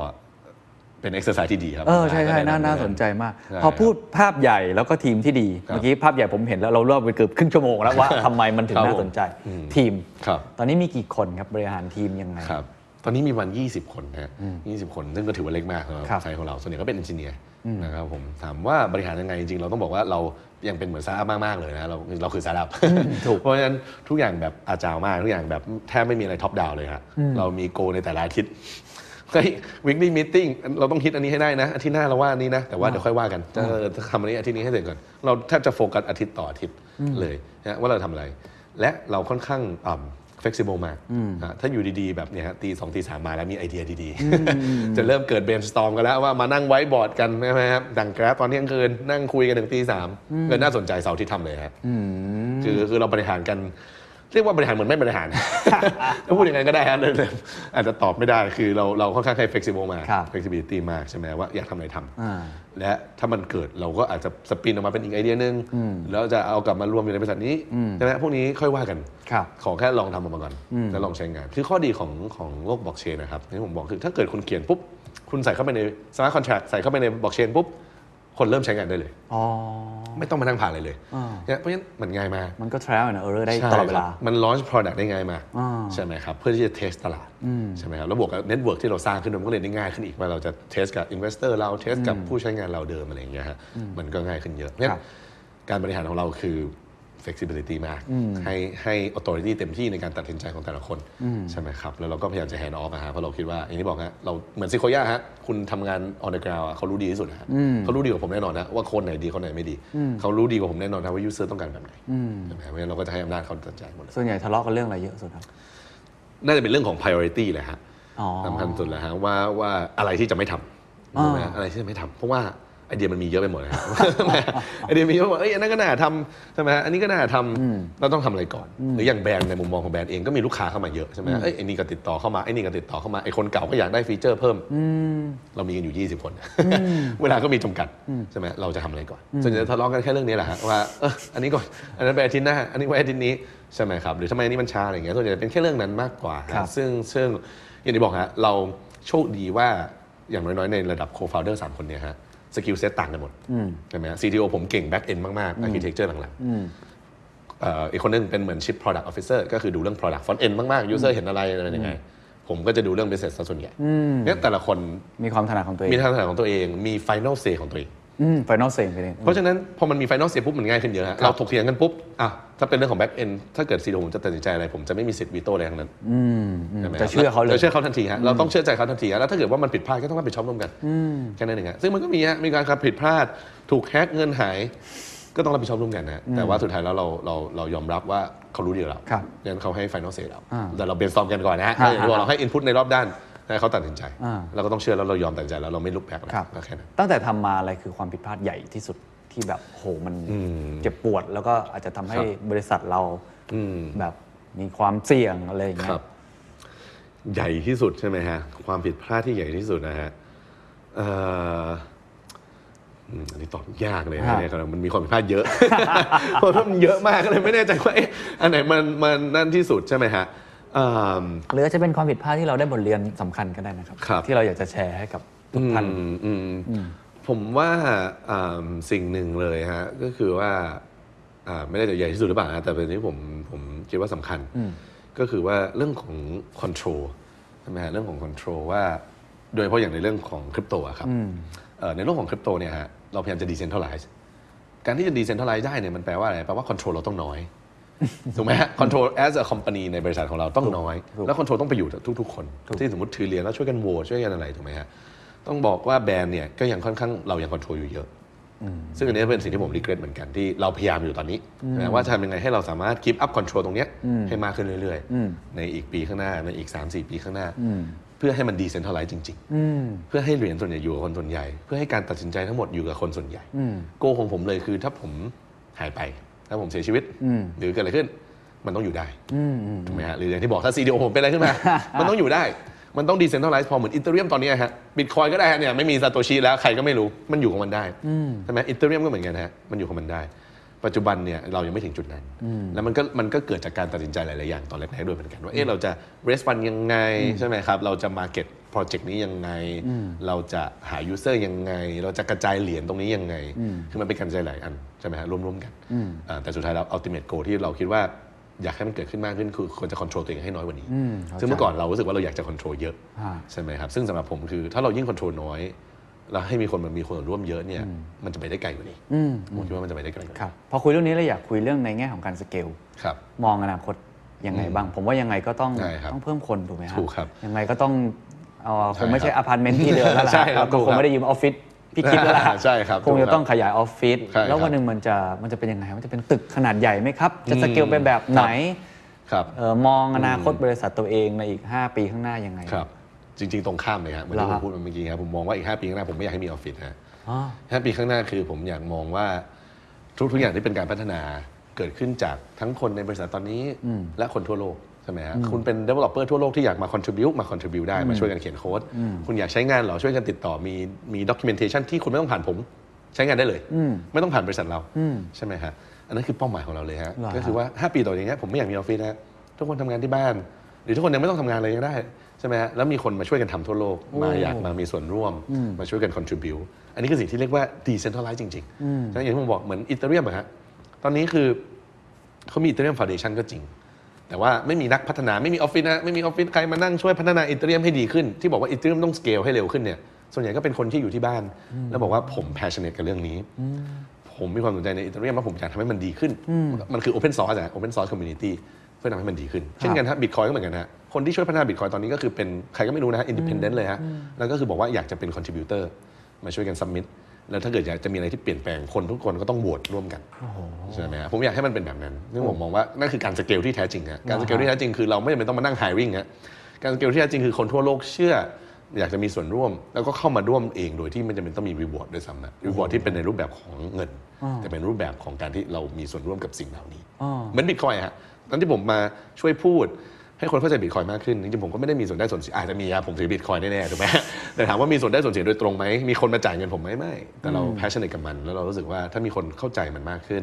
E: เป็นเอ็กซ์ไซส์ที่ดีครับ
G: เออใช่ใช่น่าน่าสนใจมาก
E: ช่ครับ
G: พอพูดภาพใหญ่แล้วก็ทีมที่ดี
E: ครับ
G: เมื่อกี้ภาพใหญ่ผมเห็นแล้วเราเล่าไปเกือบครึ่งชั่วโมงแล้วว่า ทำไมมันถึง
E: ครับ
G: น่าสนใจ
E: ผมอืม
G: ทีม
E: ครับ
G: ตอนนี้มีกี่คนครับบริหารทีมยังไง
E: ครับตอนนี้มีวัน 20 คนนะฮะ20 คน ซึ่งก็ถือว่าเล็กมากสำหรับ
G: ครับ
E: ไซต์ของเรา ส่วนใหญ่ก็เป็นเอนจิเนียร์นะครับผม ถามว่าบริหารยังไงจริงๆ เราต้องบอกว่าเรายังเป็นเหมือนซาร์มาก ๆ เลยนะ เราเราคือซาร์ดับถูก เพราะฉะนั้นทุกอย่างแบบอาจาวมาก ทุกอย่างแบบแทบไม่มีอะไรท็อปดาวเลยฮะเรามีโกในแต่ละอาทิตย์เฮ้ยวิกนี้มีติ้งเราต้องคิดอันนี้ให้ได้นะอาทิตย์หน้าเราว่าอันนี้นะ แต่ว่าเดี๋ยวค่อยว่ากันจะทำอันนี้อาทิตย์นี้ให้เสร็จก่อน เราแทบจะโฟกัสอาทิตย์ต่ออาทิตย์เลยนะฮะว่าเราทำอะไร และเราค่อนข้างอ่ำ เฟกซิเบิลมากอ่ะถ้าอยู่ดีๆ แบบเนี่ยฮะตีสองตีสามมาแล้วมีไอเดียดีๆ (laughs) จะเริ่มเกิดเบรนสตอมกันแล้วว่ามานั่งไว้บอร์ดกันใช่ไหมครับดังแกร็บตอนเที่ยงคืนนั่งคุยกันถึงตีสามเออน่าสนใจเสาร์อาที่ทำเลยครับคือคือเราบริหารกัน เรียกว่าบริหารเหมือนไม่บริ
G: (laughs)
E: หาร ถ้าพูดยังไงก็ได้ฮะเดิมๆอาจจะตอบไม่ได้คือเราเราค่อนข้างใช้เฟกซิเบิลมาก
G: ครับ
E: flexibility มากใช่ไหมว่าอยากทำอะไรท
G: อ่า
E: ำและถ้ามันเกิดเราก็อาจจะสปินออกมาเป็นอีกไอเดียหนึ่งแล้วจะเอากลับมารวมอยู่ในบริษัทนี้ใช่ไหมพวกนี้ค่อยว่ากัน
G: ครับ
E: ขอแค่ลองทำออกมาก่อนแล้วลองใช้งาน คือข้อดีของของโลกบล็อกเชนนะครับที่ผมบอกคือถ้าเกิดคุณเขียนปุ๊บ คุณใส่เข้าไปในสมาร์ทคอนแทรคใส่เข้าไปในบล็อกเชนปุ๊บ คนเริ่มใช้งานได้เลย
G: อ๋อ
E: ไม่ต้องมานั่งผ่านอะไรเลย
G: อ่า
E: เนี่ยเพราะฉะนั้นมันง่ายมาก
G: มันก็ trial and error ได้
E: ใช่
G: ตลอดเวลา
E: ครับมัน launch product ได้ง่ายมาก
G: อ่า
E: ใช่ไหมครับ เพื่อที่จะ test ตลาดใช่ไหมครับ แล้วบวกกับ network ที่เราสร้างขึ้นมันก็เลยได้ง่ายขึ้นอีกว่าเราจะ test กับ investor เรา test กับผู้ใช้งานเราเดิมอะไรอย่างเงี้ยฮะมันก็ง่ายขึ้นเยอะเนี่ย
G: ครับ
E: การบริหารของเราคือ flexibility มาก ให้ให้ authority เต็มที่ในการตัดสินใจของแต่ละคน ใช่ไหมครับ แล้วเราก็พยายามจะ hand off นะฮะเพราะเราคิดว่าอย่างที่บอกฮะเราเหมือนซิโคย่าฮะคุณทำงาน on the ground อะเขารู้ดีที่สุดนะฮะเขารู้ดีกว่าผมแน่นอนนะว่าคนไหนดีคนไหนไม่ดี เขารู้ดีกว่าผมแน่นอนนะว่า user ต้องการแบบไหนใช่ไหมเพราะฉะนั้นเราก็จะให้อำนาจเขาตัดสินใจหมดเลย
G: ส่วนใหญ่ทะเลาะกันเรื่องอะไรเยอะสุดครับ
E: น่าจะเป็นเรื่องของ priority แหละฮะ
G: อ๋อ
E: สำคัญสุดแหละฮะว่าว่าอะไรที่จะไม่ทำ
G: อ่า
E: ใช่ไหมอะไรที่จะไม่ทำเพราะว่า ไอเดียมันมีเยอะไปหมดนะฮ (laughs) ะ ไอเดียมีเยอะไปหมดเอ้ยอันนั้นก็น่าทำใช่ไหมฮะอันนี้ก็น่าทำเราต้องทำอะไรก่อน หรืออย่างแบรนด์ในมุมมองของแบรนด์เองก็มีลูกค้าเข้ามาเยอะใช่ไหมฮะเอ้ยไอนี่ก็ติดต่อเข้ามาไอนี่ก็ติดต่อเข้ามาไอคนเก่าก็อยากได้ฟีเจอร์เพิ่ม เรามีกันอยู่ 20 คน เวลาก็มีจำกัดใช่ไหมเราจะทำอะไรก่อนส่วนใหญ่จะทะเลาะกันแค่เรื่องนี้แหละฮะว่าเอออันนี้ก่อนอันนั้นไปอาทิตย์หน้าอันนี้ไว้อาทิตย์นี้ใช่ไหมครับ หรือทำไมอันนี้มันช้าอะไรอย่างเงี้ยส่วนใหญ่เป็นแค่เรื่องนั้นมากกว่าฮะ
G: ครับ
E: ซึ่งซึ่งอย่างที่บอกฮะเราโชคดีว่าอย่างน้อยๆ ในระดับโคฟาวเดอร์สามคนเนี่ยฮะสกิลเซ็ตต่างกันหมดใช่ไหมฮะ CTO ผมเก่งแบ็กเอนมากๆ architecture หลังๆ เอ่ออีกคนนึงเป็นเหมือน Chief Product Officer ก็คือดูเรื่อง Product Front End มาก ๆ User เห็นอะไรอะไรยังไง ผมก็จะดูเรื่อง Business ซะส่วนใหญ่เนี่ยแต่ละคน
G: มีความถนัดของตัวเอง
E: มีทางถนัดของตัวเอง มี Final Say ของตัวเอง
G: ไฟนอลเซ็งไปเอง
E: เพราะฉะนั้น พอมันมี Final Say ปุ๊บ มันง่ายขึ้นเยอะฮะเราถกเถียงกันปุ๊บอ่ะถ้าเป็นเรื่องของ Back End ถ้าเกิดซีโผมจะตัดสินใจอะไร ผมจะไม่มีสิทธิ์วีโต้อะไรทั้งนั้นใช่ไหม
G: จะเชื่อเขาเลย
E: จะเชื่อเขาทันทีฮะเราต้องเชื่อใจเขาทันทีฮะแล้วถ้าเกิดว่ามันผิดพลาดก็ต้องรับผิดชอบร่วมกันแค่นั้นเองฮะซึ่งมันก็มีฮะมีการครับผิดพลาดถูกแฮกเงินหาย ก็ต้องรับผิดชอบร่วมกันนะฮะแต่ว่าสุดท้ายแล้วเราเราเรายอมรับว่าเขารู้ดีกว่าเรา
G: ครับ
E: งั้นเขาให้ final say เรา
G: อ่า
E: แต่เราเบนซอมกันก่อนนะฮะ
G: อ่า
E: อย่างที่บอกเราให้ input ในรอบด้านให้เขาตัดสินใจ
G: อ่า
E: เราก็ต้องเชื่อแล้วเรายอมตัดสินใจแล้วเราไม่ลุกแบกแล้ว
G: ครับ
E: ก็แค่นั้น
G: ตั้งแต่ทำมาอะไรคือความผิดพลาดใหญ่ที่สุดที่แบบโหมันเจ็บปวด แล้วก็อาจจะทำให้บริษัทเรา
E: อืม
G: แบบมีความเสี่ยงอะไรอย่างเงี้
E: ครั
G: ย
E: บ ใหญ่ที่สุดใช่ไหมฮะ ความผิดพลาดที่ใหญ่ที่สุดนะฮะเอ่ออืมอันนี้ตอบยากเลย
G: ครั
E: นะ
G: บ
E: เนี่ยครับมันมีความผิดพลาดเยอะ (laughs) เพราะว่ามันเยอะมากก็เลยไม่แน่ใจว่าเอ๊ะอันไหนมันมันนั่นที่สุดใช่ไหมฮะอืม
G: หรืออาจจะเป็นความผิดพลาดที่เราได้บทเรียนสำคัญก็ได้นะครับ
E: ครับ
G: ที่เราอยากจะแชร์ให้กับทุกท่าน
E: อืมอืมผมว่าอ่าสิ่งหนึ่งเลยฮะ ก็คือว่าอ่าไม่ได้จะใหญ่ที่สุดหรือเปล่านะแต่เป็นที่ผมผมคิดว่าสำคัญ ก็คือว่าเรื่องของ control ใช่ไหมฮะเรื่องของ control ว่า โดยเฉพาะอย่างในเรื่องของคริปโตอะครับเอ่อในเรื่องของคริปโตเนี่ยฮะเราพยายามจะ decentralize การที่จะ decentralize ได้เนี่ยมันแปลว่าอะไร แปลว่า control เราต้องน้อย ถูกไหมฮะ control as a company ในบริษัทของเราต้องน้อย แล้ว control ต้องไปอยู่กับทุก ๆ คน ที่สมมติถือเหรียญแล้วช่วยกันโหวตช่วยกันอะไรถูกไหมฮะ ต้องบอกว่าแบรนด์เนี่ยก็ยังค่อนข้างเรายัง control อยู่เยอะ ซึ่งอันนี้เป็นสิ่งที่ผมรีเกรสเหมือนกันที่เราพยายามอยู่ตอนนี้นะว่าจะทำยังไงให้เราสามารถ keep up control ตรงเนี้ยให้มากขึ้นเรื่อยๆ ในอีกปีข้างหน้า ในอีก 3-4 ปีข้างหน้า เพื่อให้มันดีเซนท r a ไลซ์จริงๆ เพื่อให้เหรียญส่วนใหญ่อยู่กับคนส่วนใหญ่ เพื่อให้การตัดสินใจทั้งหมดอยู่กับคนส่วนใหญ่โกของผมเลยคือถ้าผมหายไป ถ้าผมเสียชีวิต หรือเกิดอะไรขึ้น มันต้องอยู่ได้ถูกไหมฮะหรืออย่างที่บอกถ้าซีดีโอผมเป็นอะไรขึ้ (laughs) นมา มันต้องอยู่ได้ มันต้องดีเซนท r a ไลซ์พอเหมือนอินเตอร์เรียมตอนนี้ฮะบิตคอยก็ได้ฮะเนี่ยไม่มีซาโตชิแล้วใครก็ไม่รู้มันอยู่ของมันได้ใช่ไหมอินเตอร์เรียมก็เหมือนกันฮะมันอยู่ของมันได้ ปัจจุบันเนี่ยเรายังไม่ถึงจุดนั้น แล้วมันก็มันก็เกิดจากการตัดสินใจหลาย ๆ อย่างตอนแรก ๆ ด้วยเหมือนกัน ว่าเอ๊ะเราจะ raise fund ยังไง ใช่ไหมครับ เราจะ market project นี้ยังไง เราจะหา user ยังไง เราจะกระจายเหรียญตรงนี้ยังไง คือมันเป็นการกระจายหลายอัน ใช่ไหมฮะร่วม ๆ กันอ่าแต่สุดท้ายแล้ว ultimate goal ที่เราคิดว่าอยากให้มันเกิดขึ้นมากขึ้นคือควรจะ control ตัวเองให้น้อยกว่านี้ ซึ่งเมื่อก่อนเรารู้สึกว่าเราอยากจะ control เยอะ
G: ฮะ
E: ใช่ไหมครับ ซึ่งสำหรับผมคือถ้าเรายิ่ง control น้อย แล้วให้มีคนมันมีคนร่วมเยอะเนี่ย มันจะไปได้ไกลกว่านี้ผมคิดว่ามันจะไปได้ไกลกว่านี้
G: ครับพอคุยเรื่องนี้เราอยากคุยเรื่องในแง่ของการสเกล
E: ครับ
G: มองอนาคตยังไงบ้าง ผมว่ายังไงก็ต้อง
E: ใช่ครับ
G: ต้องเพิ่มคนถูกไหมฮะ
E: ถูกครับ
G: ยังไงก็ต้องเอา
E: ใช่
G: คงไม่ใช่อพาร์ตเมนต์ที่เดิมแล้วล่ะ
E: ใช่ครับ
G: เราก็
E: ถูก
G: ค
E: ครับ
G: งไม่ได้ยืมออฟฟิศพี่คิดแล้วล่ะ
E: ใช่ครับ
G: คงจะต้องขยายออฟฟิศ
E: ใช่ครับ
G: แล้ววันหนึ่งมันจะมันจะเป็นยังไงมันจะเป็นตึกขนาดใหญ่ไหมครับ จะสเกลไปแบบไหน
E: ครับ
G: เอ่อมองอนาคตบริษัทตัวเองในอีก 5 ปีข้างหน้ายังไง
E: ครับ จริง ๆ ตรงข้ามเลยครับเหมือน
G: เหรอ
E: ที่ผ
G: ฮะ
E: มพูดมาเมื่อกี้ครับผมมองว่าอีก 5 ปีข้างหน้าผมไม่อยากให้มีออฟฟิศฮะ
G: อ๋อ
E: ห้าปีข้างหน้าคือผมอยากมองว่าทุกๆอย่างที่เป็นการพัฒนาเกิดขึ้นจากทั้งคนในบริษัทตอนนี้และคนทั่วโลกใช่ไหมฮะคุณเป็น developer ทั่วโลกที่อยากมา contribute มา contribute ได้มาช่วยกันเขียนโค้ดคุณอยากใช้งานเหรอช่วยกันติดต่อมีมี documentation ที่คุณไม่ต้องผ่านผมใช้งานได้เลยไม่ต้องผ่านบริษัทเราใช่ไหมฮะอันนั้นคือเป้าหมายของเราเลยฮะ
G: เหรอฮะ
E: ก็คือว่า 5 ปีต่อจากเนี้ยผมไม่อยากมีออฟฟิศนะทุกคนทำงานที่บ้าน หรือทุกคนยังไม่ต้องทำงานอะไรก็ได้ ใช่ไหมฮะแล้วมีคนมาช่วยกันทำทั่วโลก มาอยากมามีส่วนร่วม มาช่วยกัน contribute อันนี้คือสิ่งที่เรียกว่า decentralize จริงๆใช่ไหมอย่างที่ผมบอกเหมือนอีเ h อร e u มอะฮะตอนนี้คือเขามีอีเ h อร e u ม Foundation ก็จริง แต่ว่าไม่มีนักพัฒนาไม่มีออฟฟิศนะไม่มีออฟฟิศใครมานั่งช่วยพัฒนาอีเ h อร e u มให้ดีขึ้น ที่บอกว่าอีเ h อร e u มต้องสเกลให้เร็วขึ้นเนี่ยส่วนใหญ่ก็เป็นคนที่อยู่ที่บ้าน แล้วบอกว่าผม passionate กับเรื่องนี้ ผมมีความสนใจในอิตาเลียนว่าผมอยากทำให้มันดีขึ้น มันคือ Open Source อะ Open Source Community เพื่อทำให้มันดีขึ้น เช่นกันครับบิตคอยก็เหมือนกันฮะคนที่ช่วยพัฒนาบิตคอยตอนนี้ก็คือเป็นใครก็ไม่รู้นะฮะ independent เลยฮะ แล้วก็คือบอกว่าอยากจะเป็น contributor มาช่วยกัน submit แล้วถ้าเกิดอยากจะมีอะไรที่เปลี่ยนแปลงคนทุกคนก็ต้องโหวตร่วมกันใช่ไหมฮะผมอยากให้มันเป็นแบบนั้นซึ่งผมมองว่านั่นคือการสเกลที่แท้จริงฮะการสเกลที่แท้จริงคือเราไม่จำเป็นต้องมานั่ง hiring ฮะการสเกลที่แท้จริงคือคนทั่วโลกเชื่อ อยากจะมีส่วนร่วม แล้วก็เข้ามาร่วมเองโดยที่ไม่จำเป็นต้องมีรีวอร์ดด้วยซ้ำนะรีวอร์ดที่เป็นในรูปแบบของเงิน แต่เป็นรูปแบบของการที่เรามีส่วนร่วมกับสิ่งเหล่านี้ เหมือนบิตคอยฮะตอนที่ผมมาช่วยพูด ให้คนเข้าใจบิตคอยน์มากขึ้นจริงๆผมก็ไม่ได้มีส่วนได้ส่วนเสียอาจจะมีอะผมถือบิตคอยน์แน่ๆถูกไหม แต่ถามว่ามีส่วนได้ส่วนเสียโดยตรงไหมมีคนมาจ่ายเงินผมไหมไม่ แต่เราแพชชั่นกับมัน แล้วเรารู้สึกว่าถ้ามีคนเข้าใจมันมากขึ้น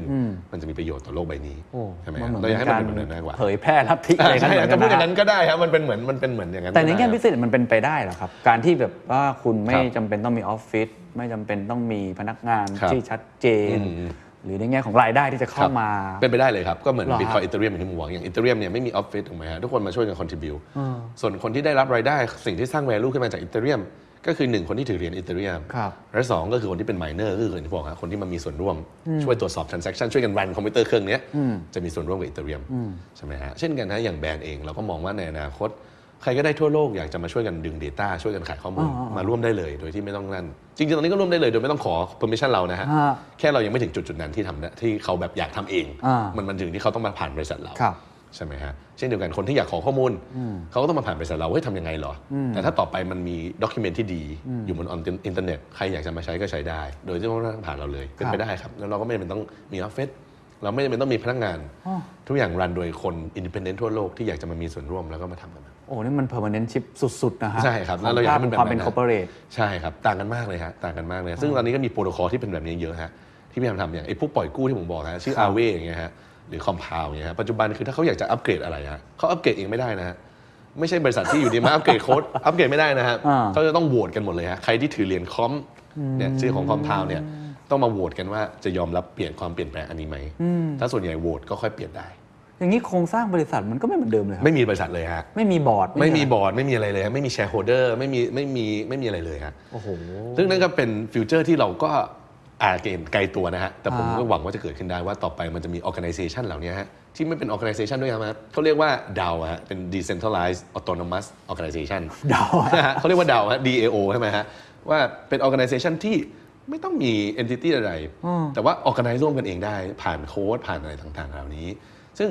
E: มันจะมีประโยชน์ต่อโลกใบนี้
G: โอ้
E: ใช่ไหม
G: มันเหมือน
E: เราอยากให้มันเป็นแบบ
G: เป็
E: นั้น
G: น
E: มากก
G: กา
E: ว่าร
G: เผยแพร่ลัทธิอะไร
E: อ่าใช่
G: เหมื
E: อาจ
G: น
E: จะ
G: น
E: พูดอย่าง
G: นะ
E: นั้นก็ได้ครับมันเป็นเหมือนมันเป็นเหมือนอย่างนั้น
G: แต่ในแง่
E: ก็ได้
G: บิสเนสมันเป็นไปได้เหรอครับ การที่แบบว่าคุณไม่
E: ครับ
G: จำเป็นต้องมีออฟฟิศไม่จำเป็นต้องมีพนักงาน
E: ครับ
G: ที่ชัดเจ
E: อ
G: น
E: ืม
G: หรือในแง่ของรายได้ที่จะเข้ามา
E: ครับเป็นไปได้เลยครับ ก็เหมือน
G: เหรอฮะ
E: บิตคอยน์อีเทเรียมอย่างที่ผมบอกอย่างอีเทเรียมเนี่ยไม่มีออฟฟิศถูกไหมฮะทุกคนมาช่วยกันคอนทิบิวส่วนคนที่ได้รับรายได้สิ่งที่สร้างแวลูขึ้นมาจากอีเทเรียมก็คือหนึ่งคนที่ถือเหรียญอีเทเรียม
G: ครับ
E: และสองก็คือคนที่เป็นไมเนอร์ก็คือคนที่บอกฮะคนที่มามีส่วนร่วม ช่วยตรวจสอบ transaction ช่วยกันรันคอมพิวเตอร์เครื่องเนี้ยจะมีส่วนร่วมกับอีเทเรียมใช่ไหมฮะเช่นกันฮะอย่างแบรนด์เองเราก็มองว่าในอนาคต ใครก็ได้ทั่วโลกอยากจะมาช่วยกันดึง Data ช่วยกันขายข้อมูลมาร่วมได้เลยโดยที่ไม่ต้องนั่นจริงๆตอนนี้ก็ร่วมได้เลยโดยไม่ต้องขอ permission เรานะฮะ
G: ฮะ
E: แค่เรายังไม่ถึงจุดจุดๆนั้นที่ทำได้ที่เขาแบบอยากทำเอง
G: อ่ามั
E: มันมันถึงที่เขาต้องมาผ่านบริษัทเรา
G: ครับ
E: ใช่ไหมฮะเช่นเดียวกันคนที่อยากขอข้อมูล เขาก็ต้องมาผ่านบริษัทเราเฮ้ยทำยังไงเหรออแต่ถ้าต่อไปมันมีด็อกิเมนที่ดี อยู่บนอินเทอร์เน็ตใครอยากจะมาใช้ก็ใช้ได้ โดยที่ไม่ต้องผ่านเราเลยเป็น
G: ครับ
E: ไปได้ครับ แล้วเราก็ไม่จำเป็นต้องมีออฟฟิศเราไม่จำเป็นต้องมีพนักงาน
G: อ๋อ
E: ทุกอย่างรันโดยคนอินดิเพนเดนต์ทั่วโลกที่อยากจะมามีส่วนร่วมแล้วก็มาทำกัน
G: โอ้นี่มัน permanent chip สุดๆนะฮะ
E: ใช่ครับแล้วเราอยากให้มันแบบ
G: ความเป็น
E: นั้น
G: corporate
E: ใช่ครับ ต่างกันมากเลยฮะต่างกันมากเลย ซึ่งตอนนี้ก็มีโปรโตคอลที่เป็นแบบนี้เยอะฮะที่พยายามทำอย่างไอ้พวกปล่อยกู้ที่ผมบอกฮะชื่ออาเวอย่างเงี้ยฮะหรือคอมพาวอย่างเงี้ยฮะปัจจุบันคือถ้าเขาอยากจะอัปเกรดอะไรฮะเขาอัปเกรดเองไม่ได้นะฮะไม่ใช่บริษัทที่อยู่ดีมาอัปเกรดโค้ดอัปเกรดไม่ได้นะฮะ
G: อ่า
E: เขาจะต้องโหวตกันหมดเลยฮะใครที่ถือเหรียญคอมเนี่ยชื่อของคอมพาวเนี่ยต้องมาโหวตกันว่าจะยอมรับเปลี่ยนความเปลี่ยนแปลงอันนี้ไหมถ้าส่วนใหญ่โหวตก็ค่อยเปลี่ยนได้
G: อย่างนี้โครงสร้างบริษัทมันก็ไม่เหมือนเดิมเลยครับ
E: ไม่มีบริษัทเลยฮะ
G: ไม่มีบอร์ด
E: ไม่มี
G: อะร
E: บอร์ดไม่มีอะไรเลยฮะไม่มีแชร์โฮเดอร์ไม่มีไม่มีไม่มีอะไรเลยฮะ
G: โอ้โห
E: ซึ่งนั่นก็เป็นฟิวเจอร์ที่เราก็อาจจะเห็นไกลตัวนะฮะ แต่ผม
G: อ่า
E: ก็หวังว่าจะเกิดขึ้นได้ว่าต่อไปมันจะมี organization เหล่านี้ฮะ ที่ไม่เป็น organization ด้วยนะฮะเขาเรียกว่า DAO ฮะเป็น decentralized autonomous organization
G: เดาอะ
E: นะฮะเขาเรียกว่า DAO ฮะ DAO ใช่ไหมฮะ ว่าเป็น organization ที่ไม่ต้องมี entity อะไร แต่ว่า organize ร่วมกันเองได้ ผ่านโค้ดผ่านอะไรต่างๆเหล่านี้ ซึ่ง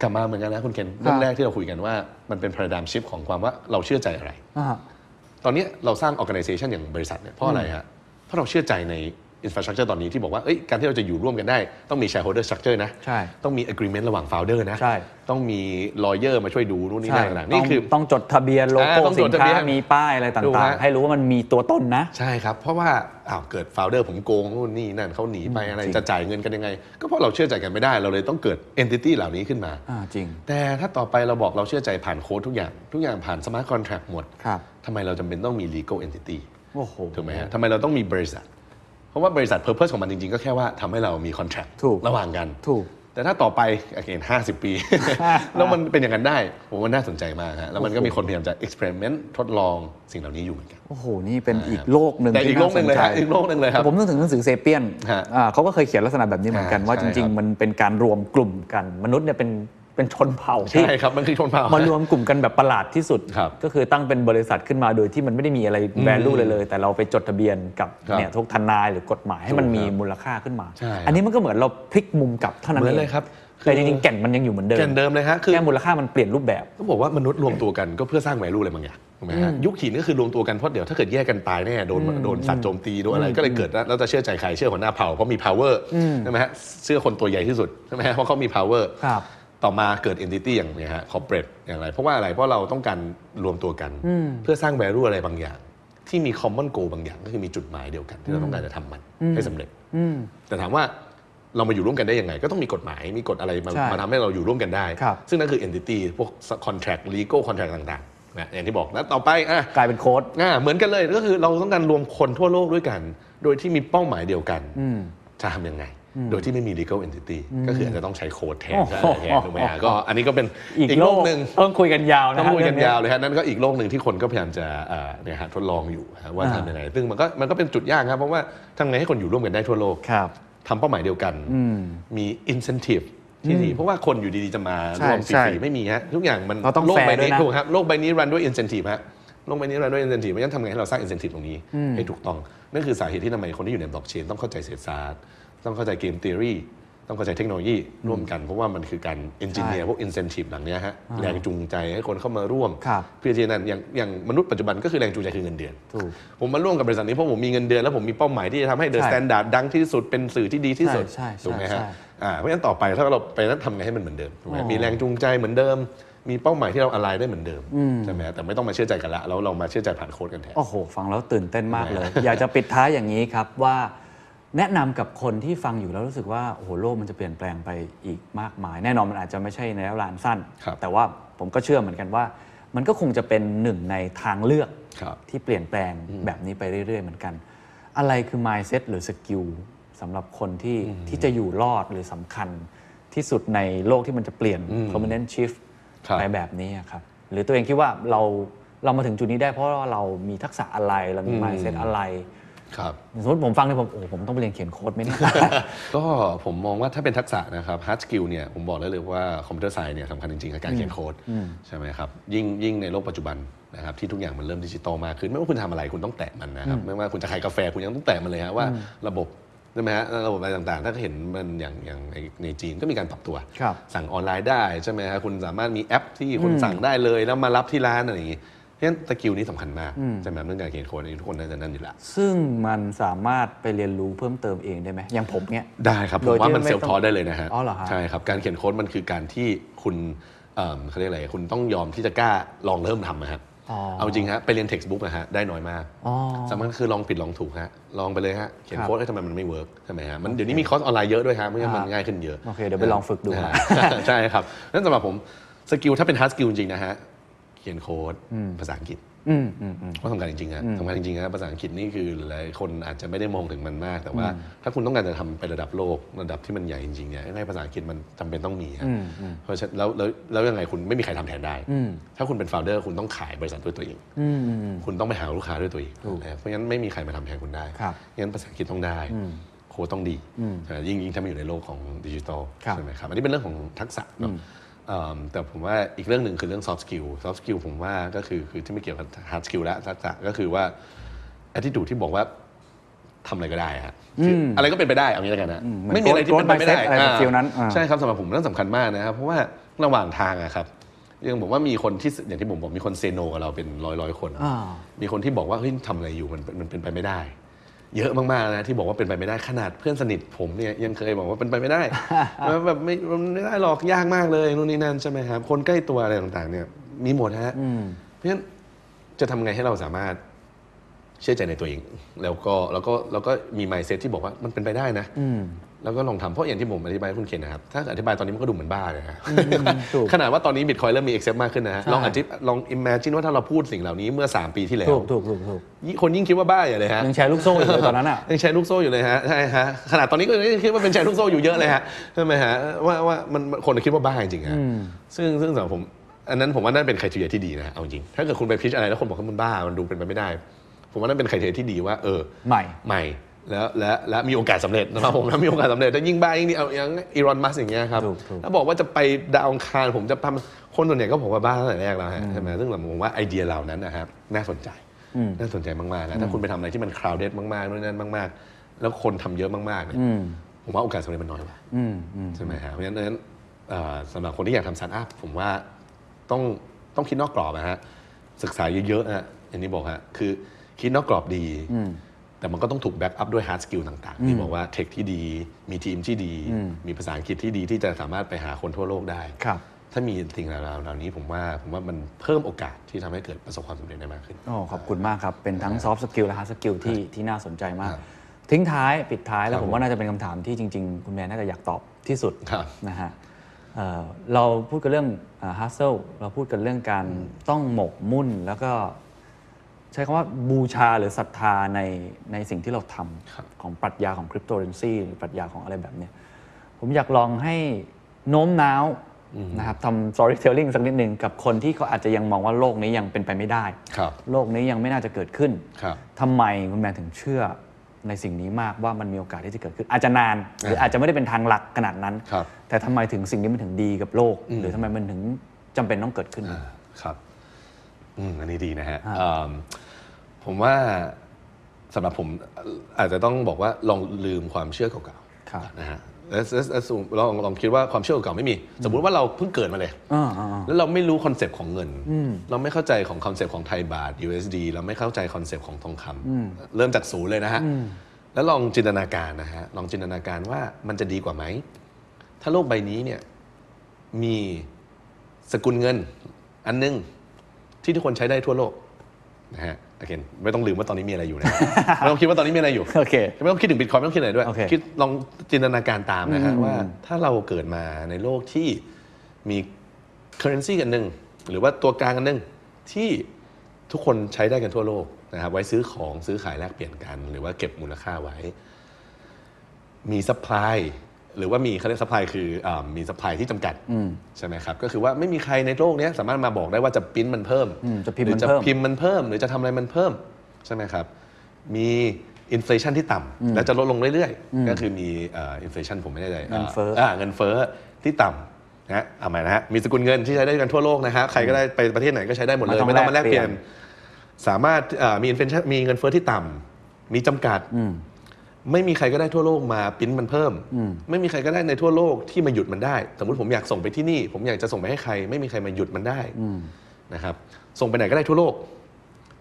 E: กลับมาเหมือนกันนะคุณเคนเรื่องแรกที่เราคุยกันว่ามันเป็น paradigm shift ของความว่าเราเชื่อใจอะไร
G: (laughs) อ่า
E: ตอนนี้เราสร้าง organization อย่างบริษัทเนี่ยเพราะอะไรฮะ เพราะเราเชื่อใจใน infrastructure ตอนนี้ที่บอกว่าเอ้ยการที่เราจะอยู่ร่วมกันได้ ต้องมี shareholder structure นะ
G: ใช่
E: ต้องมี agreement ระหว่าง founder นะ
G: ใช่
E: ต้องมี lawyer มาช่วยดูนู่นนี่
G: ใช่
E: นั่นต่างๆนี่คือ
G: ต้องต้องจดทะเบียนโลโก้
E: อ่าต้อง
G: สิ
E: จ
G: น
E: ดทะเบี
G: ค้าย
E: น
G: มีป้ายอะไร
E: ถูก
G: ต่าง
E: ฮะ
G: ๆ ให้รู้ว่ามันมีตัวต้นนะ
E: ใช่ครับ เพราะว่าอ้าวเกิดโฟลเดอร์ผมโกงนู่นนี่นั่นเขาหนีไปอะไร
G: จริง
E: จะจ่ายเงินกันยังไง ก็เพราะเราเชื่อใจกันไม่ได้เราเลยต้องเกิด entity เหล่านี้ขึ้นมา
G: อ่าจริง
E: แต่ถ้าต่อไปเราบอกเราเชื่อใจผ่านโค้ดทุกอย่าง ทุกอย่างผ่านสมาร์ทคอนแท็กหมด
G: ครับ
E: ทำไมเราจำเป็นต้องมี legal entity
G: โอ้โห
E: ถูกไหมฮะทำไมเราต้องมีบริษัท เพราะว่าบริษัทเพอร์เพสของมันจริงๆ ก็แค่ว่าทำให้เรามีคอนแท c t
G: ถูก
E: ระหว่างกัน
G: ถูก
E: แต่ถ้าต่อไปเห็นห้าสิ
G: (laughs)
E: บปี แล้วมันเป็นอย่างนั้นได้ผมว่าน่าสนใจมากฮะแล้วมันก็มีคนพยายามจะ experiment ทดลองสิ่งเหล่านี้อยู่เหมือนกัน
G: โอ้โหนี่เป็นอีกโลกหนึ่ง
E: แต่อีก
G: ที่า
E: โลกหนึ่งเลย
G: ส
E: ฮะ
G: ใจ
E: อีกโลกหนึ่งเลยครับ
G: ผมนึกถึงหนังสือเซเปียน
E: ฮะ
G: อ่าเขาก็เคยเขียนลักษณะแบบนี้เหมือนกัน
E: อ่า
G: ว่า
E: ใช่ค
G: จ
E: รั
G: ริง
E: บ
G: ๆ มันเป็นการรวมกลุ่มกัน มนุษย์เนี่ยเป็นเป็นชนเผ่าที่
E: ใช่ครับ มันคือชนเผ่าม
G: มารวมกลุ่มกันแบบประหลาดที่สุด
E: ครับ
G: ก็คือตั้งเป็นบริษัทขึ้นมาโดยที่มันไม่ได้มีอะไรแวลูเลยเลย แต่เราไปจดทะเบียนกับ
E: ครับ
G: เนี่ยทุกทนายหรือกฎหมายให้มัน
E: ถูกครับ
G: มีมูลค่าขึ้นมา
E: ใช่ครับ
G: อันนี้มันก็เหมือนเราพลิกมุมกลับเท่านั้น
E: เหมือ
G: เอ
E: น
G: ง
E: เลยครับคื
G: แต่
E: อ
G: จริงๆแก่นมันยังอยู่เหมือนเดิม
E: แก่นเดิมเลยฮะคือ
G: แค่มูลค่ามันเปลี่ยนรูปแบบ
E: ต้องบอกว่ามนุษย์รวมตัวกันก็เพื่อสร้างแวลูอะไรบางอย่างถูกไหมฮะยุคหินก็คือรวมตัวกันเพราะเดี๋ยวถ้าเกิดแยกกันตายแน่โดนโดนสัตว์โจมตีโดนอะไรก็เลยเกิดแล้วเราจะเชื่อใจใครเชื่อหัวหน้าเผ่าเพราะมี power ใช่ไหมฮะเชื่อคนตัวใหญ่ที่สุดใช่ไหมฮะเพราะเขามี power
G: ครับ
E: ต่อมาเกิด entity อย่างเนี้ยฮะ corporate อย่างไรเพราะว่าอะไรเพราะเราต้องการรวมตัวกัน เพื่อสร้าง value อะไรบางอย่าง ที่มี common goal บางอย่างก็คือมีจุดหมายเดียวกันที่เราต้องการจะทำมันให้สำเร็จแต่ถามว่าเรามาอยู่ร่วมกันได้ยังไง ก็ต้องมีกฎหมายมีกฎอะไรมา
G: ใช่
E: มาทำให้เราอยู่ร่วมกันได้
G: ครับ
E: ซึ่งนั่นคือ entity พวก contract legal contract ต่างๆนะอย่างที่บอกแล้วต่อไปอ่ะ
G: กลายเป็นโค้ด
E: อ่ะเหมือนกันเลยก็คือเราต้องการรวมคนทั่วโลกด้วยกัน โดยที่มีเป้าหมายเดียวกันจะทำยังไง โดยที่ไม่มี legal entity ก็คืออาจจะต้องใช้โค้ดแทน
G: โอ้โห
E: ก็อะไรแทนถูกไหมฮะก็อันนี้ก็เป็น
G: อีก
E: อีก
G: โล
E: โล
G: ก
E: ก
G: ห
E: ห
G: นึ่
E: นึ่
G: ง
E: ง
G: ต้องคุยกันยาวนะ
E: ต้องคุยกัน
G: เรื่
E: ยาว
G: อ
E: เลยฮะนั่นก็อีกโลกหนึ่งที่คนก็พยายามจะเอ่อเนี่ยฮะทดลองอยู่ฮะว่า
G: อ่า
E: ทำยังไงซึ่งมันก็มันก็เป็นจุดยากครับเพราะว่าทำไงให้คนอยู่ร่วมกันได้ทั่วโลก
G: ครับ
E: ทำเป้าหมายเดียวกัน มี incentive ที่ดี เพราะว่าคนอยู่ดี ๆ จะมา
G: ใช่
E: ร่วมฟ
G: ใช่
E: รีๆไม่มีฮะ ทุกอย่างมัน
G: เราต้อง
E: โลกใบ
G: แฟร์ด้วย
E: นี้
G: นะ
E: ถูกครับโลกใบนี้รันด้วย incentive ฮะโลกใบนี้รันด้วย incentive เพราะฉะนั้นทำไงให้เราสร้าง incentive ตรงนี้ ให้ถูกต้อง นั่นคือสาเหตุที่ทำไมคนที่อยู่ในบล็อกเชนต้องเข้าใจเศรษฐศาสตร์ ต้องเข้าใจเกม theory ต้องเข้าใจเทคโนโลยีร่วมกัน เพราะว่ามันคือการเอนจิเนียร์พวกอินเซนティブหลังเนี้ยฮะแรงจูงใจให้คนเข้ามาร่วม
G: ครับ
E: เพื่อที่จะนั่นอย่างอย่างมนุษย์ปัจจุบันก็คือแรงจูงใจคือเงินเดือน
G: ถูก
E: ผมมาร่วมกับบริษัทนี้เพราะผมมีเงินเดือนแล้วผมมีเป้าหมายที่จะทำให้เดอะ
G: ใช่
E: สแตนดาร์ดดังที่สุดเป็นสื่อที่ดีที่สุด
G: ใช่ใช่
E: ถูกไหมฮะ
G: ใช่
E: อ่าเพราะฉะนั้นต่อไปถ้าเราไปนั้นทำไงให้มันเหมือนเดิมถูกไหม
G: อ๋อ
E: มีแรงจูงใจเหมือนเดิม มีเป้าหมายที่เราอะไรได้เหมือนเดิมใช่ไหมฮะแต่ไม่ต้องมาเชื่อใจกันละเราเรามาเชื่อใจผ่านโค้ดกันแทน
G: โอ้โห ฟังแล้วตื่นเต้นมากเลย อยากจะปิดท้ายอย่างนี้ครับว่า แนะนำกับคนที่ฟังอยู่แล้วรู้สึกว่าโอ้โหโลกมันจะเปลี่ยนแปลงไปอีกมากมาย แน่นอนมันอาจจะไม่ใช่ในระยะเวลาอันสั้น
E: ครับ
G: แต่ว่าผมก็เชื่อเหมือนกันว่า มันก็คงจะเป็นหนึ่งในทางเลือก
E: ครับ
G: ที่เปลี่ยนแปลงแบบนี้ไปเรื่อย ๆ เหมือนกัน อะไรคือ mindset หรือ skill สำหรับคนที่ที่จะอยู่รอดหรือสำคัญที่สุดในโลกที่มันจะเปลี่ยน permanent shift
E: ครับ
G: ไปแบบนี้อะครับ หรือตัวเองคิดว่าเราเรามาถึงจุดนี้ได้เพราะว่าเรามีทักษะอะไรเรามี mindset อะไร
E: ครับ
G: สมมติผมฟังเนี่ยผมโอ้โหผมต้องไปเรียนเขียนโค้ดไหมเนี่ย
E: ก็ผมมองว่าถ้าเป็นทักษะนะครับ hard skill เนี่ยผมบอกได้เลยว่าคอมพิวเตอร์ไซน์เนี่ยสำคัญจริงๆกับการเขียนโค้ดใช่ไหมครับยิ่งยิ่งในโลกปัจจุบันนะครับที่ทุกอย่างมันเริ่มดิจิตอลมากขึ้น ไม่ว่าคุณทำอะไรคุณต้องแตะมันนะครับ ไม่ว่าคุณจะขายกาแฟคุณยังต้องแตะมันเลยฮะว่าระบบใช่ไหมฮะระบบอะไรต่างๆ ถ้าเห็นมันอย่างอย่างในในจีนก็มีการปรับตัว
G: ครับ
E: สั่งออนไลน์ได้ใช่ไหมครับคุณสามารถมีแอปที่คุณสั่งได้เลยแล้วมารับที่ร้านอะไรอย่างงี้เพราะฉะนั้นสกิลนี้สำคัญมากใช่ไหมครับเรื่องการเขียนโค้ดอันนี้ทุกคนน่าจะนั่นอยู่แล้ว
G: ซึ่งมันสามารถไปเรียนรู้เพิ่มเติมเองได้ไหมอย่างผมเนี่ย
E: ได้ครับ ผ
G: โด
E: ม
G: ย
E: ว่า
G: ที่
E: มัน
G: ไม่
E: เซลฟ์
G: ต้อง
E: ทอได้เลยนะฮะ
G: อ๋อเหรอฮะ
E: ใช่ครับ การเขียนโค้ดมันคือการที่คุณเอิ่มเขาเรียกอะไรคุณต้องยอมที่จะกล้าลองเริ่มทำนะฮะ
G: อ๋อ
E: เอาจริงฮะไปเรียนเท็กซ์บุ๊กนะฮะได้น้อยมาก
G: อ๋อ
E: สำคัญคือลองผิดลองถูกฮะลองไปเลยฮะเขียน
G: ครับ
E: โค้ดแล้วทำไมมันไม่เวิร์กใช่ไหมฮะมันเดี๋ยวนี้มีคอร์สออนไลน์เยอะด้วยฮะเพราะงั้นมัน
G: ครับ
E: ง่ายขึ้นเยอะ
G: โอเคเดี๋ยวไปลองฝึกดู
E: นะฮะ (laughs) ใช่ครับนั้นสำหรับผมสกิลถ้าเป็นฮาร์ดสกิลจริงๆนะฮะเขียนโค้ดภาษาอังกฤษ ว่าสำคัญจริงๆครับสำคัญจริงๆครับภาษาอังกฤษนี่คือหลายคนอาจจะไม่ได้มองถึงมันมาก แต่ว่าถ้าคุณต้องการจะทำไประดับโลกระดับที่มันใหญ่จริงๆเนี่ยยังไงภาษาอังกฤษมันจำเป็นต้องมีครับเพราะฉะนั้นแล้วแล้วแล้วยังไงคุณไม่มีใครทำแทนได้ ถ้าคุณเป็นโฟลเดอร์คุณต้องขายบริษัทด้วยตัวเองคุณต้องไปหาลูกค้าด้วยตัวเองนะครับเพราะฉะนั้นไม่มีใครมาทำแทนคุณได้
G: ครับ
E: งั้นภาษาอังกฤษต้องได้โค้ดต้องดีใช่ไหมยิ่งยิ่งถ้ามาอยู่ในโลกของดิจิทัล
G: ครับ
E: ใช่ไหมครับอันนี้เป็นเรื่องของทักษะเนอะ เอิ่มแต่ผมว่าอีกเรื่องหนึ่งคือเรื่อง soft skill soft skill ผมว่าก็คือคือที่ไม่เกี่ยวกับ hard skill แล้วทักษะก็คือว่า attitude ที่บอกว่าทำอะไรก็ได้ฮะคืออะไรก็เป็นไปได้เอางี้แล้วกันนะ
G: เหมือน
E: ไม่มีอะไรที่เป็นไปไม่ได้
G: growth mindset อะไรแบบ
E: า
G: feel นั้นอ่า
E: ใช่ครับสำหรับผมเรื่องสำคัญมากนะครับเพราะว่าระหว่างทางอะครับยังบอกว่ามีคนที่อย่างที่ผมบอกมีคนเซโนกับเราเป็นร้อยร้อยๆคน
G: อ่า
E: มีคนที่บอกว่าเฮ้ยทำอะไรอยู่มันมันเป็นไปไม่ได้ เยอะมากๆนะที่บอกว่าเป็นไปไม่ได้ขนาดเพื่อนสนิทผมเนี่ยยังเคยบอกว่าเป็นไปไม่
G: (laughs)
E: ได้ ว่าแบบไม่มันไม่ได้หรอกยากมากเลยนู่นนี่นั่นใช่ไหมครับคนใกล้ตัวอะไรต่างๆ เนี่ยมีหมดฮะเพราะฉะนั้นจะทำไงให้เราสามารถเชื่อใจในตัวเอง แล้วก็แล้วก็แล้วก็มี mindset ที่บอกว่ามันเป็นไปได้นะแล้วก็ลองทำเพราะอย่างที่ผมอธิบายให้คุณเคนนะครับถ้าอธิบายตอนนี้มันก็ดูเหมือนบ้าเลยนะ
G: ถูก
E: (laughs) ขนาดว่าตอนนี้บิตคอยเริ่มมี accept มากขึ้นนะฮะลองอธิบลอง imagine ว่าถ้าเราพูดสิ่งเหล่านี้เมื่อสามปีที่แล้ว
G: ถูกถูกถูกถูก
E: ยิ่งคนยิ่งคิดว่าบ้าอย่าเลยฮะ
G: ยังแชร์ลูกโซ่อยู่เลยตอนนั้นอ่ะ
E: (laughs) ยังแชร์ลูกโซ่อยู่เลยฮะใช่ฮะขนาดตอนนี้ก็ยังคิดว่าเป็นแชร์ลูกโซ่อยู่เยอะเลยฮะใช่ไหมฮะว่าว่ามันคนคิดว่าบ้าจริงๆฮะซึ่งซึ่งสำหรับผม อันนั้นผมว่านั่นเป็นไครทีเรียที่ดีนะเอาจริงถ้าเกิดคุณไปพิชอะไรแล้วคนบอกว่ามันบ้ามันดูเป็นไปไม่ได้ ผมว่านั่นเป็นไครทีเรียที่ดีว่าเออ
G: ใหม่
E: ใหม่แล้วและและมีโอกาสสำเร็จ (laughs) นะครับผมแล้วมีโอกาสสำเร็จแต่ยิ่งบ้ายิ่งดีเอาอย่างอีรอนมัสอย่างเงี้ยครับ
G: ถูกถูก
E: ถ้าบอกว่าจะไปดาวอังคารผมจะทำคนส่วนใหญ่ก็บอกว่าบ้าตั้งแต่แรกแล้วฮะใช่ไหมซึ่งผมว่าไอเดียเหล่านั้นนะครับน่าสนใจ น่าสนใจมากๆนะถ้าคุณไปทำอะไรที่มัน crowded มากๆนู่นนั่นมาก ๆ แล้วคนทำเยอะมากๆเนี่ยผมว่าโอกาสสำเร็จมันน้อยกว่าใช่ไหมฮะเพราะฉะนั้นเอ่อสำหรับคนที่อยากทำสตาร์ทอัพผมว่าต้องต้องคิดนอกกรอบนะฮะศึกษาเยอะๆฮะอย่างนี้บอกฮะคือคิดนอกกรอบดี แต่มันก็ต้องถูกแบ็กอัพด้วย hard skill ต่างๆที่บอกว่าเทคที่ดี มีทีมที่ดี มีภาษาอังกฤษที่ดีที่จะสามารถไปหาคนทั่วโลกได้
G: ครับ
E: ถ้ามีสิ่งเหล่านี้ผมว่าผมว่ามันเพิ่มโอกาสที่ทำให้เกิดประสบความสำเร็จได้มากขึ้น
G: โอ้ขอบคุณมากครับ เป็นทั้งซอฟต์สกิลและฮาร์ดสกิลที่ที่น่าสนใจมาก ทิ้งท้ายปิดท้ายแล้ว
E: ครับ
G: ผมว่าน่าจะเป็นคำถามที่จริง ๆ คุณแมนน่าจะอยากตอบที่สุด
E: ครับ
G: นะฮะเอ่อเราพูดกันเรื่องฮัสเซลเราพูดกันเรื่องการต้องหมกมุ่นแล้วก็ ใช้คำว่าบูชาหรือศรัทธาในในสิ่งที่เราท
E: ครับ
G: ำของปรัชญาของคริปโตเคอเรนซีหรือปรัชญาของอะไรแบบเนี้ย ผมอยากลองให้โน้มน้าวนะครับทำ storytelling สักนิดหนึ่งกับคนที่เขาอาจจะยังมองว่าโลกนี้ยังเป็นไปไม่ได้
E: ครับ
G: โลกนี้ยังไม่น่าจะเกิดขึ้น
E: ครับ
G: ทำไมคุณแมนถึงเชื่อในสิ่งนี้มากว่ามันมีโอกาสที่จะเกิดขึ้น อาจจะนาน หรืออาจจะไม่ได้เป็นทางหลักขนาดนั้น
E: ครับ
G: แต่ทำไมถึงสิ่งนี้มันถึงดีกับโลก หรือทำไมมันถึงจำเป็นต้องเกิดขึ้น
E: อ่าครับอืมอันนี้ดีนะฮะเอิ่มผมว่าสำหรับผมอาจจะต้องบอกว่าลองลืมความเชื่อเก่า
G: ครับ
E: ๆนะฮะ แล้วแล้วแล้วสูงลองลองคิดว่าความเชื่อเก่าๆไม่มี สมมุติว่าเราเพิ่งเกิดมาเลย
G: อ่าอ่าอ่า
E: แล้วเราไม่รู้คอนเซปต์ของเงิน เราไม่เข้าใจของคอนเซปต์ของไทยบาท USD เราไม่เข้าใจคอนเซปต์ของทองคำเริ่มจากศูนย์เลยนะฮะ แล้วลองจินตนาการนะฮะ ลองจินตนาการว่ามันจะดีกว่าไหม ถ้าโลกใบนี้เนี่ยมีสกุลเงินอันหนึง ที่ทุกคนใช้ได้ทั่วโลกนะฮะโอเคไม่ต้องลืมว่าตอนนี้มีอะไร
G: (laughs)
E: อยู่นะ ไม่ต้องคิดว่าตอนนี้มีอะไรอยู่
G: โอเค
E: ไม่ต้องคิดถึงบิตคอยไม่ต้องคิดอะไรด้วย
G: โอเค
E: คิดลองจินตนาการตามนะฮะว่าถ้าเราเกิดมาในโลกที่มี currency กันหนึ่งหรือว่าตัวกลางกันหนึ่งที่ทุกคนใช้ได้กันทั่วโลกนะครับไว้ซื้อของซื้อขายแลกเปลี่ยนกัน หรือว่าเก็บมูลค่าไว้ มีซัพพลายหรือว่ามีเขาเรียกซัพพลายคืออามีซัพพลายที่จำกัดใช่ไหมครับ ก็คือว่าไม่มีใครในโลกเนี้ยสามารถมาบอกได้ว่าจะปริ้นมันเพิ่ม
G: อืมจะพิมพ์
E: หรื
G: มัน
E: จะ
G: เพิ่ม
E: พิมพ์มันเพิ่ม หรือจะทำอะไรมันเพิ่มใช่ไหมครับ มีอินฟลชันที่ต่ำและจะลดลงเรื่อยๆ ก็คือมีอินฟลชันผมไม่แน่ใจ
G: เงินเฟ้อ
E: าเงินเฟ้อที่ต่ำนะฮะเอามานะฮะมีสกุลเงินที่ใช้ได้กันทั่วโลกนะฮะใครก็ได้ไปประเทศไหนก็ใช้ได้หมดเลยไม่ต้องมาแลกเปลี่ยน สามารถเอ่อมี inflation มีเงินเฟ้อที่ต่ำมีจำกัด ไม่มีใครก็ได้ทั่วโลกมาปริ้นมันเพิ่ม ไม่มีใครก็ได้ในทั่วโลกที่มาหยุดมันได้ สมมติผมอยากส่งไปที่นี่ ผมอยากจะส่งไปให้ใคร ไม่มีใครมาหยุดมันได้นะครับ ส่งไปไหนก็ได้ทั่วโลก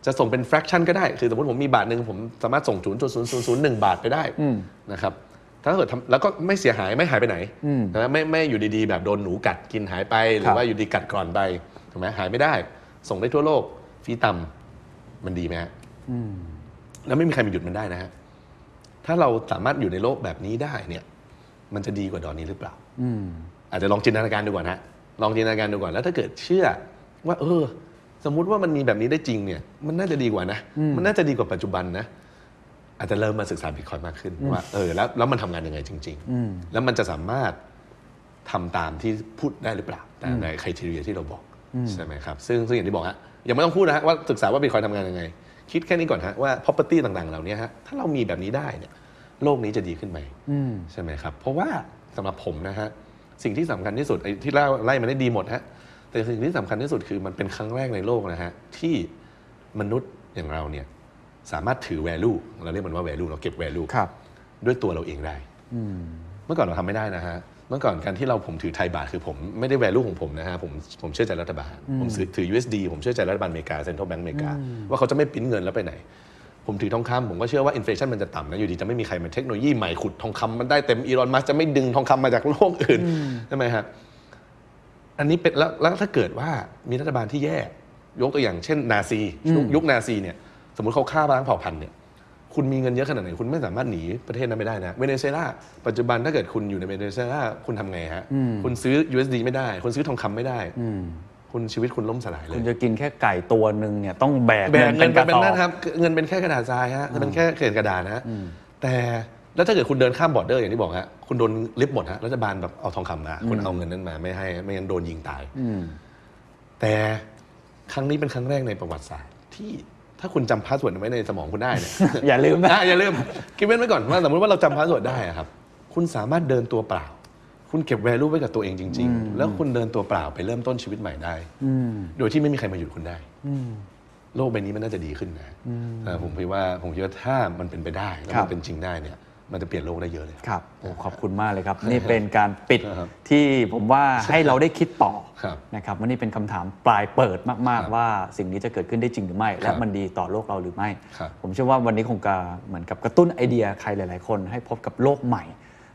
E: จะส่งเป็น fraction ก็ได้ คือสมมติผมมีบาทหนึ่งผมสามารถส่ง 0.0001 บาทไปได้นะครับ ถ้าเกิดทำแล้วก็ไม่เสียหายไม่หายไปไหนนะไม่ไม่อยู่ดีๆ แบบโดนหนูกัดกินหายไป หรื
G: ครั
E: อบ ว่าอยู่ดีกัดกร่อนไปถูกไหมหายไม่ได้ ส่งได้ทั่วโลกฟรีต่ำมันดีไหมฮะแล้วไม่มีใครมาหยุดมันได้นะฮะ ถ้าเราสามารถอยู่ในโลกแบบนี้ได้เนี่ย มันจะดีกว่าดอนนี้หรือเปล่า อาจจะลองจินตนาการดูก่อนฮะ ลองจินตนาการดูก่อน แล้วถ้าเกิดเชื่อว่า เออ สมมุติว่ามันมีแบบนี้ได้จริงเนี่ย มันน่าจะดีกว่านะ มันน่าจะดีกว่าปัจจุบันนะ อาจจะเริ่มมาศึกษาบิตคอยน์มากขึ้นว่า เออ แล้วแล้วมันทำงานยังไงจริง ๆ แล้วมันจะสามารถทำตามที่พูดได้หรือเปล่าตามในคุณทีเรียที่เราบอกใช่ไหมครับ ซึ่งซึ่งอย่างที่บอกฮะ ยังไม่ต้องพูดนะฮะว่าศึกษาว่าบิตคอยน์ทำงานยังไง คิดแค่นี้ก่อนฮะว่า property ต่างๆ เหล่านี้ฮะ ถ้าเรามีแบบนี้ได้เนี่ย โลกนี้จะดีขึ้นไหม ใช่ไหมครับ เพราะว่าสำหรับผมนะฮะ สิ่งที่สำคัญที่สุดไอ้ที่เล่าไล่มาได้ดีหมดฮะ แต่สิ่งที่สำคัญที่สุดคือมันเป็นครั้งแรกในโลกนะฮะ ที่มนุษย์อย่างเราเนี่ย สามารถถือ value เราเรียกมันว่า value เราเก็บ value
G: ครับ
E: ด้วยตัวเราเองได้ เมื่อก่อนเราทำไม่ได้นะฮะ เมื่อก่อนการที่เราผมถือไทยบาทคือผมไม่ได้ value ของผมนะฮะ ผมผมเชื่อใจรัฐบาล ผมซื้อถือ USD ผมเชื่อใจรัฐบาลอเมริกา Central Bank อเมริกา ว่าเขาจะไม่ปริ้นเงินแล้วไปไหน ผมถือทองคำผมก็เชื่อว่าอินฟลชันมันจะต่ำนะ อยู่ดีจะไม่มีใครมาเทคโนโลยีใหม่ขุดทองคำมันได้เต็มอี o อนมัสจะไม่ดึงทองคำมาจากโลกอื่นใช่ไหมฮะ อันนี้เป็นแล้วแล้วถ้าเกิดว่ามีรัฐบาลที่แย่ ยกตัวอย่างเช่นนาซียุคยุคนาซีเนี่ยสมมติเขาฆ่าล้างเผ่าพันธุ์เนี่ยคุณมีเงินเยอะขนาดไหน คุณไม่สามารถหนีประเทศนั้นไปได้นะเวเนซุเอลาปัจจุบันถ้าเกิดคุณอยู่ในเวเนซุเอลาคุณทำไงฮะ คุณซื้อ USD ไม่ได้ คุณซื้อทองคำไม่ได้ คุณชีวิตคุณล่มสลายเล
G: คุ
E: ย
G: ณจะกินแค่ไก่ตัวหนึ่งเนี่ยต้องแบก
E: แบกเงิน
G: ก
E: เป็น
G: ระสอบ
E: นั่นครับเงินเป็นแค่กระดาษทรายฮะเป็นแค่เศษกระดาษนะฮะแต่แล้วถ้าเกิดคุณเดินข้ามบอร์เดอร์อย่างที่บอกฮะคุณโดนลิฟต์หมดฮะรัฐบาลแบบเอาทองคำมาคุณเอาเงินนั้นมาไม่ให้ไม่งั้นโดนยิงตายแต่ครั้งนี้เป็นครั้งแรกในประวัติศาสตร์ ที่ถ้าคุณจำพาสเวิร์ดไว้ในสมองคุณได้เนี่ย
G: อย่าลืมนะ
E: อ่อย่าลืมกินเว้นไว้ก่อนว่าสมมติว่าเราจำพาสเวิร์ดได้อะครับ คุณสามารถเดินตัวเปล่า คุณเก็บแวลูไว้กับตัวเองจริง ๆ แล้วคุณเดินตัวเปล่าไปเริ่มต้นชีวิตใหม่ได้โดยที่ไม่มีใครมาหยุดคุณได้โลกใบนี้มันน่าจะดีขึ้นนะเอ่อผมคิดว่าผมคิดว่าถ้ามันเป็นไปได้แล้ว
G: ครั
E: มั
G: บ
E: นเป็นจริงได้เนี่ย มันจะเปลี่ยนโลกได้เยอะเลย
G: ครับโอ้ขอบคุณมากเลยครับ นี่เป็นการปิด
E: ครับ
G: ที่ผมว่าให้เราได้คิดต่อ
E: ครับ
G: นะครับว่านี่เป็นคำถามปลายเปิดมาก
E: ครับ
G: ๆ ว่าสิ่งนี้จะเกิดขึ้นได้จริงหรือไม่ และมันดีต่อโลกเราหรือไม่
E: ครับ
G: ผมเชื่อว่าวันนี้คงจะเหมือนกับกระตุ้นไอเดียใครหลาย ๆ คน ให้พบกับโลกใหม่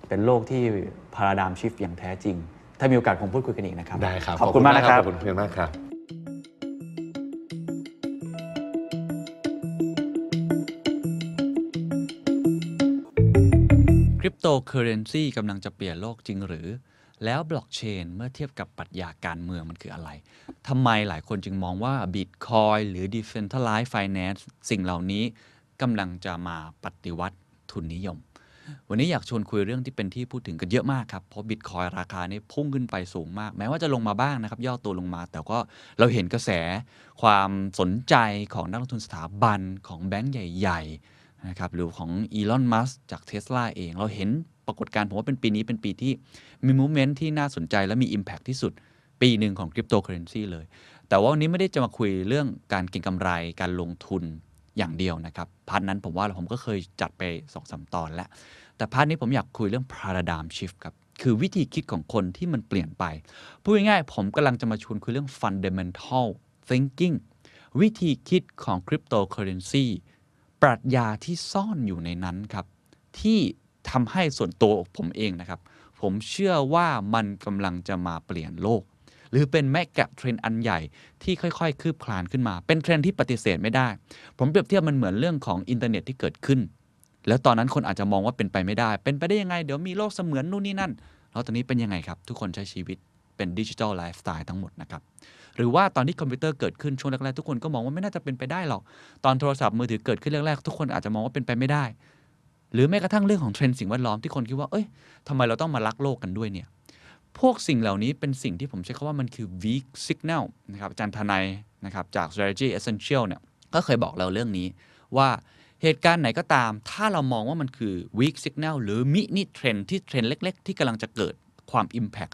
G: เป็นโลกที่พาราดามชิฟอย่างแท้จริง ถ้ามีโอกาสคงพูดคุยกันอีกนะครับ
E: ได้ครับ
G: ขอบคุณมากนะครับ
E: ขอบคุณเพื่อนมากครับ
C: คริปโตเคอเรนซีกำลังจะเปลี่ยนโลกจริงหรือ แล้วบล็อกเชนเมื่อเทียบกับปรัชญาการเมืองมันคืออะไรทำไมหลายคนจึงมองว่าบิตคอยหรือ d e f e n t r a l i z e d Finance สิ่งเหล่านี้กำลังจะมาปฏิวัติทุนนิยม วันนี้อยากชวนคุยเรื่องที่เป็นที่พูดถึงกันเยอะมากครับ เพราะบิตคอยราคานี่พุ่งขึ้นไปสูงมาก แม้ว่าจะลงมาบ้างนะครับ ย่อตัวลงมา แต่ก็เราเห็นกระแส ความสนใจของนักลงทุนสถาบันของแบงก์ใหญ่ ๆ นะครับหรือของอีลอนมัสจากเทสลาเอง เราเห็นปรากฏการณ์ผมว่าเป็นปีนี้เป็นปีที่มีมูเมนต์ที่น่าสนใจและมี Impact ที่สุด ปีหนึ่งของคริปโตเคอเรนซีเลย แต่ว่าวันนี้ไม่ได้จะมาคุยเรื่องการเก็งกำไรการลงทุนอย่างเดียวนะครับพาร์ทนั้นผมว่าผมก็เคยจัดไป2อสตอนแล้ว แต่พาร์ทนี้ผมอยากคุยเรื่อง paradigm shift ครับ คือวิธีคิดของคนที่มันเปลี่ยนไป พูดง่ายๆผมกำลังจะมาชวนคุยเรื่อง fundamental thinking วิธีคิดของ cryptocurrency ปรัชญาที่ซ่อนอยู่ในนั้นครับ ที่ทำให้ส่วนตัวผมเองนะครับ ผมเชื่อว่ามันกำลังจะมาเปลี่ยนโลก หรือเป็นแมกกะเทรนด์อันใหญ่ที่ค่อยๆ คืบคลานขึ้นมา เป็นเทรนด์ที่ปฏิเสธไม่ได้ ผมเปรียบเทียบมันเหมือนเรื่องของอินเทอร์เน็ตที่เกิดขึ้น แล้วตอนนั้นคนอาจจะมองว่าเป็นไปไม่ได้ เป็นไปได้ยังไง เดี๋ยวมีโลกเสมือนนู่นนี่นั่น แล้วตอนนี้เป็นยังไงครับ ทุกคนใช้ชีวิตเป็นดิจิทัลไลฟ์สไตล์ทั้งหมดนะครับ หรือว่าตอนที่คอมพิวเตอร์เกิดขึ้นช่วงแรกๆทุกคนก็มองว่าไม่น่าจะเป็นไปได้หรอก ตอนโทรศัพท์มือถือเกิดขึ้นแรกๆทุกคนอาจจะมองว่าเป็นไปไม่ได้ หรือแม้กระทั่งเรื่องของเทรนด์สิ่งแวดล้อมที่คนคิดว่า เอ้ยทำไมเราต้องมารักโลกกันด้วยเนี่ย พวกสิ่งเหล่านี้เป็นสิ่งที่ผมใช้คำว่ามันคือ weak signal นะครับอาจารย์ทนายนะครับจาก strategy essential เนี่ย ก็เคยบอกเราเรื่องนี้ ว่าเหตุการณ์ไหนก็ตาม ถ้าเรามองว่ามันคือ weak signal หรือมินิเทรนที่เทรนเล็ก ๆ ที่กำลังจะเกิดความ impact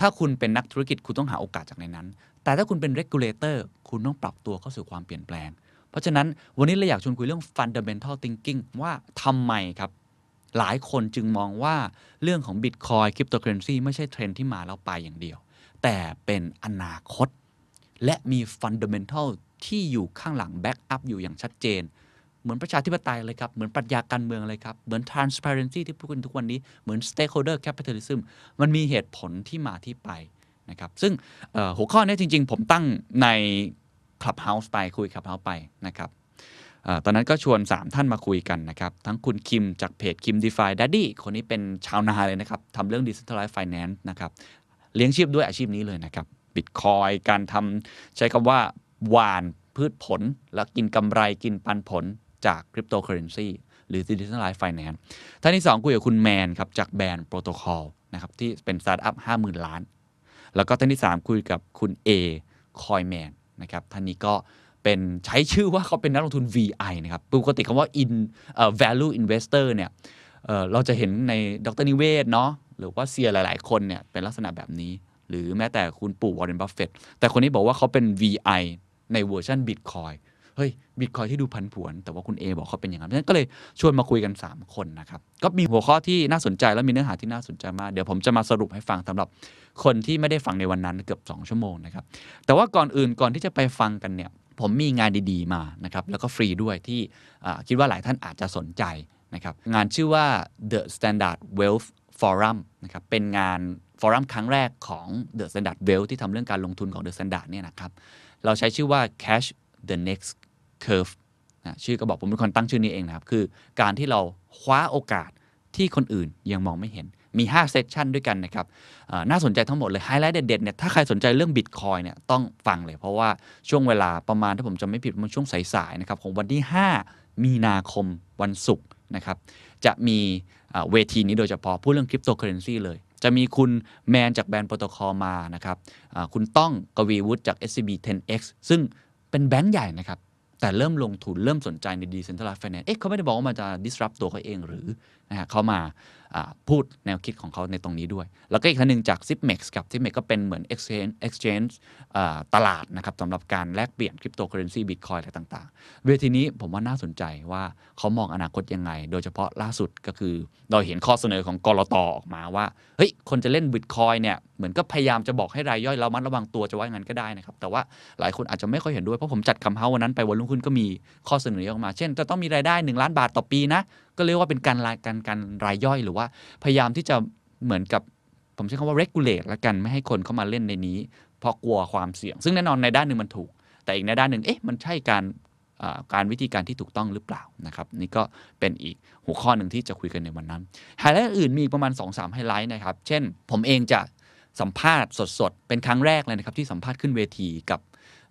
C: ถ้าคุณเป็นนักธุรกิจคุณต้องหาโอกาสจากในนั้น แต่ถ้าคุณเป็น regulator คุณต้องปรับตัวเข้าสู่ความเปลี่ยนแปลง เพราะฉะนั้นวันนี้เราอยากชวนคุยเรื่อง fundamental thinking ว่าทำไมครับ หลายคนจึงมองว่าเรื่องของ Bitcoin Cryptocurrency ไม่ใช่เทรนด์ที่มาแล้วไปอย่างเดียว แต่เป็นอนาคต และมีฟันเดเมนทัลที่อยู่ข้างหลังแบ็กอัพอยู่อย่างชัดเจน เหมือนประชาธิปไตยเลยครับ เหมือนปรัชญาการเมืองเลยครับ เหมือน transparency ที่พูดกันทุกวันนี้ เหมือน stakeholder capitalism มันมีเหตุผลที่มาที่ไปนะครับ ซึ่งเอ่อหัวข้อเนี้จริง ๆ ผมตั้งใน Clubhouse ไปคุย Clubhouse ไปนะครับ เอ่อตอนนั้นก็ชวน 3 ท่านมาคุยกันนะครับ ทั้งคุณคิมจากเพจคิม DeFi Daddy คนนี้เป็นชาวนาเลยนะครับทำเรื่อง Decentralized Finance นะครับ เลี้ยงชีพด้วยอาชีพนี้เลยนะครับบิตคอยการทำใช้คำว่าหวานพืชผล แล้วกินกำไรกินปันผลจากคริปโตเคอเรนซีหรือ Decentralized Finance ท่านที่ 2 คุยกับคุณแมนครับ จากแบรนด์โปรโตคอลนะครับที่เป็นสตาร์ทอัพ50,000 ล้าน แล้วก็ท่านที่ 3 คุยกับคุณ A คอยแมนนะครับท่านนี้ก็เป็นใช้ชื่อว่าเขาเป็นนักลงทุน VI นะครับปกติคำว่า in เอ่อ value investor เนี่ยเอ่อเราจะเห็นในดรนิเวศน์เนาะหรือว่าเซียหลาย ๆ คนเนี่ยเป็นลักษณะแบบนี้ หรือแม้แต่คุณปู่วอร์เรนบัฟเฟตแต่คนนี้บอกว่าเขาเป็น VI ในเวอร์ชัน Bitcoin เฮ้ยบิตคอยที่ดูพันผวน แต่ว่าคุณ A บอกเขาเป็นอย่างนั้นเพราะฉะนั้นก็เลยชวนมาคุยกัน 3 คนนะครับ ก็มีหัวข้อที่น่าสนใจและมีเนื้อหาที่น่าสนใจมาก เดี๋ยวผมจะมาสรุปให้ฟังสำหรับคนที่ไม่ได้ฟังในวันนั้นเกือบ 2 ชั่วโมงนะครับ แต่ว่าก่อนอื่นก่อนที่จะไปฟังกันเนี่ย ผมมีงานดีๆมานะครับ แล้วก็ฟรีด้วยที่อ่าคิดว่าหลายท่านอาจจะสนใจนะครับ งานชื่อว่า The Standard Wealth Forum นะครับเป็นงานฟอรัมครั้งแรกของ The Standard Wealth ที่ทำเรื่องการลงทุนของ The Standard เนี่ยนะครับ เราใช้ชื่อว่า Cash the next curve นะชื่อก็บอกผมเป็นคนตั้งชื่อนี้เองนะครับ คือการที่เราคว้าโอกาสที่คนอื่นยังมองไม่เห็นมี 5 เซสชันด้วยกันนะครับเอ่อน่าสนใจทั้งหมดเลยไฮไลท์เด็ดๆเนี่ยถ้าใครสนใจเรื่องบิตคอยเนี่ยต้องฟังเลย เพราะว่าช่วงเวลาประมาณถ้าผมจำไม่ผิดมันช่วงสายๆนะครับของวันที่ 5 มีนาคมวันศุกร์นะครับ จะมีเอ่อเวทีนี้โดยเฉพาะพูดเรื่องคริปโตเคอเรนซีเลย จะมีคุณแมนจากแบรนด์โปรโตคอลมานะครับอ่าคุณต้องกวีวุฒิจาก SCB 10X ซึ่งเป็นแบงก์ใหญ่นะครับ แต่เริ่มลงทุนเริ่มสนใจใน Decentralized Finance เอ๊ะเขาไม่ได้บอกว่ามันจะ disrupt ตัวเขาเองหรือนะฮะเขามาอ่าพูดแนวคิดของเขาในตรงนี้ด้วย แล้วก็อีกท่านหนึ่งจาก Zipmex กับ Zipmex ก็เป็นเหมือน exchange exchange อ่าตลาดนะครับสำหรับการแลกเปลี่ยนคริปโตเคอเรนซีบิตคอยอะไรต่างๆ เวทีนี้ผมว่าน่าสนใจว่าเขามองอนาคตยังไง โดยเฉพาะล่าสุดก็คือ เราเห็นข้อเสนอของกรตอออกมาว่า เฮ้ย คนจะเล่นบิตคอยเนี่ย เหมือนก็พยายามจะบอกให้รายย่อยเรามัดระวังตัวจะว่าอย่างนั้นก็ได้นะครับ แต่ว่าหลายคนอาจจะไม่ค่อยเห็นด้วย เพราะผมจัดคำเฮาวันนั้นไปวันรุ่งขึ้นก็มีข้อเสนอออกมา เช่น จะต้องมีรายได้ 1 ล้านบาทต่อปีนะ ก็เรียกว่าเป็นการรายการการรายย่อยหรือว่า พยายามที่จะเหมือนกับผมใช้คำว่า regulate ละกันไม่ให้คนเข้ามาเล่นในนี้ เพราะกลัวความเสี่ยง ซึ่งแน่นอนในด้านหนึ่งมันถูก แต่อีกในด้านหนึ่งเอ๊ะมันใช่การอ่าการวิธีการที่ถูกต้องหรือเปล่านะครับนี่ก็เป็นอีกหัวข้อหนึ่งที่จะคุยกันในวันนั้น ไฮไลท์อื่นมีอีกประมาณ 2-3สามไฮไลท์นะครับ เช่น ผมเองจะสัมภาษณ์สดๆ เป็นครั้งแรกเลยนะครับ ที่สัมภาษณ์ขึ้นเวทีกับ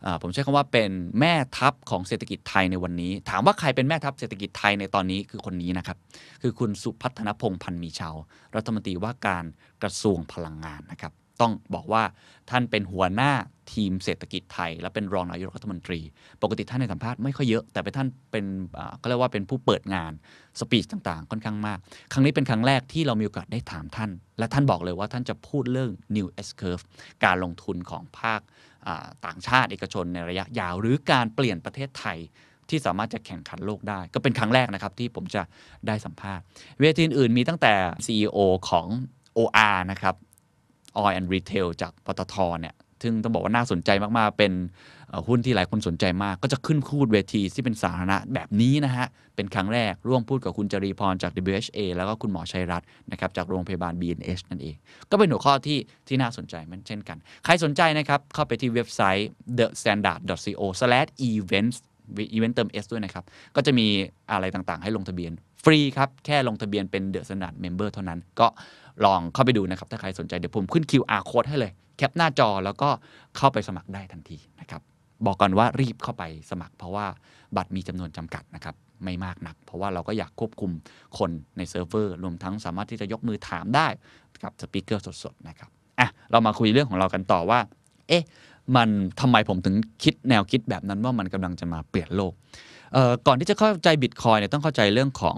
C: เอ่อผมใช้คำว่าเป็นแม่ทัพของเศรษฐกิจไทยในวันนี้ ถามว่าใครเป็นแม่ทัพเศรษฐกิจไทยในตอนนี้คือคนนี้นะครับ คือคุณสุพัฒนพงษ์พันธ์มีชาวรัฐมนตรีว่าการกระทรวงพลังงานนะครับ ต้องบอกว่าท่านเป็นหัวหน้าทีมเศรษฐกิจไทย และเป็นรองนายกรัฐมนตรี ปกติท่านในสัมภาษณ์ไม่ค่อยเยอะ แต่เป็นท่านเป็นอ่าก็เรียกว่าเป็นผู้เปิดงานสปีชต่างๆ ค่อนข้างมาก ครั้งนี้เป็นครั้งแรกที่เรามีโอกาสได้ถามท่าน และท่านบอกเลยว่าท่านจะพูดเรื่อง new S curve การลงทุนของภาคอ่าต่างชาติเอกชนในระยะยาว หรือการเปลี่ยนประเทศไทย ที่สามารถจะแข่งขันโลกได้ ก็เป็นครั้งแรกนะครับที่ผมจะได้สัมภาษณ์ เวทีอื่นๆมีตั้งแต่ CEO ของ OR นะครับ Oil and Retail จากปตทเนี่ยซึ่งต้องบอกว่าน่าสนใจมาก ๆ เป็นเอ่อหุ้นที่หลายคนสนใจมาก ก็จะขึ้นพูดเวทีที่เป็นสาธารณะแบบนี้นะฮะ เป็นครั้งแรกร่วมพูดกับคุณจรีพรจาก WHA แล้วก็คุณหมอชัยรัตน์นะครับจากโรงพยาบาล BNH นั่นเอง ก็เป็นหัวข้อที่ที่น่าสนใจมันเช่นกัน ใครสนใจนะครับ เข้าไปที่เว็บไซต์ thestandard.co/events event เติม s ด้วยนะครับ ก็จะมีอะไรต่างๆ ให้ลงทะเบียนฟรีครับ แค่ลงทะเบียนเป็น The Standard Member เท่านั้น ก็ลองเข้าไปดูนะครับ ถ้าใครสนใจเดี๋ยวผมขึ้น QR code ให้เลย แคปหน้าจอแล้วก็เข้าไปสมัครได้ทันทีนะครับ บอกก่อนว่ารีบเข้าไปสมัคร เพราะว่าบัตรมีจำนวนจำกัดนะครับ ไม่มากนัก เพราะว่าเราก็อยากควบคุมคนในเซิร์ฟเวอร์ รวมทั้งสามารถที่จะยกมือถามได้กับสปีกเกอร์สดๆนะครับอ่ะเรามาคุยเรื่องของเรากันต่อว่า เอ๊ะ มันทำไมผมถึงคิดแนวคิดแบบนั้นว่ามันกำลังจะมาเปลี่ยนโลก เอ่อก่อนที่จะเข้าใจบิตคอยเนี่ยต้องเข้าใจเรื่องของ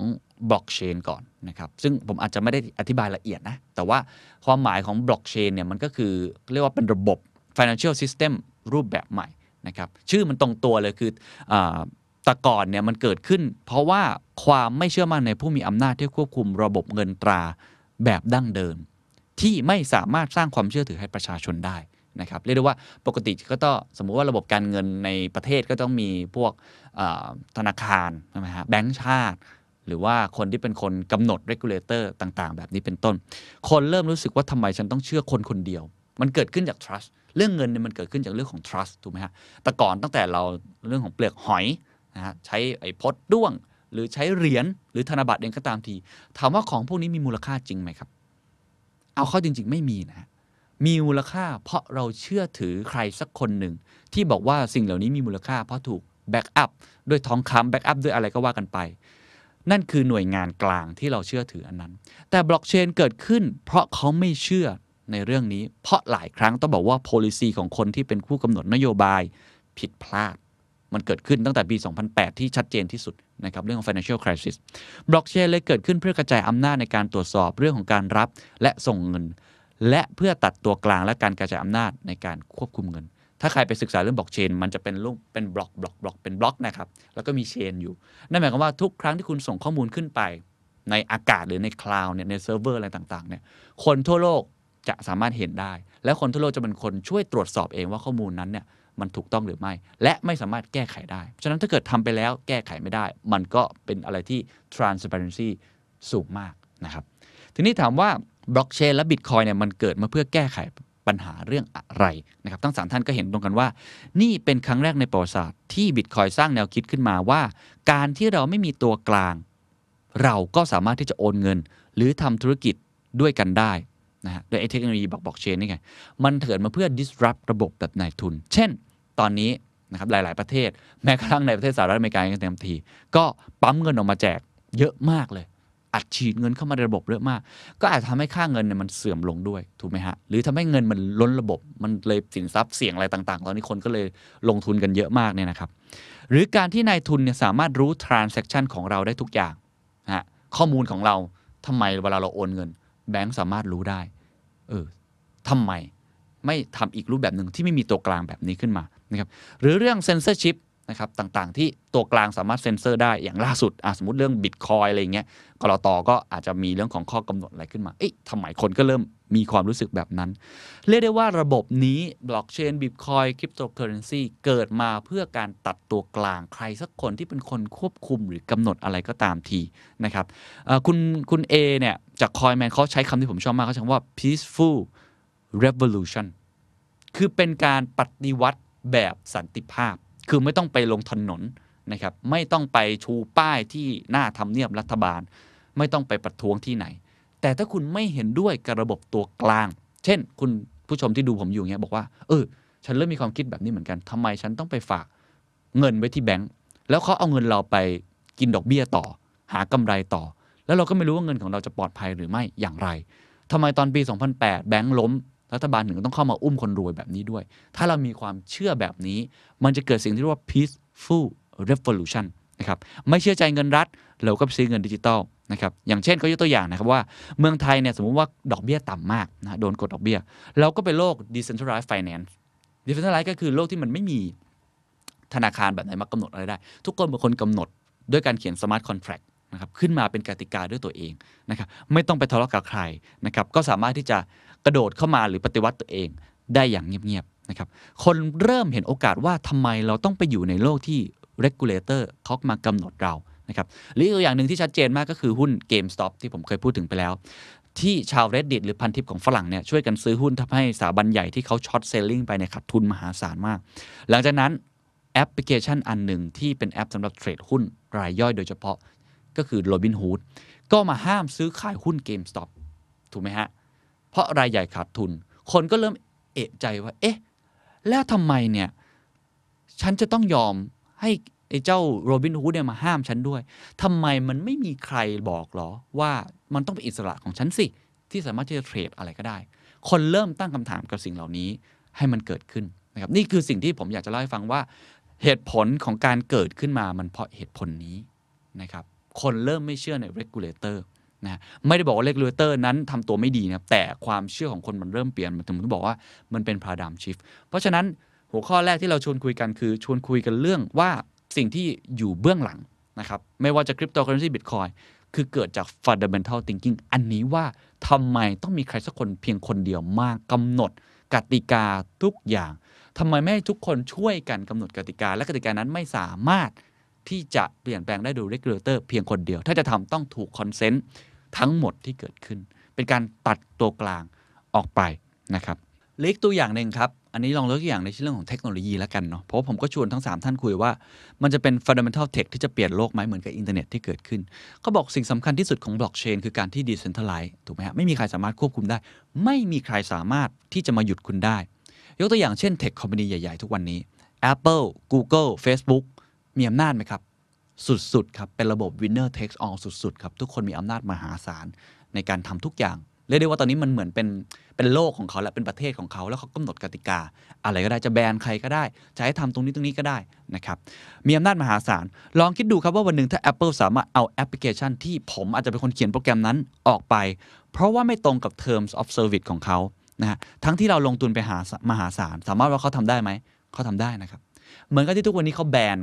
C: บล็อกเชนก่อนนะครับซึ่งผมอาจจะไม่ได้อธิบายละเอียดนะ แต่ว่าความหมายของบล็อกเชนเนี่ยมันก็คือเรียกว่าเป็นระบบ financial system รูปแบบใหม่นะครับชื่อมันตรงตัวเลยคืออาแต่ก่อนเนี่ยมันเกิดขึ้น เพราะว่าความไม่เชื่อมั่นในผู้มีอำนาจที่ควบคุมระบบเงินตราแบบดั้งเดิม ที่ไม่สามารถสร้างความเชื่อถือให้ประชาชนได้นะครับเรียกได้ว่าปกติก็ต้องสมมุติว่าระบบการเงินในประเทศก็ต้องมีพวกเอ่อธนาคารใช่ไหมฮะแบงก์ชาติ หรือว่าคนที่เป็นคนกำหนด regulator ต่างๆ แบบนี้เป็นต้น คนเริ่มรู้สึกว่าทำไมฉันต้องเชื่อคนคนเดียว มันเกิดขึ้นจาก trust เรื่องเงินเนี่ยมันเกิดขึ้นจากเรื่องของ trust ถูกไหมฮะแต่ก่อนตั้งแต่เราเรื่องของเปลือกหอยนะฮะใช้ไอ้พดด้วง หรือใช้เหรียญหรือธนบัตรเองก็ตามทีถามว่าของพวกนี้มีมูลค่าจริงไหมครับ เอาเข้าจริง ๆ ไม่มีนะฮะ มีมูลค่าเพราะเราเชื่อถือใครสักคนหนึ่ง ที่บอกว่าสิ่งเหล่านี้มีมูลค่าเพราะถูกแบ็กอัพด้วยทองคำแบ็กอัพด้วยอะไรก็ว่ากันไป นั่นคือหน่วยงานกลางที่เราเชื่อถืออันนั้น แต่บล็อกเชนเกิดขึ้น เพราะเขาไม่เชื่อในเรื่องนี้ เพราะหลายครั้งต้องบอกว่า policy ของคนที่เป็นผู้กำหนดนโยบายผิดพลาด มันเกิดขึ้นตั้งแต่ปี 2008 ที่ชัดเจนที่สุดนะครับเรื่องของ financial crisis บล็อกเชนเลยเกิดขึ้นเพื่อกระจายอำนาจในการตรวจสอบเรื่องของการรับและส่งเงิน และเพื่อตัดตัวกลางและการกระจายอำนาจในการควบคุมเงิน ถ้าใครไปศึกษาเรื่องบล็อกเชน มันจะเป็นรูปเป็นบล็อกบล็อกบล็อกเป็นบล็อกนะครับ แล้วก็มีเชนอยู่ นั่นหมายความว่าทุกครั้งที่คุณส่งข้อมูลขึ้นไป ในอากาศหรือในคลาวด์เนี่ยในเซิร์ฟเวอร์อะไรต่างๆเนี่ยคนทั่วโลกจะสามารถเห็นได้ และคนทั่วโลกจะเป็นคนช่วยตรวจสอบเองว่าข้อมูลนั้นเนี่ยมันถูกต้องหรือไม่ และไม่สามารถแก้ไขได้ ฉะนั้นถ้าเกิดทำไปแล้วแก้ไขไม่ได้ มันก็เป็นอะไรที่ transparency สูงมากนะครับ ทีนี้ถามว่าบล็อกเชนและบิตคอยเนี่ยมันเกิดมาเพื่อแก้ไขปัญหาเรื่องอะไรนะครับทั้งสามท่านก็เห็นตรงกันว่า นี่เป็นครั้งแรกในประวัติศาสตร์ที่บิตคอยสร้างแนวคิดขึ้นมาว่า การที่เราไม่มีตัวกลาง เราก็สามารถที่จะโอนเงิน หรือทำธุรกิจด้วยกันได้นะฮะด้วยไอ้เทคโนโลยีบล็อกเชนนี่ไง มันเถิดมาเพื่อ disrupt ระบบแบบนายทุน เช่น ตอนนี้นะครับหลาย ๆ ประเทศ แม้กระทั่งในประเทศสหรัฐอเมริกาเองก็เต็มที ก็ปั๊มเงินออกมาแจกเยอะมากเลย อัดฉีดเงินเข้ามาในระบบเยอะมาก ก็อาจทำให้ค่าเงินเนี่ยมันเสื่อมลงด้วย ถูกไหมฮะ หรือทำให้เงินมันล้นระบบ มันเลยสินทรัพย์เสี่ยงอะไรต่าง ๆ ตอนนี้คนก็เลยลงทุนกันเยอะมากเนี่ยนะครับ หรือการที่นายทุนเนี่ยสามารถรู้ transaction ของเราได้ทุกอย่างนะฮะข้อมูลของเราทำไมเวลาเราโอนเงิน แบงก์สามารถรู้ได้ เออ ทำไมไม่ทำอีกรูปแบบหนึ่งที่ไม่มีตัวกลางแบบนี้ขึ้นมานะครับหรือเรื่องเซนเซอร์ชิพนะครับต่างๆ ที่ตัวกลางสามารถเซ็นเซอร์ได้อย่างล่าสุดอ่ะสมมติเรื่องบิตคอยอะไรอย่างเงี้ยกรตก็อาจจะมีเรื่องของข้อกำหนดอะไรขึ้นมา เอ๊ะทำไมคนก็เริ่มมีความรู้สึกแบบนั้น เรียกได้ว่าระบบนี้บล็อกเชนบิตคอยคริปโตเคอเรนซีเกิดมาเพื่อการตัดตัวกลางใครสักคนที่เป็นคนควบคุมหรือกำหนดอะไรก็ตามทีนะครับเอ่อคุณคุณเอเนี่ยจากคอยแมนเขาใช้คำที่ผมชอบมากเขาใช้คำว่า peaceful revolution คือเป็นการปฏิวัติแบบสันติภาพ คือไม่ต้องไปลงถนนนะครับ ไม่ต้องไปชูป้ายที่หน้าทำเนียบรัฐบาล ไม่ต้องไปประท้วงที่ไหน แต่ถ้าคุณไม่เห็นด้วยกับระบบตัวกลาง เช่น คุณผู้ชมที่ดูผมอยู่เนี้ยบอกว่า เออ ฉันเริ่มมีความคิดแบบนี้เหมือนกันทำไมฉันต้องไปฝากเงินไว้ที่แบงก์แล้วเขาเอาเงินเราไปกินดอกเบี้ยต่อ หากำไรต่อ แล้วเราก็ไม่รู้ว่าเงินของเราจะปลอดภัยหรือไม่อย่างไร ทำไมตอนปี 2008 แบงค์ล้ม รัฐบาลถึงต้องเข้ามาอุ้มคนรวยแบบนี้ด้วย ถ้าเรามีความเชื่อแบบนี้ มันจะเกิดสิ่งที่เรียกว่า peaceful revolution นะครับ ไม่เชื่อใจเงินรัฐ เราก็ไปซื้อเงินดิจิตอลนะครับ อย่างเช่นเขายกตัวอย่างนะครับว่า เมืองไทยเนี่ยสมมุติว่าดอกเบี้ยต่ำมากนะโดนกดดอกเบี้ย เราก็ไปโลก decentralized finance decentralized ก็คือโลกที่มันไม่มี ธนาคารแบบไหนมากำหนดอะไรได้ ทุกคนเป็นคนกำหนดด้วยการเขียนสมาร์ทคอนแท็กนะครับขึ้นมาเป็นกติกาด้วยตัวเองนะครับไม่ต้องไปทะเลาะกับใครนะครับก็สามารถที่จะกระโดดเข้ามาหรือปฏิวัติตัวเองได้อย่างเงียบๆนะครับคนเริ่มเห็นโอกาสว่าทำไมเราต้องไปอยู่ในโลกที่ regulator เขามากำหนดเรานะครับหรืออีกตัวอย่างหนึ่งที่ชัดเจนมากก็คือหุ้น GameStop ที่ผมเคยพูดถึงไปแล้ว ที่ชาว reddit หรือพันทิปของฝรั่งเนี่ยช่วยกันซื้อหุ้นทำให้สถาบันใหญ่ที่เขาช็อตเซลลิงไปในยขาดทุนมหาศาลมาก หลังจากนั้นแอปพลิเคชันอันหนึ่งที่เป็นแอปสำหรับเทรดหุ้นรายย่อยโดยเฉพาะก็คือ Robinhood ก็มาห้ามซื้อขายหุ้น GameStop ถูกไหมฮะ เพราะรายใหญ่ขาดทุน คนก็เริ่มเอะใจว่า เอ๊ะ แล้วทำไมเนี่ย ฉันจะต้องยอมให้ไอ้เจ้าโรบินฮูดเนี่ยมาห้ามฉันด้วย ทำไมมันไม่มีใครบอกหรอ ว่ามันต้องเป็นอิสระของฉันสิ ที่สามารถที่จะเทรดอะไรก็ได้ คนเริ่มตั้งคำถามกับสิ่งเหล่านี้ให้มันเกิดขึ้นนะครับ นี่คือสิ่งที่ผมอยากจะเล่าให้ฟังว่า เหตุผลของการเกิดขึ้นมามันเพราะเหตุผลนี้นะครับ คนเริ่มไม่เชื่อใน regulator นะฮะไม่ได้บอกว่า regulator นั้นทำตัวไม่ดีนะครับ แต่ความเชื่อของคนมันเริ่มเปลี่ยน มันถึงบอกว่ามันเป็น paradigm shift เพราะฉะนั้นหัวข้อแรกที่เราชวนคุยกันคือชวนคุยกันเรื่องว่าสิ่งที่อยู่เบื้องหลังนะครับ ไม่ว่าจะ cryptocurrency bitcoin คือเกิดจาก fundamental thinking อันนี้ว่าทำไมต้องมีใครสักคนเพียงคนเดียวมากกำหนดกติกาทุกอย่างทำไมไม่ให้ทุกคนช่วยกันกำหนดกติกา และกติกานั้นไม่สามารถที่จะเปลี่ยนแปลงได้โดย regulator เพียงคนเดียว ถ้าจะทำต้องถูก consent ทั้งหมดที่เกิดขึ้น เป็นการตัดตัวกลางออกไปนะครับเล็กตัวอย่างหนึ่งครับ อันนี้ลองเลือกตัวอย่างในเรื่องของเทคโนโลยีแล้วกันเนาะเพราะว่าผมก็ชวนทั้ง 3 ท่านคุยว่า มันจะเป็น fundamental tech ที่จะเปลี่ยนโลกไหมเหมือนกับอินเทอร์เน็ตที่เกิดขึ้นเขาบอกสิ่งสำคัญที่สุดของบล็อกเชนคือการที่ decentralize ถูกไหมฮะไม่มีใครสามารถควบคุมได้ ไม่มีใครสามารถที่จะมาหยุดคุณได้ ยกตัวอย่างเช่นเทคคอมพานีใหญ่ ๆ ทุกวันนี้ Apple Google Facebook มีอำนาจไหมครับ สุด ๆ ครับ เป็นระบบ winner takes all สุด ๆ ครับ ทุกคนมีอำนาจมหาศาล ในการทำทุกอย่าง เรียกได้ว่าตอนนี้มันเหมือนเป็นเป็นโลกของเขาและเป็นประเทศของเขา แล้วเขากำหนดกติกา อะไรก็ได้จะแบนใครก็ได้ จะให้ทำตรงนี้ตรงนี้ก็ได้นะครับ มีอำนาจมหาศาล ลองคิดดูครับว่าวันหนึ่งถ้า Apple สามารถเอาแอปพลิเคชันที่ผมอาจจะเป็นคนเขียนโปรแกรมนั้นออกไป เพราะว่าไม่ตรงกับ terms of service ของเขานะฮะทั้งที่เราลงทุนไปหามหาศาล สามารถว่าเขาทำได้ไหมเขาทำได้นะครับ เหมือนกับที่ทุกวันนี้เขาแบน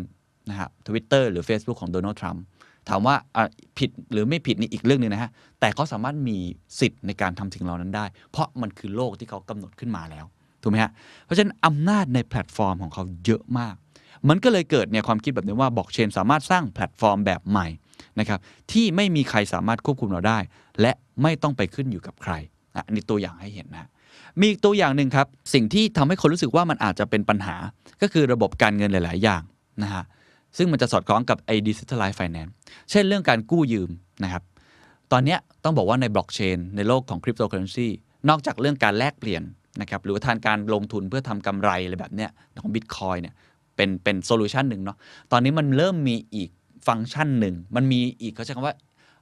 C: นะครับทวิตเตอร์หรือ Facebook ของโดนัลด์ทรัมป์ถามว่าอ่ะผิดหรือไม่ผิดนี่อีกเรื่องหนึงนะฮะ แต่เขาสามารถมีสิทธิ์ในการทำสิ่งเหล่านั้นได้ เพราะมันคือโลกที่เขากำหนดขึ้นมาแล้ว ถูกไหมฮะ เพราะฉะนั้นอำนาจในแพลตฟอร์มของเขาเยอะมาก มันก็เลยเกิดเนี่ยความคิดแบบนี้ว่าบล็อกเชนสามารถสร้างแพลตฟอร์มแบบใหม่นะครับที่ไม่มีใครสามารถควบคุมเราได้ และไม่ต้องไปขึ้นอยู่กับใครอ่ะอันนี้ตัวอย่างให้เห็นนะฮะ มีอีกตัวอย่างหนึ่งครับ สิ่งที่ทำให้คนรู้สึกว่ามันอาจจะเป็นปัญหา ก็คือระบบการเงินหลาย ๆ อย่างนะฮะซึ่งมันจะสอดคล้องกับไอ้ decentralized finance เช่นเรื่องการกู้ยืมนะครับ ตอนเนี้ยต้องบอกว่าในบล็อกเชนในโลกของคริปโตเคอเรนซีนอกจากเรื่องการแลกเปลี่ยนนะครับหรือว่าทางการลงทุนเพื่อทำกำไรอะไรแบบเนี้ยของบิตคอยเนี่ยเป็นเป็นโซลูชันหนึ่งเนาะตอนนี้มันเริ่มมีอีกฟังก์ชันหนึ่ง มันมีอีกเขาใช้คำว่า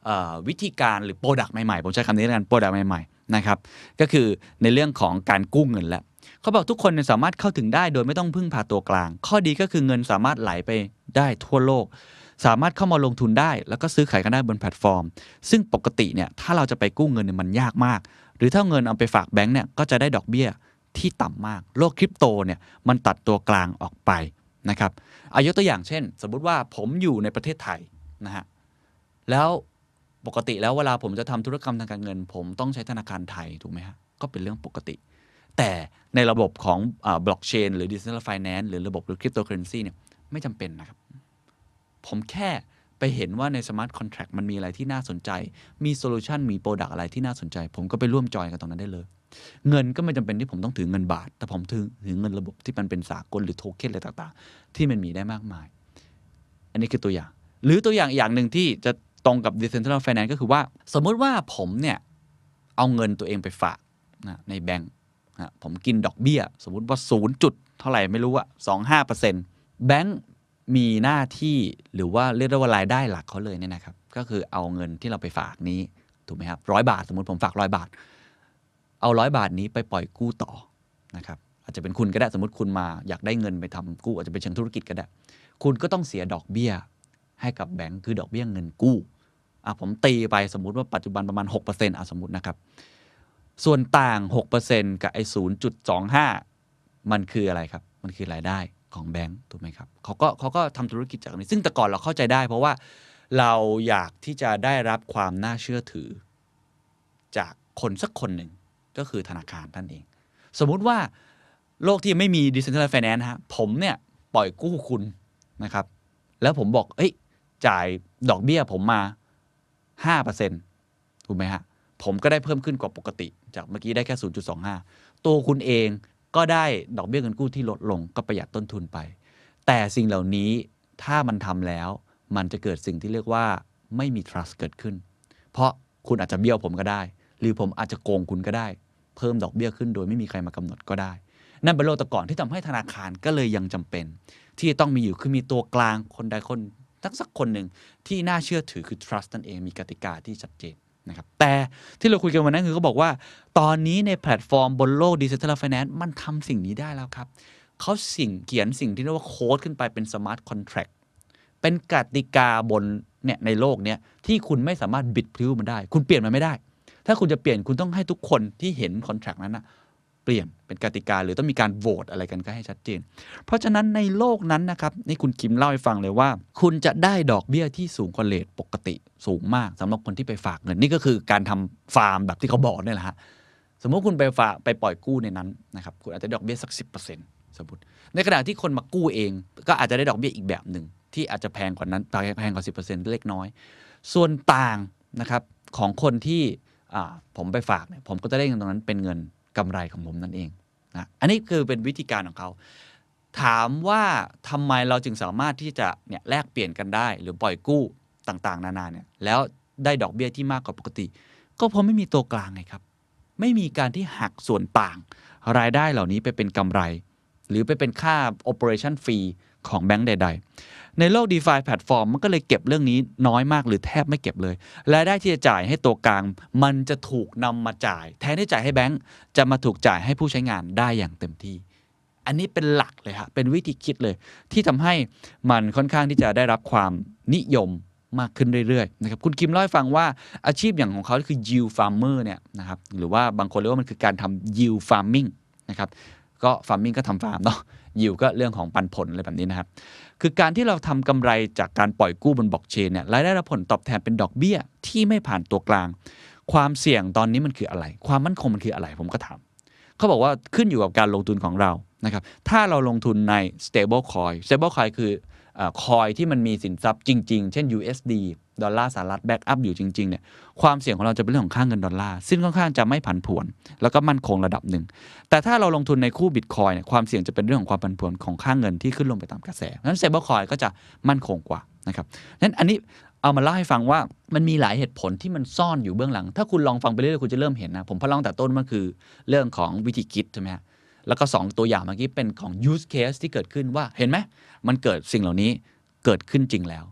C: เอ่อวิธีการหรือโปรดักต์ใหม่ ๆ ผมใช้คำนี้แล้วกันโปรดักต์ใหม่ ๆ นะครับ ก็คือในเรื่องของการกู้เงินแหละ เขาบอกทุกคนเนี่ยสามารถเข้าถึงได้โดยไม่ต้องพึ่งพาตัวกลาง ข้อดีก็คือเงินสามารถไหลไปได้ทั่วโลก สามารถเข้ามาลงทุนได้ แล้วก็ซื้อขายกันได้บนแพลตฟอร์ม ซึ่งปกติเนี่ยถ้าเราจะไปกู้เงินเนี่ยมันยากมาก หรือถ้าเอาเงินเอาไปฝากแบงก์เนี่ยก็จะได้ดอกเบี้ยที่ต่ำมาก โลกคริปโตเนี่ยมันตัดตัวกลางออกไปนะครับอายกตัวอย่างเช่น สมมุติว่าผมอยู่ในประเทศไทยนะฮะแล้วปกติแล้วเวลาผมจะทำธุรกรรมทางการเงิน ผมต้องใช้ธนาคารไทยถูกไหมฮะก็เป็นเรื่องปกติ แต่ในระบบของบล็อกเชนหรือดิจิทัลไฟแนนซ์หรือระบบหรือคริปโตเคอเรนซีเนี่ยไม่จำเป็นนะครับ ผมแค่ไปเห็นว่าในสมาร์ทคอนแท็กมันมีอะไรที่น่าสนใจ มีโซลูชันมีโปรดักอะไรที่น่าสนใจ ผมก็ไปร่วมจอยกันตรงนั้นได้เลย เงินก็ไม่จำเป็นที่ผมต้องถือเงินบาท แต่ผมถือถือเงินระบบที่มันเป็นสากลหรือโทเค็นอะไรต่างๆ ที่มันมีได้มากมาย อันนี้คือตัวอย่าง หรือตัวอย่างอีกอย่างหนึ่งที่จะตรงกับ Decentral Finance ก็คือว่า สมมุติว่าผมเนี่ย เอาเงินตัวเองไปฝากนะในแบงก์นะผมกินดอกเบี้ย สมมุติว่าศูนย์จุดเท่าไหร่ไม่รู้อะสองห้าเปอร์เซ็นต์แบงก์มีหน้าที่หรือว่าเรียกได้ว่ารายได้หลักเขาเลยเนี่ยนะครับ ก็คือเอาเงินที่เราไปฝากนี้ ถูกไหมครับร้อยบาท สมมติผมฝากร้อยบาท เอาร้อยบาทนี้ไปปล่อยกู้ต่อนะครับอาจจะเป็นคุณก็ได้สมมติคุณมาอยากได้เงินไปทำกู้อาจจะเป็นเชิงธุรกิจก็ได้ คุณก็ต้องเสียดอกเบี้ย ให้กับแบงก์คือดอกเบี้ยเงินกู้อ่ะผมตีไปสมมุติว่าปัจจุบันประมาณ 6%อ่ะสมมตินะครับ ส่วนต่าง 6%กับไอ้0.25 มันคืออะไรครับ มันคือรายได้ ของแบงก์ถูกไหมครับเขาก็เขาก็ทำธุรกิจจากอันนี้ ซึ่งแต่ก่อนเราเข้าใจได้ เพราะว่าเราอยากที่จะได้รับความน่าเชื่อถือ จากคนสักคนหนึ่งก็คือธนาคารนั่นเอง สมมุติว่าโลกที่ยังไม่มี decentralized finance ฮะผมเนี่ยปล่อยกู้คุณนะครับ แล้วผมบอก เอ้ย จ่ายดอกเบี้ยผมมา 5%ถูกไหมฮะ ผมก็ได้เพิ่มขึ้นกว่าปกติ จากเมื่อกี้ได้แค่ 0.25 ตัวคุณเองก็ได้ดอกเบี้ยเงินกู้ที่ลดลงก็ประหยัดต้นทุนไป แต่สิ่งเหล่านี้ถ้ามันทำแล้ว มันจะเกิดสิ่งที่เรียกว่าไม่มี trust เกิดขึ้น เพราะคุณอาจจะเบี้ยวผมก็ได้ หรือผมอาจจะโกงคุณก็ได้ เพิ่มดอกเบี้ยขึ้นโดยไม่มีใครมากำหนดก็ได้ นั่นเป็นโลกแต่ก่อนที่ทำให้ธนาคารก็เลยยังจำเป็น ที่จะต้องมีอยู่คือมีตัวกลางคนใดคนสักสักคนหนึ่งที่น่าเชื่อถือคือ trust นั่นเองมีกติกาที่ชัดเจนนะครับแต่ที่เราคุยกันวันนั้นคือเขาบอกว่า ตอนนี้ในแพลตฟอร์มบนโลก decentralized finance มันทำสิ่งนี้ได้แล้วครับเขาสิ่งเขียนสิ่งที่เรียกว่าโค้ดขึ้นไปเป็น smart contract เป็นกติกาบนเนี่ยในโลกเนี่ยที่คุณไม่สามารถบิดพลิ้วมันได้ คุณเปลี่ยนมันไม่ได้ ถ้าคุณจะเปลี่ยนคุณต้องให้ทุกคนที่เห็นคอนแท c t นั้นนะเปลี่ยนเป็นกติกาหรือต้องมีการโหวตอะไรกันก็ให้ชัดเจน เพราะฉะนั้นในโลกนั้นนะครับนี่คุณคิมเล่าให้ฟังเลยว่า คุณจะได้ดอกเบี้ยที่สูงกว่าเลทปกติสูงมากสำหรับคนที่ไปฝากเงิน นี่ก็คือการทำฟาร์มแบบที่เขาบอกเนี่ยแหละฮะ สมมุติคุณไปฝากไปปล่อยกู้ในนั้นนะครับคุณอาจจะได้ดอกเบี้ยสัก 10%สมมติ ในขณะที่คนมากู้เอง ก็อาจจะได้ดอกเบี้ยอีกแบบหนึ่ง ที่อาจจะแพงกว่านั้นแพงกว่า 10%เล็กน้อย ส่วนต่างนะครับของคนที่อ่าผมไปฝากเนี่ยผมก็จะได้เงินตรงนั้นเป็นเงินกำไรของผมนั่นเองนะอันนี้คือเป็นวิธีการของเขา ถามว่าทำไมเราจึงสามารถที่จะเนี่ยแลกเปลี่ยนกันได้ หรือปล่อยกู้ต่างๆ นานาเนี่ยแล้วได้ดอกเบี้ยที่มากกว่าปกติ ก็เพราะไม่มีตัวกลางไงครับ ไม่มีการที่หักส่วนต่าง รายได้เหล่านี้ไปเป็นกำไร หรือไปเป็นค่า operation fee ของแบงก์ใด ๆ ในโลก DeFi แพลตฟอร์มมันก็เลยเก็บเรื่องนี้น้อยมากหรือแทบไม่เก็บเลย รายได้ที่จะจ่ายให้ตัวกลาง มันจะถูกนำมาจ่าย แทนที่จ่ายให้แบงก์จะมาถูกจ่ายให้ผู้ใช้งานได้อย่างเต็มที่ อันนี้เป็นหลักเลยฮะเป็นวิธีคิดเลย ที่ทำให้มันค่อนข้างที่จะได้รับความนิยมมากขึ้นเรื่อยๆนะครับคุณคิมเล่าให้ฟังว่าอาชีพอย่างของเขาคือ yield farmer เนี่ยนะครับหรือว่าบางคนเรียกว่ามันคือการทำ yield farming นะครับก็ farming ก็ทำฟาร์มเนาะ yield ก็เรื่องของปันผลอะไรแบบนี้นะครับ คือการที่เราทำกำไรจากการปล่อยกู้บนบล็อกเชนเนี่ยรายได้รับผลตอบแทนเป็นดอกเบี้ยที่ไม่ผ่านตัวกลาง ความเสี่ยงตอนนี้มันคืออะไร ความมั่นคงมันคืออะไรผมก็ถาม เขาบอกว่าขึ้นอยู่กับการลงทุนของเรานะครับ ถ้าเราลงทุนใน stable coin stable coin คือคอยที่มันมีสินทรัพย์จริง ๆ เช่น USD ดอลลาร์สหรัฐแบ็กอัพอยู่จริง ๆ เนี่ย ความเสี่ยงของเราจะเป็นเรื่องของค่าเงินดอลลาร์ ซึ่งค่อนข้างจะไม่ผันผวน แล้วก็มั่นคงระดับหนึ่ง แต่ถ้าเราลงทุนในคู่บิตคอยเนี่ย ความเสี่ยงจะเป็นเรื่องของความผันผวนของค่าเงินที่ขึ้นลงไปตามกระแสนั้นเซเบอร์คอยก็จะมั่นคงกว่านะครับนั้นอันนี้เอามาเล่าให้ฟังว่ามันมีหลายเหตุผลที่มันซ่อนอยู่เบื้องหลัง ถ้าคุณลองฟังไปเรื่อยๆคุณจะเริ่มเห็นนะ ผมพะลองแต่ต้นมันคือเรื่องของวิธีคิดใช่ไหมฮะ แล้วก็ 2 ตัวอย่างเมื่อกี้เป็นของ use case ที่เกิดขึ้นว่าเห็นไหม มันเกิดสิ่งเหล่านี้เกิดขึ้นจริงแล้ว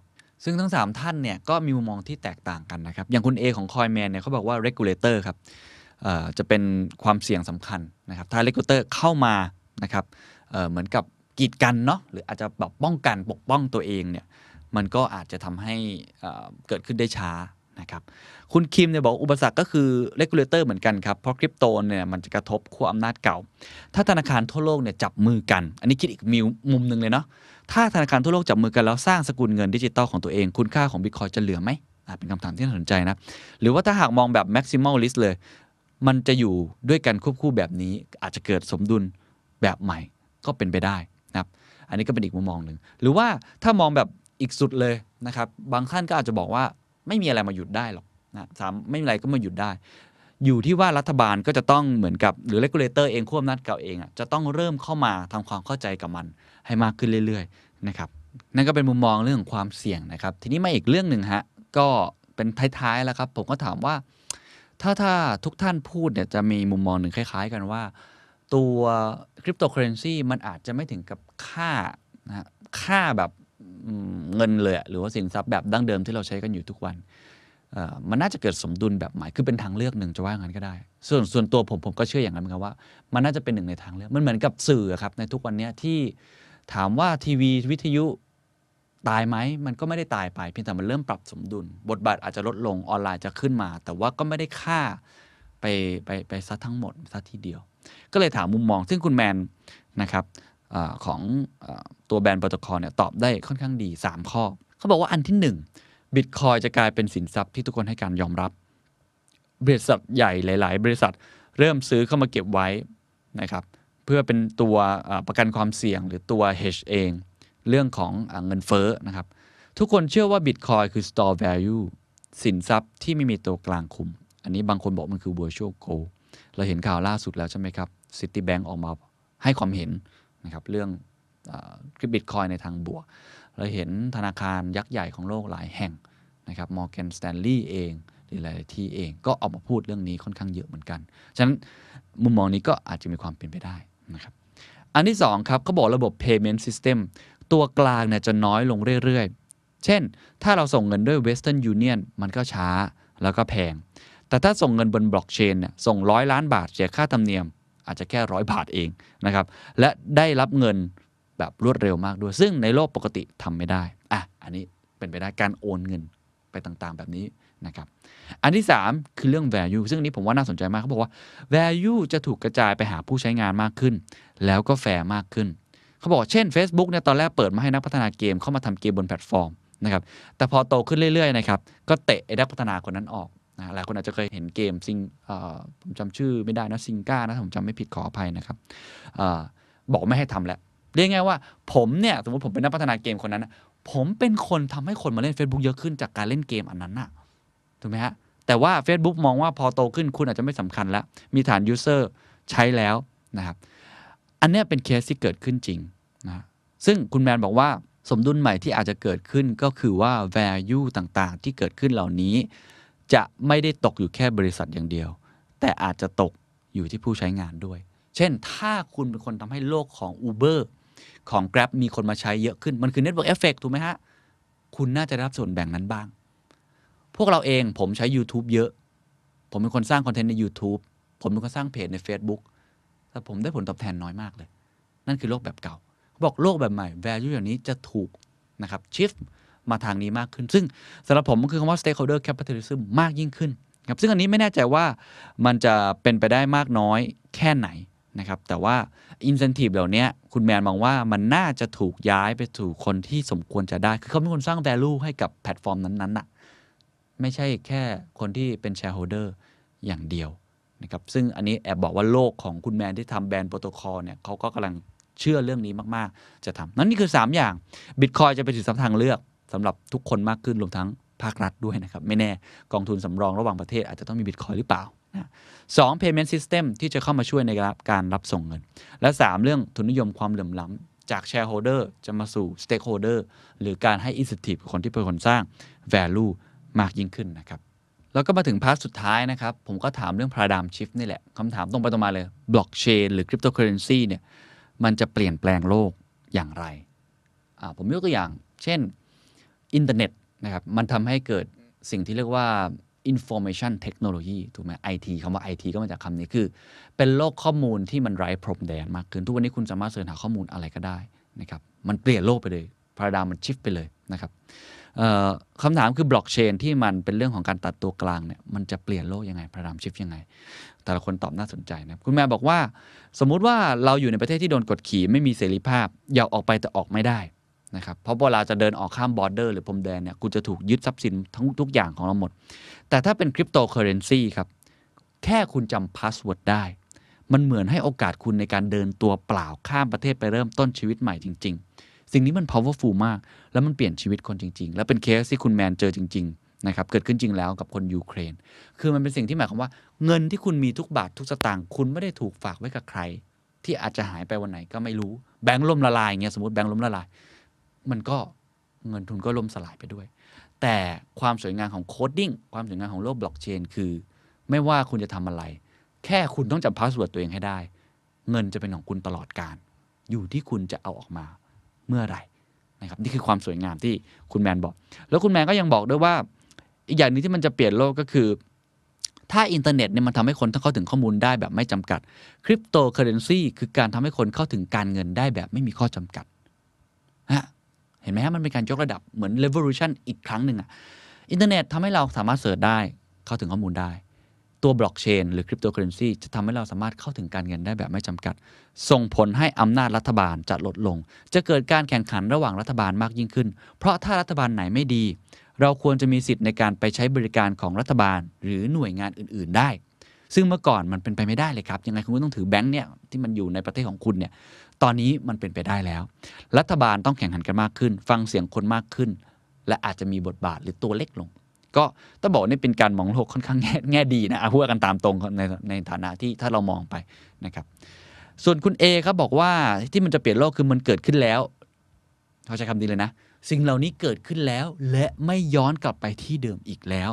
C: ซึ่งทั้ง 3 ท่านเนี่ยก็มีมุมมองที่แตกต่างกันนะครับ อย่างคุณ A ของ Coinman เนี่ยเขาบอกว่า regulator ครับเอ่อจะเป็นความเสี่ยงสำคัญนะครับ ถ้า regulator เข้ามานะครับเอ่อเหมือนกับกีดกันเนาะหรืออาจจะแบบป้องกันปกป้องตัวเองเนี่ยมันก็อาจจะทำให้เอ่อเกิดขึ้นได้ช้านะครับ คุณคิมเนี่ยบอกว่าอุปสรรคก็คือ regulator เหมือนกันครับ เพราะคริปโตเนี่ยมันจะกระทบขั้วอำนาจเก่า ถ้าธนาคารทั่วโลกเนี่ยจับมือกัน อันนี้คิดอีกมิวมุมหนึ่งเลยเนาะ ถ้าธนาคารทั่วโลกจับมือกันแล้วสร้างสกุลเงินดิจิตอลของตัวเอง คุณค่าของบิตคอยจะเหลือไหมอ่ะเป็นคำถามที่น่าสนใจนะ หรือว่าถ้าหากมองแบบ maximalist เลย มันจะอยู่ด้วยกันควบคู่แบบนี้ อาจจะเกิดสมดุลแบบใหม่ก็เป็นไปได้นะครับ อันนี้ก็เป็นอีกมุมมองหนึ่ง หรือว่าถ้ามองแบบอีกสุดเลยนะครับ บางท่านก็อาจจะบอกว่าไม่มีอะไรมาหยุดได้หรอกนะสามไม่มีอะไรก็มาหยุดได้ อยู่ที่ว่ารัฐบาลก็จะต้องเหมือนกับหรือ regulator เองควบอำนาจเก่าเองอะจะต้องเริ่มเข้ามาทำความเข้าใจกับมันให้มากขึ้นเรื่อยๆนะครับนั่นก็เป็นมุมมองเรื่องของความเสี่ยงนะครับ ทีนี้มาอีกเรื่องหนึ่งฮะก็เป็นท้ายๆแล้วครับ ผมก็ถามว่า ถ้าถ้าทุกท่านพูดเนี่ยจะมีมุมมองหนึ่งคล้าย ๆ กันว่า ตัวคริปโตเคอเรนซีมันอาจจะไม่ถึงกับค่านะฮะค่าแบบอืมเงินเลยอะหรือว่าสินทรัพย์แบบดั้งเดิมที่เราใช้กันอยู่ทุกวัน เอ่อมันน่าจะเกิดสมดุลแบบใหม่ คือเป็นทางเลือกหนึ่งจะว่างั้นก็ได้ ส่วนส่วนตัวผมผมก็เชื่ออย่างนั้นเหมือนกันว่า มันน่าจะเป็นหนึ่งในทางเลือก มันเหมือนกับสื่ออะครับในทุกวันเนี้ยที่ถามว่าทีวีวิทยุตายไหม มันก็ไม่ได้ตายไป เพียงแต่มันเริ่มปรับสมดุล บทบาทอาจจะลดลงออนไลน์จะขึ้นมา แต่ว่าก็ไม่ได้ค่าไปไปไปซะทั้งหมดซะทีเดียว ก็เลยถามมุมมองซึ่งคุณแมนนะครับ อ่าของอาตัวแบรนด์โปรโตคอลเนี่ยตอบได้ค่อนข้างดี 3 ข้อ เขาบอกว่าอันที่1 Bitcoin จะกลายเป็นสินทรัพย์ที่ทุกคนให้การยอมรับ บริษัทใหญ่หลาย ๆ บริษัทเริ่มซื้อเข้ามาเก็บไว้นะครับเพื่อเป็นตัวอ่าประกันความเสี่ยงหรือตัว hedge เอง เรื่องของอาเงินเฟ้อนะครับ ทุกคนเชื่อว่า Bitcoin คือ store value สินทรัพย์ที่ไม่มีตัวกลางคุม อันนี้บางคนบอกมันคือ virtual gold เราเห็นข่าวล่าสุดแล้วใช่ไหมครับ Citibank ออกมาให้ความเห็นนะครับเรื่องคริปบิตคอยในทางบวก เราเห็นธนาคารยักษ์ใหญ่ของโลกหลายแห่งนะครับ Morgan Stanley เองหรือหลายๆที่เองก็ออกมาพูดเรื่องนี้ค่อนข้างเยอะเหมือนกัน ฉะนั้นมุมมองนี้ก็อาจจะมีความเป็นไปได้นะครับ อันที่ 2 ครับเขาบอกระบบ payment system ตัวกลางเนี่ยจะน้อยลงเรื่อย ๆ เช่น ถ้าเราส่งเงินด้วย Western Union มันก็ช้าแล้วก็แพง แต่ถ้าส่งเงินบนบล็อกเชนเนี่ยส่งร้อยล้านบาทเสียค่าธรรมเนียม อาจจะแค่ร้อยบาทเองนะครับ และได้รับเงินแบบรวดเร็วมากด้วย ซึ่งในโลกปกติทำไม่ได้ อ่ะ อันนี้เป็นไปได้การโอนเงินไปต่างๆแบบนี้นะครับ อันที่ 3 คือเรื่อง value ซึ่งอันนี้ผมว่าน่าสนใจมากเขาบอกว่า value จะถูกกระจายไปหาผู้ใช้งานมากขึ้น แล้วก็แฟร์มากขึ้น เขาบอกเช่น Facebook เนี่ยตอนแรกเปิดมาให้นักพัฒนาเกมเข้ามาทำเกมบนแพลตฟอร์มนะครับแต่พอโตขึ้นเรื่อยๆนะครับก็เตะไอ้นักพัฒนาคนนั้นออกนะหลายคนอาจจะเคยเห็นเกมซิงเอ่อผมจำชื่อไม่ได้นะซิงก้านะถ้าผมจำไม่ผิดขออภัยนะครับเออบอกไม่ให้ทำแล้ว เรียกง่ายๆว่าผมเนี่ยสมมติผมเป็นนักพัฒนาเกมคนนั้นนะผมเป็นคนทำให้คนมาเล่น Facebook เยอะขึ้นจากการเล่นเกมอันนั้นน่ะ ถูกไหมฮะ แต่ว่า Facebook มองว่าพอโตขึ้นคุณอาจจะไม่สำคัญแล้ว มีฐานยูเซอร์ใช้แล้วนะครับ อันเนี้ยเป็นเคสที่เกิดขึ้นจริงนะฮะซึ่งคุณแมนบอกว่าสมดุลใหม่ที่อาจจะเกิดขึ้นก็คือว่า value ต่างๆ ที่เกิดขึ้นเหล่านี้ จะไม่ได้ตกอยู่แค่บริษัทอย่างเดียว แต่อาจจะตกอยู่ที่ผู้ใช้งานด้วย เช่น ถ้าคุณเป็นคนทำให้โลกของ Uber ของ Grab มีคนมาใช้เยอะขึ้น มันคือ Network Effect ถูกไหมฮะ คุณน่าจะได้รับส่วนแบ่งนั้นบ้าง พวกเราเองผมใช้ YouTube เยอะ ผมเป็นคนสร้างคอนเทนต์ใน YouTube ผมเป็นคนสร้างเพจใน Facebook แต่ผมได้ผลตอบแทนน้อยมากเลย นั่นคือโลกแบบเก่าเขาบอกโลกแบบใหม่ value อย่างนี้จะถูกนะครับ shift มาทางนี้มากขึ้น ซึ่งสำหรับผมมันคือคำว่า stakeholder capitalism มากยิ่งขึ้นครับซึ่งอันนี้ไม่แน่ใจว่ามันจะเป็นไปได้มากน้อยแค่ไหนนะครับ แต่ว่า incentive เหล่านี้คุณแมนมองว่ามันน่าจะถูกย้ายไปถูกคนที่สมควรจะได้ คือเขาเป็นคนสร้าง value ให้กับแพลตฟอร์มนั้นๆน่ะ ไม่ใช่แค่คนที่เป็นแชร์โฮเดอร์อย่างเดียวนะครับซึ่งอันนี้แอบบอกว่าโลกของคุณแมนที่ทำแบรนด์โปรโตคอลเนี่ยเขาก็กำลังเชื่อเรื่องนี้มาก ๆ จะทำนั่นนี่คือ 3 อย่างบิตคอยจะเป็นสินทรัพย์ทางเลือกสำหรับทุกคนมากขึ้นรวมทั้งภาครัฐด้วยนะครับ ไม่แน่กองทุนสำรองระหว่างประเทศอาจจะต้องมีบิตคอยหรือเปล่านะสอง payment system ที่จะเข้ามาช่วยในการรับส่งเงิน และ 3 เรื่องทุนนิยมความเหลื่อมล้ำจาก shareholder จะมาสู่ stakeholder หรือการให้ incentive กับคนที่เป็นคนสร้าง value มากยิ่งขึ้นนะครับ แล้วก็มาถึงพาร์ทสุดท้ายนะครับ ผมก็ถามเรื่องพาราดามชิฟนี่แหละคำถามตรงไปตรงมาเลยบล็อกเชนหรือคริปโตเคอเรนซีเนี่ยมันจะเปลี่ยนแปลงโลกอย่างไรอ่าผมยกตัวอย่าง เช่น อินเทอร์เน็ตนะครับมันทำให้เกิดสิ่งที่เรียกว่า information technology ถูกไหม IT คำว่า IT ก็มาจากคำนี้คือ เป็นโลกข้อมูลที่มันไร้พรมแดนมากขึ้น ทุกวันนี้คุณสามารถเสิร์ชหาข้อมูลอะไรก็ได้นะครับมันเปลี่ยนโลกไปเลยพาราดามมันชิฟไปเลยนะครับ เอ่อคำถามคือบล็อกเชนที่มันเป็นเรื่องของการตัดตัวกลางเนี่ยมันจะเปลี่ยนโลกยังไงพระรามชิฟยังไง แต่ละคนตอบน่าสนใจนะคุณแม่บอกว่า สมมุติว่าเราอยู่ในประเทศที่โดนกดขี่ไม่มีเสรีภาพ อยากออกไปแต่ออกไม่ได้นะครับเพราะเวลาจะเดินออกข้ามบอร์เดอร์หรือพรมแดนเนี่ยกูจะถูกยึดทรัพย์สินทั้งทุกอย่างของเราหมด แต่ถ้าเป็นคริปโตเคอเรนซีครับ แค่คุณจำพาสเวิร์ดได้ มันเหมือนให้โอกาสคุณในการเดินตัวเปล่าข้ามประเทศไปเริ่มต้นชีวิตใหม่จริง ๆ สิ่งนี้มัน powerful มาก แล้วมันเปลี่ยนชีวิตคนจริง ๆ และเป็นเคสที่คุณแมนเจอจริง ๆ นะครับ เกิดขึ้นจริงแล้วกับคนยูเครน คือมันเป็นสิ่งที่หมายความว่า เงินที่คุณมีทุกบาททุกสตางค์คุณไม่ได้ถูกฝากไว้กับใคร ที่อาจจะหายไปวันไหนก็ไม่รู้ แบงค์ล่มละลายอย่างเงี้ยสมมติแบงค์ล่มละลาย มันก็เงินทุนก็ล่มสลายไปด้วย แต่ความสวยงามของโคดดิ้งความสวยงามของโลกบล็อกเชนคือ ไม่ว่าคุณจะทำอะไร แค่คุณต้องจำพาสเวิร์ดตัวเองให้ได้ เงินจะเป็นของคุณตลอดการ อยู่ที่คุณจะเอาออกมา เมื่อไหร่นะครับนี่คือความสวยงามที่คุณแมนบอก แล้วคุณแมนก็ยังบอกด้วยว่า อีกอย่างหนึงที่มันจะเปลี่ยนโลกก็คือ ถ้าอินเทอร์เน็ตเนี่ยมันทำให้คนเข้าถึงข้อมูลได้แบบไม่จำกัดคริปโตเคอเรนซีคือการทำให้คนเข้าถึงการเงินได้แบบไม่มีข้อจำกัดฮะเห็นไหมฮะมันเป็นการยกระดับเหมือน revolution อีกครั้งหนึ่งอะอินเทอร์เน็ตทำให้เราสามารถเสิร์ชได้เข้าถึงข้อมูลได้ ตัวบล็อกเชนหรือคริปโตเคอเรนซีจะทำให้เราสามารถเข้าถึงการเงินได้แบบไม่จำกัด ส่งผลให้อำนาจรัฐบาลจะลดลง จะเกิดการแข่งขันระหว่างรัฐบาลมากยิ่งขึ้น เพราะถ้ารัฐบาลไหนไม่ดี เราควรจะมีสิทธิ์ในการไปใช้บริการของรัฐบาล หรือหน่วยงานอื่น ๆ ได้ ซึ่งเมื่อก่อนมันเป็นไปไม่ได้เลยครับ ยังไงคุณก็ต้องถือแบงค์เนี่ยที่มันอยู่ในประเทศของคุณเนี่ย ตอนนี้มันเป็นไปได้แล้ว รัฐบาลต้องแข่งขันกันมากขึ้น ฟังเสียงคนมากขึ้น และอาจจะมีบทบาทหรือตัวเล็กลง ก็ต้องบอกว่านี่เป็นการมองโลกค่อนข้างแง่แง่ดีนะอ่ะพูดกันตามตรงในในฐานะที่ถ้าเรามองไปนะครับ ส่วนคุณ A ครับบอกว่าที่มันจะเปลี่ยนโลกคือมันเกิดขึ้นแล้ว เขาใช้คำนี้เลยนะ สิ่งเหล่านี้เกิดขึ้นแล้ว และไม่ย้อนกลับไปที่เดิมอีกแล้ว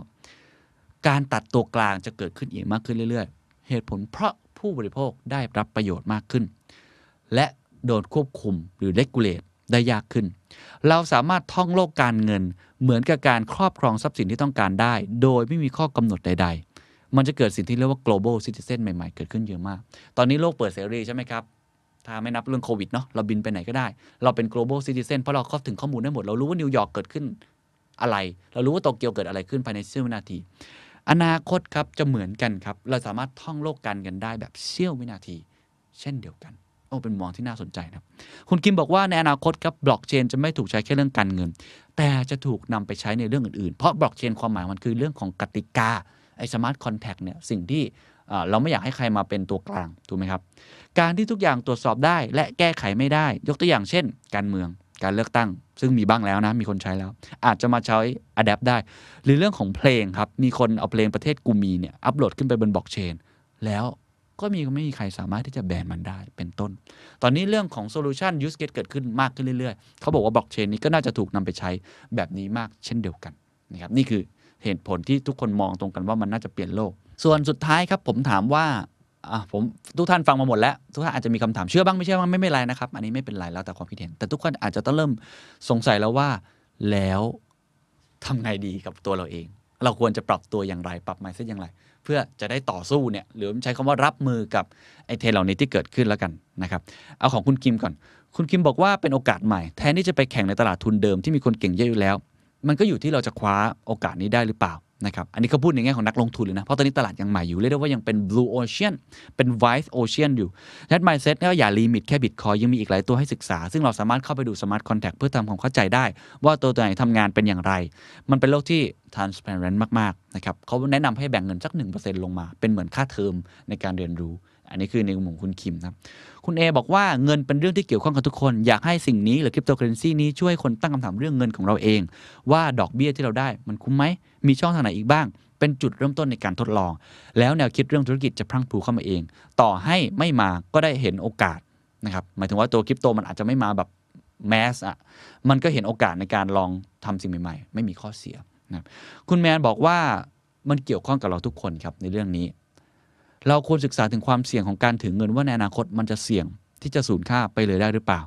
C: การตัดตัวกลางจะเกิดขึ้นอีกมากขึ้นเรื่อยๆ เหตุผลเพราะผู้บริโภคได้รับประโยชน์มากขึ้น และโดนควบคุมหรือเลกูเลตได้ยากขึ้น เราสามารถท่องโลกการเงิน เหมือนกับการครอบครองทรัพย์สินที่ต้องการได้ โดยไม่มีข้อกำหนดใด ๆ มันจะเกิดสิ่งที่เรียกว่า global citizen ใหม่ๆ เกิดขึ้นเยอะมาก ตอนนี้โลกเปิดเสรีใช่ไหมครับ ถ้าไม่นับเรื่องโควิดเนาะเราบินไปไหนก็ได้ เราเป็น global citizen เพราะเราเข้าถึงข้อมูลได้หมด เรารู้ว่านิวยอร์กเกิดขึ้นอะไร เรารู้ว่าโตเกียวเกิดอะไรขึ้นภายในเสี้ยววินาที อนาคตครับจะเหมือนกันครับ เราสามารถท่องโลกการเงินได้แบบเสี้ยววินาที เช่นเดียวกัน โอ้เป็นมองที่น่าสนใจนะครับ คุณกิมบอกว่าในอนาคตครับบล็อกเชนจะไม่ถูกใช้แค่เรื่องการเงิน แต่จะถูกนำไปใช้ในเรื่องอื่นๆ เพราะบล็อกเชนความหมายมันคือเรื่องของกติกาไอ้สมาร์ทคอนแท็เนี่ยสิ่งที่เอ่อเราไม่อยากให้ใครมาเป็นตัวกลางถูกไหมครับ การที่ทุกอย่างตรวจสอบได้และแก้ไขไม่ได้ ยกตัวอย่างเช่น การเมืองการเลือกตั้ง ซึ่งมีบ้างแล้วนะ มีคนใช้แล้ว อาจจะมาใช้ adapt ได้ หรือเรื่องของเพลงครับ มีคนเอาเพลงประเทศกูมีเนี่ยอัปโหลดขึ้นไปบนบล็อกเชน แล้วก็มีไม่มีใครสามารถที่จะแบนมันได้เป็นต้น ตอนนี้เรื่องของโซลูชันยูสเกตเกิดขึ้นมากขึ้นเรื่อยๆ เขาบอกว่าบล็อกเชนนี้ก็น่าจะถูกนำไปใช้แบบนี้มากเช่นเดียวกันนะครับนี่คือเหตุผลที่ทุกคนมองตรงกันว่ามันน่าจะเปลี่ยนโลก ส่วนสุดท้ายครับผมถามว่าอ่ะผมทุกท่านฟังมาหมดแล้ว ทุกท่านอาจจะมีคำถามเชื่อบ้างไม่เชื่อบ้างไม่เป็นไรนะครับ อันนี้ไม่เป็นไรแล้วแต่ความคิดเห็น แต่ทุกคนอาจจะต้องเริ่มสงสัยแล้วว่าแล้วทำไงดีกับตัวเราเอง เราควรจะปรับตัวอย่างไรปรับไมเซ็ตอย่างไร เพื่อจะได้ต่อสู้เนี่ยหรือใช้คำว่ารับมือกับไอเทรนด์เหล่านี้ที่เกิดขึ้นแล้วกันนะครับ เอาของคุณคิมก่อน คุณคิมบอกว่าเป็นโอกาสใหม่ แทนที่จะไปแข่งในตลาดทุนเดิมที่มีคนเก่งเยอะอยู่แล้ว มันก็อยู่ที่เราจะคว้าโอกาสนี้ได้หรือเปล่านะครับ อันนี้เขาพูดในแง่ของนักลงทุนเลยนะ เพราะตอนนี้ตลาดยังใหม่อยู่ เรียกได้ว่ายังเป็น blue ocean เป็น white ocean อยู่ net mindset ก็อย่าลิมิตแค่บิตคอยยังมีอีกหลายตัวให้ศึกษา ซึ่งเราสามารถเข้าไปดู smart contact เพื่อทำความเข้าใจได้ ว่าตัวตัวไหนทำงานเป็นอย่างไร มันเป็นโลกที่ transparent มากๆนะครับเขาแนะนำให้แบ่งเงินสัก 1%ลงมา เป็นเหมือนค่าเทอมในการเรียนรู้ อันนี้คือในมุมของคุณคิมนะครับ คุณเอบอกว่าเงินเป็นเรื่องที่เกี่ยวข้องกับทุกคน อยากให้สิ่งนี้หรือคริปโตเคอเรนซีนี้ช่วยคนตั้งคำถามเรื่องเงินของเราเอง ว่าดอกเบี้ยที่เราได้มันคุ้มไหม มีช่องทางไหนอีกบ้าง เป็นจุดเริ่มต้นในการทดลอง แล้วแนวคิดเรื่องธุรกิจจะพรั่งพรูเข้ามาเอง ต่อให้ไม่มาก็ได้เห็นโอกาสนะครับหมายถึงว่าตัวคริปโตมันอาจจะไม่มาแบบแมสอะมันก็เห็นโอกาสในการลองทำสิ่งใหม่ๆ ไม่มีข้อเสียนะครับคุณแมนบอกว่ามันเกี่ยวข้องกับเราทุกคนครับในเรื่องนี้ เราควรศึกษาถึงความเสี่ยงของการถือเงินว่าในอนาคตมันจะเสี่ยงที่จะสูญค่าไปเลยได้หรือเปล่า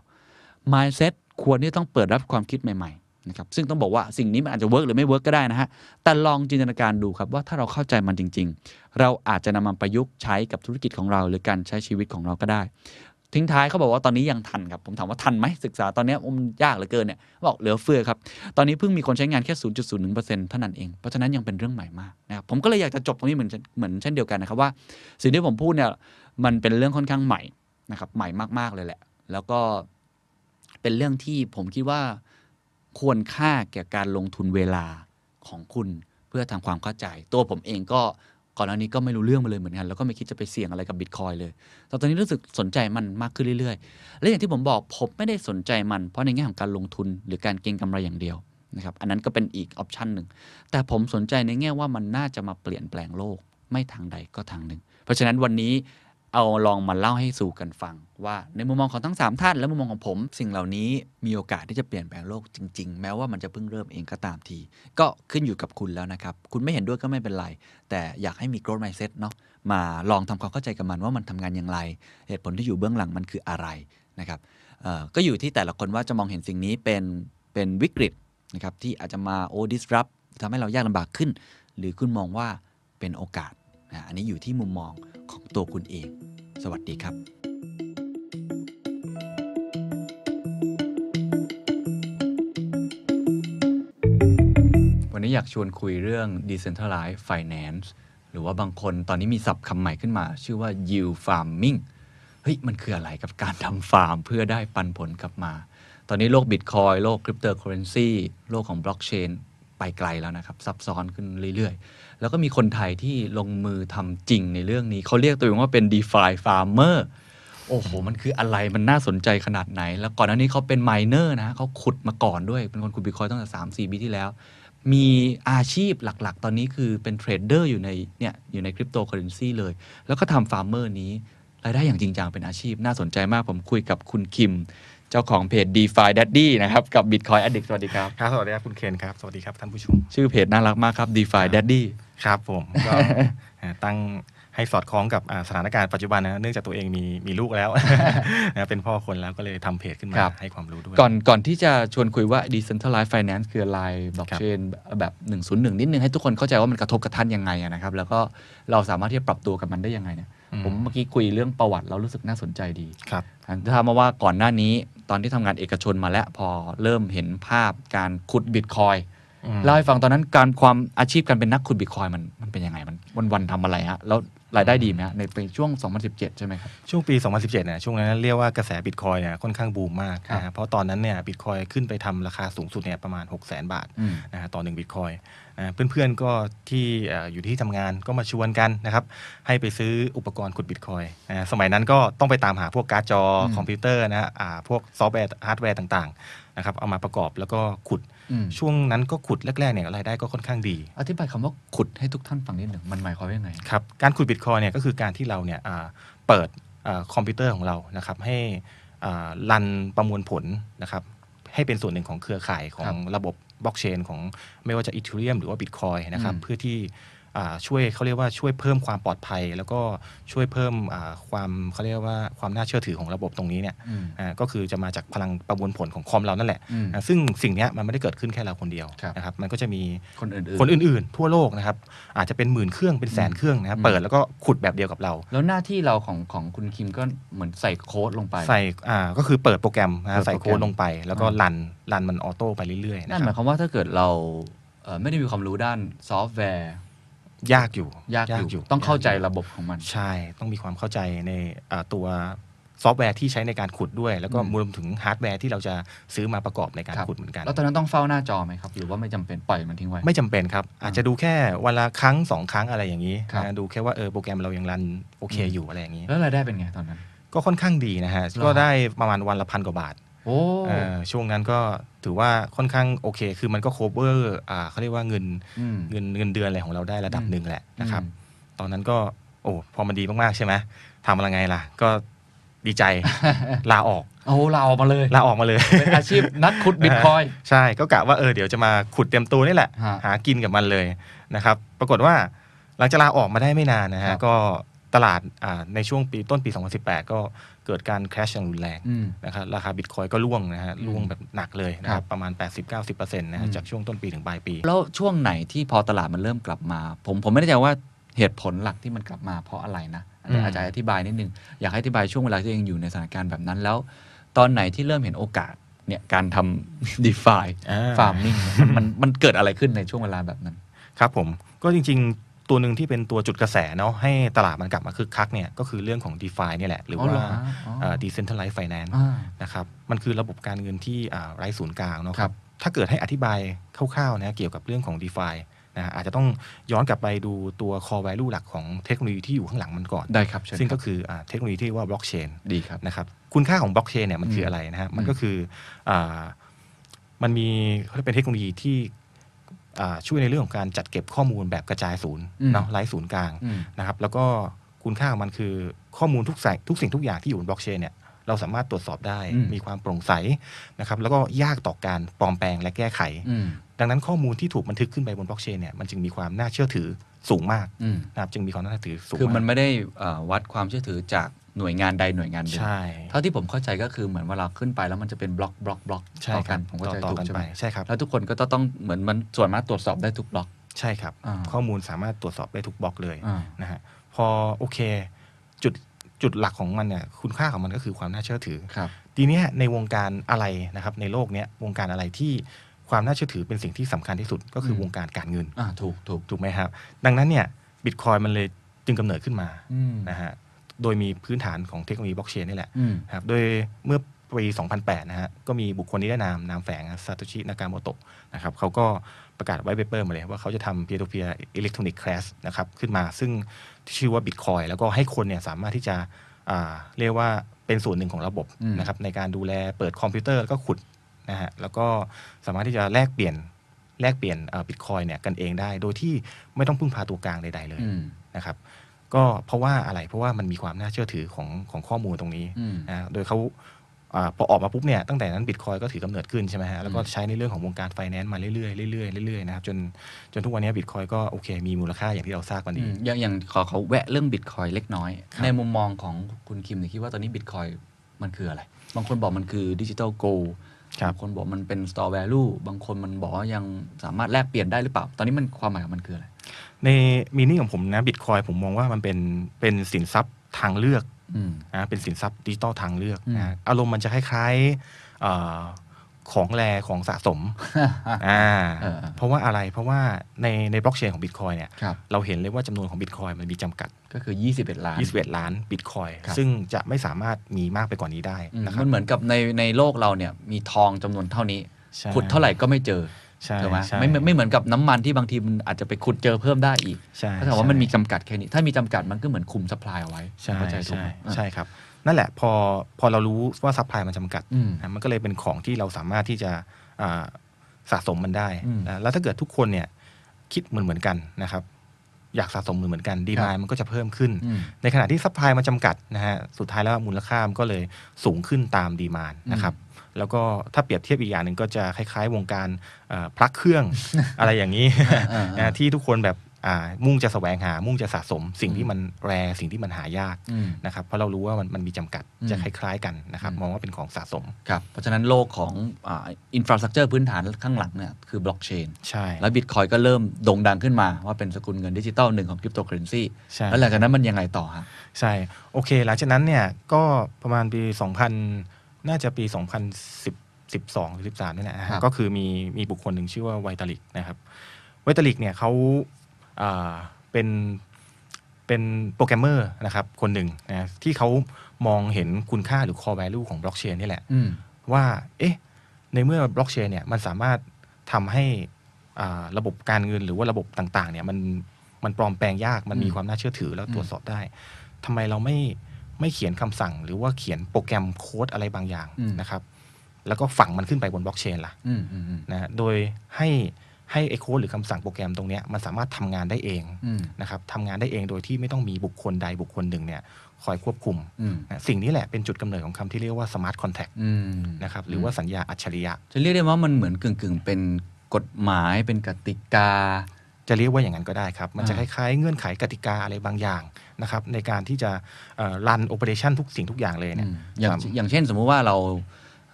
C: mindset ควรที่จะต้องเปิดรับความคิดใหม่ๆนะครับซึ่งต้องบอกว่าสิ่งนี้มันอาจจะเวิร์กหรือไม่เวิร์กก็ได้นะฮะ แต่ลองจินตนาการดูครับว่าถ้าเราเข้าใจมันจริง ๆ เราอาจจะนำมันประยุกต์ใช้กับธุรกิจของเรา หรือการใช้ชีวิตของเราก็ได้ ทิ้งท้ายเขาบอกว่าตอนนี้ยังทันครับ ผมถามว่าทันไหมศึกษาตอนนี้มันยากเหลือเกินเนี่ยบอกเหลือเฟือครับ ตอนนี้เพิ่งมีคนใช้งานแค่ 0.01%เท่านั้นเอง เพราะฉะนั้นยังเป็นเรื่องใหม่มากนะครับผมก็เลยอยากจะจบตรงนี้เหมือนเช่นเหมือนเช่นเดียวกันนะครับว่า สิ่งที่ผมพูดเนี่ยมันเป็นเรื่องค่อนข้างใหม่นะครับใหม่มากๆเลยแหละ แล้วก็เป็นเรื่องที่ผมคิดว่าควรค่าแก่การลงทุนเวลาของคุณเพื่อทำความเข้าใจ ตัวผมเองก็ก่อนหน้านี้ก็ไม่รู้เรื่องมาเลยเหมือนกัน แล้วก็ไม่คิดจะไปเสี่ยงอะไรกับบิตคอยเลยแต่ตอนนี้รู้สึกสนใจมันมากขึ้นเรื่อยๆ และอย่างที่ผมบอกผมไม่ได้สนใจมันเพราะในแง่ของการลงทุนหรือการเก็งกำไรอย่างเดียวนะครับอันนั้นก็เป็นอีกออปชันหนึ่ง แต่ผมสนใจในแง่ว่ามันน่าจะมาเปลี่ยนแปลงโลกไม่ทางใดก็ทางหนึ่ง เพราะฉะนั้นวันนี้เอาลองมาเล่าให้สู่กันฟัง ว่าในมุมมองของทั้ง 3 ท่านและมุมมองของผม สิ่งเหล่านี้มีโอกาสที่จะเปลี่ยนแปลงโลกจริง ๆ แม้ว่ามันจะเพิ่งเริ่มเองก็ตามที ก็ขึ้นอยู่กับคุณแล้วนะครับ คุณไม่เห็นด้วยก็ไม่เป็นไร แต่อยากให้มี growth mindset เนาะมาลองทำความเข้าใจกับมันว่ามันทำงานอย่างไร เหตุผลที่อยู่เบื้องหลังมันคืออะไรนะครับเอ่อก็อยู่ที่แต่ละคนว่าจะมองเห็นสิ่งนี้เป็นเป็นวิกฤต นะครับที่อาจจะมาโอ disrupt ทำให้เรายากลำบากขึ้น หรือคุณมองว่าเป็นโอกาสนะอันนี้อยู่ที่มุมมองของตัวคุณเอง สวัสดีครับ วันนี้อยากชวนคุยเรื่อง decentralized finance หรือว่าบางคนตอนนี้มีศัพท์คำใหม่ขึ้นมา ชื่อว่า yield farming เฮ้ย มันคืออะไรกับการทำฟาร์มเพื่อได้ปันผลกลับมา ตอนนี้โลกบิตคอยโลกคริปโตเคอเรนซีโลกของบล็อกเชนไปไกลแล้วนะครับ ซับซ้อนขึ้นเรื่อยๆ แล้วก็มีคนไทยที่ลงมือทำจริงในเรื่องนี้ เขาเรียกตัวเองว่าเป็น DeFi Farmer โอ้โห มันคืออะไร มันน่าสนใจขนาดไหน แล้วก่อนหน้านี้เขาเป็นไมเนอร์นะ เขาขุดมาก่อนด้วย เป็นคนขุดบิตคอยตั้งแต่สามสี่ปีที่แล้ว มีอาชีพหลักๆ ตอนนี้คือเป็นเทรดเดอร์อยู่ในเนี่ยอยู่ในคริปโตเคอเรนซีเลย แล้วก็ทำฟาร์มเมอร์นี้ รายได้อย่างจริงจังเป็นอาชีพ น่าสนใจมาก ผมคุยกับคุณคิม เจ้าของเพจ DeFi Daddy นะครับ กับ Bitcoin Addict สวัสดีครับ
F: ครับสวัสดีครับคุณเคนครับ สวัสดีครับท่านผู้ชม
C: ชื่อเพจน่ารักมากครับ DeFi Daddy
F: ครับผมก็
C: (laughs)
F: อ่าตั้งให้สอดคล้องกับอ่าสถานการณ์ปัจจุบันนะเนื่องจากตัวเองมีมีลูกแล้ว (laughs) นะเป็นพ่อคนแล้วก็เลยทำเพจขึ้นมา
C: ครับ
F: ให้ความรู้ด้วย
C: ก่อนก่อนที่จะชวนคุยว่า decentralized finance คืออะไรบล็อกเชนแบบ 101 นิดนึงให้ทุกคนเข้าใจว่ามันกระทบกระทั่นยังไงอะนะครับ แล้วก็เราสามารถที่จะปรับตัวกับมันได้ยังไงเนี่ย
F: อืม
C: ผมเมื่อกี้คุยเรื่องประวัติเรารู้สึกน่าสนใจดี
F: ครับ
C: ถ้ามมาว่าก่อนหน้านี้ตอนที่ทำงานเอกชนมาแล้ว พอเริ่มเห็นภาพการขุดบิตคอย
F: อืม
C: เล่าให้ฟังตอนนั้นการความอาชีพการเป็นนักขุดบิตคอยมันมันเป็นยังไงมันวันวันๆทำอะไรฮะแล้วรายได้ดีไหมฮะในในช่วง 2017 ใช่ไหมครับ
F: ช่วงปี 2017เนี่ยช่วงนั้นเรียกว่ากระแสบิตคอยเนี่ยค่อนข้างบูมมาก
C: ครับ
F: นะฮะเพราะตอนนั้นเนี่ยบิตคอยขึ้นไปทำราคาสูงสุดเนี่ยประมาณ 6 0 0 0 0 0 บาท
C: อืม
F: นะฮะต่อ1บิตคอยเพื่อนๆก็ที่เอ่ออยู่ที่ทำงานก็มาชวนกันนะครับให้ไปซื้ออุปกรณ์ขุดบิตคอยนะฮะสมัยนั้นก็ต้องไปตามหาพวกการ์ดจออ
C: ม
F: คอมพิวเตอร์นะฮะอ่าพวกซอฟต์แวร์ฮาร์ดแวร์ต่างๆนะครับเอามาประกอบแล้วก็ขุด
C: อืม
F: ช่วงนั้นก็ขุดแรกๆเนี่ยรายได้ก็ค่อนข้างดี
C: อธิบายคำว่าขุดให้ทุกท่านฟังนิดหนึ่งมันหมายความว่ายังไง
F: ครับการขุดบิตคอยเนี่ยก็คือการที่เราเนี่ยอ่าเปิดอาคอมพิวเตอร์ของเรานะครับให้อ่ารันประมวลผลนะครับให้เป็นส่วนหนึ่งของเครือข่ายขอ
C: ครั
F: ง
C: บ
F: ระบบบล็อกเชนของไม่ว่าจะอีทูเรียมหรือว่าบิตคอยนะครับ
C: อืม
F: เพื่อที่อ่าช่วยเขาเรียกว่าช่วยเพิ่มความปลอดภัย แล้วก็ช่วยเพิ่มอ่าความเขาเรียกว่าความน่าเชื่อถือของระบบตรงนี้เนี่ย
C: อืม
F: อ่าก็คือจะมาจากพลังประมวลผลของคอมเรานั่นแหละ
C: อืม
F: อ่าซึ่งสิ่งเนี้ยมันไม่ได้เกิดขึ้นแค่เราคนเดียว
C: ครับ
F: นะครับมันก็จะมี
C: คนอื่นๆ
F: คนอื่นๆ ทั่วโลกนะครับ อาจจะเป็นหมื่นเครื่องเป็นแสนเครื่องนะครับ
C: อืม
F: เปิดแล้วก็ขุดแบบเดียวกับเรา
C: แล้วหน้าที่เราของของคุณคิมก็เหมือนใส่โค้ดลงไป
F: ใส่อ่าก็คือเปิดโปรแกรมนะ
C: เปิดโปรแกรม
F: ใส่โค้ดลงไป แล้วก็
C: อ่า
F: รันรันมันออโต้ไปเรื่อยๆ
C: นั่น
F: นะค
C: หมา
F: รั
C: ย
F: บ
C: ความว่าถ้าเกิดเราเอ่อไม่ได้มีความรู้ด้านซอฟต์แวร์
F: ยากอยู่
C: ยากอยู่ต้องเข้าใจระบบของมัน
F: ใช่ต้องมีความเข้าใจในอ่าตัวซอฟต์แวร์ที่ใช้ในการขุดด้วย แล้วก็
C: อืม
F: รวมถึงฮาร์ดแวร์ที่เราจะซื้อมาประกอบในการ
C: ครับ
F: ขุดเหมือนกัน
C: แล้วตอนนั้นต้องเฝ้าหน้าจอไหมครับ หรือว่าไม่จำเป็นปล่อยมันทิ้งไว้
F: ไม่จำเป็นครับ อาจจะดูแค่วันละครั้งสองครั้งอะไรอย่างนี้
C: ครับ
F: นะดูแค่ว่าเออโปรแกรมเรายังรันโอเค
C: อืม
F: อยู่อะไรอย่างนี้
C: แล้วรายได้เป็นไงตอนนั้น
F: ก็ค่อนข้างดีนะฮะ
C: เหรอ
F: ก็ได้ประมาณวันละพันกว่าบาท
C: โอ้
F: เอ่อช่วงนั้นก็ถือว่าค่อนข้างโอเค คือมันก็โคเ e อร์อ่าเขาเรียกว่าเงิน
C: อืม
F: เงินเงินเดือนอะไรของเราได้ระดับหนึ่งแหละนะครับ
C: อืม
F: ตอนนั้นก็โอ้พอมันดีมากๆใช่ไหมทำอะไรไงล่ะ ก็ดี
C: (laughs)
F: ใจ ลาออก
C: โอ้เราออกมาเลย
F: ลาออกมา
C: (laughs)
F: เลย
C: เป็นอาชีพนักขุดบิตคอย
F: ใช่ก็กะว่าเออเดี๋ยวจะมาขุดเตรียมตัวนี่แหละ
C: ฮะ
F: หากินกับมันเลยนะครับ ปรากฏว่าหลังจากลาออกมาได้ไม่นานนะ
C: ครั
F: ฮะ
C: บ
F: ก็ตลาดอ่าในช่วงปีต้นปี 2018 ก็เกิดการแครชอย่างรุนแรง
C: อืม
F: นะครับราคาบิตคอยก็ร่วงนะฮะร่วงแบบหนักเลยนะค
C: ครั
F: รั
C: บบ
F: ประมาณ 80-90%นะ
C: อื
F: ฮะ
C: ม
F: จากช่วงต้นปีถึงปลายปี
C: แล้วช่วงไหนที่พอตลาดมันเริ่มกลับมา ผมผมไม่แน่ใจว่าเหตุผลหลักที่มันกลับมาเพราะอะไรนะ
F: อืม
C: อาจจะอธิบายนิดนึง อยากให้อธิบายช่วงเวลาที่ยังอยู่ในสถานการณ์แบบนั้นแล้ว ตอนไหนที่เริ่มเห็นโอกาสเนี่ยการทำ (laughs) DeFi
F: อ่
C: Farming เนี่ยมันมันเกิดอะไรขึ้นในช่วงเวลาแบบนั้น
F: ครับผมก็จริงๆ ตัวหนึ่งที่เป็นตัวจุดกระแสเนาะให้ตลาดมันกลับมาคึกคักเนี่ยก็คือเรื่องของ d e f าเนี่ยแหละ หรือ
C: อ๋อ
F: ว่า
C: เหรอฮะอ๋อ
F: เอ่อ decentralized finance
C: อ่า
F: นะครับมันคือระบบการเงินที่อ่าไร้ศูนย์กลางเนาะ
C: ครับ
F: ถ้าเกิดให้อธิบายคร่าวๆนะเกี่ยวกับเรื่องของ d e f านะฮะอาจจะต้องย้อนกลับไปดูตัว core value หลักของเทคโนโลยีที่อยู่ข้างหลังมันก่อน
C: ได้ครับเชิญ
F: ซึ่ง
C: ครั
F: ก็
C: บ
F: คืออ่าเทคโนโลยีที่ว่า blockchain
C: ดีครับ
F: นะครับคุณค่าของบล็อกเชนเนี่ยมันคื
C: ม
F: ออะไรนะฮะมั
C: อื
F: น
C: ม
F: ก็คืออามันมีเขาเรียกเป็นเทคโนโลยีที่อ่าช่วยในเรื่องของการจัดเก็บข้อมูลแบบกระจายศูนย์
C: อืม
F: เนาะไร้ศูนย์กลาง
C: อืม
F: นะครับแล้วก็คุณค่าของมันคือข้อมูลทุกสิ่งทุกสิ่งทุกอย่างที่อยู่บนบล็อกเชนเนี่ยเราสามารถตรวจสอบได้
C: อืม
F: มีความโปร่งใสนะครับแล้วก็ยากต่อการปลอมแปลงและแก้ไข
C: อืม
F: ดังนั้นข้อมูลที่ถูกบันทึกขึ้นไปบนบล็อกเชนเนี่ยมันจึงมีความน่าเชื่อถือสูงมาก
C: อืม
F: นะครับจึงมีความน่าเชื่อถือสูง
C: คือมัน
F: าก
C: ไม่ได้เอ่อวัดความเชื่อถือจากหน่วยงานใดหน่วยงานหนึ่ง
F: ใช่
C: เท่าที่ผมเข้าใจก็คือเหมือนเวลาขึ้นไปแล้วมันจะเป็นบล็อกบล็อกบล็อก
F: ใช่
C: ต่อ
F: ค
C: กั
F: รั
C: น
F: บ
C: ผมเข้าใจ
F: ต่อ
C: ถูก
F: กัน
C: ใช่ไห
F: ไป
C: ม
F: ใช่ครับ
C: แล้วทุกคนก็ต้องเหมือนมันส่วนมากตรวจสอบได้ทุกบล็อก
F: ใช่ครับ
C: อ่า
F: ข้อมูลสามารถตรวจสอบได้ทุกบล็อกเลย
C: อ่าน
F: นะฮะพอโอเค จุดจุดหลักของมันเนี่ยคุณค่าของมันก็คือความน่าเชื่อถือ
C: ครับ
F: ทีเนี้ยในวงการอะไรนะครับในโลกเนี้ยวงการอะไรที่ความน่าเชื่อถือเป็นสิ่งที่สำคัญที่สุดก็คืออ
C: ม
F: วงการการเงิน
C: อ่าถูกถูก
F: ถูกไหมครับ ดังนั้นเนี่ย บิตคอยมันเลยจึงกำเนิดขึ้นมา
C: อืม
F: นะฮะโดยมีพื้นฐานของเทคโนโลยีบล็อกเชนนี่แหละ
C: อืม
F: ครับโดยเมื่อปี 2008 นะฮะ ก็มีบุคคลนิรนาม นามแฝงซาโตชิ นากาโมโตะ นะครับเขาก็ประกาศไว้เปเปอร์มาเลยว่าเขาจะทำ peer to peer electronic class นะครับ ขึ้นมาซึ่งชื่อว่า Bitcoin แล้วก็ให้คนเนี่ยสามารถที่จะอ่าเรียกว่าเป็นส่วนหนึ่งของระบบ
C: อืม
F: นะครับ ในการดูแลเปิดคอมพิวเตอร์ แล้วก็ขุดนะฮะ แล้วก็สามารถที่จะแลกเปลี่ยนแลกเปลี่ยนบิตคอยเนี่ยกันเองได้ โดยที่ไม่ต้องพึ่งพาตัวกลางใดๆเลย
C: อืม
F: นะครับก็เพราะว่าอะไรเพราะว่ามันมีความน่าเชื่อถือของของข้อมูลตรงนี้
C: อืม
F: นะโดยเขาอาพอออกมาปุ๊บเนี่ยตั้งแต่นั้นบิตคอยก็ถือกำเนิดขึ้นใช่ไหมฮะแล้วก็ใช้ในเรื่องของวงการไฟแนนซ์มาเรื่อยๆเรื่อยๆเรื่อยๆนะครับจนจนทุกวันนี้บิตคอยก็โอเค มีมูลค่าอย่างที่เราทราบกัน
C: อื
F: ดี
C: มอย่างอย่างขอเขาแวะเรื่องบิตคอยเล็กน้อย
F: ครับ
C: ในมุมมองของคุณคิมเนี่ยคิดว่าตอนนี้บิตคอยมันคืออะไร บางคนบอกมันคือดิจิทัลโกล
F: ครับ
C: บางคนบอกมันเป็น store value บางคนมันบอกว่ายังสามารถแลกเปลี่ยนได้หรือเปล่า ตอนนี้มันความหมายของมันคืออะไร
F: ในมีนิ่งของผมนะบิตคอยผมมองว่ามันเป็นเป็นสินทรัพย์ทางเลือก
C: อืม
F: นะเป็นสินทรัพย์ดิจิตอลทางเลือก
C: อืม
F: นะอารมณ์มันจะคล้ายๆเอ่อของแรของสะสม
C: (laughs)
F: อ่า
C: เออ
F: เพราะว่าอะไรเพราะว่าในในบล็อกเชนของบิตคอยเนี่ย
C: ครับ
F: เราเห็นเลยว่าจำนวนของบิตคอยมันมีจำกัด
C: ก็คือ 21 ล้าน
F: 21 ล้านบิตคอย
C: ครับ
F: ซึ่งจะไม่สามารถมีมากไปกว่านี้ได้
C: อืม
F: นะครับ
C: มันเหมือนกับในในโลกเราเนี่ยมีทองจำนวนเท่านี้
F: ใช่
C: ขุดเท่าไหร่ก็ไม่เจอ
F: ใช่
C: ถูกไหม
F: ใช่
C: ไม่ไม่ไม่เหมือนกับน้ำมันที่บางทีมันอาจจะไปขุดเจอเพิ่มได้อีก
F: ใช่
C: ก็แต่ว่า
F: ใช่
C: มันมีจำกัดแค่นี้ ถ้ามีจำกัดมันก็เหมือนคุมสปายเอาไว้
F: ใช่
C: เข้าใจถูก
F: ใช่
C: ไหมอ่ะ
F: ใช่ครับ นั่นแหละพอพอเรารู้ว่าซัพพลายมันจำกัด
C: อืม
F: นะมันก็เลยเป็นของที่เราสามารถที่จะอ่าสะสมมันได้
C: อืม
F: นะแล้วถ้าเกิดทุกคนเนี่ยคิดเหมือนเหมือนๆกันนะครับ อยากสะสมเหมือนเหมือนๆกันดีมายมันก็จะเพิ่มขึ้น
C: อืม
F: ในขณะที่ซัพพลายมันจำกัดนะฮะสุดท้ายแล้วมูลค่ามันก็เลยสูงขึ้นตามดีมานนะครับ แล้วก็ถ้าเปรียบเทียบอีกอย่างหนึ่งก็จะคล้ายๆ วงการเอ่อพลักเค
C: (laughs)
F: รื่อง อะไรอย่างนี้
C: อ่าๆ
F: นะที่ทุกคนแบบอ่ามุ่งจะแสวงหามุ่งจะสะสมสิ่งที่มันแรสิ่งที่มันหายาก
C: อืม
F: นะครับเพราะเรารู้ว่ามันมันมีจำกัด
C: อืม
F: จะคล้ายๆกันนะครับมองว่าเป็นของสะสม
C: ครับเพราะฉะนั้นโลกของอินฟราสตรักเจอร์พื้นฐานข้างหลังเนี่ยคือบล็อกเชน
F: ใช่
C: แล้วบิตคอยก็เริ่มโด่งดังขึ้นมาว่าเป็นสกุลเงินดิจิตอลหนึ่งของคริปโตเคอเรนซี
F: ใช่
C: แล้วหลังจากนั้นมันยังไงต่อฮะ
F: ใช่ โอเค หลังจากนั้นเนี่ยก็ประมาณปี 2000 น่าจะปี 2010 12หรือ13นี่แหละนะ
C: ค
F: ฮะ
C: รับ
F: ก็คือมีมีบุคคลหนึ่งชื่อว่าไวตาลิกนะครับไวตาลิกเนี่ยเขาอ่าเป็นเป็นโปรแกรมเมอร์นะครับคนหนึ่งนะที่เขามองเห็นคุณค่าหรือ core value ของบล็อกเชนนี่แหละ
C: อืม
F: ว่า เอ๊ะ ในเมื่อบล็อกเชนเนี่ย มันสามารถทำให้อ่าระบบการเงินหรือว่าระบบต่าง ๆ เนี่ย มัน มันปลอมแปลงยาก มันมี
C: อืม
F: ความน่าเชื่อถือแล้ว
C: อืม
F: ตรวจสอบได้ ทำไมเราไม่ ไม่เขียนคำสั่ง หรือว่าเขียนโปรแกรมโค้ดอะไรบางอย่างนะครับ แล้วก็ฝังมันขึ้นไปบนบล็อกเชนล่ะ
C: อืมอืมอืม
F: นะฮะโดยให้ให้ไอโค้ดหรือคำสั่งโปรแกรมตรงเนี้ยมันสามารถทำงานได้เอง
C: อืม
F: นะครับทำงานได้เองโดยที่ไม่ต้องมีบุคคลใดบุคคลหนึ่งเนี่ยคอยควบคุม
C: อืม
F: นะสิ่งนี้แหละเป็นจุดกำเนิดของคำที่เรียกว่าสมาร์ทคอนแท็ก
C: อืม
F: นะครับหรือว่าสัญญาอัจฉริยะ
C: จะเรียกได้ว่ามันเหมือนกึ่งกึ่งๆเป็นกฎหมายเป็นกติกา
F: จะเรียกว่าอย่างนั้นก็ได้ครับ มันจะค
C: อ่า
F: ล้ายๆเงื่อนไขกติกาอะไรบางอย่างนะครับในการที่จะรันโอเปอเรชันทุกสิ่งทุกอย่างเลย
C: อื
F: เนี่ย
C: มอย่าง
F: ครับ
C: อย่างเช่นสมมุติว่าเรา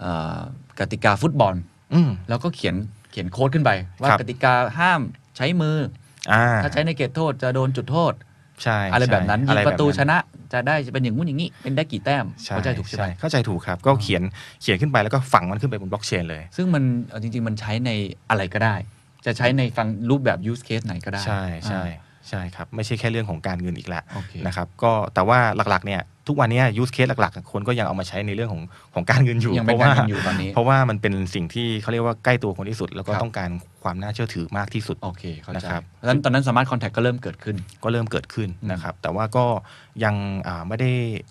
C: เอ่อกติกาฟุตบอล
F: อืม
C: เราก็เขียนเขียนโค้ดขึ้นไป ว่า
F: ครับ
C: กติกาห้ามใช้มือ
F: อ่า
C: อถ้าใช้ในเขตโทษจะโดนจุดโทษ
F: ใช่
C: อะไรแบบนั้นยิ
F: ใอง ไ
C: ประตูชนะจะได้เป็นอย่างงู้นอย่างนี้ เป็นได้กี่แต้ม
F: ใช่
C: เข้าใจถูกใช่ไหม
F: ใช่เข้าใจถูกครับก็เขียนเขียนขึ้นไปแล้วก็ฝังมันขึ้นไปบนบล็อกเชนเลย
C: ซึ่งมันเอาจริง ๆ มันใช้ในอะไรก็ได้ จะใช้ในฟังรูปแบบ use case ไหนก็ได้
F: ใช่ใช่ใช่ครับ ไม่ใช่แค่เรื่องของการเงินอีกแล้ว
C: โอเค
F: นะครับก็แต่ว่าหลักๆเนี่ยทุกวันเนี้ยูสเคสหลักๆ คนก็ยังเอามาใช้ในเรื่องของของการเงินอยู่
C: ยัง
F: เพ
C: เป็น
F: ราะ
C: การ
F: ว่า
C: เงินอยู่ตอนนี้
F: เพราะว่ามันเป็นสิ่งที่เขาเรียกว่าใกล้ตัวคนที่สุด แล้วก็
C: ครับ
F: ต้องการความน่าเชื่อถือมากที่สุด
C: โอเค เข้าใจ
F: นะครับ
C: เพราะฉะนั้นตอนนั้นสามารถ contact ก็เริ่มเกิดขึ้น
F: ก็เริ่มเกิดขึ้นนะครับ แต่ว่าก็ยังอ่าไม่ได้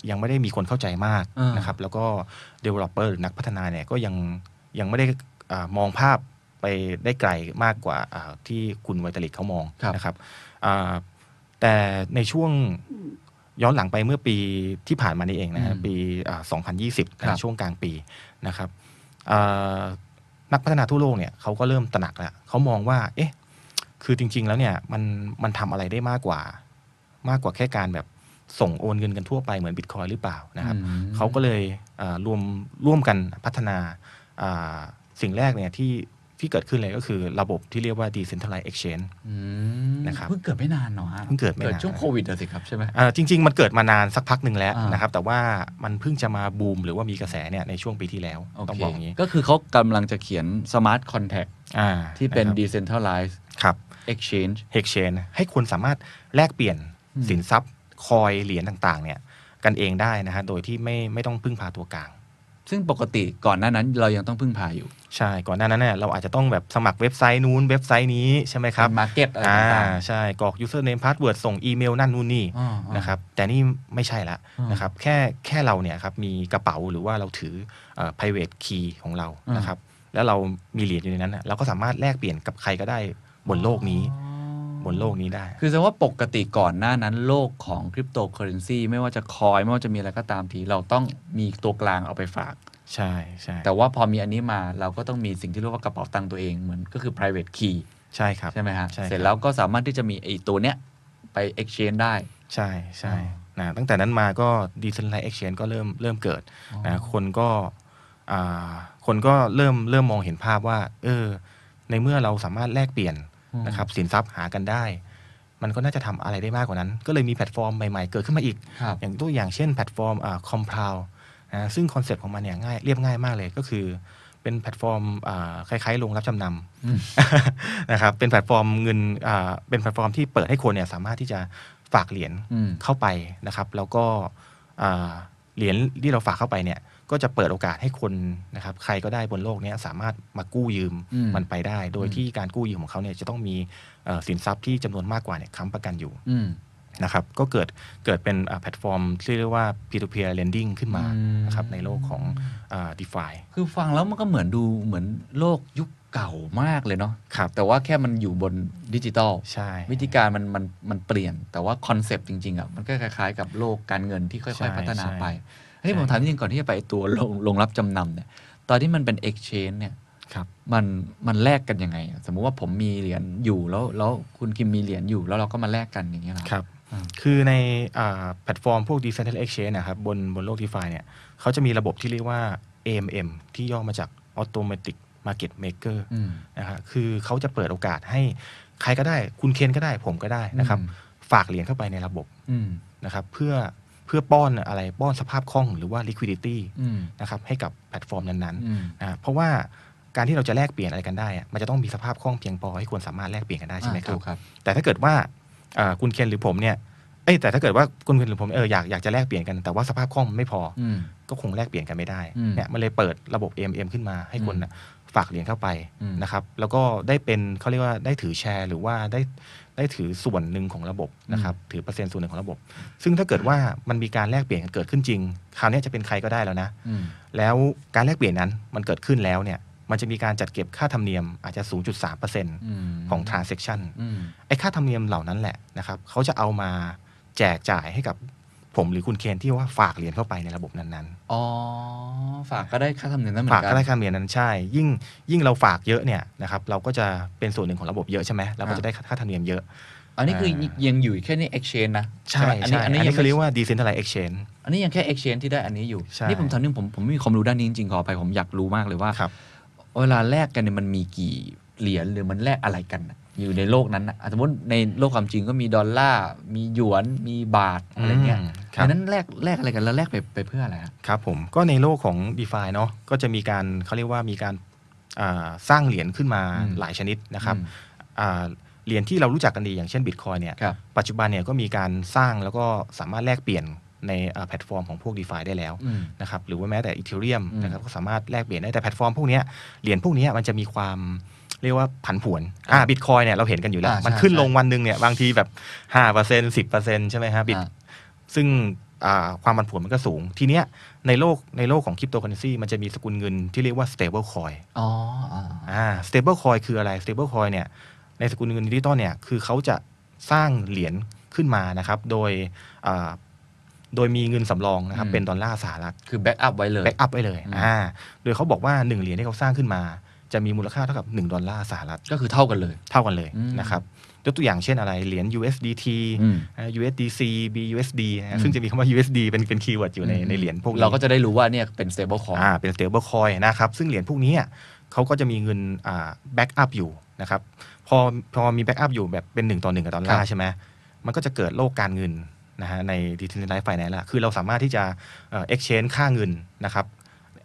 F: ยังไม่ได้มีคนเข้าใจมาก
C: อ่าน
F: นะครับ แล้วก็ developer หรือนักพัฒนาเนี่ยก็ยังยังไม่ได้อามองภาพไปได้ไกลมากกว่าอ่าที่คุณไวตาลิกเขามอง
C: ครับ
F: นะครับอ่าแต่ในช่วงย้อนหลังไปเมื่อปีที่ผ่านมานี่เองนะฮะปีอ่า2020นะช่วงกลางปีนะครับอ่านักพัฒนาทั่วโลกเนี่ยเขาก็เริ่มตระหนักแล้วเขามองว่าเอ๊ะ คือจริง ๆ แล้วเนี่ยมันมันทำอะไรได้มากกว่า มากกว่าแค่การแบบส่งโอนเงินกันทั่วไปเหมือนบิตคอยหรือเปล่านะครับ
C: อืม
F: เขาก็เลยเอ่อรวมร่วมกันพัฒนาอ่าสิ่งแรกเนี่ยที่ที่เกิดขึ้นเลยก็คือระบบที่เรียกว่า decentralized exchange
C: อืม
F: นะครับ
C: เพิ่งเกิดไม่นานเนาะฮะ
F: เพิ่งเกิดไม่นาน
C: เกิดช่วงโควิดอะสิครับใช่ไหม
F: อ่าจริง ๆ มันเกิดมานานสักพักหนึ่งแล้ว
C: อ่าน
F: นะครับ แต่ว่ามันเพิ่งจะมาบูมหรือว่ามีกระแสเนี่ยในช่วงปีที่แล้ว
C: โอ
F: ต้อง
C: เค
F: บอกอย่างนี้
C: ก็คือเขากำลังจะเขียน smart contact
F: อ่า
C: ที่เป็น
F: ะครับ
C: decentralized
F: ครับ
C: exchange
F: Exchange ให้คนสามารถแลกเปลี่ยนสินทรัพย์ คอยเหรียญต่างๆ เนี่ยกันเองได้นะฮะโดยที่ไม่ไม่ต้องพึ่งพาตัวกลาง
C: ซึ่งปกติก่อนหน้านั้นเรายังต้องพึ่งพาอยู่
F: ใช่ก่อนหน้านั้นเนี่ยเราอาจจะต้องแบบสมัครเว็บไซต์นู้นเว็บไซต์นี้ใช่ไหมครับ
C: เป็น market อะไรต่างๆ
F: ใช่กรอก username password ส่งอีเมลนั่นนู่นนี่
C: อ่าๆ
F: นะครับแต่นี่ไม่ใช่ละ
C: อ่าน
F: นะครับแค่แค่เราเนี่ยครับมีกระเป๋าหรือว่าเราถือเอ่อ private key ของเรา
C: อ่าน
F: นะครับแล้วเรามีเหรียญอยู่ในนั้นน่ะเราก็สามารถแลกเปลี่ยนกับใครก็ได้บนโลกนี้ บนโลกนี้ได้
C: คือแสดงว่าปกติก่อนหน้านั้นโลกของคริปโตเคอเรนซีไม่ว่าจะคอยไม่ว่าจะมีอะไรก็ตามที เราต้องมีตัวกลางเอาไปฝาก
F: ใช่ใช่
C: แต่ว่าพอมีอันนี้มาเราก็ต้องมีสิ่งที่เรียกว่ากระเป๋าตังค์ตัวเองเหมือนก็คือ private key
F: ใช่ครับ
C: ใช่ไหมฮะ
F: ใช่ครับ
C: เสร็จแล้วก็สามารถที่จะมีไอ้ตัวเนี้ยไป exchange ได้
F: ใช่ใช่นะตั้งแต่นั้นมาก็ decentralized exchange ก็เริ่มเริ่มเกิดนะคนก็อ่าคนก็เริ่มเริ่มมองเห็นภาพว่า เออ ในเมื่อเราสามารถแลกเปลี่ยน
C: อืม
F: นะครับสินทรัพย์หากันได้ มันก็น่าจะทำอะไรได้มากกว่านั้น ก็เลยมีแพลตฟอร์มใหม่ๆ เกิดขึ้นมาอีก
C: ครับ
F: อย่างตัวอย่างเช่นแพลตฟอร์มอ่า Compound นะซึ่งคอนเซปต์ของมันเนี่ยง่ายเรียบง่ายมากเลยก็คือ เป็นแพลตฟอร์มอ่าคล้ายๆโรงรับจำ
C: อ
F: น
C: ืม
F: ำ (laughs) นะครับเป็นแพลตฟอร์มเงินอ่าเป็นแพลตฟอร์มที่เปิดให้คนเนี่ยสามารถที่จะฝากเหรียญ
C: อืม
F: เข้าไปนะครับแล้วก็อ่าเหรียญที่เราฝากเข้าไปเนี่ยก็จะเปิดโอกาสให้คนนะครับใครก็ได้บนโลกเนี้ยสามารถมากู้ยืม
C: อืม
F: มันไปได้ โดยที่การกู้ยืมของเขาเนี่ยจะต้องมีเอ่อสินทรัพย์ที่จำนวนมากกว่าเนี่ยค้ำประกันอยู่
C: อืม
F: นะครับก็เกิดเกิดเป็นอ่าแพลตฟอร์มที่เรียกว่า peer-to-peer lending ขึ้นมา
C: อืม
F: นะครับในโลกของอ่า DeFi
C: คือฟังแล้วมันก็เหมือนดูเหมือนโลกยุคเก่ามากเลยเนาะ
F: ครับ
C: แต่ว่าแค่มันอยู่บนดิจิตอล
F: ใช่
C: วิธีการมันมันมันเปลี่ยน แต่ว่าคอนเซปต์จริงๆอ่ะมันก็คล้ายๆกับโลกการเงินที่ค่อ
F: ใช่
C: ยๆ พัฒนาไป
F: ใช่
C: เฮ้ยผมถามจริงๆก่อนที่จะไปตัวลงลงรับจำนำเนี่ยตอนที่มันเป็น exchange เนี่ย
F: ครับ
C: มันมันแลกกันยังไงอะสมมุติว่าผมมีเหรียญอยู่แล้วแล้วคุณคิมมีเหรียญอยู่แล้วเราก็มาแลกกันอย่างเงี้ยเหรอ
F: ครับ
C: อ่า
F: คือในอ่าแพลตฟอร์มพวก decentralized exchange นะครับบนบนโลก DeFi เนี่ยเขาจะมีระบบที่เรียกว่า AMM ที่ย่อมาจาก automatic market maker
C: อืม
F: นะฮะคือเขาจะเปิดโอกาสให้ใครก็ได้ คุณเคนก็ได้ผมก็ได้นะครับ
C: อืม
F: ฝากเหรียญเข้าไปในระบบ
C: อืม
F: นะครับเพื่อเพื่อป้อนอะไรป้อนสภาพคล่องหรือว่า liquidity
C: อืม
F: นะครับให้กับแพลตฟอร์มนั้น
C: อืม
F: ๆนะเพราะว่าการที่เราจะแลกเปลี่ยนอะไรกันได้อะมันจะต้องมีสภาพคล่องเพียงพอให้คนสามารถแลกเปลี่ยนกันได้ใช่ไหม
C: อ่า
F: ครั
C: ถู
F: บ
C: กครับ
F: แต่ถ้าเกิดว่าเอ่อคุณเคนหรือผมเนี่ยเอ้ยแต่ถ้าเกิดว่าคุณเคนหรือผมเอออยากอยากจะแลกเปลี่ยนกันแต่ว่าสภาพคล่องมันไม่พออ
C: อืม
F: ก็คงแลกเปลี่ยนกันไม่ได้
C: อืม
F: เนี่ยมันเลยเปิดระบบ AMM ขึ้นมาให้คนน่ะฝากเหรียญเข้าไป
C: อืม
F: นะครับแล้วก็ได้เป็นเขาเรียกว่าได้ถือแชร์ หรือว่าได้ได้ถือส่วนหนึ่งของระบบนะครับถือเปอร์เซ็นต์ส่วนหนึ่งของระบบ ซึ่งถ้าเกิดว่ามันมีการแลกเปลี่ยนกันเกิดขึ้นจริงคราวเนี้ยจะเป็นใครก็ได้แล้วนะ
C: อืม
F: แล้วการแลกเปลี่ยนนั้นมันเกิดขึ้นแล้วเนี่ยมันจะมีการจัดเก็บค่าธรรมเนียมอาจจะ 0.3%
C: ม
F: ของ transaction
C: อืม
F: ไอ้ค่าธรรมเนียมเหล่านั้นแหละนะครับเขาจะเอามาแจกจ่ายให้กับผมหรือคุณเคนที่ว่าฝากเหรียญเข้าไปในระบบนั้น
C: อ๋อ ฝากก็ได้ค่าธรรมเนียมนั่นเหมื
F: ๆ
C: อ
F: ฝาก
C: นกั
F: ก็ได้ค่าธรรมเนียมนั้นใช่ ยิ่งยิ่งเราฝากเยอะเนี่ยนะครับเราก็จะเป็นส่วนหนึ่งของระบบเยอะใช่ไหมเราก็จะได้ค่าธรรมเนียมเยอะ
C: อันนี้คือ
F: เอ่อ
C: ยังอยู่แค่ใน exchange นะไหมอั
F: ใช่
C: นี้
F: อั
C: อัน
F: น
C: นี้
F: นี้
C: ยัง
F: เขา
C: ไม่
F: เรียกว่า decentralized exchange
C: อันนี้ยังแค่ exchange ที่ได้อันนี้อยู่
F: ใช่
C: นี่ผมถามนึงผมผมไม่มีความรู้ด้านนี้จริงๆขอไปผมอยากรู้มากเลยว่า
F: ครับ
C: เวลาแลกกันเนี่ยมันมีกี่เหรียญหรือมันแลกอะไรกันน่ะอยู่ในโลกนั้นนะอ่ะสมมติในโลกความจริงก็มีดอลลาร์ มีหยวน มีบาทอะไรเงี้ย
F: อืมครับ
C: ดังนั้นแลกแลกอะไรกันแล้วแลกไปไปเพื่ออะไรฮะ
F: ครับผมก็ในโลกของ d e f าเนาะก็จะมีการเขาเรียกว่ามีการอ่าสร้างเหรียญขึ้นมา
C: อืม
F: หลายชนิดนะครับ
C: อืม
F: อ่าเหรียญที่เรารู้จักกันดีอย่างเช่นบิตคอยเนี่ย
C: ครับ
F: ปัจจุบันเนี่ยก็มีการสร้างแล้วก็สามารถแลกเปลี่ยนในอ่าแพลตฟอร์มของพวก d e f าได้แล้ว
C: อืม
F: นะครับหรือว่าแม้แต่อีเทเรียม
C: อืม
F: นะครับก็สามารถแลกเปลี่ยนได้แต่แพลตฟอร์มพวกเนี้ยเหรียญพวกเนี้ยมันจะมีความเรียกว่าผันผวนอ่าบิตคอยเนี่ยเราเห็นกันอยู่แล้ว
C: อ่าใช่
F: มันขึ้น
C: ใช่
F: ลงวันหนึ่งเนี่ยบางทีแบบ5% 10%ใช่ไหมฮะบิต
C: อ่า
F: ซึ่งอ่าความผันผวนมันก็สูง ทีเนี้ยในโลกในโลกของคริปโตเคอเรนซีมันจะมีสกุลเงินที่เรียกว่า stable coin
C: อ๋ออ่า
F: อ่า stable coin คืออะไร stable coin เนี่ยในสกุลเงินดิจิตอลเนี่ยคือเขาจะสร้างเหรียญขึ้นมานะครับ โดยอ่าโดยมีเงินสำรองนะครับเป็นดอลลาร์สหรัฐ
C: คือแบ็กอัพไว้เลย
F: แบ็กอัพไว้เลย
C: อืม
F: อ่า โดยเขาบอกว่า 1 เหรียญที่เขาสร้างขึ้นมา จะมีมูลค่าเท่ากับ 1 ดอลลาร์สหรัฐ
C: ก็คือเท่ากันเลย
F: เท่ากันเลย
C: อืม
F: นะครับ ยกตัวอย่างเช่นอะไร เหรียญ USDT
C: อืม
F: อ่า USDC BUSD นะ
C: อื
F: ฮะ
C: ม
F: ซึ่งจะมีคำว่า USD เป็นเป็นคีย์เวิร์ดอยู่ในในเหรียญพวกนี้
C: เราก็จะได้รู้ว่าเนี่ยเป็น stable coin
F: อ่าเป็น stable coin นะครับ ซึ่งเหรียญพวกนี้อ่ะเขาก็จะมีเงินอ่า back up อยู่นะครับ พอพอมี back up อยู่แบบเป็น 1 ต่อ 1 กับดอลลา
C: ครั
F: ร์
C: บ
F: ใช่ไหม มันก็จะเกิดโลกการเงินนะฮะใน decentralized finance ละคือเราสามารถที่จะเอ่อ exchange ค่าเงินนะครับ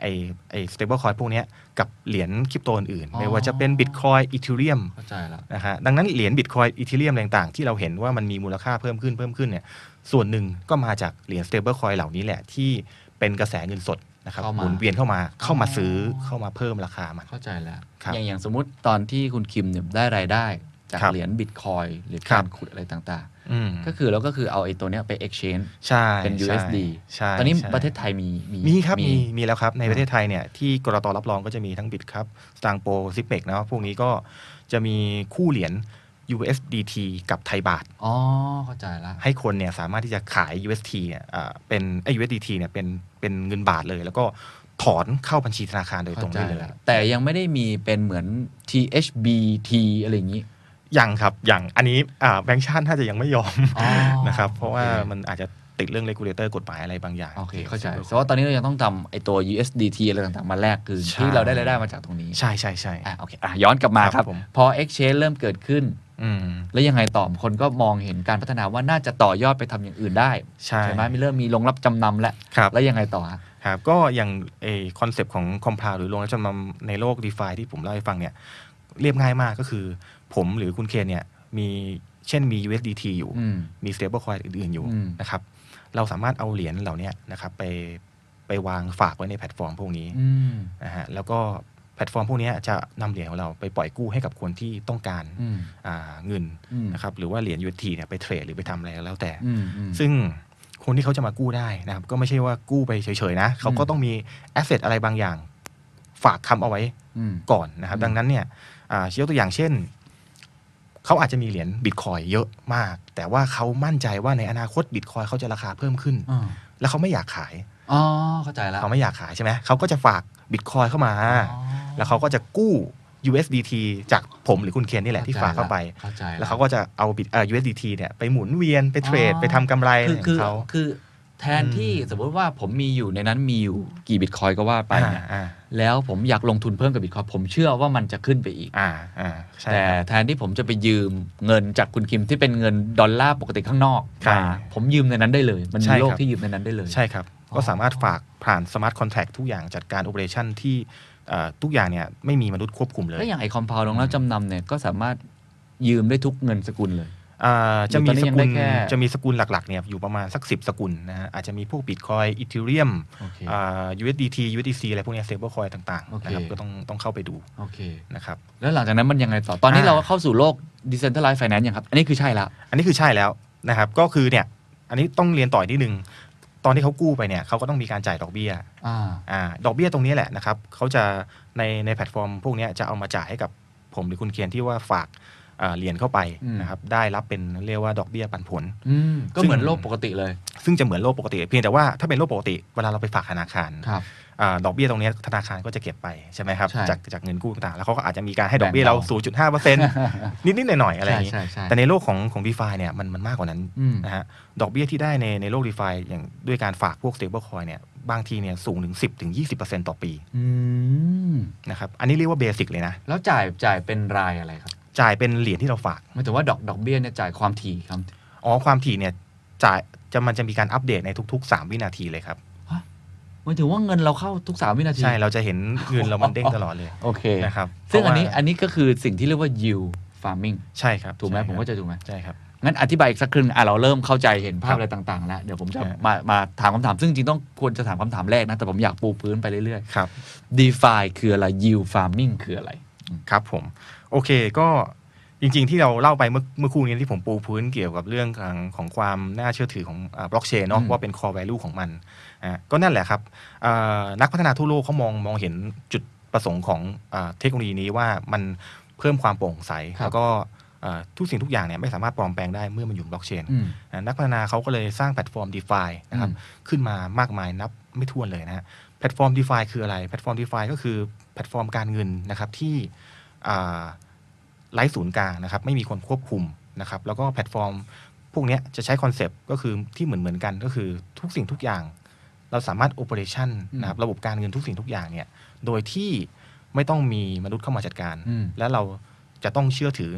F: ไอไอสเตเบิลคอยพวกเนี้ยกับเหรียญคริปโตอื่นๆไม่ว่าจะเป็นบิตคอยอีทูเรียม
G: เข้าใจละ
F: นะฮะดังนั้นเหรียญบิตคอยอีเทเรียมต่างๆ ที่เราเห็นว่ามันมีมูลค่าเพิ่มขึ้นเพิ่มขึ้นเนี่ยส่วนหนึ่งก็มาจากเหรียญสเตเบิลคอยเหล่านี้แหละที่เป็นกระแสเงินสดนะครับ
G: เข้ามา
F: หมุนเวียนเข้ามาเข้ามาซื้อเข้ามาเพิ่มราคามัน
G: เข้าใจแล้ว
F: ครับ
G: อย่างอย่างสมมติตอนที่คุณคิมเนี่ยได้รายได้ จากเหรียญบิตคอยหรือการขุดอะไรต่าง
F: อืม
G: ๆ ก็คือเราก็คือเอาไอ้ตัวเนี้ยไป exchange
F: ใช่
G: เป็น
F: ใช่
G: USD
F: ใช่
G: ตอนนี้
F: ใช่
G: ประเทศไทยมี
F: มีครับมีมีแล้วครับในประเทศไทยเนี่ยที่กรตรับรองก็จะมีทั้งบิตครับสตางโปซิเปกนะพวกนี้ก็จะมีคู่เหรียญ USDT กับไทยบาท
G: อ๋อ เข้าใจละ
F: ให้คนเนี่ยสามารถที่จะขาย UST เนี่ยอ่าเป็นไอ้ USDT เนี่ยเป็นเป็นเงินบาทเลย แล้วก็ถอนเข้าบัญชีธนาคารโดยตร
G: เข้าง ใจ
F: ได้เลย
G: แล้ว แต่ยังไม่ได้มีเป็นเหมือน THBT อะไรอย่างนี้
F: ยังครับ อย่างอันนี้อ่าแบงค์ชาติน่าจะยังไม่ยอม
G: อ๋อ
F: นะครับ เพราะว่า
G: โอเค
F: มันอาจจะติดเรื่องเลกูลเลเตอร์กฎหมายอะไรบางอย่าง
G: โอเค เข้าใจแต่ว่าตอนนี้เรายังต้องจำไอตัว USDT อะไรต่างๆ มาแลกคือ
F: ใช่
G: ที่เราได้รายได้มาจากตรงนี้
F: ใช่ใช่ใช่
G: อ่ะโอเคอ่ะย้อนกลับมา
F: ค
G: ค
F: รั
G: รั
F: บบ ผม
G: พอ Exchange เริ่มเกิดขึ้น
F: อืม
G: แล้วยังไงต่อคนก็มองเห็นการพัฒนาว่าน่าจะต่อยอดไปทำอย่างอื่นได้
F: ใช่
G: ไหมมีเริ่มมีลงรับจำนำแล้ว
F: ครับ
G: แล้วยังไงต่อฮะ
F: ครับก็อย่างไอคอนเซปต์ของคอมพาหรือโรงรับจำนำในโลก d e f าที่ผมเล่าให้ฟังเนี่ยเรียบง่ายมากก็คือ ผมหรือคุณเคนเนี่ยมีเช่นมี USDT อยู่
G: อืม
F: มี stablecoin อื่น ๆ อยู่
G: อืม
F: นะครับเราสามารถเอาเหรียญเหล่าเนี้ยนะครับไปไปวางฝากไว้ในแพลตฟอร์มพวกนี้
G: อืม
F: นะฮะแล้วก็แพลตฟอร์มพวกเนี้ยจะนำเหรียญของเราไปปล่อยกู้ให้กับคนที่ต้องการ
G: อืม
F: อ่าเงิน
G: อืม
F: นะครับหรือว่าเหรียญ USDT เนี่ยไปเทรดหรือไปทำอะไรก็แล้วแต่
G: อืมอืม
F: ซึ่งคนที่เขาจะมากู้ได้นะครับ ก็ไม่ใช่ว่ากู้ไปเฉย ๆ นะ เขาก็
G: อืม
F: ต้องมีแอสเซทอะไรบางอย่าง ฝากคำเอาไว้
G: อืม
F: ก่อนนะครับ
G: อืม
F: ดังนั้นเนี่ยอ่ายกตัวอย่างเช่น เขาอาจจะมีเหรียญบิตคอยเยอะมาก แต่ว่าเขามั่นใจว่าในอนาคตบิตคอยเขาจะราคาเพิ่มขึ้น
G: อ่า
F: แล้วเขาไม่อยากขาย
G: อ๋อเข้าใจแล้ว
F: เขาไม่อยากขายใช่ไหม เขาก็จะฝากบิตคอยเข้ามา แล้วเขาก็จะกู้ USDT จากผมหรือคุณเคนนี่แหละที่ฝากเข้าไป
G: เข้าใจะ
F: แล้วเขาก็จะเอาบิตเอ่อ USDT เนี่ยไปหมุนเวียนไปเทรด
G: อ๋อ
F: ไปทำกำไรอะไร
G: คือคือ
F: ของเขา
G: คือแทนที่
F: อืม
G: สมมติว่าผมมีอยู่ในนั้นมีอยู่กี่บิตคอยก็ว่าไปเนี่ย
F: อ่า
G: แล้วผมอยากลงทุนเพิ่มกับบิตคอยผมเชื่อว่ามันจะขึ้นไปอีก
F: อ่าอ่าใช่
G: แต่
F: ครับ
G: แทนที่ผมจะไปยืมเงินจากคุณคิมที่เป็นเงินดอลลาร์ปกติข้างนอก
F: ใช่
G: มาผมยืมในนั้นได้เลย มัน
F: ใช่
G: มีโลก
F: ครับ
G: ที่ยืมในนั้นได้เลย
F: ใช่ครับ ก็สามารถฝากผ่านสมาร์ทคอนแท็กทุกอย่างจัดการโอเปอเรชั่นที่เอ่อทุกอย่างเนี่ยไม่มีมนุษย์ควบคุมเลย
G: แล้วอย่างไอคอมเพลลงแล้วจำนำเนี่ยก็สามารถยืมได้ทุกเงินสกุลเลย
F: เอ่อจะมี
G: อยู่ตอนนี้ยังได้
F: สกุล
G: แค่
F: จะมีสกุลหลักๆเนี่ยอยู่ประมาณสัก 10 สกุลนะฮะอาจจะมีพวกบิตคอยอีทิเรียม
G: โอเค
F: USDT USDC อะไรพวกเนี้ยเซเบอร์คอยต่าง
G: โอ
F: ๆ
G: เค
F: นะครับก็ต้องต้องเข้าไปดู
G: โอเค
F: นะครับ
G: แล้วหลังจากนั้นมันยังไงต่อตอนนี้
F: อ่า
G: เราเข้าสู่โลก decentralized finance ยังครับ อันนี้คือใช่แล้ว
F: อันนี้คือใช่แล้วนะครับ ก็คือเนี่ยอันนี้ต้องเรียนต่ออีกนิดนึง ตอนที่เขากู้ไปเนี่ยเขาก็ต้องมีการจ่ายดอกเบี้ย
G: อ่า
F: อ่าดอกเบี้ยตรงนี้แหละนะครับเขาจะในในแพลตฟอร์มพวกเนี้ยจะเอามาจ่ายให้กับผมหรือคุณเคียนที่ว่าฝากเอ่อเหรียญเข้าไป
G: อืม
F: นะครับได้รับเป็นเรียกว่าดอกเบี้ยปันผล
G: อืมก็เหมือ
F: ซึ่
G: น
F: ง
G: โลกปกติเลย
F: ซึ่งจะเหมือนโลกปกติ เพียงแต่ว่าถ้าเป็นโลกปกติเวลาเราไปฝากธนาคาร
G: ครับ
F: อาดอกเบี้ยตรงเนี้ยธนาคารก็จะเก็บไปใช่ไหมครับ
G: ใช่
F: จากจากเงินกู้ต่างๆแล้วเขาก็อาจจะมีการให้ดอกเบี้ย
G: แบ่ง
F: เรา
G: เรา
F: 0.5%นิดๆ
G: (laughs)
F: หน่อยๆอะไรอย่างนี้
G: ใช่ใช่ใช่
F: แต่ในโลกของของดีฟาเนี่ยมันมันมากกว่านั้น
G: อืม
F: นะฮะดอกเบี้ยที่ได้ในในโลกดีฟาอย่างด้วยการฝากพวก stablecoin เนี่ยบางทีเนี่ยสูงถึง10-20%ต่อปี
G: อืม
F: นะครับ อันนี้เรียกว่าเบสิกเลยนะ
G: แล้วจ่ายจ่ายเป็นรายอะไรครับ
F: จ่ายเป็นเหรียญที่เราฝาก
G: หมายถึงว่าดอกดอกเบี้ยเนี่ยจ่ายความถี่ครับ
F: อ๋อ ความถี่เนี่ยจ่ายจะมันจะมีการอัปเดตในทุก ๆ 3 วินาทีเลยครับ
G: หมายถึงว่าเงินเราเข้าทุกสามวินาที
F: ใช่ เราจะเห็นเงินเรามันเด้งตลอดเลย
G: โอเค
F: นะครับ
G: ซึ่งอันนี้
F: เพราะว่า
G: อันนี้ก็คือสิ่งที่เรียกว่า yield farming
F: ใช่ครับ
G: ถูกไหม
F: ใช่ครับ
G: ผมก็จะถูกไหม
F: ใช่ครับ
G: งั้นอธิบายอีกสักครึ่งอ่ะเราเริ่มเข้าใจเห็นภา
F: ครั
G: พ
F: บ
G: อะไรต่างๆ แล้ว เดี๋ยวผมจะ
F: ใช่
G: มามาถามคำถาม ซึ่งจริงๆต้องควรจะถามคำถามแรกนะ แต่ผมอยากปูพื้นไปเรื่อย
F: ครับ
G: ๆ DeFi คืออะไร yield farming คืออะไร
F: ครับผม โอเคก็จริง ๆ ที่เราเล่าไปเมื่อเมื่อครู่นี้ที่ผมปูพื้นเกี่ยวกับเรื่องของของความน่าเชื่อถือของบล็อกเชนเนาะ
G: อืม
F: ว่าเป็น core value ของมันอ่ะก็นั่นแหละครับอ่านักพัฒนาทั่วโลกเขามองมองเห็นจุดประสงค์ของอ่าเทคโนโลยีนี้ว่ามันเพิ่มความโปร่งใส แล้วก็อ่าทุกสิ่งทุกอย่างเนี่ยไม่สามารถปลอมแปลงได้เมื่อมันอยู่บล็อกเชน
G: อืม
F: อ่ะนักพัฒนาเขาก็เลยสร้างแพลตฟอร์ม d e f i นะครับ
G: อืม
F: ขึ้นมามากมายนับไม่ถ้วนเลยนะฮะแพลตฟอร์ม d e f i คืออะไรแพลตฟอร์ม d e f i ก็คือแพลตฟอร์มการเงินนะครับที่ อ่าไร้ศูนย์กลางนะครับไม่มีคนควบคุมนะครับแล้วก็แพลตฟอร์มพวกเนี้ยจะใช้คอนเซปต์ก็คือที่เหมือนเหมือนๆกันก็คือทุกสิ่งทุกอย่าง เราสามารถโอเปอเรชันนะครับระบบการเงินทุกสิ่งทุกอย่างเนี่ยโดยที่ไม่ต้องมีมนุษย์เข้ามาจัดการ
G: อืม
F: และเราจะต้องเชื่อถือ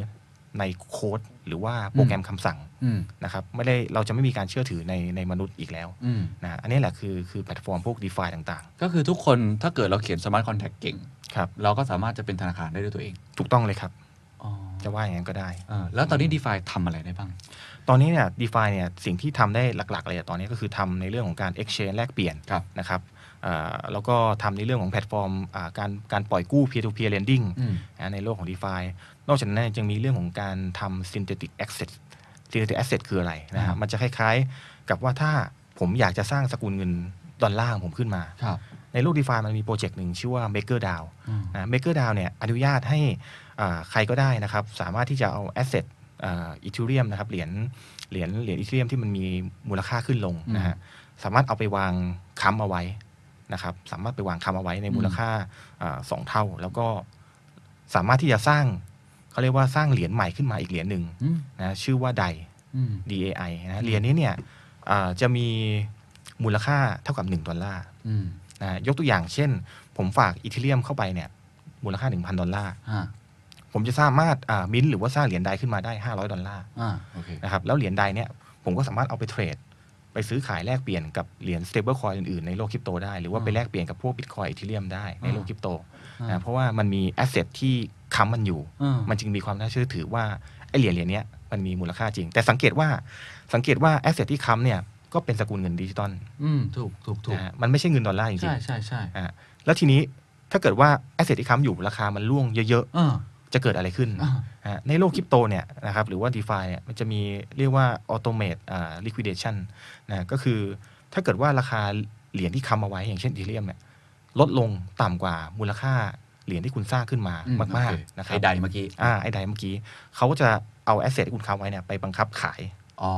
F: ในโค้ดหรือว่าโปรแกรมคำสั่ง
C: อืม
F: นะครับไม่ได้เราจะไม่มีการเชื่อถือในในมนุษย์อีกแล้ว
C: อืม
F: นะฮะอันนี้แหละคือคือแพลตฟอร์มพวก d e f าต่าง
C: ก็คือทุกคนถ้าเกิดเราเขียนสมาร์ทคอนแทคเก่ง
F: ๆครับ
C: เราก็สามารถจะเป็นธนาคารได้ด้วยตัวเอง
F: ถูกต้องเลยครับ
C: อ๋อ
F: จะว่าอย่างนั้นก็ได้
C: อ่าแล้วตอนนี้ d e f าทำอะไรได้บ้าง
F: ตอนนี้เนี่ย d e f าเนี่ยสิ่งที่ทำได้หลักๆเลยอะตอนนี้ก็คือทำในเรื่องของการ Exchange แลกเปลี่ยน
C: ครับ
F: นะครับอ่าแล้วก็ทำในเรื่องของแพลตฟอร์มอ่าการการปล่อยกู้ peer to peer lending
C: อืม
F: นะในโลกของ d e f านอกจากนั้นยังมีเรื่องของการทำ synthetic asset synthetic asset คืออะไรนะ
C: ครั
F: ฮะ
C: บ
F: มันจะคล้ายๆ กับว่าถ้าผมอยากจะสร้างสกุลเงินดอลลาร์ของผมขึ้นมา
C: ครับ
F: ในโลก d e f ามันมีโปรเจกต์หนึ่งชื่อว่า Maker DAO
C: อืม
F: นะ Maker DAO เนี่ยอนุญาตให้อ่าใครก็ได้นะครับ สามารถที่จะเอา asset อีทูเรียมนะครับเหรียญเหรียญเหรียญอีทูเรียมที่มันมีมูลค่าขึ้นลงนะฮะสามารถเอาไปวางค้ำเอาไว้นะครับสามารถไปวางค้ำเอาไว้ในมูลค่าอ่าสองเท่า แล้วก็สามารถที่จะสร้างเขาเรียกว่าสร้างเหรียญใหม่ขึ้นมาอีกเหรียญหนึ่ง
C: อืม
F: นะชื่อว่าได
C: อืม
F: DAI นะฮะเหรียญนี้เนี่ยอ่าจะมีมูลค่าเท่ากับ 1 ดอลลาร์
C: อืม
F: นะยกตัวอย่างเช่น ผมฝากอีเทเรียมเข้าไปเนี่ยมูลค่า 1,000 ดอลลาร์
C: อ่า
F: ผมจะสามารถอ่ามิ้นท์หรือว่าสร้างเหรียญใดขึ้นมาได้ 500 ดอลลาร์
C: อ่าโอเค
F: นะครับแล้วเหรียญใดเนี่ยผมก็สามารถเอาไปเทรด ไปซื้อขายแลกเปลี่ยนกับเหรียญ stable coin อื่นๆ ในโลกคริปโตได้ หรือว่าไปแลกเปลี่ยนกับพวก bitcoin อีเทเรียมได้ในโลกคริปโตนะเพราะว่ามันมี asset ที่ค้ำมันอยู่
C: อ่าม
F: มันจึงมีความน่าเชื่อถือว่าไอเหรียญเหรียญเนี้ยมันมีมูลค่าจริง แต่สังเกตว่าสังเกตว่า asset ที่ค้ำเนี่ยก็เป็นสกุลเงินดิจิตอล
C: อืมถูกถูกถูก
F: นะฮะมันไม่ใช่เงินดอลลาร์จริ
C: ใช่
F: งๆ
C: ใช่ใช่
F: อ่ะแล้วทีนี้ถ้าเกิดว่าแอสเซทที่ค้ำอยู่ราคามันร่วงเยอะ
C: อ่า
F: ๆ จะเกิดอะไรขึ้น
C: อ่า
F: อ่ะในโลกคริปโตเนี่ยนะครับหรือว่า d e f าเนี่ยมันจะมีเรียกว่า automate อ่า liquidation นะก็คือถ้าเกิดว่าราคาเหรียญที่ค้ำเอาไว้อย่างเช่นอีเ e ียมเนี่ยลดลงต่ำกว่ามูลค่าเหรียญที่คุณสร้างขึ้นมา
C: อืม
F: มาก
C: โอเค
F: ๆนะครั
C: ไอ้
F: บ
C: ใดเมื่อกี้
F: อ่าไอ้ใดเมื่อกี้เขาจะเอาแอสเซทที่คุณค้ำไว้เนี่ยไปบังคับขาย
C: อ๋อ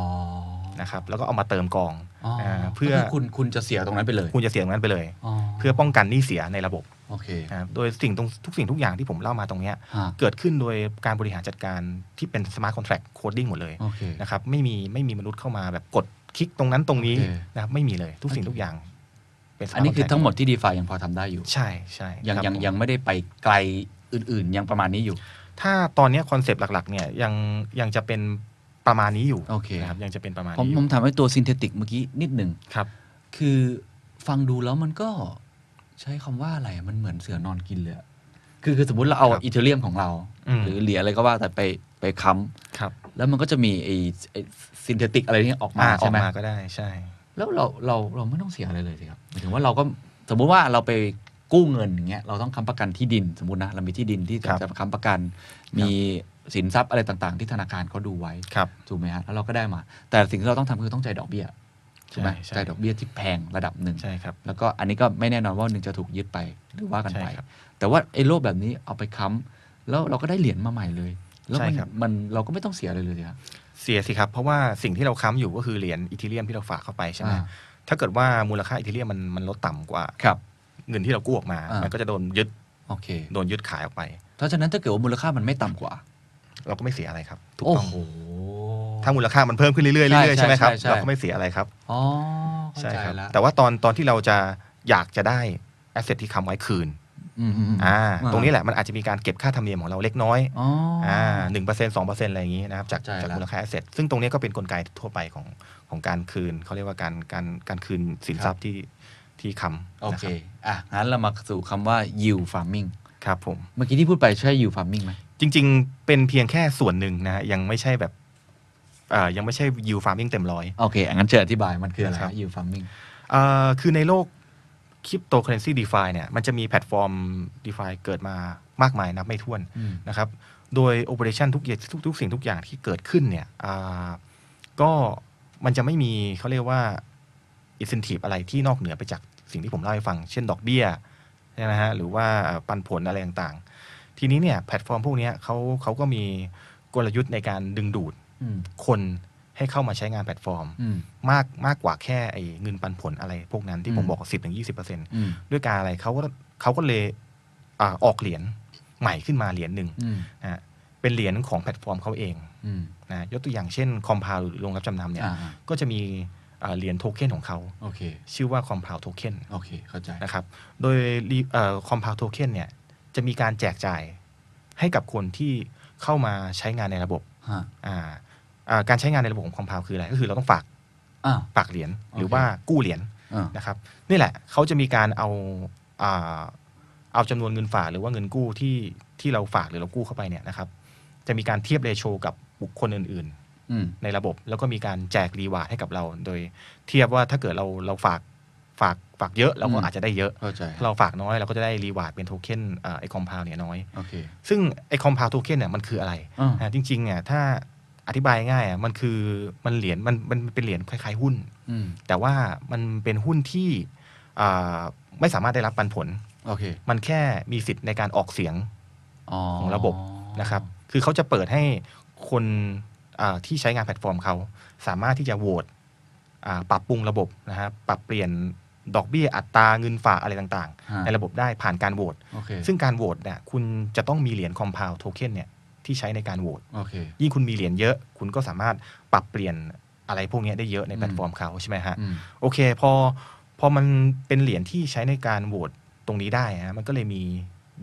F: นะครับแล้วก็เอามาเติมกอง
C: อ๋ออา
F: เพื่อ
C: ก็คืคุณคุณจะเสียตรงนั้นไปเลย
F: คุณจะเสียเงินนั้นไปเลย
C: อ๋อ
F: เพื่อป้องกันหนี้เสียในระบบ
C: โอเค
F: นะครับโดยสิ่งตรงทุกสิ่งทุกอย่างที่ผมเล่ามาตรงเนี้ย
C: ฮะ
F: เกิดขึ้นโดยการบริหารจัดการที่เป็นสมาร์ทคอนแท็กโคดดิ้งหมดเลย
C: โอเค
F: นะครับไม่มีไม่มีมนุษย์เข้ามาแบบกดคลิกตรงนั้นตรงนี้
C: โอเค
F: นะครับไม่มีเลยทุกสิ่งทุกอย่างเป็น smart
C: อันนี้คือ
F: contract
C: ทั้งหมดที่ d e f ายังพอทำได้อยู่
F: ใช่ใช่
C: ยัง
F: ครับ
C: ยัง
F: ผม
C: ยังไม่ได้ไปไกลอื่น ๆ ยังประมาณนี้อยู่
F: ถ้าตอนเนี้คอนเซปต์หลักๆเนี่ยยังยังจะเป็นประมาณนี้อยู่
C: โอเค
F: นะครับยังจะเป็นประมาณ
C: ผม
F: นี้
C: ผ
F: อยู่
C: มถามไอ้ตัวซินเทติกเมื่อกี้นิดหนึ่ง
F: ครับ
C: คือฟังดูแล้วมันก็ใช้คำว่าอะไรอะมันเหมือนเสือนอนกินเลยอะคือคือสมมติเราเอาอีเทเรียมของเรา
F: ม
C: หรือเหรียญอะไรก็ว่าแต่ไปไปค้
F: ครับ
C: ำแล้วมันก็จะมีไอ้ซินเทติกอะไรที่ออกมา
F: อ่าออ
C: ใช่
F: ก
C: ไหม
F: มาก็ได้ใช่
C: แล้วเราเราเราไม่ต้องเสียอะไรเลยสิครับหมายถึงว่าเราก็สมมุติว่าเราไปกู้เงินอย่างเงี้ยเราต้องค้ำประกันที่ดินสมมตินะเรามีที่ดินที่
F: ครับ
C: จะค้ำประกัน มีสินทรัพย์อะไรต่างๆ ที่ธนาคารเขาดูไว้
F: ครับ
C: ถูกไหมฮะแล้วเราก็ได้มา แต่สิ่งที่เราต้องทำคือต้องจ่ายดอกเบี้ยถูกไหม
F: ใช่ใช่
C: จ่ายดอกเบี้ยที่แพงระดับหนึ่ง
F: ใช่ครับ
C: แล้วก็อันนี้ก็ไม่แน่นอนว่าหนึ่งจะถูกยึดไปหรือว่ากันไป
F: ใช่ครับ
C: แต่ว่าไอ้โลกแบบนี้เอาไปค้ำแล้วเราก็ได้เหรียญมาใหม่เลย แล้วมัน
F: ใช่ครับ
C: มันเราก็ไม่ต้องเสียอะไรเลยสิครับ
F: เสียสิครับ เพราะว่าสิ่งที่เราค้ำอยู่ก็คือเหรียญอีเทเรียมที่เราฝากเข้าไปใช่ไหม
C: อ่า
F: ถ้าเกิดว่ามูลค่าอีเทเรียมมันมันลดต่ำกว่า
C: ครับ
F: เงินที่เรากู้ออกมา
C: อ่ามั
F: มันก็จะโดนยึด
C: โอเค
F: โดนยึดขายออกไป
C: เพราะฉะนั้นถ้าเกิดว่ามูลค่ามันไม่ต่ำกว่า
F: เราก็ไม่เสียอะไรครับ ถูก
C: โอ้
F: ต้อง
C: โห
F: ถ้ามูลค่ามันเพิ่มขึ้นเรื่อยๆเรื่อยๆ
C: ใช่
F: ใช่ไหมครับ
C: ใช่ใช่
F: เราก็ไม่เสียอะไรครับ
C: อ๋อเข้าใจ
F: ครั
C: แล้ว
F: แต่ว่าตอนตอนที่เราจะอยากจะได้แอสเซทที่ค้ำไว้คืน
C: อืมอืมม
F: อ่า ตรงนี้แหละมันอาจจะมีการเก็บค่าธรรมเนียมของเราเล็กน้อย
C: อ๋ออ
F: อ่าหนึ่งเปอร์เซ็นต์สองเปอร์เซ็นต์อะไรอย่างนี้นะครับ จาก
C: เข้าใจ
F: จาก
C: แล้ว
F: มูลค่าแอสเซท ซึ่งตรงนี้ก็เป็นกลไกทั่วไปของของการคืน เขาเรียกว่าการการการคืนสินทรัพย์ที่ที่ค้ำ
C: โอ
F: นะ
C: เค
F: ครับ
C: อ่ะงั้นเรามาสู่คำว่า yield farming
F: ครับผม
C: เมื่อกี้ที่พูดไปใช่ yield farming ไหม
F: จริงๆ เป็นเพียงแค่ส่วนหนึ่งนะฮะยังไม่ใช่แบบอ่ายังไม่ใช่ yield farming เต็มร้อย
C: โอเคงั้นเชิญอธิบายมันคืออะไร
F: ครับ
C: ฮะ yield farming
F: เอ่อคือในโลกคริปโตเคอเรนซีดีฟาเนี่ยมันจะมีแพลตฟอร์มดีฟาเกิดมามากมายนับไม่ถ้วน
C: อืม
F: นะครับ โดยโอเปอเรชันทุกอย่างทุกทุกสิ่งทุกอย่างที่เกิดขึ้นเนี่ยอ่าก็มันจะไม่มีเขาเรียกว่าอิส e n น i ี e อะไรที่นอกเหนือไปจากสิ่งที่ผมเล่าให้ฟัง เช่นดอกเบี้ยใช่ไหมฮะหรือว่าปันผลอะไรต่างๆ ทีนี้เนี่ยแพลตฟอร์มพวกเนี้ยเขาเขาก็มีกลยุทธ์ในการดึงดูด
C: อืม
F: คนให้เข้ามาใช้งานแพลตฟอร์ม
C: อืม
F: มากมากกว่าแค่ไอ้เงินปันผลอะไรพวกนั้นที่ผม
C: อืม
F: บอกสิบถึงยี่สิบเปอร์เซ็น
C: อืม
F: ด้วยการอะไรเขาก็เขาก็เลยอ่าออกเหรียญใหม่ขึ้นมาเหรียญหนึ่ง
C: อืม
F: นะฮะเป็นเหรียญของแพลตฟอร์มเขาเอง
C: อืม
F: นะยกตัวอย่างเช่นคอมพาวหรือโรงรับจำนำเนี่ย
C: อ่า
F: ก็จะมีอ่าเหรียญโทเค็นของเขา
C: โอเค
F: ชื่อว่าคอมพาวโทเค็น
C: โอเค เข้าใจ
F: นะครับโดยคอมพาวโทเค็นเนี่ยจะมีการแจกจ่ายให้กับคนที่ เข้ามาใช้งานในระบบ
H: ฮะ
F: อ่าอ่าการใช้งานในระบบของคอมพาวคืออะไรก็คือเราต้องฝาก
H: อ่า
F: ฝากเหรียญหรือ
H: โอเค
F: ว่ากู้เหรียญ
H: อ่า
F: นะครับนี่แหละเขาจะมีการเอาอ่าเอาจำนวนเงินฝากหรือว่าเงินกู้ที่ที่เราฝากหรือเรากู้เข้าไปเนี่ยนะครับ จะมีการเทียบเรโชกับบุคคลอื่น
H: อืม
F: ๆ ในระบบ แล้วก็มีการแจกรีวาร์ดให้กับเรา โดยเทียบว่าถ้าเกิดเราเราฝากฝากฝากเยอะเราก็
H: อืม
F: อาจจะได้เยอะ
H: เข้าใจ
F: ถ้าเราฝากน้อยเราก็จะได้รีวาร์ดเป็นโทเค็นเอ่อไอคอมพาวเนี่ยน้อย
H: โอเค
F: ซึ่งไอคอมพาวโทเค็นเนี่ยมันคืออะไร
H: อ่า
F: อ่าจริงๆเนี่ยถ้าอธิบายง่ายอ่ะมันคือมันเหรียญมันมันเป็นเหรียญคล้ายๆหุ้น
H: อืม
F: แต่ว่ามันเป็นหุ้นที่อ่าไม่สามารถได้รับปันผล
H: โอเค
F: มันแค่มีสิทธิ์ในการออกเสียง
H: อ๋อ
F: ของระบบนะครับ คือเขาจะเปิดให้คนอ่าที่ใช้งานแพลตฟอร์มเขา สามารถที่จะโหวตอ่าปรับปรุงระบบนะครับปรับเปลี่ยนดอกเบี้ยอัตราเงินฝากอะไรต่าง
H: ฮะ
F: ๆ ในระบบได้ผ่านการโหวต
H: โอเค
F: ซึ่งการโหวตเนี่ยคุณจะต้องมีเหรียญคอมเพล t โทเค็นเนี่ยที่ใช้ในการโหวต
H: โอเค
F: ยิ่งคุณมีเหรียญเยอะ คุณก็สามารถปรับเปลี่ยนอะไรพวกเนี้ยได้เยอะในแพลตฟอร์มเขาใช่ไหมฮะ
H: อืม
F: โอเคพอพอมันเป็นเหรียญที่ใช้ในการโหวตตรงนี้ได้ฮะมันก็เลยมี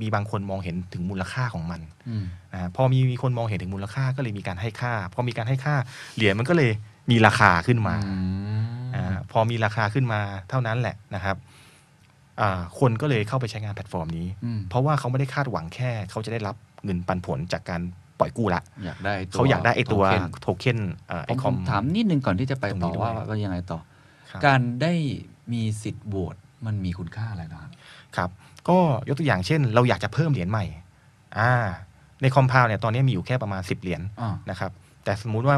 F: มีบางคนมองเห็นถึงมูลค่าของมัน
H: อืม
F: นะฮะพอมีมีคนมองเห็นถึงมูลค่าก็เลยมีการให้ค่า พอมีการให้ค่าเหรียญมันก็เลยมีราคาขึ้นมา
H: อืม
F: อ่าพอมีราคาขึ้นมาเท่านั้นแหละนะครับอ่าคนก็เลยเข้าไปใช้งานแพลตฟอร์มนี้
H: อืม
F: เพราะว่าเขาไม่ได้คาดหวังแค่ เขาจะได้รับเงินปันผลจากการปล่อยกู้ละ
H: อยากได้ตัว
F: เขาอยากได้ไอตัว
H: โเค็น
F: โทเค็นเอ่อไอ
H: ผม
F: คอม
H: ถามนิดนึงก่อนที่จะไป
F: ตรงนี้
H: ต่อ
F: ด้วย
H: ว่าว่ายังไงต่อ
F: ครับ
H: การได้มีสิทธิ์โหวตมันมีคุณค่าอะไรนะครับ
F: ครับ ก็ยกตัวอย่างเช่น เราอยากจะเพิ่มเหรียญใหม่ อ่า ในคอมเพลเนี่ยตอนนี้มีอยู่แค่ประมาณ 10 เหรียญ
H: อ่า
F: นะครับ แต่สมมุติว่า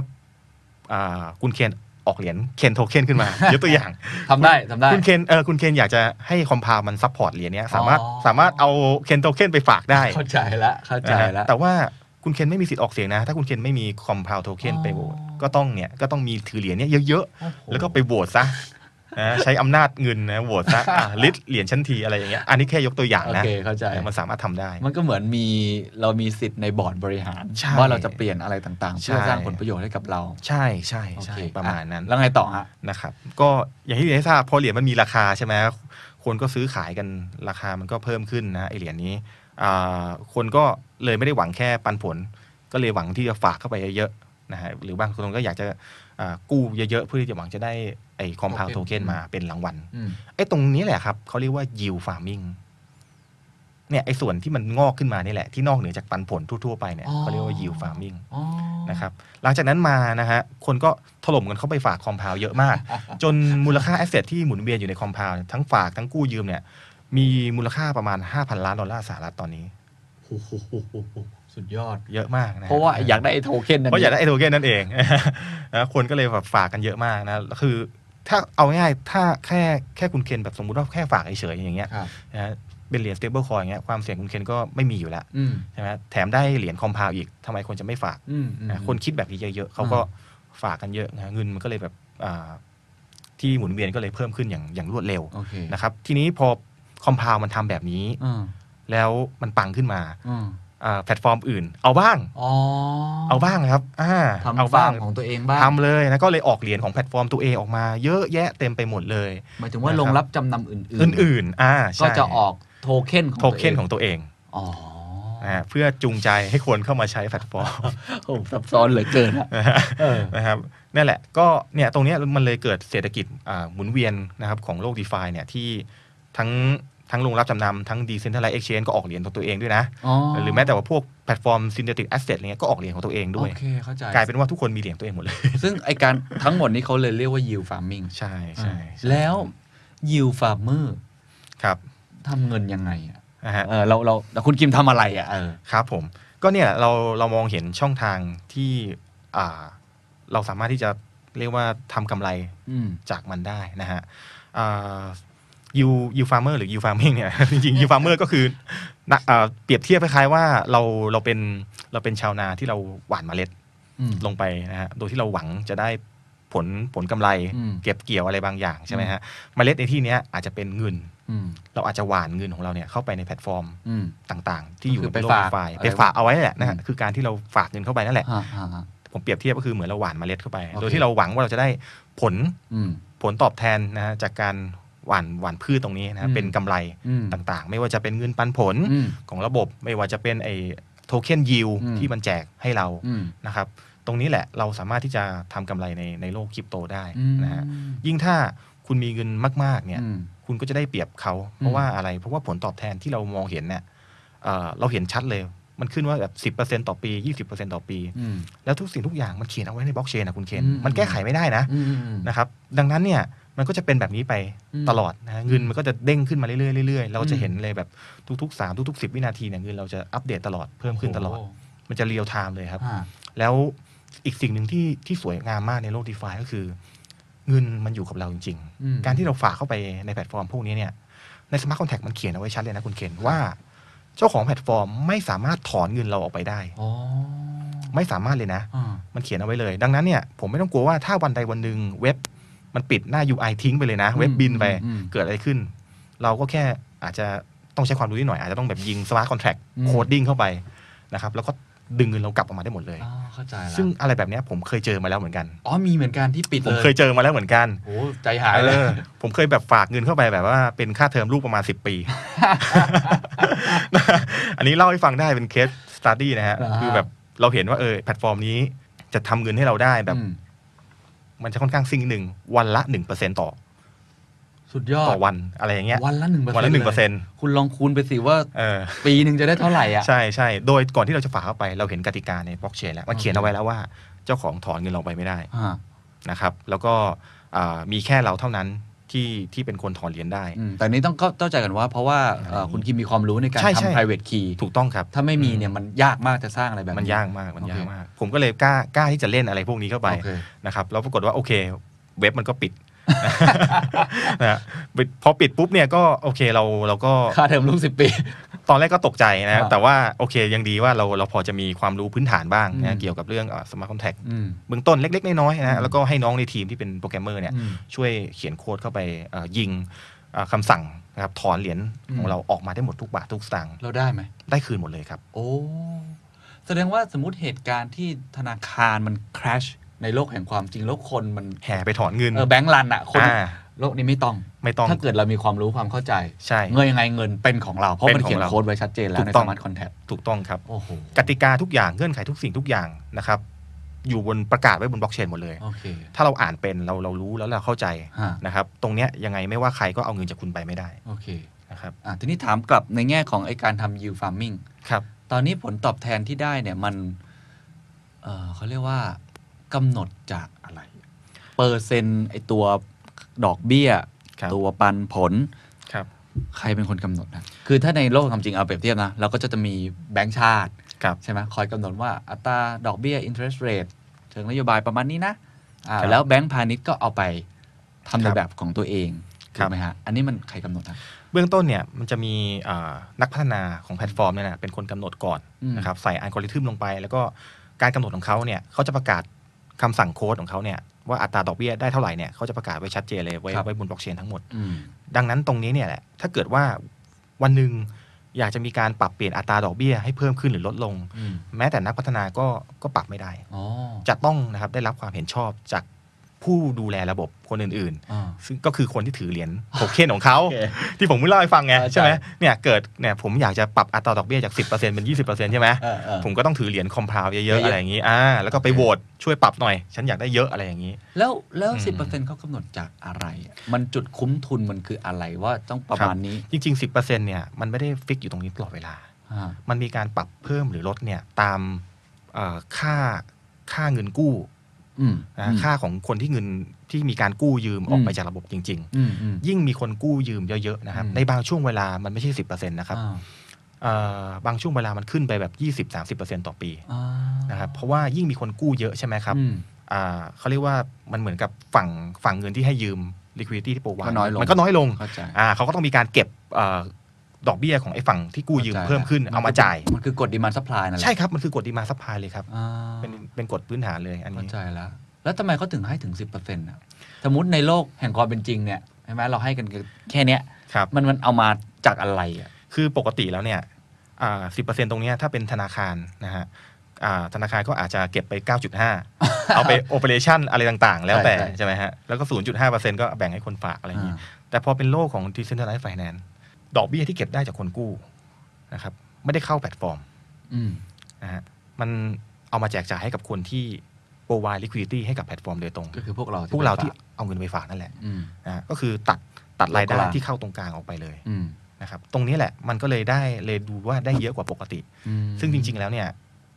F: อ่าคุณเคนออกเหรียญเคนโทเค็น
H: (laughs)
F: ขึ้นมา ยกตัวอย่าง
H: ทำได้ทำได้
F: คุณเคนเออคุณเคนอยากจะให้คอมเพลมันซัพพอร์ตเหรียญเนี้ยสามารถ
H: อ๋อ
F: สามารถเอาเคนโทเค็นไปฝากได้
H: เข้าใจละเข้าใจ
F: นะฮะ
H: ละ
F: แต่ว่าคุณเคนไม่มีสิทธิ์ออกเสียงนะ ถ้าคุณเคนไม่มีคอมเพลโทเค็น
H: อ๋อ
F: ไปโหวตก็ต้องเนี่ยก็ต้องมีถือเหรียญเนี่ยเยอะ
H: โอ้โห
F: ๆ แล้วก็ไปโหวตซะนะใช้อำนาจเงินนะโหวต
H: (laughs)
F: ซะอ่ะลิดเหรียญชั้นทีอะไรอย่างเงี้ยอันนี้แค่ยกตัวอย่าง
H: โอ
F: นะ
H: เคเข้าใจ
F: มันสามารถทำได้
H: มันก็เหมือนมีเรามีสิทธิ์ในบอร์ดบริหาร
F: ใช่
H: ว่าเราจะเปลี่ยนอะไรต่างๆ เพื่อ
F: ใช่
H: สร้างผลประโยชน์ให้กับเรา
F: ใช่ใช่
H: โอ
F: ใช่
H: เค
F: ประมาณนั้น
H: อ่แล้วไงต่อฮะ
F: นะครับ ก็อย่างที่เรียนให้ทราบพอเหรียญมันมีราคาใช่ไหมคนก็ซื้อขายกันราคามันก็เพิ่มขึ้นนะไอเหรียญนี้อ่าคนก็เลยไม่ได้หวังแค่ปันผล ก็เลยหวังที่จะฝากเข้าไปเยอะๆนะฮะหรือบางคนก็อยากจะอ่ากู้เยอะๆเพื่อที่จะหวังจะได้ไอคอมพาว
H: Token
F: โทเค็น
H: อืม
F: มาเป็นรางวัล
H: อืม
F: ไอตรงนี้แหละครับเขาเรียกว่า yield farming เนี่ยไอส่วนที่มันงอกขึ้นมานี่แหละที่นอกเหนือจากปันผลทั่วๆไปเนี่ยเขาเรียกว่า yield farming
H: อ๋อ
F: นะครับหลังจากนั้นมานะฮะคนก็ถล่มกันเข้าไปฝากคอมเพลเยอะมาก
H: (laughs)
F: จนมูลค่าแอสเซทที่หมุนเวียนอยู่ในคอมเพลทั้งฝากทั้งกู้ยืมเนี่ยมีมูลค่าประมาณ 5,000 ล้านดอลลาร์สหรัฐตอนนี้
H: โอ้โหสุดยอด
F: เยอะมากนะฮ
H: เพราะว่าอยากได้ไอ้โทเค็นนั้น
F: เพราะอยากได้ไอโทเก้นนั่นเอง (laughs) นะคนก็เลยแบบฝากกันเยอะมากนะคือถ้าเอาง่ายๆถ้าแค่แค่คุณเคนแบบสมมุติว่าแค่ฝากเฉยๆอย่างเงี้ย
H: ครับ
F: นะฮะเป็นเหรียญสเตเบิลคอยอย่างเงี้ยความเสี่ยงคุณเคนก็ไม่มีอยู่แล้ว
H: อืม
F: ใช่ไหมแถมได้เหรียญคอมเพลอีกทำไมคนจะไม่ฝาก
H: อืมอืม
F: นะคนคิดแบบนี้เยอะๆเขาก็ฝากกันเยอะนะเงินมันก็เลยแบบอ่าที่หมุนเวียนก็เลยเพิ่มขึ้นอย่างอย่างรวดเร็ว
H: โอเค
F: นะครับ ทีนี้พอคอมพาวมันทำแบบนี้
H: อืม
F: แล้วมันปังขึ้นมา
H: อืม
F: อ่าแพลตฟอร์มอื่น เอาบ้าง
H: อ๋อ
F: เอาบ้างครับอ่า
H: ทำ
F: เอา
H: ฟา
F: บ้า
H: ร์
F: ง
H: มของตัวเองบ้าง
F: ทำเลยนะก็เลยออกเหรียญของแพลตฟอร์มตัวเองออกมา เยอะแยะเต็มไปหมดเลย
H: หมายถึงว่า
F: นะครับ
H: ลงรับจำนำอื่นๆ
F: อื่นๆอ่าใช่
H: ก็จะออกโทเค็นของ
F: โทเค็นของตัวเอง
H: อ๋อ
F: นะฮะเพื่อจูงใจให้คนเข้ามาใช้แพลตฟอร์ม
H: โอ้ซับซ้อนเหลือเกินอะ
F: นะครับนั่นแหละก็เนี่ยตรงเนี้ยมันเลยเกิดเศรษฐกิจอ่าหมุนเวียนนะครับของโลกดีฟาเนี่ยที่ทั้งทั้งโรงรับจำนำทั้งดีเซนทัลไล e ์เอ็กชแนนก็ออกเหรียญของตัวเองด้วยนะ
H: อ๋อ
F: หรือแม้แต่ว่าพวกแพลตฟอร์มซินเ h ติกแอสเซทเนี้ยก็ออกเหรียญของตัวเองด้วย
H: โอเคเข้าใจ
F: กลายเป็นว่าทุกคนมีเหรียญตัวเองหมดเลย
H: ซึ่งไอการทั้งหมดนี้เขาเลยเรียกว่า yield farming
F: ใช่ใช่ใช่
H: แล้ว yield farmer
F: ครับ
H: ทำเงินยังไงอะ
F: นะฮะ
H: เออเราเราแล้วคุณกิมทำอะไรอะเออ
F: ครับผมก็เนี่ยเราเรามองเห็นช่องทางที่อ่าเราสามารถที่จะเรียกว่าทำกำไร
H: อืม
F: จากมันได้นะฮะยูยูฟาร์เมอร์หรือยูฟาร์มิงเนี่ย (laughs) จริงๆยูฟาร์เมอร์ก็คือนักเอ่อเปรียบเทียบคล้ายๆว่าเราเราเป็นเราเป็นชาวนาที่เราหว่านเมล็ด
H: อืม
F: ลงไปนะฮะโดยที่เราหวังจะได้ผลผลกำไร
H: อืม
F: เก็บเกี่ยวอะไรบางอย่างใช่ไหมฮะเมล็ดในที่เนี้ยอาจจะเป็นเงิน
H: อืม
F: เราอาจจะหว่านเงินของเราเนี่ยเข้าไปในแพลตฟอร์ม
H: อืม
F: ต่างๆ ที่อยู่
H: ก็คือ
F: ในโล
H: ไป
F: ก
H: ฝาก
F: ไฟล์
H: อะไร
F: ไปฝากเอาไว้แหละนะฮะ
H: อืม
F: คือการที่เราฝากเงินเข้าไปนั่นแหละ
H: ฮะฮะฮะ
F: ผมเปรียบเทียบก็คือเหมือนเราหว่านเมล็ดเข้าไป
H: โอเค
F: โดยที่เราหวังว่าเราจะได้ผล
H: อืม
F: ผลตอบแทนนะฮะจากการหว่านหว่านพืชตรงนี้นะฮะ
H: อืม
F: เป็นกำไร
H: อืม
F: ต่างๆ ไม่ว่าจะเป็นเงินปันผล
H: อืม
F: ของระบบไม่ว่าจะเป็นไอ โทเค็นยิว
C: อืม
F: ที่มันแจกให้เรา
C: อืม
F: นะครับ ตรงนี้แหละเราสามารถที่จะทำกำไรในในโลกคริปโตได้
C: อืม
F: นะฮะยิ่งถ้าคุณมีเงินมากๆเนี่ย
C: อืม
F: คุณก็จะได้เปรียบเขา เพราะว่าอะไร เพราะว่าผลตอบแทนที่เรามองเห็นเนี่ยเอ่อเราเห็นชัดเลย มันขึ้นว่าแบบสิบเปอร์เซ็นต่อปียี่สิบเปอร์เซ็นต่อปี
C: อืม
F: แล้วทุกสิ่งทุกอย่างมันเขียนเอาไว้ในบล็อกเชนนะคุณเคน
C: อืม
F: มันแก้ไขไม่ได้นะ
C: อืมอืม
F: นะครับ ดังนั้นเนี่ยมันก็จะเป็นแบบนี้ไป
C: อืม
F: ตลอดนะฮะเงินมันก็จะเด้งขึ้นมาเรื่อยๆเรื่อยๆเราก็จะ
C: อืม
F: เห็นเลยแบบทุกๆสามทุกๆสิบวินาทีเนี่ยเงินเราจะอัปเดตตลอดเพิ่มขึ้นตลอด มันจะเรียลไทม์เลยครับ
C: อ่า
F: แล้วอีกสิ่งหนึ่งที่ที่สวยงามมากในโลกดีฟาก็คือ เงินมันอยู่กับเราจริง
C: อืม
F: ๆ การที่เราฝากเข้าไปในแพลตฟอร์มพวกนี้เนี่ยในสมาร์ทคอนแทคมันเขียนเอาไว้ชัดเลยนะคุณเคนว่า เจ้าของแพลตฟอร์มไม่สามารถถอนเงินเราออกไปได้
C: อ๋อ
F: ไม่สามารถเลยนะ
C: อ่า
F: มันเขียนเอาไว้เลย ดังนั้นเนี่ยผมไม่ต้องกลัวว่าถ้าวันใดวันหนึ่งเว็บมันปิดหน้า UI ทิ้งไปเลยนะ เว็บบินไป
C: อืม
F: เกิดอะไรขึ้น เราก็แค่อาจจะต้องใช้ความรู้นิดหน่อยอาจจะต้องแบบยิงสมาร์ทคอนแทค
C: อืม
F: โคดดิ้งเข้าไปนะครับแล้วก็ดึงเงินเรากลับออกมาได้หมดเลย
C: อ๋อเข้าใจละ
F: ซึ่งอะไรแบบเนี้ยผมเคยเจอมาแล้วเหมือนกัน
C: อ๋อมีเหมือนกันที่ปิด
F: ผม
C: เลย
F: เคยเจอมาแล้วเหมือนกัน
C: โอ้ใจหายเล
F: เอย อผมเคยแบบฝากเงินเข้าไปแบบว่าเป็นค่าเทอมลูกประมาณ 10 ปี
C: (laughs)
F: อันนี้เล่าให้ฟังได้เป็นเคสสต t ดี้นะฮะ
C: อ่า
F: คือแบบเราเห็นว่าเออแพลตฟอร์มนี้จะทำเงินให้เราได้แบบ
C: อืม
F: มันจะค่อนข้างซิ่งหนึ่งวันละ 1%ต่อ
C: สุดยอด
F: ต่อวันอะไรอย่างเงี้ย
C: วันละหนึ่งเปอร์เซ็นต์
F: วันละหนึ่งเปอร์เซ็นต์
C: คุณลองคูณไปสิว่า
F: เออ
C: ปีหนึ่งจะได้เท่าไหร่อ่ะ
F: ใช่ใช่โดยก่อนที่เราจะฝากเข้าไปเราเห็นกติกาในบล็อกเชนแล้วมัน
C: โอเค
F: เขียนเอาไว้แล้วว่าเจ้าของถอนเงินเราไปไม่ได้
C: อ่า
F: นะครับแล้วก็อ่ามีแค่เราเท่านั้นที่ที่เป็นคนถอนเหรียญได้
C: อืมแต่นี้ต้องเข้าเข้าใจกันว่าเพราะว่าเอ่อคุณคิมมีความรู้ในการ
F: ใช่ใช่
C: ทำ private key
F: ถูกต้องครับ
C: ถ้าไม่มีเนี่ยมันยากมากจะสร้างอะไรแบบ
F: มันยากมากมัน
C: โอเค
F: ยากมาก ผมก็เลยกล้ากล้าที่จะเล่นอะไรพวกนี้เข้าไป
C: โอเค
F: นะครับแล้วปรากฏว่าโอเค เว็บมันก็ปิด (laughs) นะฮะปิดพอปิดปุ๊บเนี่ยก็โอเคเราเราก็
C: ค่าเทอมลูกสิบปี
F: ตอนแรกก็ตกใจนะ
C: อ่า
F: แต่ว่าโอเคยังดีว่าเราเราพอจะมีความรู้พื้นฐานบ้าง
C: อืม
F: นะเกี่ยวกับเรื่องสมาร์ทคอนแทค
C: อืม
F: เบื้องต้นเล็กๆ น้อยๆ
C: อื
F: นะฮะ
C: ม
F: แล้วก็ให้น้องในทีมที่เป็นโปรแกรมเมอร์เนี่ย
C: อืม
F: ช่วยเขียนโค้ดเข้าไปเอ่อยิงเอ่อคำสั่งนะครับถอนเหรียญขอ
C: อื
F: ง
C: ม
F: เราออกมาได้หมดทุกบาททุกสตางค์
C: เราได้ไหม
F: ได้คืนหมดเลยครับ
C: โอ้ แสดงว่าสมมติเหตุการณ์ที่ธนาคารมัน crash ในโลกแห่งความจริง โลกคนมัน
F: แห่ไปถอนเงิน
C: เออแบงก์รันอะคน
F: อ่า
C: โลกนี้ไม่ต้อง
F: ไม่ต้อง
C: ถ้าเกิดเรามีความรู้ความเข้าใจ
F: ใช่
C: เงินยังไงเงินเป็นของเรา เพราะ
F: เป็น
C: มัน
F: ของ
C: เขียน
F: เรา
C: โค้ดไว้ชัดเจนแล้
F: ถู
C: ว
F: ก
C: ในส
F: ต้อง
C: มาร์ทคอนแทค
F: ถูกต้องครับ
C: โอ้โห
F: กติกาทุกอย่างเงื่อนไขทุกสิ่งทุกอย่างนะครับ อยู่บนประกาศไว้บนบล็อกเชนหมดเลย
C: โอเค
F: ถ้าเราอ่านเป็นเราเรารู้แล้วเราเข้าใจ
C: ฮะ
F: นะครับตรงเนี้ยยังไงไม่ว่าใครก็เอาเงินจากคุณไปไม่ได้
C: โอเค
F: นะครับ
C: อ่ะทีนี้ถามกลับในแง่ของไอการทำ yield farming
F: ครับ
C: ตอนนี้ผลตอบแทนที่ได้เนี่ยมันเอ่อเขาเรียกว่ากำหนดจากอะไร เปอร์เซ็นต์ไอตัวดอกเบี้ย
F: ครับ
C: ตัวปันผล
F: ครับ
C: ใครเป็นคนกำหนดนะ คือถ้าในโลกความจริงเอาเปรียบเทียบนะ เราก็จะมีแบงก์ชาติ
F: ครับ
C: ใช่ไหมคอยกำหนดว่าอัตราดอกเบี้ย interest rate เชิงนโยบายประมาณนี้นะอ่า
F: ครับ
C: แล้วแบงก์พาณิชย์ก็เอาไปทำใน
F: ครับ
C: แบบของตัวเอง
F: ครั
C: ถู
F: บ
C: กไหมฮะ อันนี้มันใครกำหนดนะ
F: เบื้องต้นเนี่ยมันจะมีอ่านักพัฒนาของแพลตฟอร์มเนี่ยนะเป็นคนกำหนดก่อน
C: อืม
F: นะครับใส่อัลกอริทึมลงไป แล้วก็การกำหนดของเขาเนี่ยเขาจะประกาศคำสั่งโค้ดของเขาเนี่ยว่าอัตราดอกเบี้ยได้เท่าไหร่เนี่ยเขาจะประกาศไว้ชัดเจนเลยไว้ไว้บนบล็อกเชนทั้งหมด
C: อืม
F: ดังนั้นตรงนี้เนี่ยแหละถ้าเกิดว่าวันหนึ่งอยากจะมีการปรับเปลี่ยนอัตราดอกเบี้ยให้เพิ่มขึ้นหรือลดลง
C: อืม
F: แม้แต่นักพัฒนาก็ก็ปรับไม่ได้
C: อ๋อ
F: จะต้องนะครับได้รับความเห็นชอบจากผู้ดูแลระบบคนอื่นๆ
C: อ่า
F: ซึ่งก็คือคนที่ถือเหรียญโทเค็นของเขา ที่ผมเพิ่งเล่าให้ฟังไง
C: อ่าใช่
F: ใช่ไหมเนี่ยเกิดเนี่ยผมอยากจะปรับอัตราดอกเบี้ยจาก 10%เป็น20%ใช่ไหม
C: เออเออ
F: ผมก็ต้องถือเหรียญคอมพลาวเย
C: เย
F: อะ
C: อะๆ
F: ๆอะไรอย่างนี้อ่าแล้วก็ไปโหวตช่วยปรับหน่อย ฉันอยากได้เยอะอะไรอย่างนี้
C: แล้วแล้ว
F: อืม
C: สิบเปอร์เซ็นต์เขากำหนดจากอะไรอะมันจุดคุ้มทุนมันคืออะไรว่าต้องประมาณนี้
F: จริง ๆ 10%เนี่ยมันไม่ได้ฟิกอยู่ตรงนี้ตลอดเวลา
C: อ่า
F: มันมีการปรับเพิ่มหรือลดเนี่ยตามเอ่อค่าค่าเงินกู้
C: อืม
F: นะ
C: อืม
F: ค่าของคนที่เงินที่มีการกู้ยืมออกไป
C: อืม
F: จากระบบจริง
C: อืมอืม
F: ๆ ยิ่งมีคนกู้ยืมเยอะๆนะครับ
C: อืม
F: ในบางช่วงเวลามันไม่ใช่10%นะครับ
C: อ่า
F: เอ่อบางช่วงเวลามันขึ้นไปแบบ 20-30%ต่อปี
C: อ่า
F: นะครับเพราะว่ายิ่งมีคนกู้เยอะใช่ไหมครับ
C: อืม
F: อ่าเขาเรียกว่ามันเหมือนกับฝั่งฝั่งเงินที่ให้ยืม liquidity ที่โปรวา
C: ก็
F: ย
C: น้อยลง
F: มันก็น้อยลง
C: เข้าใจ
F: อ่าเขาก็ต้องมีการเก็บเอ่อดอกเบี้ยของไอ้ฝั่งที่กู้ยืมเพิ่มขึ้นเอามาจ่าย
C: มันคือกฎดีมานซัพพลายนั่นแหละ
F: ใช่ครับ มันคือกฎดีมาซัพพลายเลยครับ
C: อ่า
F: เป็นเป็นกฎพื้นฐานเลยอัน
C: เข้า
F: นี้
C: ใจแล้ว แล้วทำไมเขาถึงให้ถึง 10%อ่ะ สมมติในโลกแห่งความเป็นจริงเนี่ยใช่ไหมเราให้กันแค่เนี้ย
F: ครับ
C: มันมันเอามาจากอะไรอ่ะ
F: คือปกติแล้วเนี่ยสิบเปอร์เซ็นตรงเนี้ยถ้าเป็นธนาคารนะฮะอ่าธนาคารก็อาจจะเก็บไป
C: (laughs)
F: 9.5 เอาไปโอเปอเรชั่นอะไรต่างๆ แล้วแต่
C: ใช่ใช่
F: ใช่ไหมฮะ แล้วก็ 0.5%ก็แบ่งให้คนฝากอะไรอย่างนี้ แต่พอเป็นโลกของ decentralized finance ดอกเบี้ยที่เก็บได้จากคนกู้นะครับไม่ได้เข้าแพลตฟอร์ม
C: อืม
F: นะฮะมันเอามาแจกจ่ายให้กับคนที่โปรไว liquidity ให้กับแพลตฟอร์มโดยตรง
C: ก็คือพวกเรา
F: พวกเราที่
C: ไปฝ
F: เอาเงินไปฝากนั่นแหละ
C: อืม
F: นะฮะก็คือตัดตัดรายได้
C: แล้วก็ลา
F: ที่เข้าตรงกลางออกไปเลย
C: อืม
F: นะครับตรงนี้แหละมันก็เลยได้เลยดูว่าได้เยอะกว่าปกติ
C: อืม
F: ซึ่งจริง ๆ แล้วเนี่ย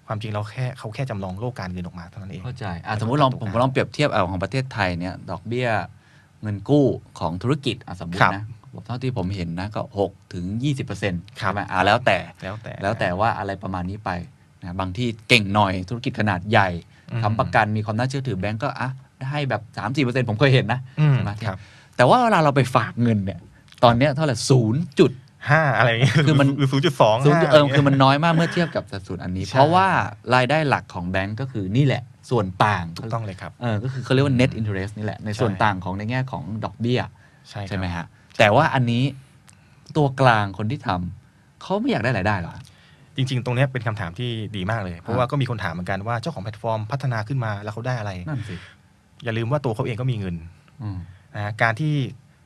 F: ความจริงเราแค่เขาแค่จำลองโลกการเงินออกมาเท่านั้นเอง
C: เข้าใจอ่ะสมมติลองผมลองเปรียบเทียบเอาของประเทศไทยเนี่ย ดอกเบี้ยเงินกู้ของธุรกิจอ่ะสมมติ
F: ครับ
C: นะผมเท่าที่ผมเห็นนะก็หกถึงยี่สิบเปอร์เซ็นต์
F: ครับ
C: ใช่ไหมอ่ะแล้วแต่
F: แล้วแต่
C: แล้วแต่ว่าอะไรประมาณนี้ไปนะบางที่เก่งหน่อยธุรกิจขนาดใหญ่
F: อืม
C: ทำประกันมีความน่าเชื่อถือแบงก์ก็อ่ะให้แบบ 3 4 ผมเคยเห็นนะ
F: อืม
C: ใช่ไหม
F: ครับ
C: แต่ว่าเวลาเราไปฝากเงินเนี่ย ตอนเนี้ยเท่าไหร่ศูนย์จุด
F: ห้าอะไรอย่างเงี้ย
C: คือมัน
F: หรือศูนย์จุดสอง
C: ศูนย์
F: ห้า
C: เออ
F: อะไร
C: คือ
F: เงี้ย
C: มันน้อยมากเมื่อเทียบกับสัดส่วนอันนี้
F: ใช่
C: เพราะว่ารายได้หลักของแบงก์ก็คือนี่แหละ ส่วนต่าง
F: ถูกต้องเลยครับ
C: เออก็คือเขาเรียกว่า net interest นี่แหละ ใน
F: ใช่
C: ส่วนต่างของในแง่ของดอกเบี้ย
F: ใช่ครับ
C: ใช่ไหมฮะ แต่ว่าอันนี้ตัวกลางคนที่ทำเขาไม่อยากได้รายได้หรอ
F: จริง ๆ ตรงเนี้ยเป็นคำถามที่ดีมากเลย
C: ค
F: เพ
C: รั
F: ราะ
C: บ
F: ว่าก็มีคนถามเหมือนกันว่าเจ้าของแพลตฟอร์มพัฒนาขึ้นมาแล้วเขาได้อะไร
C: นั่นสิ
F: อย่าลืมว่าตัวเขาเองก็มีเงิน
C: อืม
F: นะฮะการที่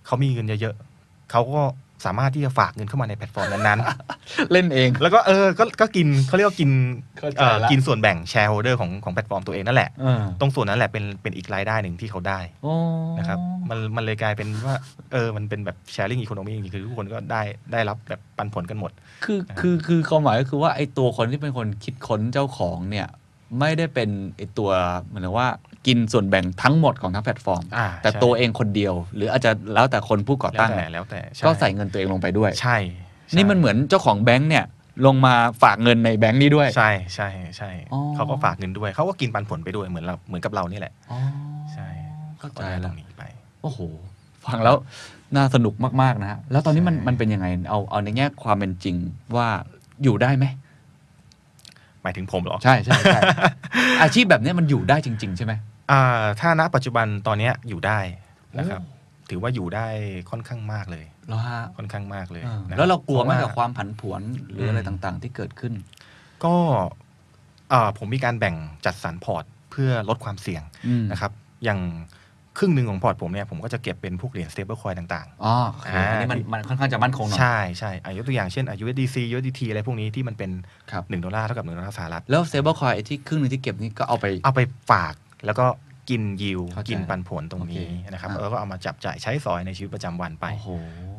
F: เขามีเงินเยอะๆเขาก็สามารถที่จะฝากเงินเข้ามาในแพลตฟอร์มนั้น
C: เล่นเอง
F: ๆ แล้วก็เออก็ก็กินเขาเรียกว่ากิน
I: เข้าใจละ
F: เอ่อกินส่วนแบ่งแชร์โฮเดอร์ของของแพลตฟอร์มตัวเองนั่นแหละ
C: เออ
F: ตรงส่วนนั้นแหละเป็นเป็นอีกรายได้หนึ่งที่เขาได้
C: โอ้
F: นะครับมันมันเลยกลายเป็นว่าเออมันเป็นแบบแชร์ลิงอีโคโนมีจริงๆคือทุกคนก็ได้ได้รับแบบปันผลกันหมด
C: คือคือคือความหมายก็คือว่าไอ้ตัวคนที่เป็นคนคิดค้นเจ้าของเนี่ย ไม่ได้เป็นไอ้ตัวเหมือนกับว่ากินส่วนแบ่งทั้งหมดของทั้งแพลตฟอร์ม
F: อ่า
C: แต่
F: ใช่
C: ตัวเองคนเดียว หรืออาจจะแล้วแต่คนผู้ก่อ
F: แล้ว
C: ตั้ง
F: แต่แล้วแต่ช่
C: ก็ใส่เงินตัวเองลงไปด้วย
F: ใช่ใช่
C: นี่มันเหมือนเจ้าของแบงค์เนี่ยลงมาฝากเงินในแบงค์นี้ด้วย
F: ใช่ใช่ใช่
C: อ๋อ
F: เขาก็ฝากเงินด้วย เขาก็กินปันผลไปด้วยเหมือนเราเหมือนกับเรานี่แหละ
C: อ๋อ
F: ใช่
C: เข้าใจ
F: ก็ได้ต
C: แล้
F: ร
C: ว
F: งนี้ไป
C: โอ้โห ฟังแล้วน่าสนุกมาก ๆ นะฮะ แล้วตอนนี้มัน
F: ใช่
C: มันเป็นยังไง เอาเอาในแง่ความเป็นจริงว่าอยู่ได้ไหม
F: หมายถึงผมเหรอ
C: ใช่ใช่ใช่ อาชีพแบบเนี้ยมันอยู่ได้จริง ๆ ใช่ไหม
F: อ่าถ้าณปัจจุบันตอนเนี้ยอยู่ได้นะครับ ถือว่าอยู่ได้ค่อนข้างมากเลย
C: แล้วฮะ
F: ค่อนข้างมากเลย
C: เออ
F: นะคบ
C: แล้วเรากลัวไหม
F: พะ
C: กับความผันผวนหรืออะไร
F: อืม
C: ต่างๆ ที่เกิดขึ้น
F: ก็อ่าผมมีการแบ่งจัดสรรพอร์ตเพื่อลดความเสี่ยง
C: อืม
F: นะครับ อย่างครึ่งหนึ่งของพอร์ตผมเนี่ยผมก็จะเก็บเป็นพวกเหรียญ stable coin ต่าง
C: อ๋อโอเคอันนี้มัน
F: อ่ามั
C: มันค่อนข้างจะมั่นคงหน่อย
F: ๆ ใช่ใช่อ่ะยกตัวอย่างเช่นอ่ะ USDC USDT อะไรพวกนี้ที่มันเป็น
C: ครับ
F: หนึ่งดอลลาร์เท่ากับหนึ่งดอลลาร์สหรัฐ
C: แล้วเซเบอร์คอยที่ครึ่งหนึงที่เก็บนี่ก็เอาไป
F: เอาไปฝากแล้วก็กินยิว
C: เข้าใจ
F: กินปันผลตรงนี้
C: โอเค
F: นะครับ
C: อ่ะ
F: แล้วก็เอามาจับจ่ายใช้สอยในชีวิตประจำวันไป
C: โอ้โห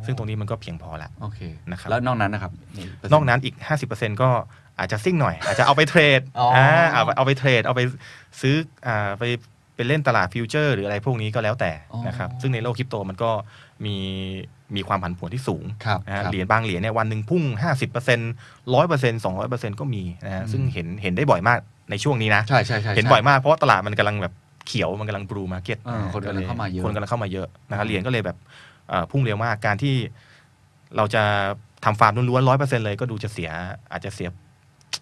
F: ซึ่งตรงนี้มันก็เพียงพอละ
C: โอเค
F: นะครับ
C: แล้วนอกนั้นนะครับเปร์เซ็
F: น
C: ต์
F: อกนั้นอีก 50%ก็อาจจะซิ่งหน่อย อาจจะเอาไปเทรด
C: อ๋ออ่
F: ่าเอาไปเอาไปเทรด เอาไปซื้ออ่าไปไปเล่นตลาดฟิวเจอร์ หรืออะไรพวกนี้ก็แล้วแต่นะครับซึ่งในโลกคริปโตมันก็มีมีความผันผวนที่สูง
C: ครับ
F: นะฮะ
C: ครับ
F: เหรียญบางเหรียญเนี่ยวันหนึ่งพุ่ง 50% 100% 200%ก็มีนะฮะซึ่งเห็นเห็นได้บ่อยมากในช่วงนี้นะ
C: ใช่ใช่ใช่
F: เห็นบ่อยมากเพราะว่าตลาดมันกำลังแบบเขียวมันกำลังบรูมาร์เก็ต
C: เออคนกำลังเข้ามาเยอะ
F: คนกำลังเข้ามาเยอะนะครับเหรียญก็เลยแบบเอ่อพุ่งเร็วมากการที่เราจะทำฟาร์มล้วนๆร้อยเปอร์เซ็นต์เลยก็ดูจะเสียอาจจะเสีย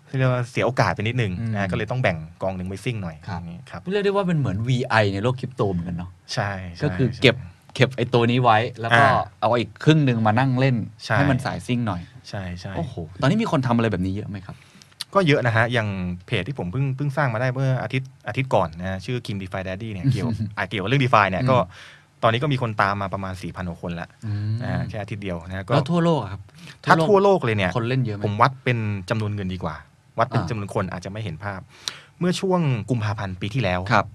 F: เรียกว่าเสียโอกาสไปนิดนึงนะ
C: อื
F: ฮะ
C: ม
F: ก็เลยต้องแบ่งกองหนึ่งไว้ซิ่งหน่อย
C: ครับ
F: อย่างนี้ครับ
C: เรียกได้ว่าเป็นเหมือน VI ในโลกคริปโตเหมือนกันเนาะ
F: ใช่ใช่
C: ก็คือ
F: ใช่
C: เก็บเก็บไอ้ตัวนี้ไว้ แล้วก็
F: อ่า
C: เอาอีกครึ่งหนึ่งมานั่งเล่น
F: ใช่
C: ให้มันสายซิ่งหน่อย
F: ใช่ใช่
C: โอ้โห ตอนนี้มีคนทำอะไรแบบนี้เยอะไหมครับ
F: ก็เยอะนะฮะ อย่างเพจที่ผมเพิ่งเพิ่งสร้างมาได้เมื่ออาทิตย์อาทิตย์ก่อนนะฮะชื่อ Kim DeFi Daddy เนี่ย เกี่ยวอ่ะเกี่ยวกับเรื่อง DeFi เนี่ย ก็ตอนนี้ก็มีคนตามมาประมาณ 4 0 0 0 คนละนะฮะแค่อาทิตย์เดียวนะฮะก็
C: แล้วทั่วโลกอะครับ
F: ถ้าทั่วโลกเลยเนี่ย
C: คนเล่นเยอะไหม
F: ผมวัดเป็นจำนวนเงินดีกว่า วัดเป็น
C: อ่า
F: จำนวนคนอาจจะไม่เห็นภาพ เมื่อช่วงกุมภาพันธ์ปีที่แล้ว
C: ครับ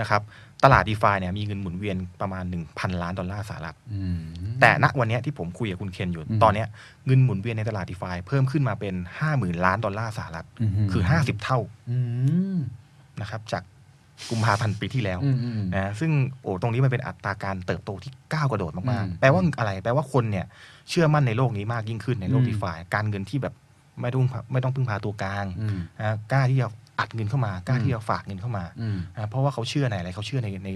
F: นะครับ ตลาด DeFi เนี่ยมีเงินหมุนเวียนประมาณ 1,000 ล้านดอลลาร์สหรัฐ
C: อืม
F: แต่ณวันเนี้ยที่ผมคุยกับคุณเคนอยู่
C: อืม
F: ตอนเนี้ยเงินหมุนเวียนในตลาด DeFi เพิ่มขึ้นมาเป็น 50,000 ล้านดอลลาร์สหรัฐ คือ 50 เท่า
C: อืม
F: นะครับจากกุมภาพันธ์ปีที่แล้ว
C: อืมอืม
F: นะซึ่งโอ้ตรงนี้มันเป็นอัตราการเติบโตที่ก้าวกระโดดมาก
C: อืม
F: ๆ แปลว่าอะไร แปลว่าคนเนี่ยเชื่อมั่นในโลกนี้มากยิ่งขึ้นในโลก
C: อืม
F: ดีฟาการเงินที่แบบไม่ต้องไม่ต้องพึ่งพาตัวกลาง
C: อืม
F: นะกล้าที่จะอัดเงินเข้ามากล้า
C: อืม
F: ที่จะฝากเงินเข้ามา
C: อืม
F: นะเพราะว่าเขาเชื่อในอะไรเขาเชื่อในใน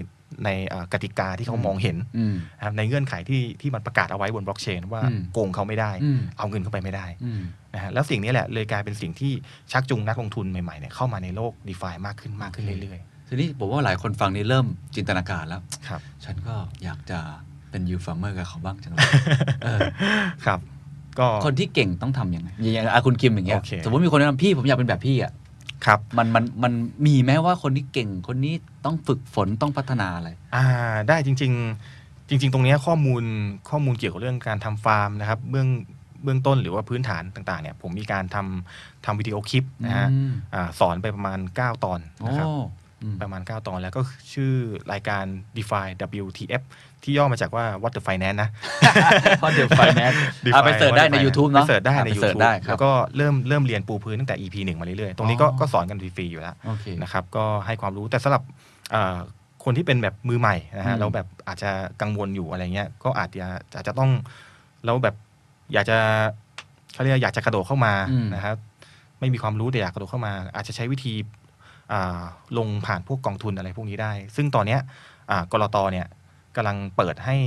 F: ในเอ่อกติกาที่เขา
C: อืม
F: มองเห็น
C: อืม
F: นะครับในเงื่อนไขที่ที่มันประกาศเอาไว้บนบล็อกเชนว่า
C: อืม
F: โกงเขาไม่ได้
C: อืม
F: เอาเงินเข้าไปไม่ได้
C: อืม
F: นะฮะแล้วสิ่งนี้แหละเลยกลายเป็นสิ่งที่ชักจูงนักลงทุนใหม่ๆเนี่ยเข้ามาในโลก d e f ามากขึ้นมากขึ้น
C: โอเค
F: เรื่อย
C: ทีนี้ผมว่าหลายคนฟังนี่เริ่มจินตนาการแล้ว
F: ๆ ครับ
C: ฉันก็อยากจะเป็นยูฟาร์เมอร์กับเขาบ้างจังเลยเออ
F: ครับ ก็
C: คนที่เก่งต้องทำยังไงอย่างอาคุณคิมอย่างเงี้ย
F: โอเค
C: สมมติมีคนแนะนำพี่ผมอยากเป็นแบบพี่อ่ะ
F: ครับ
C: มันมันมันมีไหมว่าคนที่เก่งคนนี้ต้องฝึกฝนต้องพัฒนาอะไร
F: อ่าได้จริง ๆ จริง ๆ ตรงเนี้ยข้อมูลข้อมูลเกี่ยวกับเรื่องการทำฟาร์มนะครับ เบื้อง เบื้องต้นหรือว่าพื้นฐานต่างๆเนี่ยผมมีการทำทำวิดีโอคลิปนะฮะ
C: อืม
F: อ่าสอนไปประมาณ 9 ตอนนะครับ
C: โอ้อืม
F: ประมาณ 9 ตอนแล้วก็ชื่อรายการ Define WTF ที่ย่อมาจากว่า What the Finance นะ
C: เพราะเดี๋ยวไฟแน (laughs) นซ์อ่ะไปเสิร์ชได้ใน YouTube เนาะ
F: ไปเสิร์ชได้ใน
C: อ่ะไปเสิร์ช
F: YouTube
C: ได้ครับ
F: แล้วก็เริ่มเริ่มเรียนปูพื้นตั้งแต่ EP หนึ่งมาเรื่อยๆ ตรงนี้ก็
C: อ๋อ
F: ก็สอนกันฟรีๆอยู่แล้ว
C: โอเค
F: นะครับก็ให้ความรู้แต่สำหรับเอ่อคนที่เป็นแบบมือใหม่นะ
C: อื
F: ฮะ
C: ม
F: แล้วแบบอาจจะกังวลอยู่อะไรเงี้ยก็อาจจะอาจจะต้องแล้วแบบอยากจะเขาเรียกอยากจะกระโดดเข้ามานะครับไม่มีความรู้แต่อยากกระโดดเข้ามา อาจจะใช้วิธีอ่าลงผ่านพวกกองทุนอะไรพวกนี้ได้ ซึ่งตอนเนี้ยอ่ากรตเนี่ยกำลังเปิดให้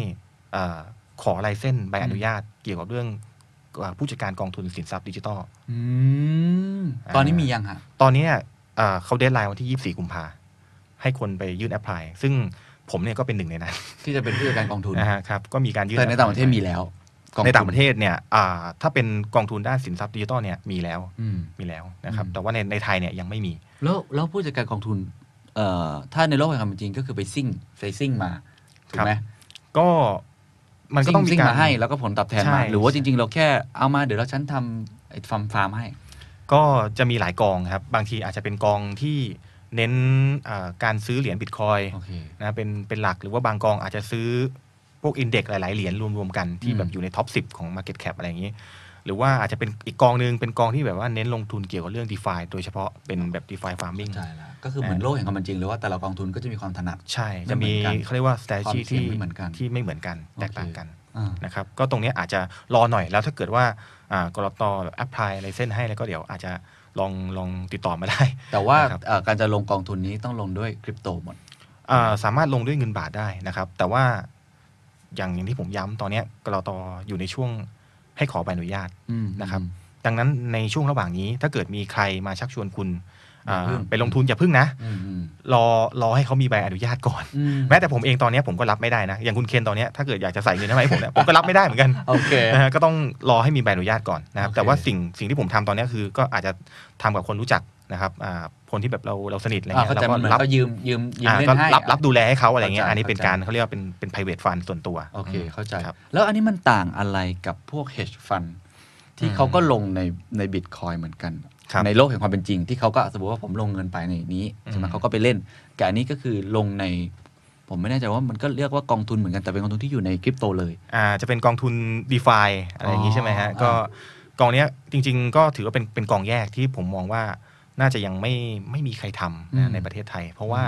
F: อ่าขอลายเส้นใบอนุญาตเกี่ยวกับเรื่องอ่าผู้จัดการกองทุนสินทรัพย์ดิจิทัล
C: อืม ตอนนี้มียังฮะ
F: ตอนเนี้ยเอ่อเขาเดทไลน์วันที่ 24 กุมภาให้คนไปยื่นแอปพลายซึ่งผมเนี่ยก็เป็นหนึ่งในนั้น
C: ที่จะเป็นผู้จัดการกองทุน
F: นะฮะครับก็มีการยื่น
C: แต่ในต่างประเทศ
F: apply
C: มีแล้วกอ
F: ในต่าง
C: ทุ
F: ประเทศเนี่ยอ่าถ้าเป็นกองทุนด้านสินทรัพย์ดิจิทัลเนี่ยมีแล้ว
C: อืม
F: มีแล้วนะครับ
C: อืม
F: แต่ว่าในในไทยเนี่ยยังไม่มี
C: แล้วแล้วผู้จัดการกองทุน เอ่อ ถ้าในโลกแห่งความเป็นจริงก็คือไปซิ่งไปซิ่งมา ถูกไหม
F: ก็มันก็ต้องมี
C: ซิ่ง
F: การ
C: มาให้แล้วก็ผลตอบแทน
F: ใช่
C: มา หรือว่าจริง ๆ เราแค่เอามาเดี๋ยวเราฉันทำไอ้ฟาร์มฟาร์มให้
F: ก็จะมีหลายกองครับ บางทีอาจจะเป็นกองที่เน้นอ่าการซื้อเหรียญบิตคอยน์
C: โอเค
F: นะเป็นเป็นหลักหรือว่าบางกองอาจจะซื้อพวกอินเด็กซ์หลาย ๆ เหรียญรวม ๆ กันที่
C: อืม
F: แบบอยู่ในท็อป 10 ของ Market Cap อะไรอย่างนี้ หรือว่าอาจจะเป็นอีกกองหนึ่งเป็นกองที่แบบว่าเน้นลงทุนเกี่ยวกับเรื่อง d e f i โดยเฉพาะเป็นแบบ d e f i Farming
C: ใช่แล้วก็คือเหมือนโลกแห่งความเป็นจริงเลยว่าแต่ละกองทุนก็จะมีความถนัด
F: ใช่
C: ไม่
F: จะ
C: เหมื
F: มี
C: อนกัน
F: เขาเรียกว่า strategy
C: ความเสี่ยง
F: ที่
C: ไม่เหมือนกัน
F: ที่ไม่เหมือนกัน
C: โอเค
F: แตกต่างกัน
C: อ่า
F: นะครับก็ตรงเนี้ยอาจจะรอหน่อยแล้วถ้าเกิดว่าอ่ากรตแอปพลายอะไรเส้นให้แล้วก็เดี๋ยวอาจจะลองลองติดต่อมาได้
C: แต่ว่า
F: ครับ
C: เอ่อการจะลงกองทุนนี้ต้องลงด้วยคริปโตหมด
F: อ่าสามารถลงด้วยเงินบาทได้นะครับ แต่ว่าอย่างอย่างที่ผมย้ำตอนเนี้ยกรตออยู่ในช่วงให้ขอใบอนุญาต
C: อืม
F: นะครับ ดังนั้นในช่วงระหว่างนี้ถ้าเกิดมีใครมาชักชวนคุณอ่า
C: อย่าเพิ่ง
F: ไปลงทุนอย่าพึ่งนะ
C: อืมอืม
F: รอรอให้เขามีใบอนุญาตก่อน
C: อืม
F: แม้แต่ผมเองตอนเนี้ยผมก็รับไม่ได้นะ อย่างคุณเคนตอนเนี้ยถ้าเกิดอยากจะใส่เงินให้ไหมาให้ผ
C: (laughs)
F: มเนี่ยผมก็รับไม่ได้เหมือนกัน
C: โอเค
F: นะฮะก็ต้องรอให้มีใบอนุญาตก่อนนะครับ
C: โอเค
F: แต่ว่าสิ่งสิ่งที่ผมทำตอนเนี้ยคือ ก็อาจจะทำกับคนรู้จักนะครับอ่าคนที่แบบเราเราสนิทอะไร
C: อ่า
F: เงี้ย
C: เขาใจ
F: เรา
C: มั
F: ก็
C: นเหมือน
F: รับ
C: เขายืมยืมยืม
F: อ่า
C: เล่
F: ก็
C: นให้
F: รับ
C: อ่ะ
F: รับดูแลให้เขาอะไรเงี้ย
C: เข้าใจ
F: อันนี้เป็น
C: เข้าใจ
F: การเขาเรียกว่าเป็นเป็น private fund ส่วนตัว
C: โอเค เข้าใจ
F: ครับ
C: แล้วอันนี้มันต่างอะไรกับพวก hedge fund ที่
F: อืม
C: เขาก็ลงในในบิตคอยเหมือนกัน
F: ครับ
C: ในโลกแห่งความเป็นจริง ที่เขาก็สมมติว่าผมลงเงินไปในนี้ใช่ไหมเขาก็ไปเล่นแต่อันนี้ก็คือลงใน ผมไม่แน่ใจว่ามันก็เรียกว่ากองทุนเหมือนกันแต่เป็นกองทุนที่อยู่ในคริปโตเลย
F: อ่าจะเป็นกองทุน d e f i อะไรอย่างงี้ใช่ไหมฮะ
C: อ๋อ
F: ก็กองเนี้ยจริง ๆ ก็ถือว่าเป็นเป็นกองแยกที่ผมมองว่าน่าจะยังไม่ไม่มีใครทำนะในประเทศไทย เพราะว่า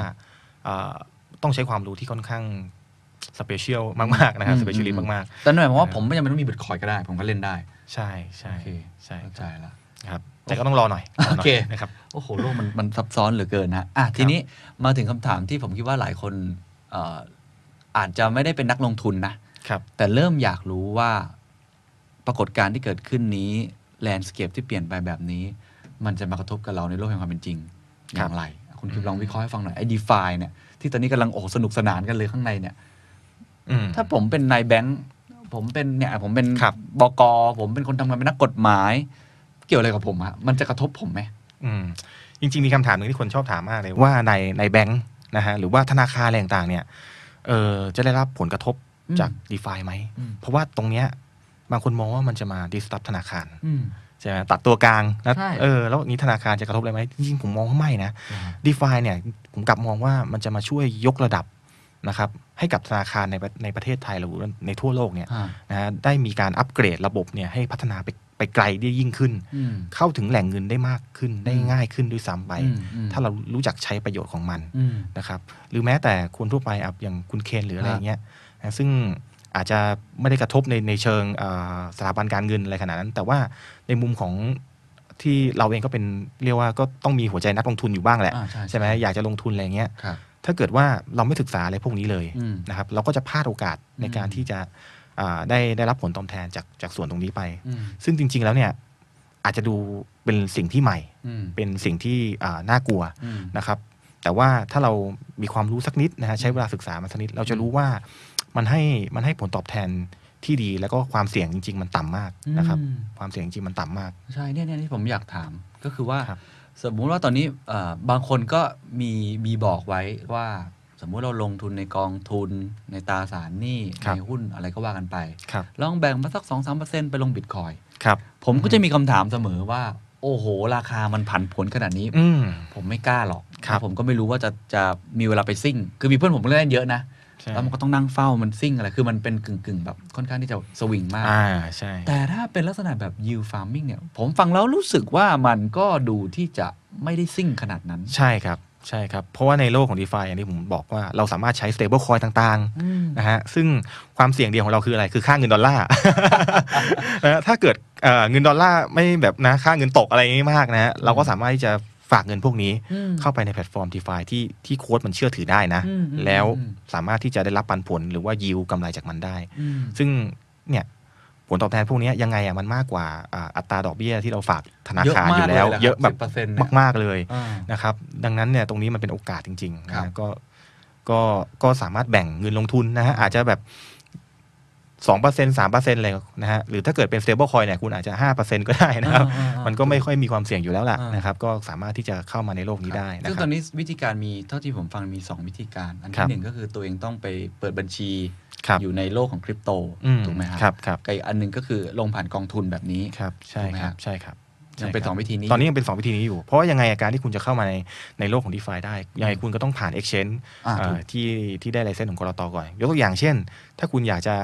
F: อ่าต้องใช้ความรู้ที่ค่อนข้างสเปเชียลมาก ๆ นะฮะสเปเชียลิสต์มาก
C: แต่หน่อยเพราะว่า
F: เออ
C: ผมไม่จำเป็นต้องมีบิตคอยก็ได้ ผมก็เล่นได้
F: ๆ ใช่ใช่
C: โอเค
F: ใช่
C: เข้าใจละ
F: ครับแต่ก็ต้องรอหน่อยรหน่ย
C: โอเค
F: นะครับ
C: โอ้โหโลกมันมันซับซ้อนเหลือเกินนะอ่ะทีนี้มาถึงคำถามที่ผมคิดว่าหลายคนเอ่ออาจจะไม่ได้เป็นนักลงทุนนะ
F: ครับ
C: แต่เริ่มอยากรู้ว่าปรากฏการณ์ที่เกิดขึ้นนี้แลนด์สเคปที่เปลี่ยนไปแบบนี้ มันจะมากระทบกับเราในโลกแห่งความเป็นจริง อย่างไร คุณคิดลองวิเคราะห์ให้ฟังหน่อยไอ้ดีฟาเนี่ยที่ตอนนี้กำลังโอ้โหสนุกสนานกันเลยข้างในเนี่ย
F: อืม
C: ถ้าผมเป็นนายแบงค์ผมเป็นเนี่ยผมเป็น
F: ครับ
C: บก ผมเป็นคนทำงานเป็นนักกฎหมาย เกี่ยวอะไรกับผมฮะมันจะกระทบผมไหม
F: อืมจริงๆ มีคำถามหนึ่งที่คนชอบถามมากเลยว่าในในแบงค์นะฮะหรือว่าธนาคารอะไรต่างๆเนี่ยเออจะได้รับผลกระทบ
C: อืม
F: จาก d e f i ไหม
C: อืม
F: เพราะว่าตรงเนี้ยบางคนมองว่ามันจะมา disrupt ธนาคาร
C: อืม
F: ใช่ไหมตัดตัวกลางนะ
C: ใช่
F: เออแล้วนี้ธนาคารจะกระทบอะไรไหมจริงๆ ผมมองว่าไม่นะ d e f i เนี่ยผมกลับมองว่ามันจะมาช่วยยกระดับนะครับให้กับธนาคารในประในประเทศไทยหรือว่าในทั่วโลกเนี่ย
C: อ่า
F: นะฮะได้มีการอัปเกรดระบบเนี่ยให้พัฒนาไปไปไกลได้ยิ่งขึ้น
C: อืม
F: เข้าถึงแหล่งเงินได้มากขึ้นได้
C: อืม
F: ง่ายขึ้นด้วยซ้ำไป
C: อืมอืม
F: ถ้าเรารู้จักใช้ประโยชน์ของมัน
C: อืม
F: นะครับ หรือแม้แต่คนทั่วไปอ่ะอย่างคุณเคนหรืออะไร
C: ครับ
F: เงี้ยนะซึ่งอาจจะไม่ได้กระทบในในเชิงเอ่อสถาบันการเงินอะไรขนาดนั้น แต่ว่าในมุมของที่เราเองก็เป็นเรียกว่าก็ต้องมีหัวใจนักลงทุนอยู่บ้างแหละ
C: อ่าใช่
F: ใช่ไหมอยากจะลงทุนอะไรเงี้ย
C: ครับ
F: ถ้าเกิดว่าเราไม่ศึกษาอะไรพวกนี้เลย
C: อืม
F: นะครับ เราก็จะพลาดโอกาสในการที่จะอ่าได้ได้รับผลตอบแทนจากจากส่วนตรงนี้ไป
C: อืม
F: ซึ่งจริง ๆ แล้วเนี่ยอาจจะดูเป็นสิ่งที่ใหม่
C: อืม
F: เป็นสิ่งที่อ่าน่ากลัว
C: อืม
F: นะครับ แต่ว่าถ้าเรามีความรู้สักนิดนะฮะใช้เวลาศึกษามาสักนิด เราจะรู้ว่ามันให้มันให้ผลตอบแทนที่ดีแล้วก็ความเสี่ยงจริง ๆ มันต่ำมากนะครับ
C: อืม
F: ความเสี่ยงจริงๆมันต่ำมาก
C: ใช่เนี่ยเนี่ยที่ผมอยากถามก็คือว่า
F: ครับ
C: สมมุติว่าตอนนี้เอ่อบางคนก็มีมีบอกไว้ว่า สมมุติเราลงทุนในกองทุนในตราสารหนี้
F: ครับ
C: ในหุ้นอะไรก็ว่ากันไป
F: ครับ
C: ลองแบ่งมาสักสองสามเปอร์เซ็นต์ไปลงบิตคอยน์
F: ครับ
C: ผมก็จะมีคำถามเสมอว่า โอ้โห ราคามันผันผวนขนาดนี้
F: อืม
C: ผมไม่กล้าหรอก
F: ครับ
C: ผมก็ไม่รู้ว่าจะจะมีเวลาไปซิ่ง คือมีเพื่อนผมเล่นเยอะนะ
F: ใช่
C: แล้วมันก็ต้องนั่งเฝ้ามันซิ่งอะไร คือมันเป็นกึ่งกึ่งๆแบบค่อนข้างที่จะสวิงมาก
F: อ่าใช่
C: แต่ถ้าเป็นลักษณะแบบ yield farming เนี่ย ผมฟังแล้วรู้สึกว่ามันก็ดูที่จะไม่ได้ซิ่งขนาดนั้น
F: ใช่ครับ ใช่ครับ เพราะว่าในโลกของ d e f าอย่างที่ผมบอกว่าเราสามารถใช้ stable coin ต่าง
C: อืม
F: ๆนะฮะซึ่งความเสี่ยงเดียวของเราคืออะไร คือค่าเงินดอลลาร์ (laughs) นะฮะถ้าเกิดเอ่อเงินดอลลาร์ไม่แบบนะค่าเงินตกอะไรงี้มากนะฮะเราก็สามารถที่จะฝากเงินพวกนี้
C: อืม
F: เข้าไปในแพลตฟอร์ม d e f าที่ที่โค้ดมันเชื่อถือได้นะ
C: อืมอืม
F: แล้ว
C: อืม
F: สามารถที่จะได้รับปันผลหรือว่ายิวกำไรจากมันได้
C: อืม
F: ซึ่งเนี่ยผลตอบแทนพวกเนี้ยยังไงอ่ะมันมากกว่าอ่าอัตราดอกเบี้ยที่เราฝากธนาคารอยู่แล้ว
C: เย
F: เย
C: อะ
F: อะ
C: มา
F: แบ
C: ก
F: บ
C: เลยนะครับ10%เนี่ย
F: มากๆเลย
C: อ่า
F: นะครับดังนั้นเนี่ยตรงนี้มันเป็นโอกาสจริงๆนะครับ ฮะก็ก็ก็สามารถแบ่งเงินลงทุนนะฮะอาจจะแบบสองเปอร์เซ็นสามเปอร์เซ็นอะไรนะฮะหรือถ้าเกิดเป็น stable coin เนี่ยคุณอาจจะห้าเปอร์เซ็นก็ได้นะครับ
C: อ่าอ่าอ่า
F: มันก็ไม่ค่อยมีความเสี่ยงอยู่แล้วล่ะ
C: อ่าน
F: นะครับ ก็สามารถที่จะเข้ามาในโลกนี้ได้นะ
C: ซึ่ง
F: ค
C: ต
F: รั
C: อบ นนี้วิธีการมีเท่าที่ผมฟังมี 2 วิธีการ อัน
F: ครั
C: ที่
F: บ
C: หนึ่งก็คือตัวเองต้องไปเปิดบัญชี
F: ครับ
C: อยู่ในโลกของคริปโต
F: อืม
C: ถูกไหมครับ
F: ครับครับ
C: กับอีกอันหนึ่งก็คือลงผ่านกองทุนแบบนี้
F: ครับใช่
C: ถูกไหม
F: ค
C: ครั
F: รับบ ใช่ครับ
C: ยังเป็น
F: ใช่ครับ
C: 2 วิธีนี้
F: ตอนนี้ยังเป็น 2 วิธีนี้อยู่ เพราะว่ายังไงอาการที่คุณจะเข้ามาในในโลกของ d e f าได้ยังไงคุณก็ต้องผ่าน Exchange
C: อ่า
F: เอ่อ
C: ถูก
F: ที่ที่ได้ไลเซนส์ของกรตก่อน ยกตัวอย่างเช่น ถ้าคุณอยากจะ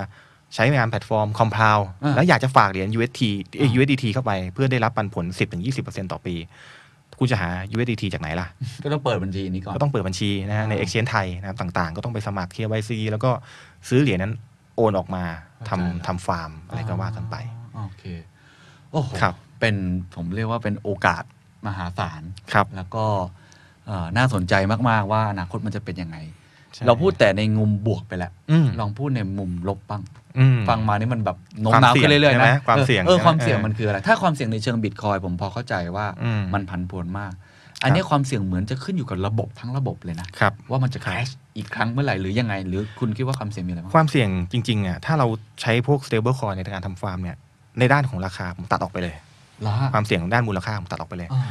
F: ใช้งานแพลตฟอร์ม Compound
C: อ่า
F: แล้วอยากจะฝากเหรียญ UST เอ่อ USDT เข้าไปเพื่อได้รับปันผล 10-20%ต่อปี คุณจะหา USDT จากไหนล่ะ
C: ก็ต้องเปิดบัญชีนี้ก่อน
F: ก็ต้องเปิดบัญชีนะฮะใน
C: อ่า
F: Exchange ไทยนะครับต่างๆ ก็ต้องไปสมัคร KYC แล้วก็ซื้อเหรียญนั้นโอนออกมา
C: เข้าใจละ
F: ทำทำฟาร์มอะไรก็ว่ากันไป
C: อ๋อโอเค โอ้โห
F: ครับ
C: เป็นผมเรียกว่าเป็นโอกาสมหาศาล
F: ครับ
C: แล้วก็เอ่อน่าสนใจมากๆว่าอนาคตมันจะเป็นยังไง
F: ใช่
C: เราพูดแต่ในมุมบวกไปแล้ว
F: อืม
C: ลองพูดในมุมลบบ้าง
F: อืม
C: ฟังมานี่มันแบบโน้ม
F: ความ
C: น้าว
F: เสี่ย
C: ขึ้
F: ง
C: นเรื่อย
F: ใช่
C: ๆ
F: ไหม
C: นะ
F: ความเสี่ยง
C: เออ
F: ใช่ไหม
C: ความเสี่ยง
F: เออ
C: มันคืออะไร ถ้าความเสี่ยงในเชิงบิตคอยน์ผมพอเข้าใจว่า
F: อืม
C: มันผันผวนมาก อันนี้ความเสี่ยงเหมือนจะขึ้นอยู่กับระบบทั้งระบบเลยนะ
F: ครับ
C: ว่ามันจะ crash อีกครั้งเมื่อไหร่หรือยังไง หรือคุณคิดว่าความเสี่ยงมีอะไรบ้าง
F: ความเสี่ยงจริงๆอ่ะถ้าเราใช้พวก stable coin ในการทำฟาร์มเนี่ยในด้านของราคาผมตัดออกไปเลย
C: แล้วฮะ
F: ความเสี่ยงด้านมูลค่าผมตัดออกไปเลย
C: อ่า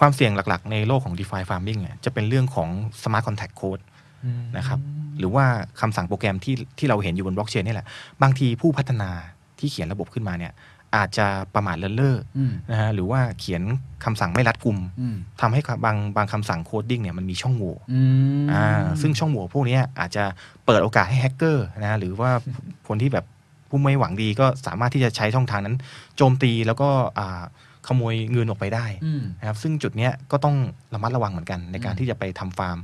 F: ความเสี่ยงหลักๆ ในโลกของ DeFi Farming เนี่ยจะเป็นเรื่องของ Smart Contract Code
C: อืม
F: นะครับหรือว่าคำสั่งโปรแกรมที่ที่เราเห็นอยู่บนบล็อกเชนนี่แหละ บางทีผู้พัฒนาที่เขียนระบบขึ้นมาเนี่ยอาจจะประมาทเลินเล่ออ
C: ม
F: นะฮะหรือว่าเขียนคำสั่งไม่รัดกุม
C: อืม
F: ทำให้บางบางคำสั่งโคดดิ้งเนี่ยมันมีช่องโหว่
C: อืม
F: อ่าซึ่งช่องโหว่พวกเนี้ยอาจจะเปิดโอกาสให้แฮกเกอร์นะหรือว่า คนที่แบบผู้ไม่หวังดีก็สามารถที่จะใช้ช่องทางนั้น โจมตีแล้วก็อ่าขโมยเงินออกไปได้
C: อืม
F: นะครับซึ่งจุดเนี้ยก็ต้องระมัดระวังเหมือนกันในการที่จะไปทำฟาร์ม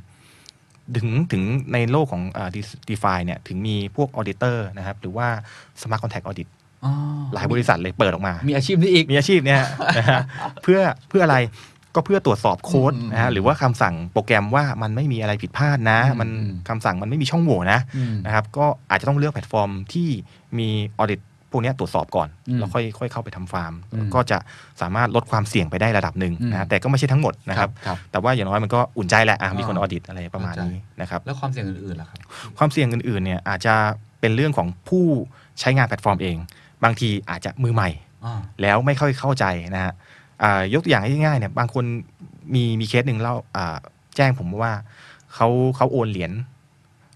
F: ถึงถึงในโลกของดีฟาเนี่ยถึงมีพวกออเดเตอร์นะครับหรือว่าสมาร์ทคอนแทคออเด
C: อ๋อ
F: หลายบริษัทเลยเปิดออกมา
C: มีอาชีพนี้อีก
F: มีอาชีพเนี่ยนะฮ (laughs) ะเพื่อเพื่ออะไรก็เพื่อตรวจสอบโค้ดนะฮะหรือว่าคำสั่งโปรแกรมว่ามันไม่มีอะไรผิดพลาดนะ
C: อืม
F: มัน
C: อืม
F: คำสั่งมันไม่มีช่องโหว่นะ
C: อืม
F: นะครับก็อาจจะต้องเลือกแพลตฟอร์มที่มีออเดตพวกเนี้ยตรวจสอบก่อน
C: อืม
F: แล้วค่อยค่อยเข้าไปทำฟาร์ม
C: อืม
F: ก็จะสามารถลดความเสี่ยงไปได้ระดับหนึ่งนะฮะ
C: อืม
F: แต่ก็ไม่ใช่ทั้งหมดนะครับ
C: ครับครับ
F: แต่ว่าอย่างน้อยมันก็อุ่นใจแหละอ่ะมีคน
C: อ่า
F: ออเดตอะไรประมาณ
C: เข้าใจ
F: นี้นะครับ
C: แล้วความเสี่ยงอื่นๆล่ะครับ
F: ความเสี่ยงอื่นๆเนี่ยอาจจะเป็นเรื่องของผู้ใช้งานแพลตฟอร์มเอง บางทีอาจจะมือใหม่
C: อ่า
F: แล้วไม่ค่อยเข้าใจนะฮะอ่ายกตัวอย่างง่ายๆเนี่ยบางคนมีมีเคสหนึ่งเล่าอ่าแจ้งผมว่าเขาเขาโอนเหรียญ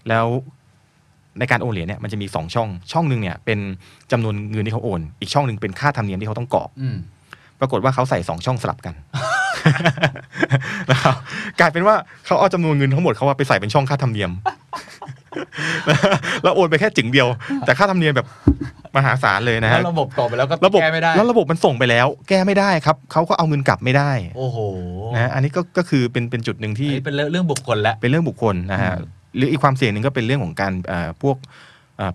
F: แล้วในการโอนเหรียญเนี่ยมันจะมีสองช่อง ช่องหนึ่งเนี่ยเป็นจำนวนเงินที่เขาโอน อีกช่องหนึ่งเป็นค่าธรรมเนียมที่เขาต้องกรอก
C: อืม
F: ปรากฏว่าเขาใส่สองช่องสลับกัน นะครับกลายเป็นว่าเขาเอาจำนวนเงินทั้งหมดเขาว่าไปใส่เป็นช่องค่าธรรมเนียม แล้วโอนไปแค่จึงเดียว แต่ค่าธรรมเนียมแบบมหาศาลเลยนะ
C: แล้
F: ฮะ
C: วระบบต่อไปแล้วก็
F: ระบบ
C: แก้ไม่ได้
F: แล้วระบบมันส่งไปแล้ว แก้ไม่ได้ครับเขาก็เอาเงินกลับไม่ได้
C: โอ้โห
F: นะอันนี้ก็ก็คือเป็นเป็นจุดหนึ่ง
C: อัน
F: ที่
C: นี้เป็นเรื่องบุคคลแล้ว
F: เป็นเรื่องบุคคลนะฮะ
C: อืม
F: หรืออีกความเสี่ยงหนึ่งก็เป็นเรื่องของการเอ่อพวก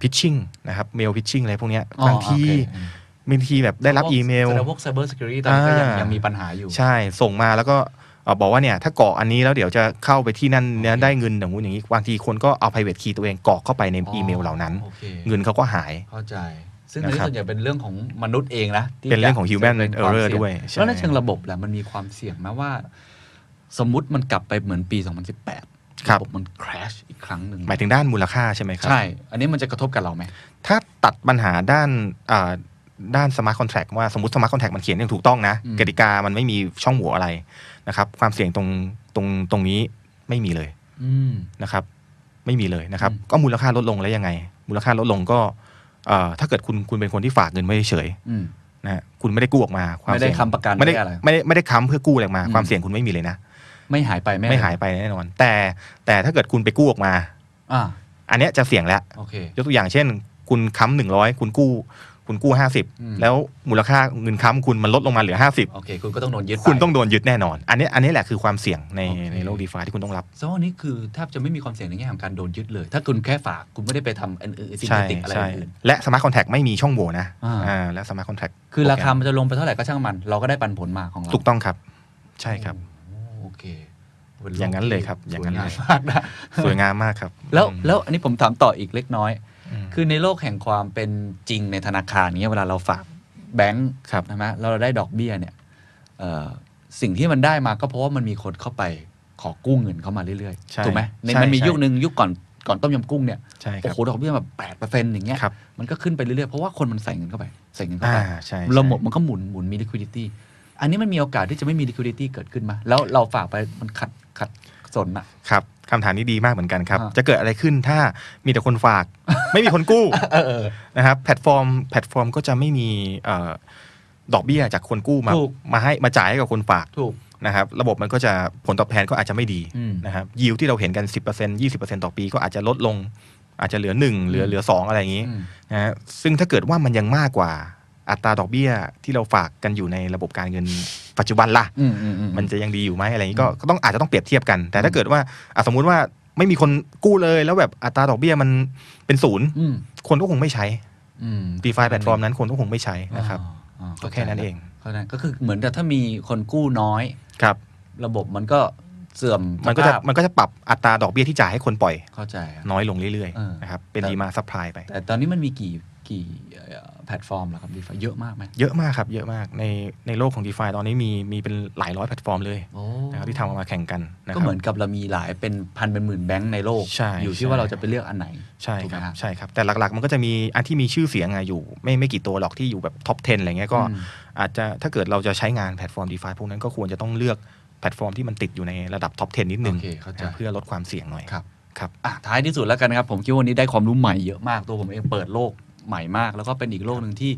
F: พิชชิ่งนะครับเมลพิชชิ่งอะไรพวกเนี้ยบางทีบางทีแบบได้รับอีเมล
C: แสดงว่าพวก cyber security ตอนนี้ก็ยัง
F: อ่ายั
C: ยังมีปัญหาอยู่
F: ใช่ส่งมาแล้วก็เอ่อบอกว่าเนี่ยถ้ากรอกอันนี้แล้วเดี๋ยวจะเข้าไปที่นั่นเนี่ยได้เงินอย่างงู้นอย่างนี้บางทีคนก็เอา private key ตัวเองกรอกเข้าไปในอีเมลเหล่านั้น
C: โอเค
F: เงินเขาก็หาย
C: เข้าใจ ซึ่งอันนี้
F: นะครับ
C: ส่วนใหญ่เป็นเรื่องของมนุษย์เองนะที่
F: เป็นเรื่องของ human
C: ป็นความ
F: error
C: สี่ง
F: ด้วยใช่
C: แล้วในเชิงระบบแหละมันมีความเสี่ยงไหมว่า สมมติมันกลับไปเหมือนปี
F: ครับ
C: 2018ะบบมัน crash อีกครั้งหนึ่ง
F: หมายถึงด้านมูลค่าใช่ไหมครับ
C: ใช่ อันนี้มันจะกระทบกับเราไหม
F: ถ้าตัดปัญหาด้านอ่าด้านสมาร์ทคอนแท็กว่าสมมติสมาร์ทคอนแท็กมันเขียนอย่างถูกต้องนะ
C: อืม
F: กติกามันไม่มีช่องโหว่อะไรนะครับ ความเสี่ยงตรงตรงตรงนี้ไม่มีเลย
C: อืม
F: นะครับ ไม่มีเลยนะครับ
C: อืม
F: ก็มูลค่าลดลงแล้วยังไง มูลค่าลดลงก็เอ่อถ้าเกิดคุณคุณเป็นคนที่ฝากเงินไว้เฉย
C: อืม
F: ๆ นะฮะคุณไม่ได้กู้ออกมาความ
C: ไม่ได้
F: เสี่ยง
C: ค้ำประกัน
F: ไม่ได้
C: ไม่ได้อะไร
F: ไม่ได้ไม่ได้ค้ำเพื่อกู้อะไรออกมาความเสี่ยงคุณไม่มีเลยนะ
C: ไม่หายไปไม่
F: ไม่หายไปแน่นอน แต่แต่ถ้าเกิดคุณไปกู้ออกมา
C: อ่า
F: อันเนี้ยจะเสี่ยงแล้ว
C: โอเค
F: ยกตัวอย่างเช่น คุณค้ำหนึ่งร้อยคุณกู้ คุณกู้ห้าสิบ
C: อืม
F: แล้วมูลค่าเงินค้ำคุณมันลดลงมาเหลือห้าสิบ
C: โอเค คุณก็ต้องโดนยึดไป
F: คุณต้องโดนยึดแน่นอน อันเนี้ยอันนี้แหละคือความเสี่ยงใน
C: โอเค
F: ในโลกดีฟาที่คุณต้องรับ
C: ซึ่งอันนี้คือแทบจะไม่มีความเสี่ยงในแง่ของการโดนยึดเลย ถ้าคุณแค่ฝากคุณไม่ได้ไปทำอันอื่นสิ่ง
F: ใช่
C: ติดอะไร
F: ใช่
C: อื่น
F: และสมาร์ทคอนแทคไม่มีช่องโหว่นะ
C: อ่า
F: อ่าและสมาร์ทคอนแทค
C: คือราคามันจะลงไปเท่าไหร่ก็ช่างมัน เราก็ได้ปันผลมาของเรา
F: ถูกต้องครับ ใช่ครับ
C: โอ้โอเคป็โ
F: อย่างนั้นเลยครับอย่างนั้นเลย
C: สวมากนะ
F: สวยงามมากครับ
C: แล้ว
F: อืม
C: แล้วอันนี้ผมถามต่ออีกเล็กน้อย
F: ม
C: คือในโลกแห่งความเป็นจริงในธนาคารเนี้ยเวลาเราฝากแบงค์
F: ครับ
C: ใช่ไหมเราได้ดอกเบี้ยเนี่ยเอ่อสิ่งที่มันได้มาก็เพราะว่ามันมีคนเข้าไปขอกู้เงินเข้ามาเรื่อย
F: ใช่
C: ๆถูกไหมใน
F: ใช่
C: มันมี
F: ใช่
C: ยุคหนึ่งยุคก่อนก่อนต้มยำกุ้งเนี่ย
F: ใช่ค
C: โอ้โห
F: รับ
C: ดอกเบี้ยแบบแปดเปอร์เซ็นต์อย่างเงี้ย
F: ครับ
C: มันก็ขึ้นไปเรื่อยๆ เพราะว่าคนมันใส่เงินเข้าไป ใส่เงินเข้า
F: อ่า
C: ไป
F: ใช่
C: เรา
F: ใช่
C: หมดมันก็หมุนหมุนมี liquidity อันนี้มันมีโอกาสที่จะไม่มี liquidity เกิดขึ้นไหมาแล้วเราฝากไปมันขัดขัดสนอะ
F: ครับคำถามนี้ดีมากเหมือนกันครับ
C: อ่า
F: จะเกิดอะไรขึ้นถ้ามีแต่คน
C: (laughs)
F: ฝาก ไม่มีคนกู้นะครับแพลตฟอร์มแพลตฟอร์มก็จะไม่มีเอ่อดอกเบี้ยจากคนกู้มา
C: ถูก
F: มาให้มาจ่ายให้กับคนฝาก
C: ถูก
F: นะครับระบบมันก็จะผลตอบแทนก็อาจจะไม่ดี
C: อืม
F: นะครับยิวที่เราเห็นกัน 10% 20%ต่อปีก็อาจจะลดลง อาจจะเหลือ 1 เหลือเหลือ 2 อะไรอย่างนี้
C: อืม
F: นะฮะซึ่งถ้าเกิดว่ามันยังมากกว่าอัตราดอกเบี้ยที่เราฝากกันอยู่ในระบบการเงินปัจจุบันล่ะ
C: อืมอือื
F: มันจะยังดีอยู่ไหมอะไรอย่างนี้ก็ก็ต้องอาจจะต้องเปรียบเทียบกัน แต่ถ้าเกิดว่าอ่ะสมมุติว่าไม่มีคนกู้เลยแล้วแบบอัตราดอกเบี้ยมันเป็นศูนย์
C: อืม
F: คนก็คงไม่ใช้
C: อืม
F: ดีฟาแพลตฟอร์มนั้นคนก็คงไม่ใช้นะครับ
C: อ่า
F: ก็แค่นั้นเอง
C: เข้าใจก็คือเหมือนแต่ถ้ามีคนกู้น้อย
F: ครับ
C: ระบบมันก็เสื่อม
F: มันก็
C: ส
F: จะ
C: ภาพ
F: มันก็จะปรับอัตราดอกเบี้ยที่จ่ายให้คนปล่อย
C: เข้าใจอะ
F: น้อยลงเรื่อย
C: เออ
F: ๆนะครับเป็น
C: แต่
F: ดีมาซัพพลายไป
C: แต่ตอนนี้มันมีกี่กี่เอ่อแพลตฟอร์มแล้วครับดีฟเยอะมากไหม
F: เยอะมากครับเยอะมากในในโลกของ d e f าตอนนี้มีมีเป็นหลายร้อยแพลตฟอร์มเลย
C: โอ้
F: นะครับที่ทำออกมาแข่งกันนะค
C: ก็
F: รับ
C: เหมือนกับเรามีหลายเป็นพันเป็นหมื่นแบงค์ในโลก
F: ใช่
C: อยู่
F: ใช่
C: ที่ว่าเราจะไปเลือกอันไหน
F: ใช่
C: ถูก
F: ค
C: ไหม
F: รับ
C: ฮะ
F: ใช่ครับแต่หลักๆ มันก็จะมีอันที่มีชื่อเสียงอะอยู่ ไม่ไม่กี่ตัวหรอกที่อยู่แบบท็อป 10 อะไรเงี้ยก็
C: อืม
F: อาจจะถ้าเกิดเราจะใช้งานแพลตฟอร์ม d e f าพวกนั้นก็ควรจะต้องเลือกแพลตฟอร์มที่มันติดอยู่ในระดับท็อป 10 นิดนึ
C: โอง เคเข้าใจ
F: นะเพื่อลดความเสี่ยงหน่อย
C: ครับ
F: ครับ
C: อ่ะท้ายที่สุดแล้วกันนะครับ ผมคิดว่าวันนี้ได้ความรู้ใหม่เยอะมากตัวผมเองเปิดโลกใหม่มาก แล้วก็เป็นอีกโลกหนึ่งที่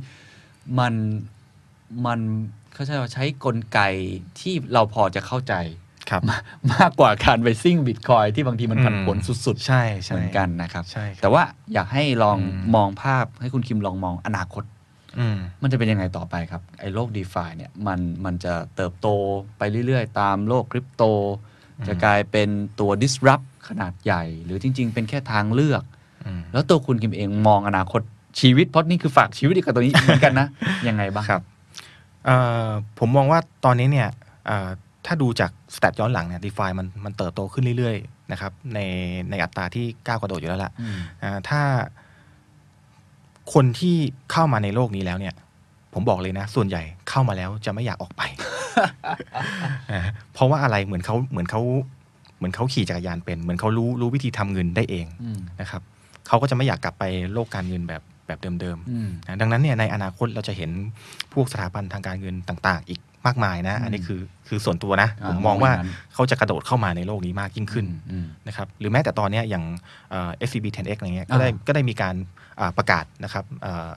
C: มันมันเขาใช้ว่าใช้กลไกที่เราพอจะเข้าใจ
F: ครับ
C: ม (laughs) ามากกว่าการไปซิ่งบิตคอยที่บางทีมัน
F: อืม
C: ผันผวนสุด
F: ใช่
C: ๆ
F: ใช่
C: เหมือนกันนะครับ
F: ใช่ค
C: แต่
F: รับ
C: ว่าอยากให้ลอง
F: อืม
C: มองภาพให้คุณคิมลองมองอนาคต
F: อืม
C: มันจะเป็นยังไงต่อไปครับ ไอ้โลก d e f าเนี่ยมันมันจะเติบโตไปเรื่อยๆ ตามโลกคริปโต
F: อืม
C: จะกลายเป็นตัว disrupt ขนาดใหญ่ หรือจริง ๆ เป็นแค่ทางเลือก
F: อืม
C: แล้วตัวคุณกิมเองมองอนาคตชีวิตเพราะนี่คือฝากชีวิตอีกกับตัวนี้ เหมือนกันนะ ยังไงบ้าง
F: ครับเอ่อผมมองว่าตอนนี้เนี่ยเอ่อถ้าดูจากสแตทย้อนหลังเนี่ยดีฟามันมันเติบโตขึ้นเรื่อยๆนะครับในในอัตราที่ก้าวกระโดดอยู่แล้วล่ะ
C: อืม
F: อ่าถ้าคนที่เข้ามาในโลกนี้แล้วเนี่ย ผมบอกเลยนะ ส่วนใหญ่เข้ามาแล้วจะไม่อยากออกไป อ่าเพราะว่าอะไรเหมือนเขาเหมือนเขาเหมือนเขาขี่จักรยานเป็น เหมือนเขารู้รู้วิธีทำเงินได้เอง
C: อืม
F: นะครับเขาก็จะไม่อยากกลับไปโลกการเงินแบบแบบเดิมๆ
C: อืม
F: นะดังนั้นเนี่ยในอนาคตเราจะเห็นพวกสถาบันทางการเงินต่างๆ อีกมากมายนะ
C: อืม
F: อันนี้คือคือส่วนตัวนะ
C: อ่า
F: ผมมองว่า
C: ผมว่าอย่างนั้น
F: เขาจะกระโดดเข้ามาในโลกนี้มากยิ่งขึ้น
C: อืม
F: นะครับหรือแม้แต่ตอนเนี้ยอย่างเอ่อ SCB 10X อะไรเงี้ยก็ได้
C: อ่า
F: ก็ได้มีการอ่าประกาศนะครับเอ่อ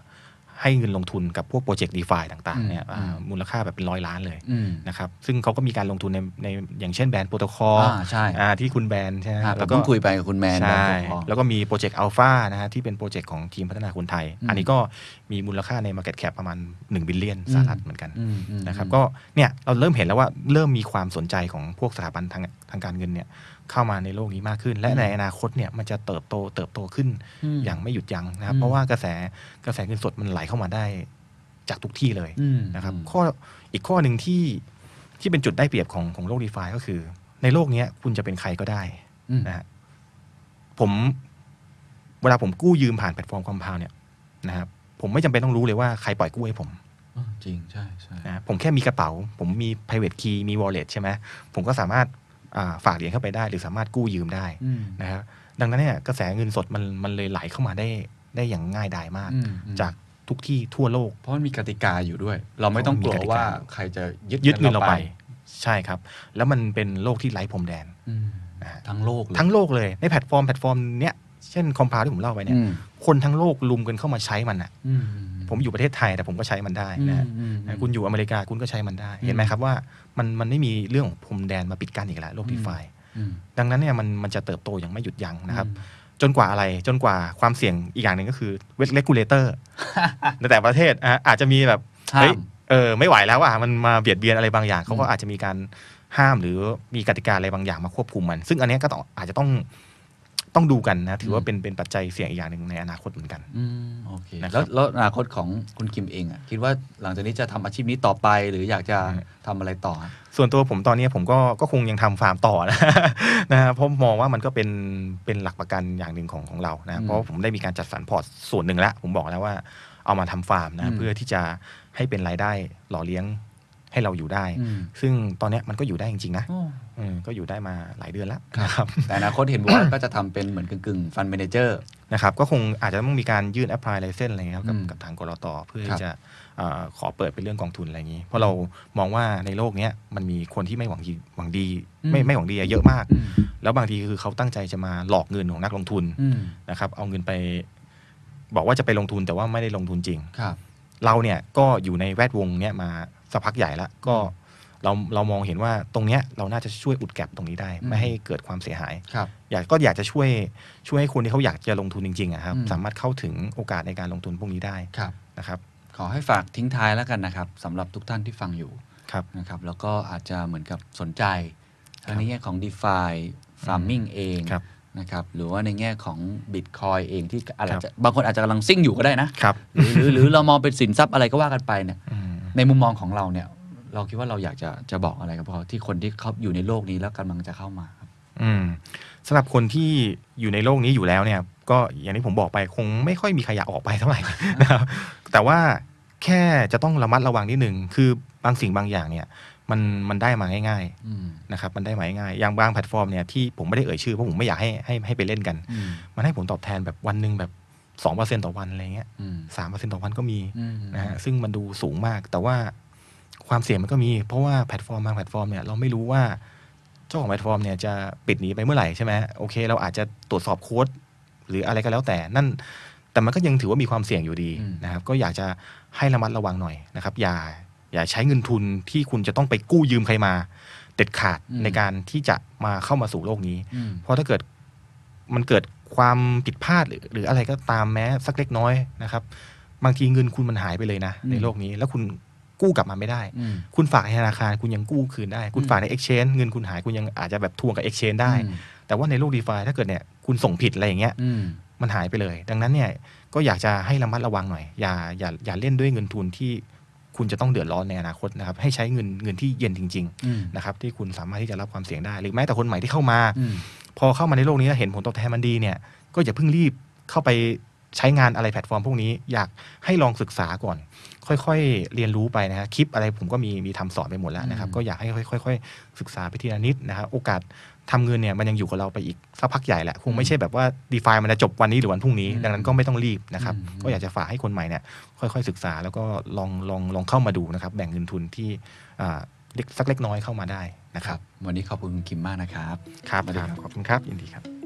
F: ให้เงินลงทุนกับพวกโปรเจกต์ดีฟาต่างๆเนี่ย
C: อืม
F: อ่ามูลค่าแบบเป็นร้อยล้านเลย
C: อืม
F: นะครับซึ่งเขาก็มีการลงทุนในในอย่างเช่นแบรนด์โปรโตคอล
C: อ่าใช่
F: อ่าที่คุณแบรนด์ใช่ไหม
C: อ่าผม
F: แล้วก็
C: เพิ่งคุยไปกับคุณแมน
F: ใช่
C: แบงค์ทอง
F: แล้วก็มีโปรเจกต์อัลฟานะฮะที่เป็นโปรเจกต์ของทีมพัฒนาคนไทย
C: อืม
F: อันนี้ก็มีมูลค่าใน Market Cap ประมาณ 1 บิลเลียนสหรัฐเหมือนกัน
C: อืมอืม
F: นะครับก็เนี่ยเราเริ่มเห็นแล้วว่าเริ่มมีความสนใจของพวกสถาบันทางทางการเงินเนี่ยเข้ามาในโลกนี้มากขึ้น และ
C: อืม
F: ในอนาคตเนี่ยมันจะเติบโตเติบโตขึ้น
C: อืม
F: อย่างไม่หยุดยั้งนะครับ
C: อืม
F: เพราะว่ากระแสกระแสเงินสดมันไหลเข้ามาได้จากทุกที่เลย
C: อืม
F: นะครับ
C: อืม
F: ข้ออีกข้อหนึ่งที่ที่เป็นจุดได้เปรียบของของโลกดีฟาก็คือ ในโลกเนี้ยคุณจะเป็นใครก็ได้
C: อืม
F: นะฮะผมเวลาผมกู้ยืมผ่านแพลตฟอร์มคอมพาวเนี่ยนะครับผมไม่จำเป็นต้องรู้เลยว่าใครปล่อยกู้ให้ผม
C: อ่าจริงใช่ใช่
F: นะฮะผมแค่มีกระเป๋า ผมมี private key มี wallet ใช่ไหมผมก็สามารถอ่าฝากเหรียญเข้าไปได้ หรือสามารถกู้ยืมได้
C: อืม
F: นะครับดังนั้นเนี่ยกระแสเงินสดมันมันเลยไหลเข้ามาได้ได้อย่างง่ายดายมาก
C: อืมอืม
F: จากทุกที่ทั่วโลก
C: เพราะมันมีกติกาอยู่ด้วย เราไม่ต้องกลัวว่าใครจะยึด
F: ยึดเงินเราไป ใช่ครับ แล้วมันเป็นโลกที่ไร้พรมแดน
C: อืม
F: นะฮะ
C: ทั้งโลกเลย
F: ทั้งโลกเลยในแพลตฟอร์มแพลตฟอร์มเนี้ยเช่นคอมพาวที่ผมเล่าไปเนี่ย
C: อืม
F: คนทั้งโลกลุมกันเข้ามาใช้มันอะ
C: อืมอืม
F: ผมอยู่ประเทศไทยแต่ผมก็ใช้มันได้นะฮะ
G: อืมอืม
F: คุณอยู่อเมริกาคุณก็ใช้มันได้ เห็นไหมครับว่ามันมันไม่มีเรื่องของพรมแดนมาปิดกั้นอีกแล้วโลกดีฟา
G: อืม
F: ดังนั้นเนี่ยมันมันจะเติบโตอย่างไม่หยุดยั้งนะครับ จนกว่าอะไรจนกว่าความเสี่ยงอีกอย่างหนึ่งก็คือเวทเลกูเล (laughs) เตอร์ในแต่ประเทศอ่ะอาจจะมีแบบ
G: ห้าม
F: เฮ้ยเออไม่ไหวแล้วอ่ะมันมาเบียดเบียนอะไรบางอย่างเขาก็อาจจะมีการห้ามหรือมีกติกาอะไรบางอย่างมาควบคุมมัน ซึ่งอันเนี้ยก็ต้องอาจจะต้องต้องดูกันนะถือว่าเป็นเป็นปัจจัยเสี่ยงอีกอย่างหนึ่งในอนาคตเหมือนกัน
G: อืมโอเค
F: นะครับ
G: แล้วแล้วอนาคตของคุณคิมเองอะคิดว่าหลังจากนี้จะทำอาชีพนี้ต่อไปหรืออยากจะ
F: อืม
G: ทำอะไรต่อ
F: ส่วนตัวผมตอนนี้ผมก็ก็คงยังทำฟาร์มต่อนะ (laughs) นะฮะเพราะมองว่ามันก็เป็นเป็นหลักประกันอย่างหนึ่งของของเรานะเพราะผมได้มีการจัดสรรพอร์ตส่วนหนึ่งแล้ว ผมบอกแล้วว่าเอามาทำฟาร์ม
G: อื
F: นะ
G: ม
F: เพื่อที่จะให้เป็นรายได้หล่อเลี้ยงให้เราอยู่ได้
G: อืม
F: ซึ่งตอนเนี้ยมันก็อยู่ได้จริง ๆ นะ
G: โอ้
F: อืมก็อยู่ได้มาหลายเดือนแล้วนะครับ
G: แต่อนาค
C: (laughs)
G: ตเห็นบอกว่า ก็จะทำเป็นเหมือนกึ่งๆฟันเมนเจอร์
F: นะครับก็คงอาจจะต้องมีการยื่นแอปพลายไลเซนอะไรเงี้ยครับกับ
G: อืม
F: กับทางกรตเพื่อ
G: ครั
F: ที่
G: บ
F: จะเอ่อขอเปิดเป็นเรื่องกองทุนอะไรอย่างนี้ เพราะเรามองว่าในโลกเนี้ยมันมีคนที่ไม่หวังดีหวังดี
G: อืม
F: ไม่ไม่หวังดีอะเยอะมาก แล้วบางทีคือเขาตั้งใจจะมาหลอกเงินของนักลงทุนนะครับเอาเงินไป บอกว่าจะไปลงทุนแต่ว่าไม่ได้ลงทุนจริง
G: ครับ
F: เราเนี่ยก็อยู่ในแวดวงเนี้ยมาสักพักใหญ่ละก็เราเรามองเห็นว่าตรงเนี้ยเราน่าจะช่วยอุดแก็บตรงนี้ได้
G: อืม
F: ไม่ให้เกิดความเสียหาย
G: ครับ
F: อยากก็อยากจะช่วยช่วยให้คนที่เขาอยากจะลงทุนจริงๆอะครับ
G: อืม
F: สามารถเข้าถึงโอกาสในการลงทุนพวกนี้ได้
G: ครับ
F: นะครับ
G: ขอให้ฝากทิ้งท้ายแล้วกันนะครับสำหรับทุกท่านที่ฟังอยู่
F: ครับ
G: นะครับแล้วก็อาจจะเหมือนกับสนใจทั้งในแง่ของ d e f i Farming เอง
F: ครับ
G: นะครับหรือว่าในแง่ของ Bitcoin เองที่อาจ
F: ครับ
G: จะบางคนอาจจะกำลังซิ่งอยู่ก็ได้นะ
F: ครับ
G: หรือหรือหรือเรามองเป็นสินทรัพย์อะไรก็ว่ากันไปเนี่ย
F: อืม
G: ในมุมมองของเราเนี่ย เราคิดว่าเราอยากจะจะบอกอะไรกับเขาที่คนที่เขาอยู่ในโลกนี้แล้วกำลังจะเข้ามาครับ
F: อืมสำหรับคนที่อยู่ในโลกนี้อยู่แล้วเนี่ย ก็อย่างที่ผมบอกไปคงไม่ค่อยมีขยะออกไปเท่าไหร่ (laughs) นะครับแต่ว่าแค่จะต้องระมัดระวังนิดนึงคือบางสิ่งบางอย่างเนี่ย มันมันได้มาง่าย
G: อืม
F: ๆนะครับมันได้มาง่ายๆอย่างบางแพลตฟอร์มเนี่ยที่ผมไม่ได้เอ่ยชื่อเพราะผมไม่อยากให้ให้ให้ไปเล่นกัน
G: อืม
F: มันให้ผลตอบแทนแบบวันหนึ่งแบบสองเปอร์เซ็นต่อวันอะไรเงี้ย
G: อืม
F: สามเปอร์เซ็นต่อวันก็มี
G: อืม
F: นะฮะซึ่งมันดูสูงมาก แต่ว่าความเสี่ยงมันก็มี เพราะว่าแพลตฟอร์มบางแพลตฟอร์มเนี่ยเราไม่รู้ว่า เจ้าของแพลตฟอร์มเนี่ยจะปิดหนีไปเมื่อไหร่ใช่ไหมโอเค เราอาจจะตรวจสอบโค้ดหรืออะไรก็แล้วแต่นั่น แต่มันก็ยังถือว่ามีความเสี่ยงอยู่ดีนะครับก็อยากจะให้ระมัดระวังหน่อยนะครับ อย่าอย่าใช้เงินทุนที่คุณจะต้องไปกู้ยืมใครมา เด็ดขาดในการที่จะมาเข้ามาสู่โลกนี้
G: อืม
F: เพราะถ้าเกิดมันเกิดความผิดพลาดหรือหรืออะไรก็ตามแม้สักเล็กน้อยนะครับ บางทีเงินคุณมันหายไปเลยนะ ในโลกนี้แล้วคุณกู้กลับมาไม่ได้
G: อืม
F: คุณฝากในธนาคารคุณยังกู้คืนได้ คุณฝากใน Exchange เงินคุณหายคุณยังอาจจะแบบทวงกับ Exchange ได้
G: อืม
F: แต่ว่าในโลกดีฟาถ้าเกิดเนี่ยคุณส่งผิดอะไรอย่างเงี้ย
G: อืม
F: มันหายไปเลย ดังนั้นเนี่ยก็อยากจะให้ระมัดระวังหน่อย อย่าอย่าอย่าเล่นด้วยเงินทุนที่คุณจะต้องเดือดร้อนในอนาคตนะครับ ให้ใช้เงินเงินที่เย็นจริง
G: อืม
F: ๆนะครับที่คุณสามารถที่จะรับความเสี่ยงได้ หรือแม้แต่คนใหม่ที่เข้ามา
G: อืม
F: พอเข้ามาในโลกนี้แล้วเห็นผลตอบแทนมันดีเนี่ย ก็อย่าเพิ่งรีบเข้าไปใช้งานอะไรแพลตฟอร์มพวกนี้ อยากให้ลองศึกษาก่อน ค่อยๆ เรียนรู้ไปนะฮะคลิปอะไรผมก็มีมีทำสอนไปหมดแล้วนะครับ ก็อยากให้ค่อยๆ ศึกษาไปทีละนิดนะครับโอกาสทำเงินเนี่ยมันยังอยู่กับเราไปอีกสักพักใหญ่แหละคงไม่ใช่แบบว่าดีฟามันจะจบวันนี้หรือวันพรุ่งนี้ ดังนั้นก็ไม่ต้องรีบนะครับ ก็อยากจะฝากให้คนใหม่เนี่ยค่อยๆ ศึกษาแล้วก็ลองลองลองเข้ามาดูนะครับ แบ่งเงินทุนที่อ่าเล็กสักเล็กน้อยเข้ามาได้นะ
G: ค
F: ค
G: รั
F: รั
G: บบ วันนี้ขอบคุณคุณคิมมากนะครับ
F: ครับครับขอบคุณครับยินดีครับ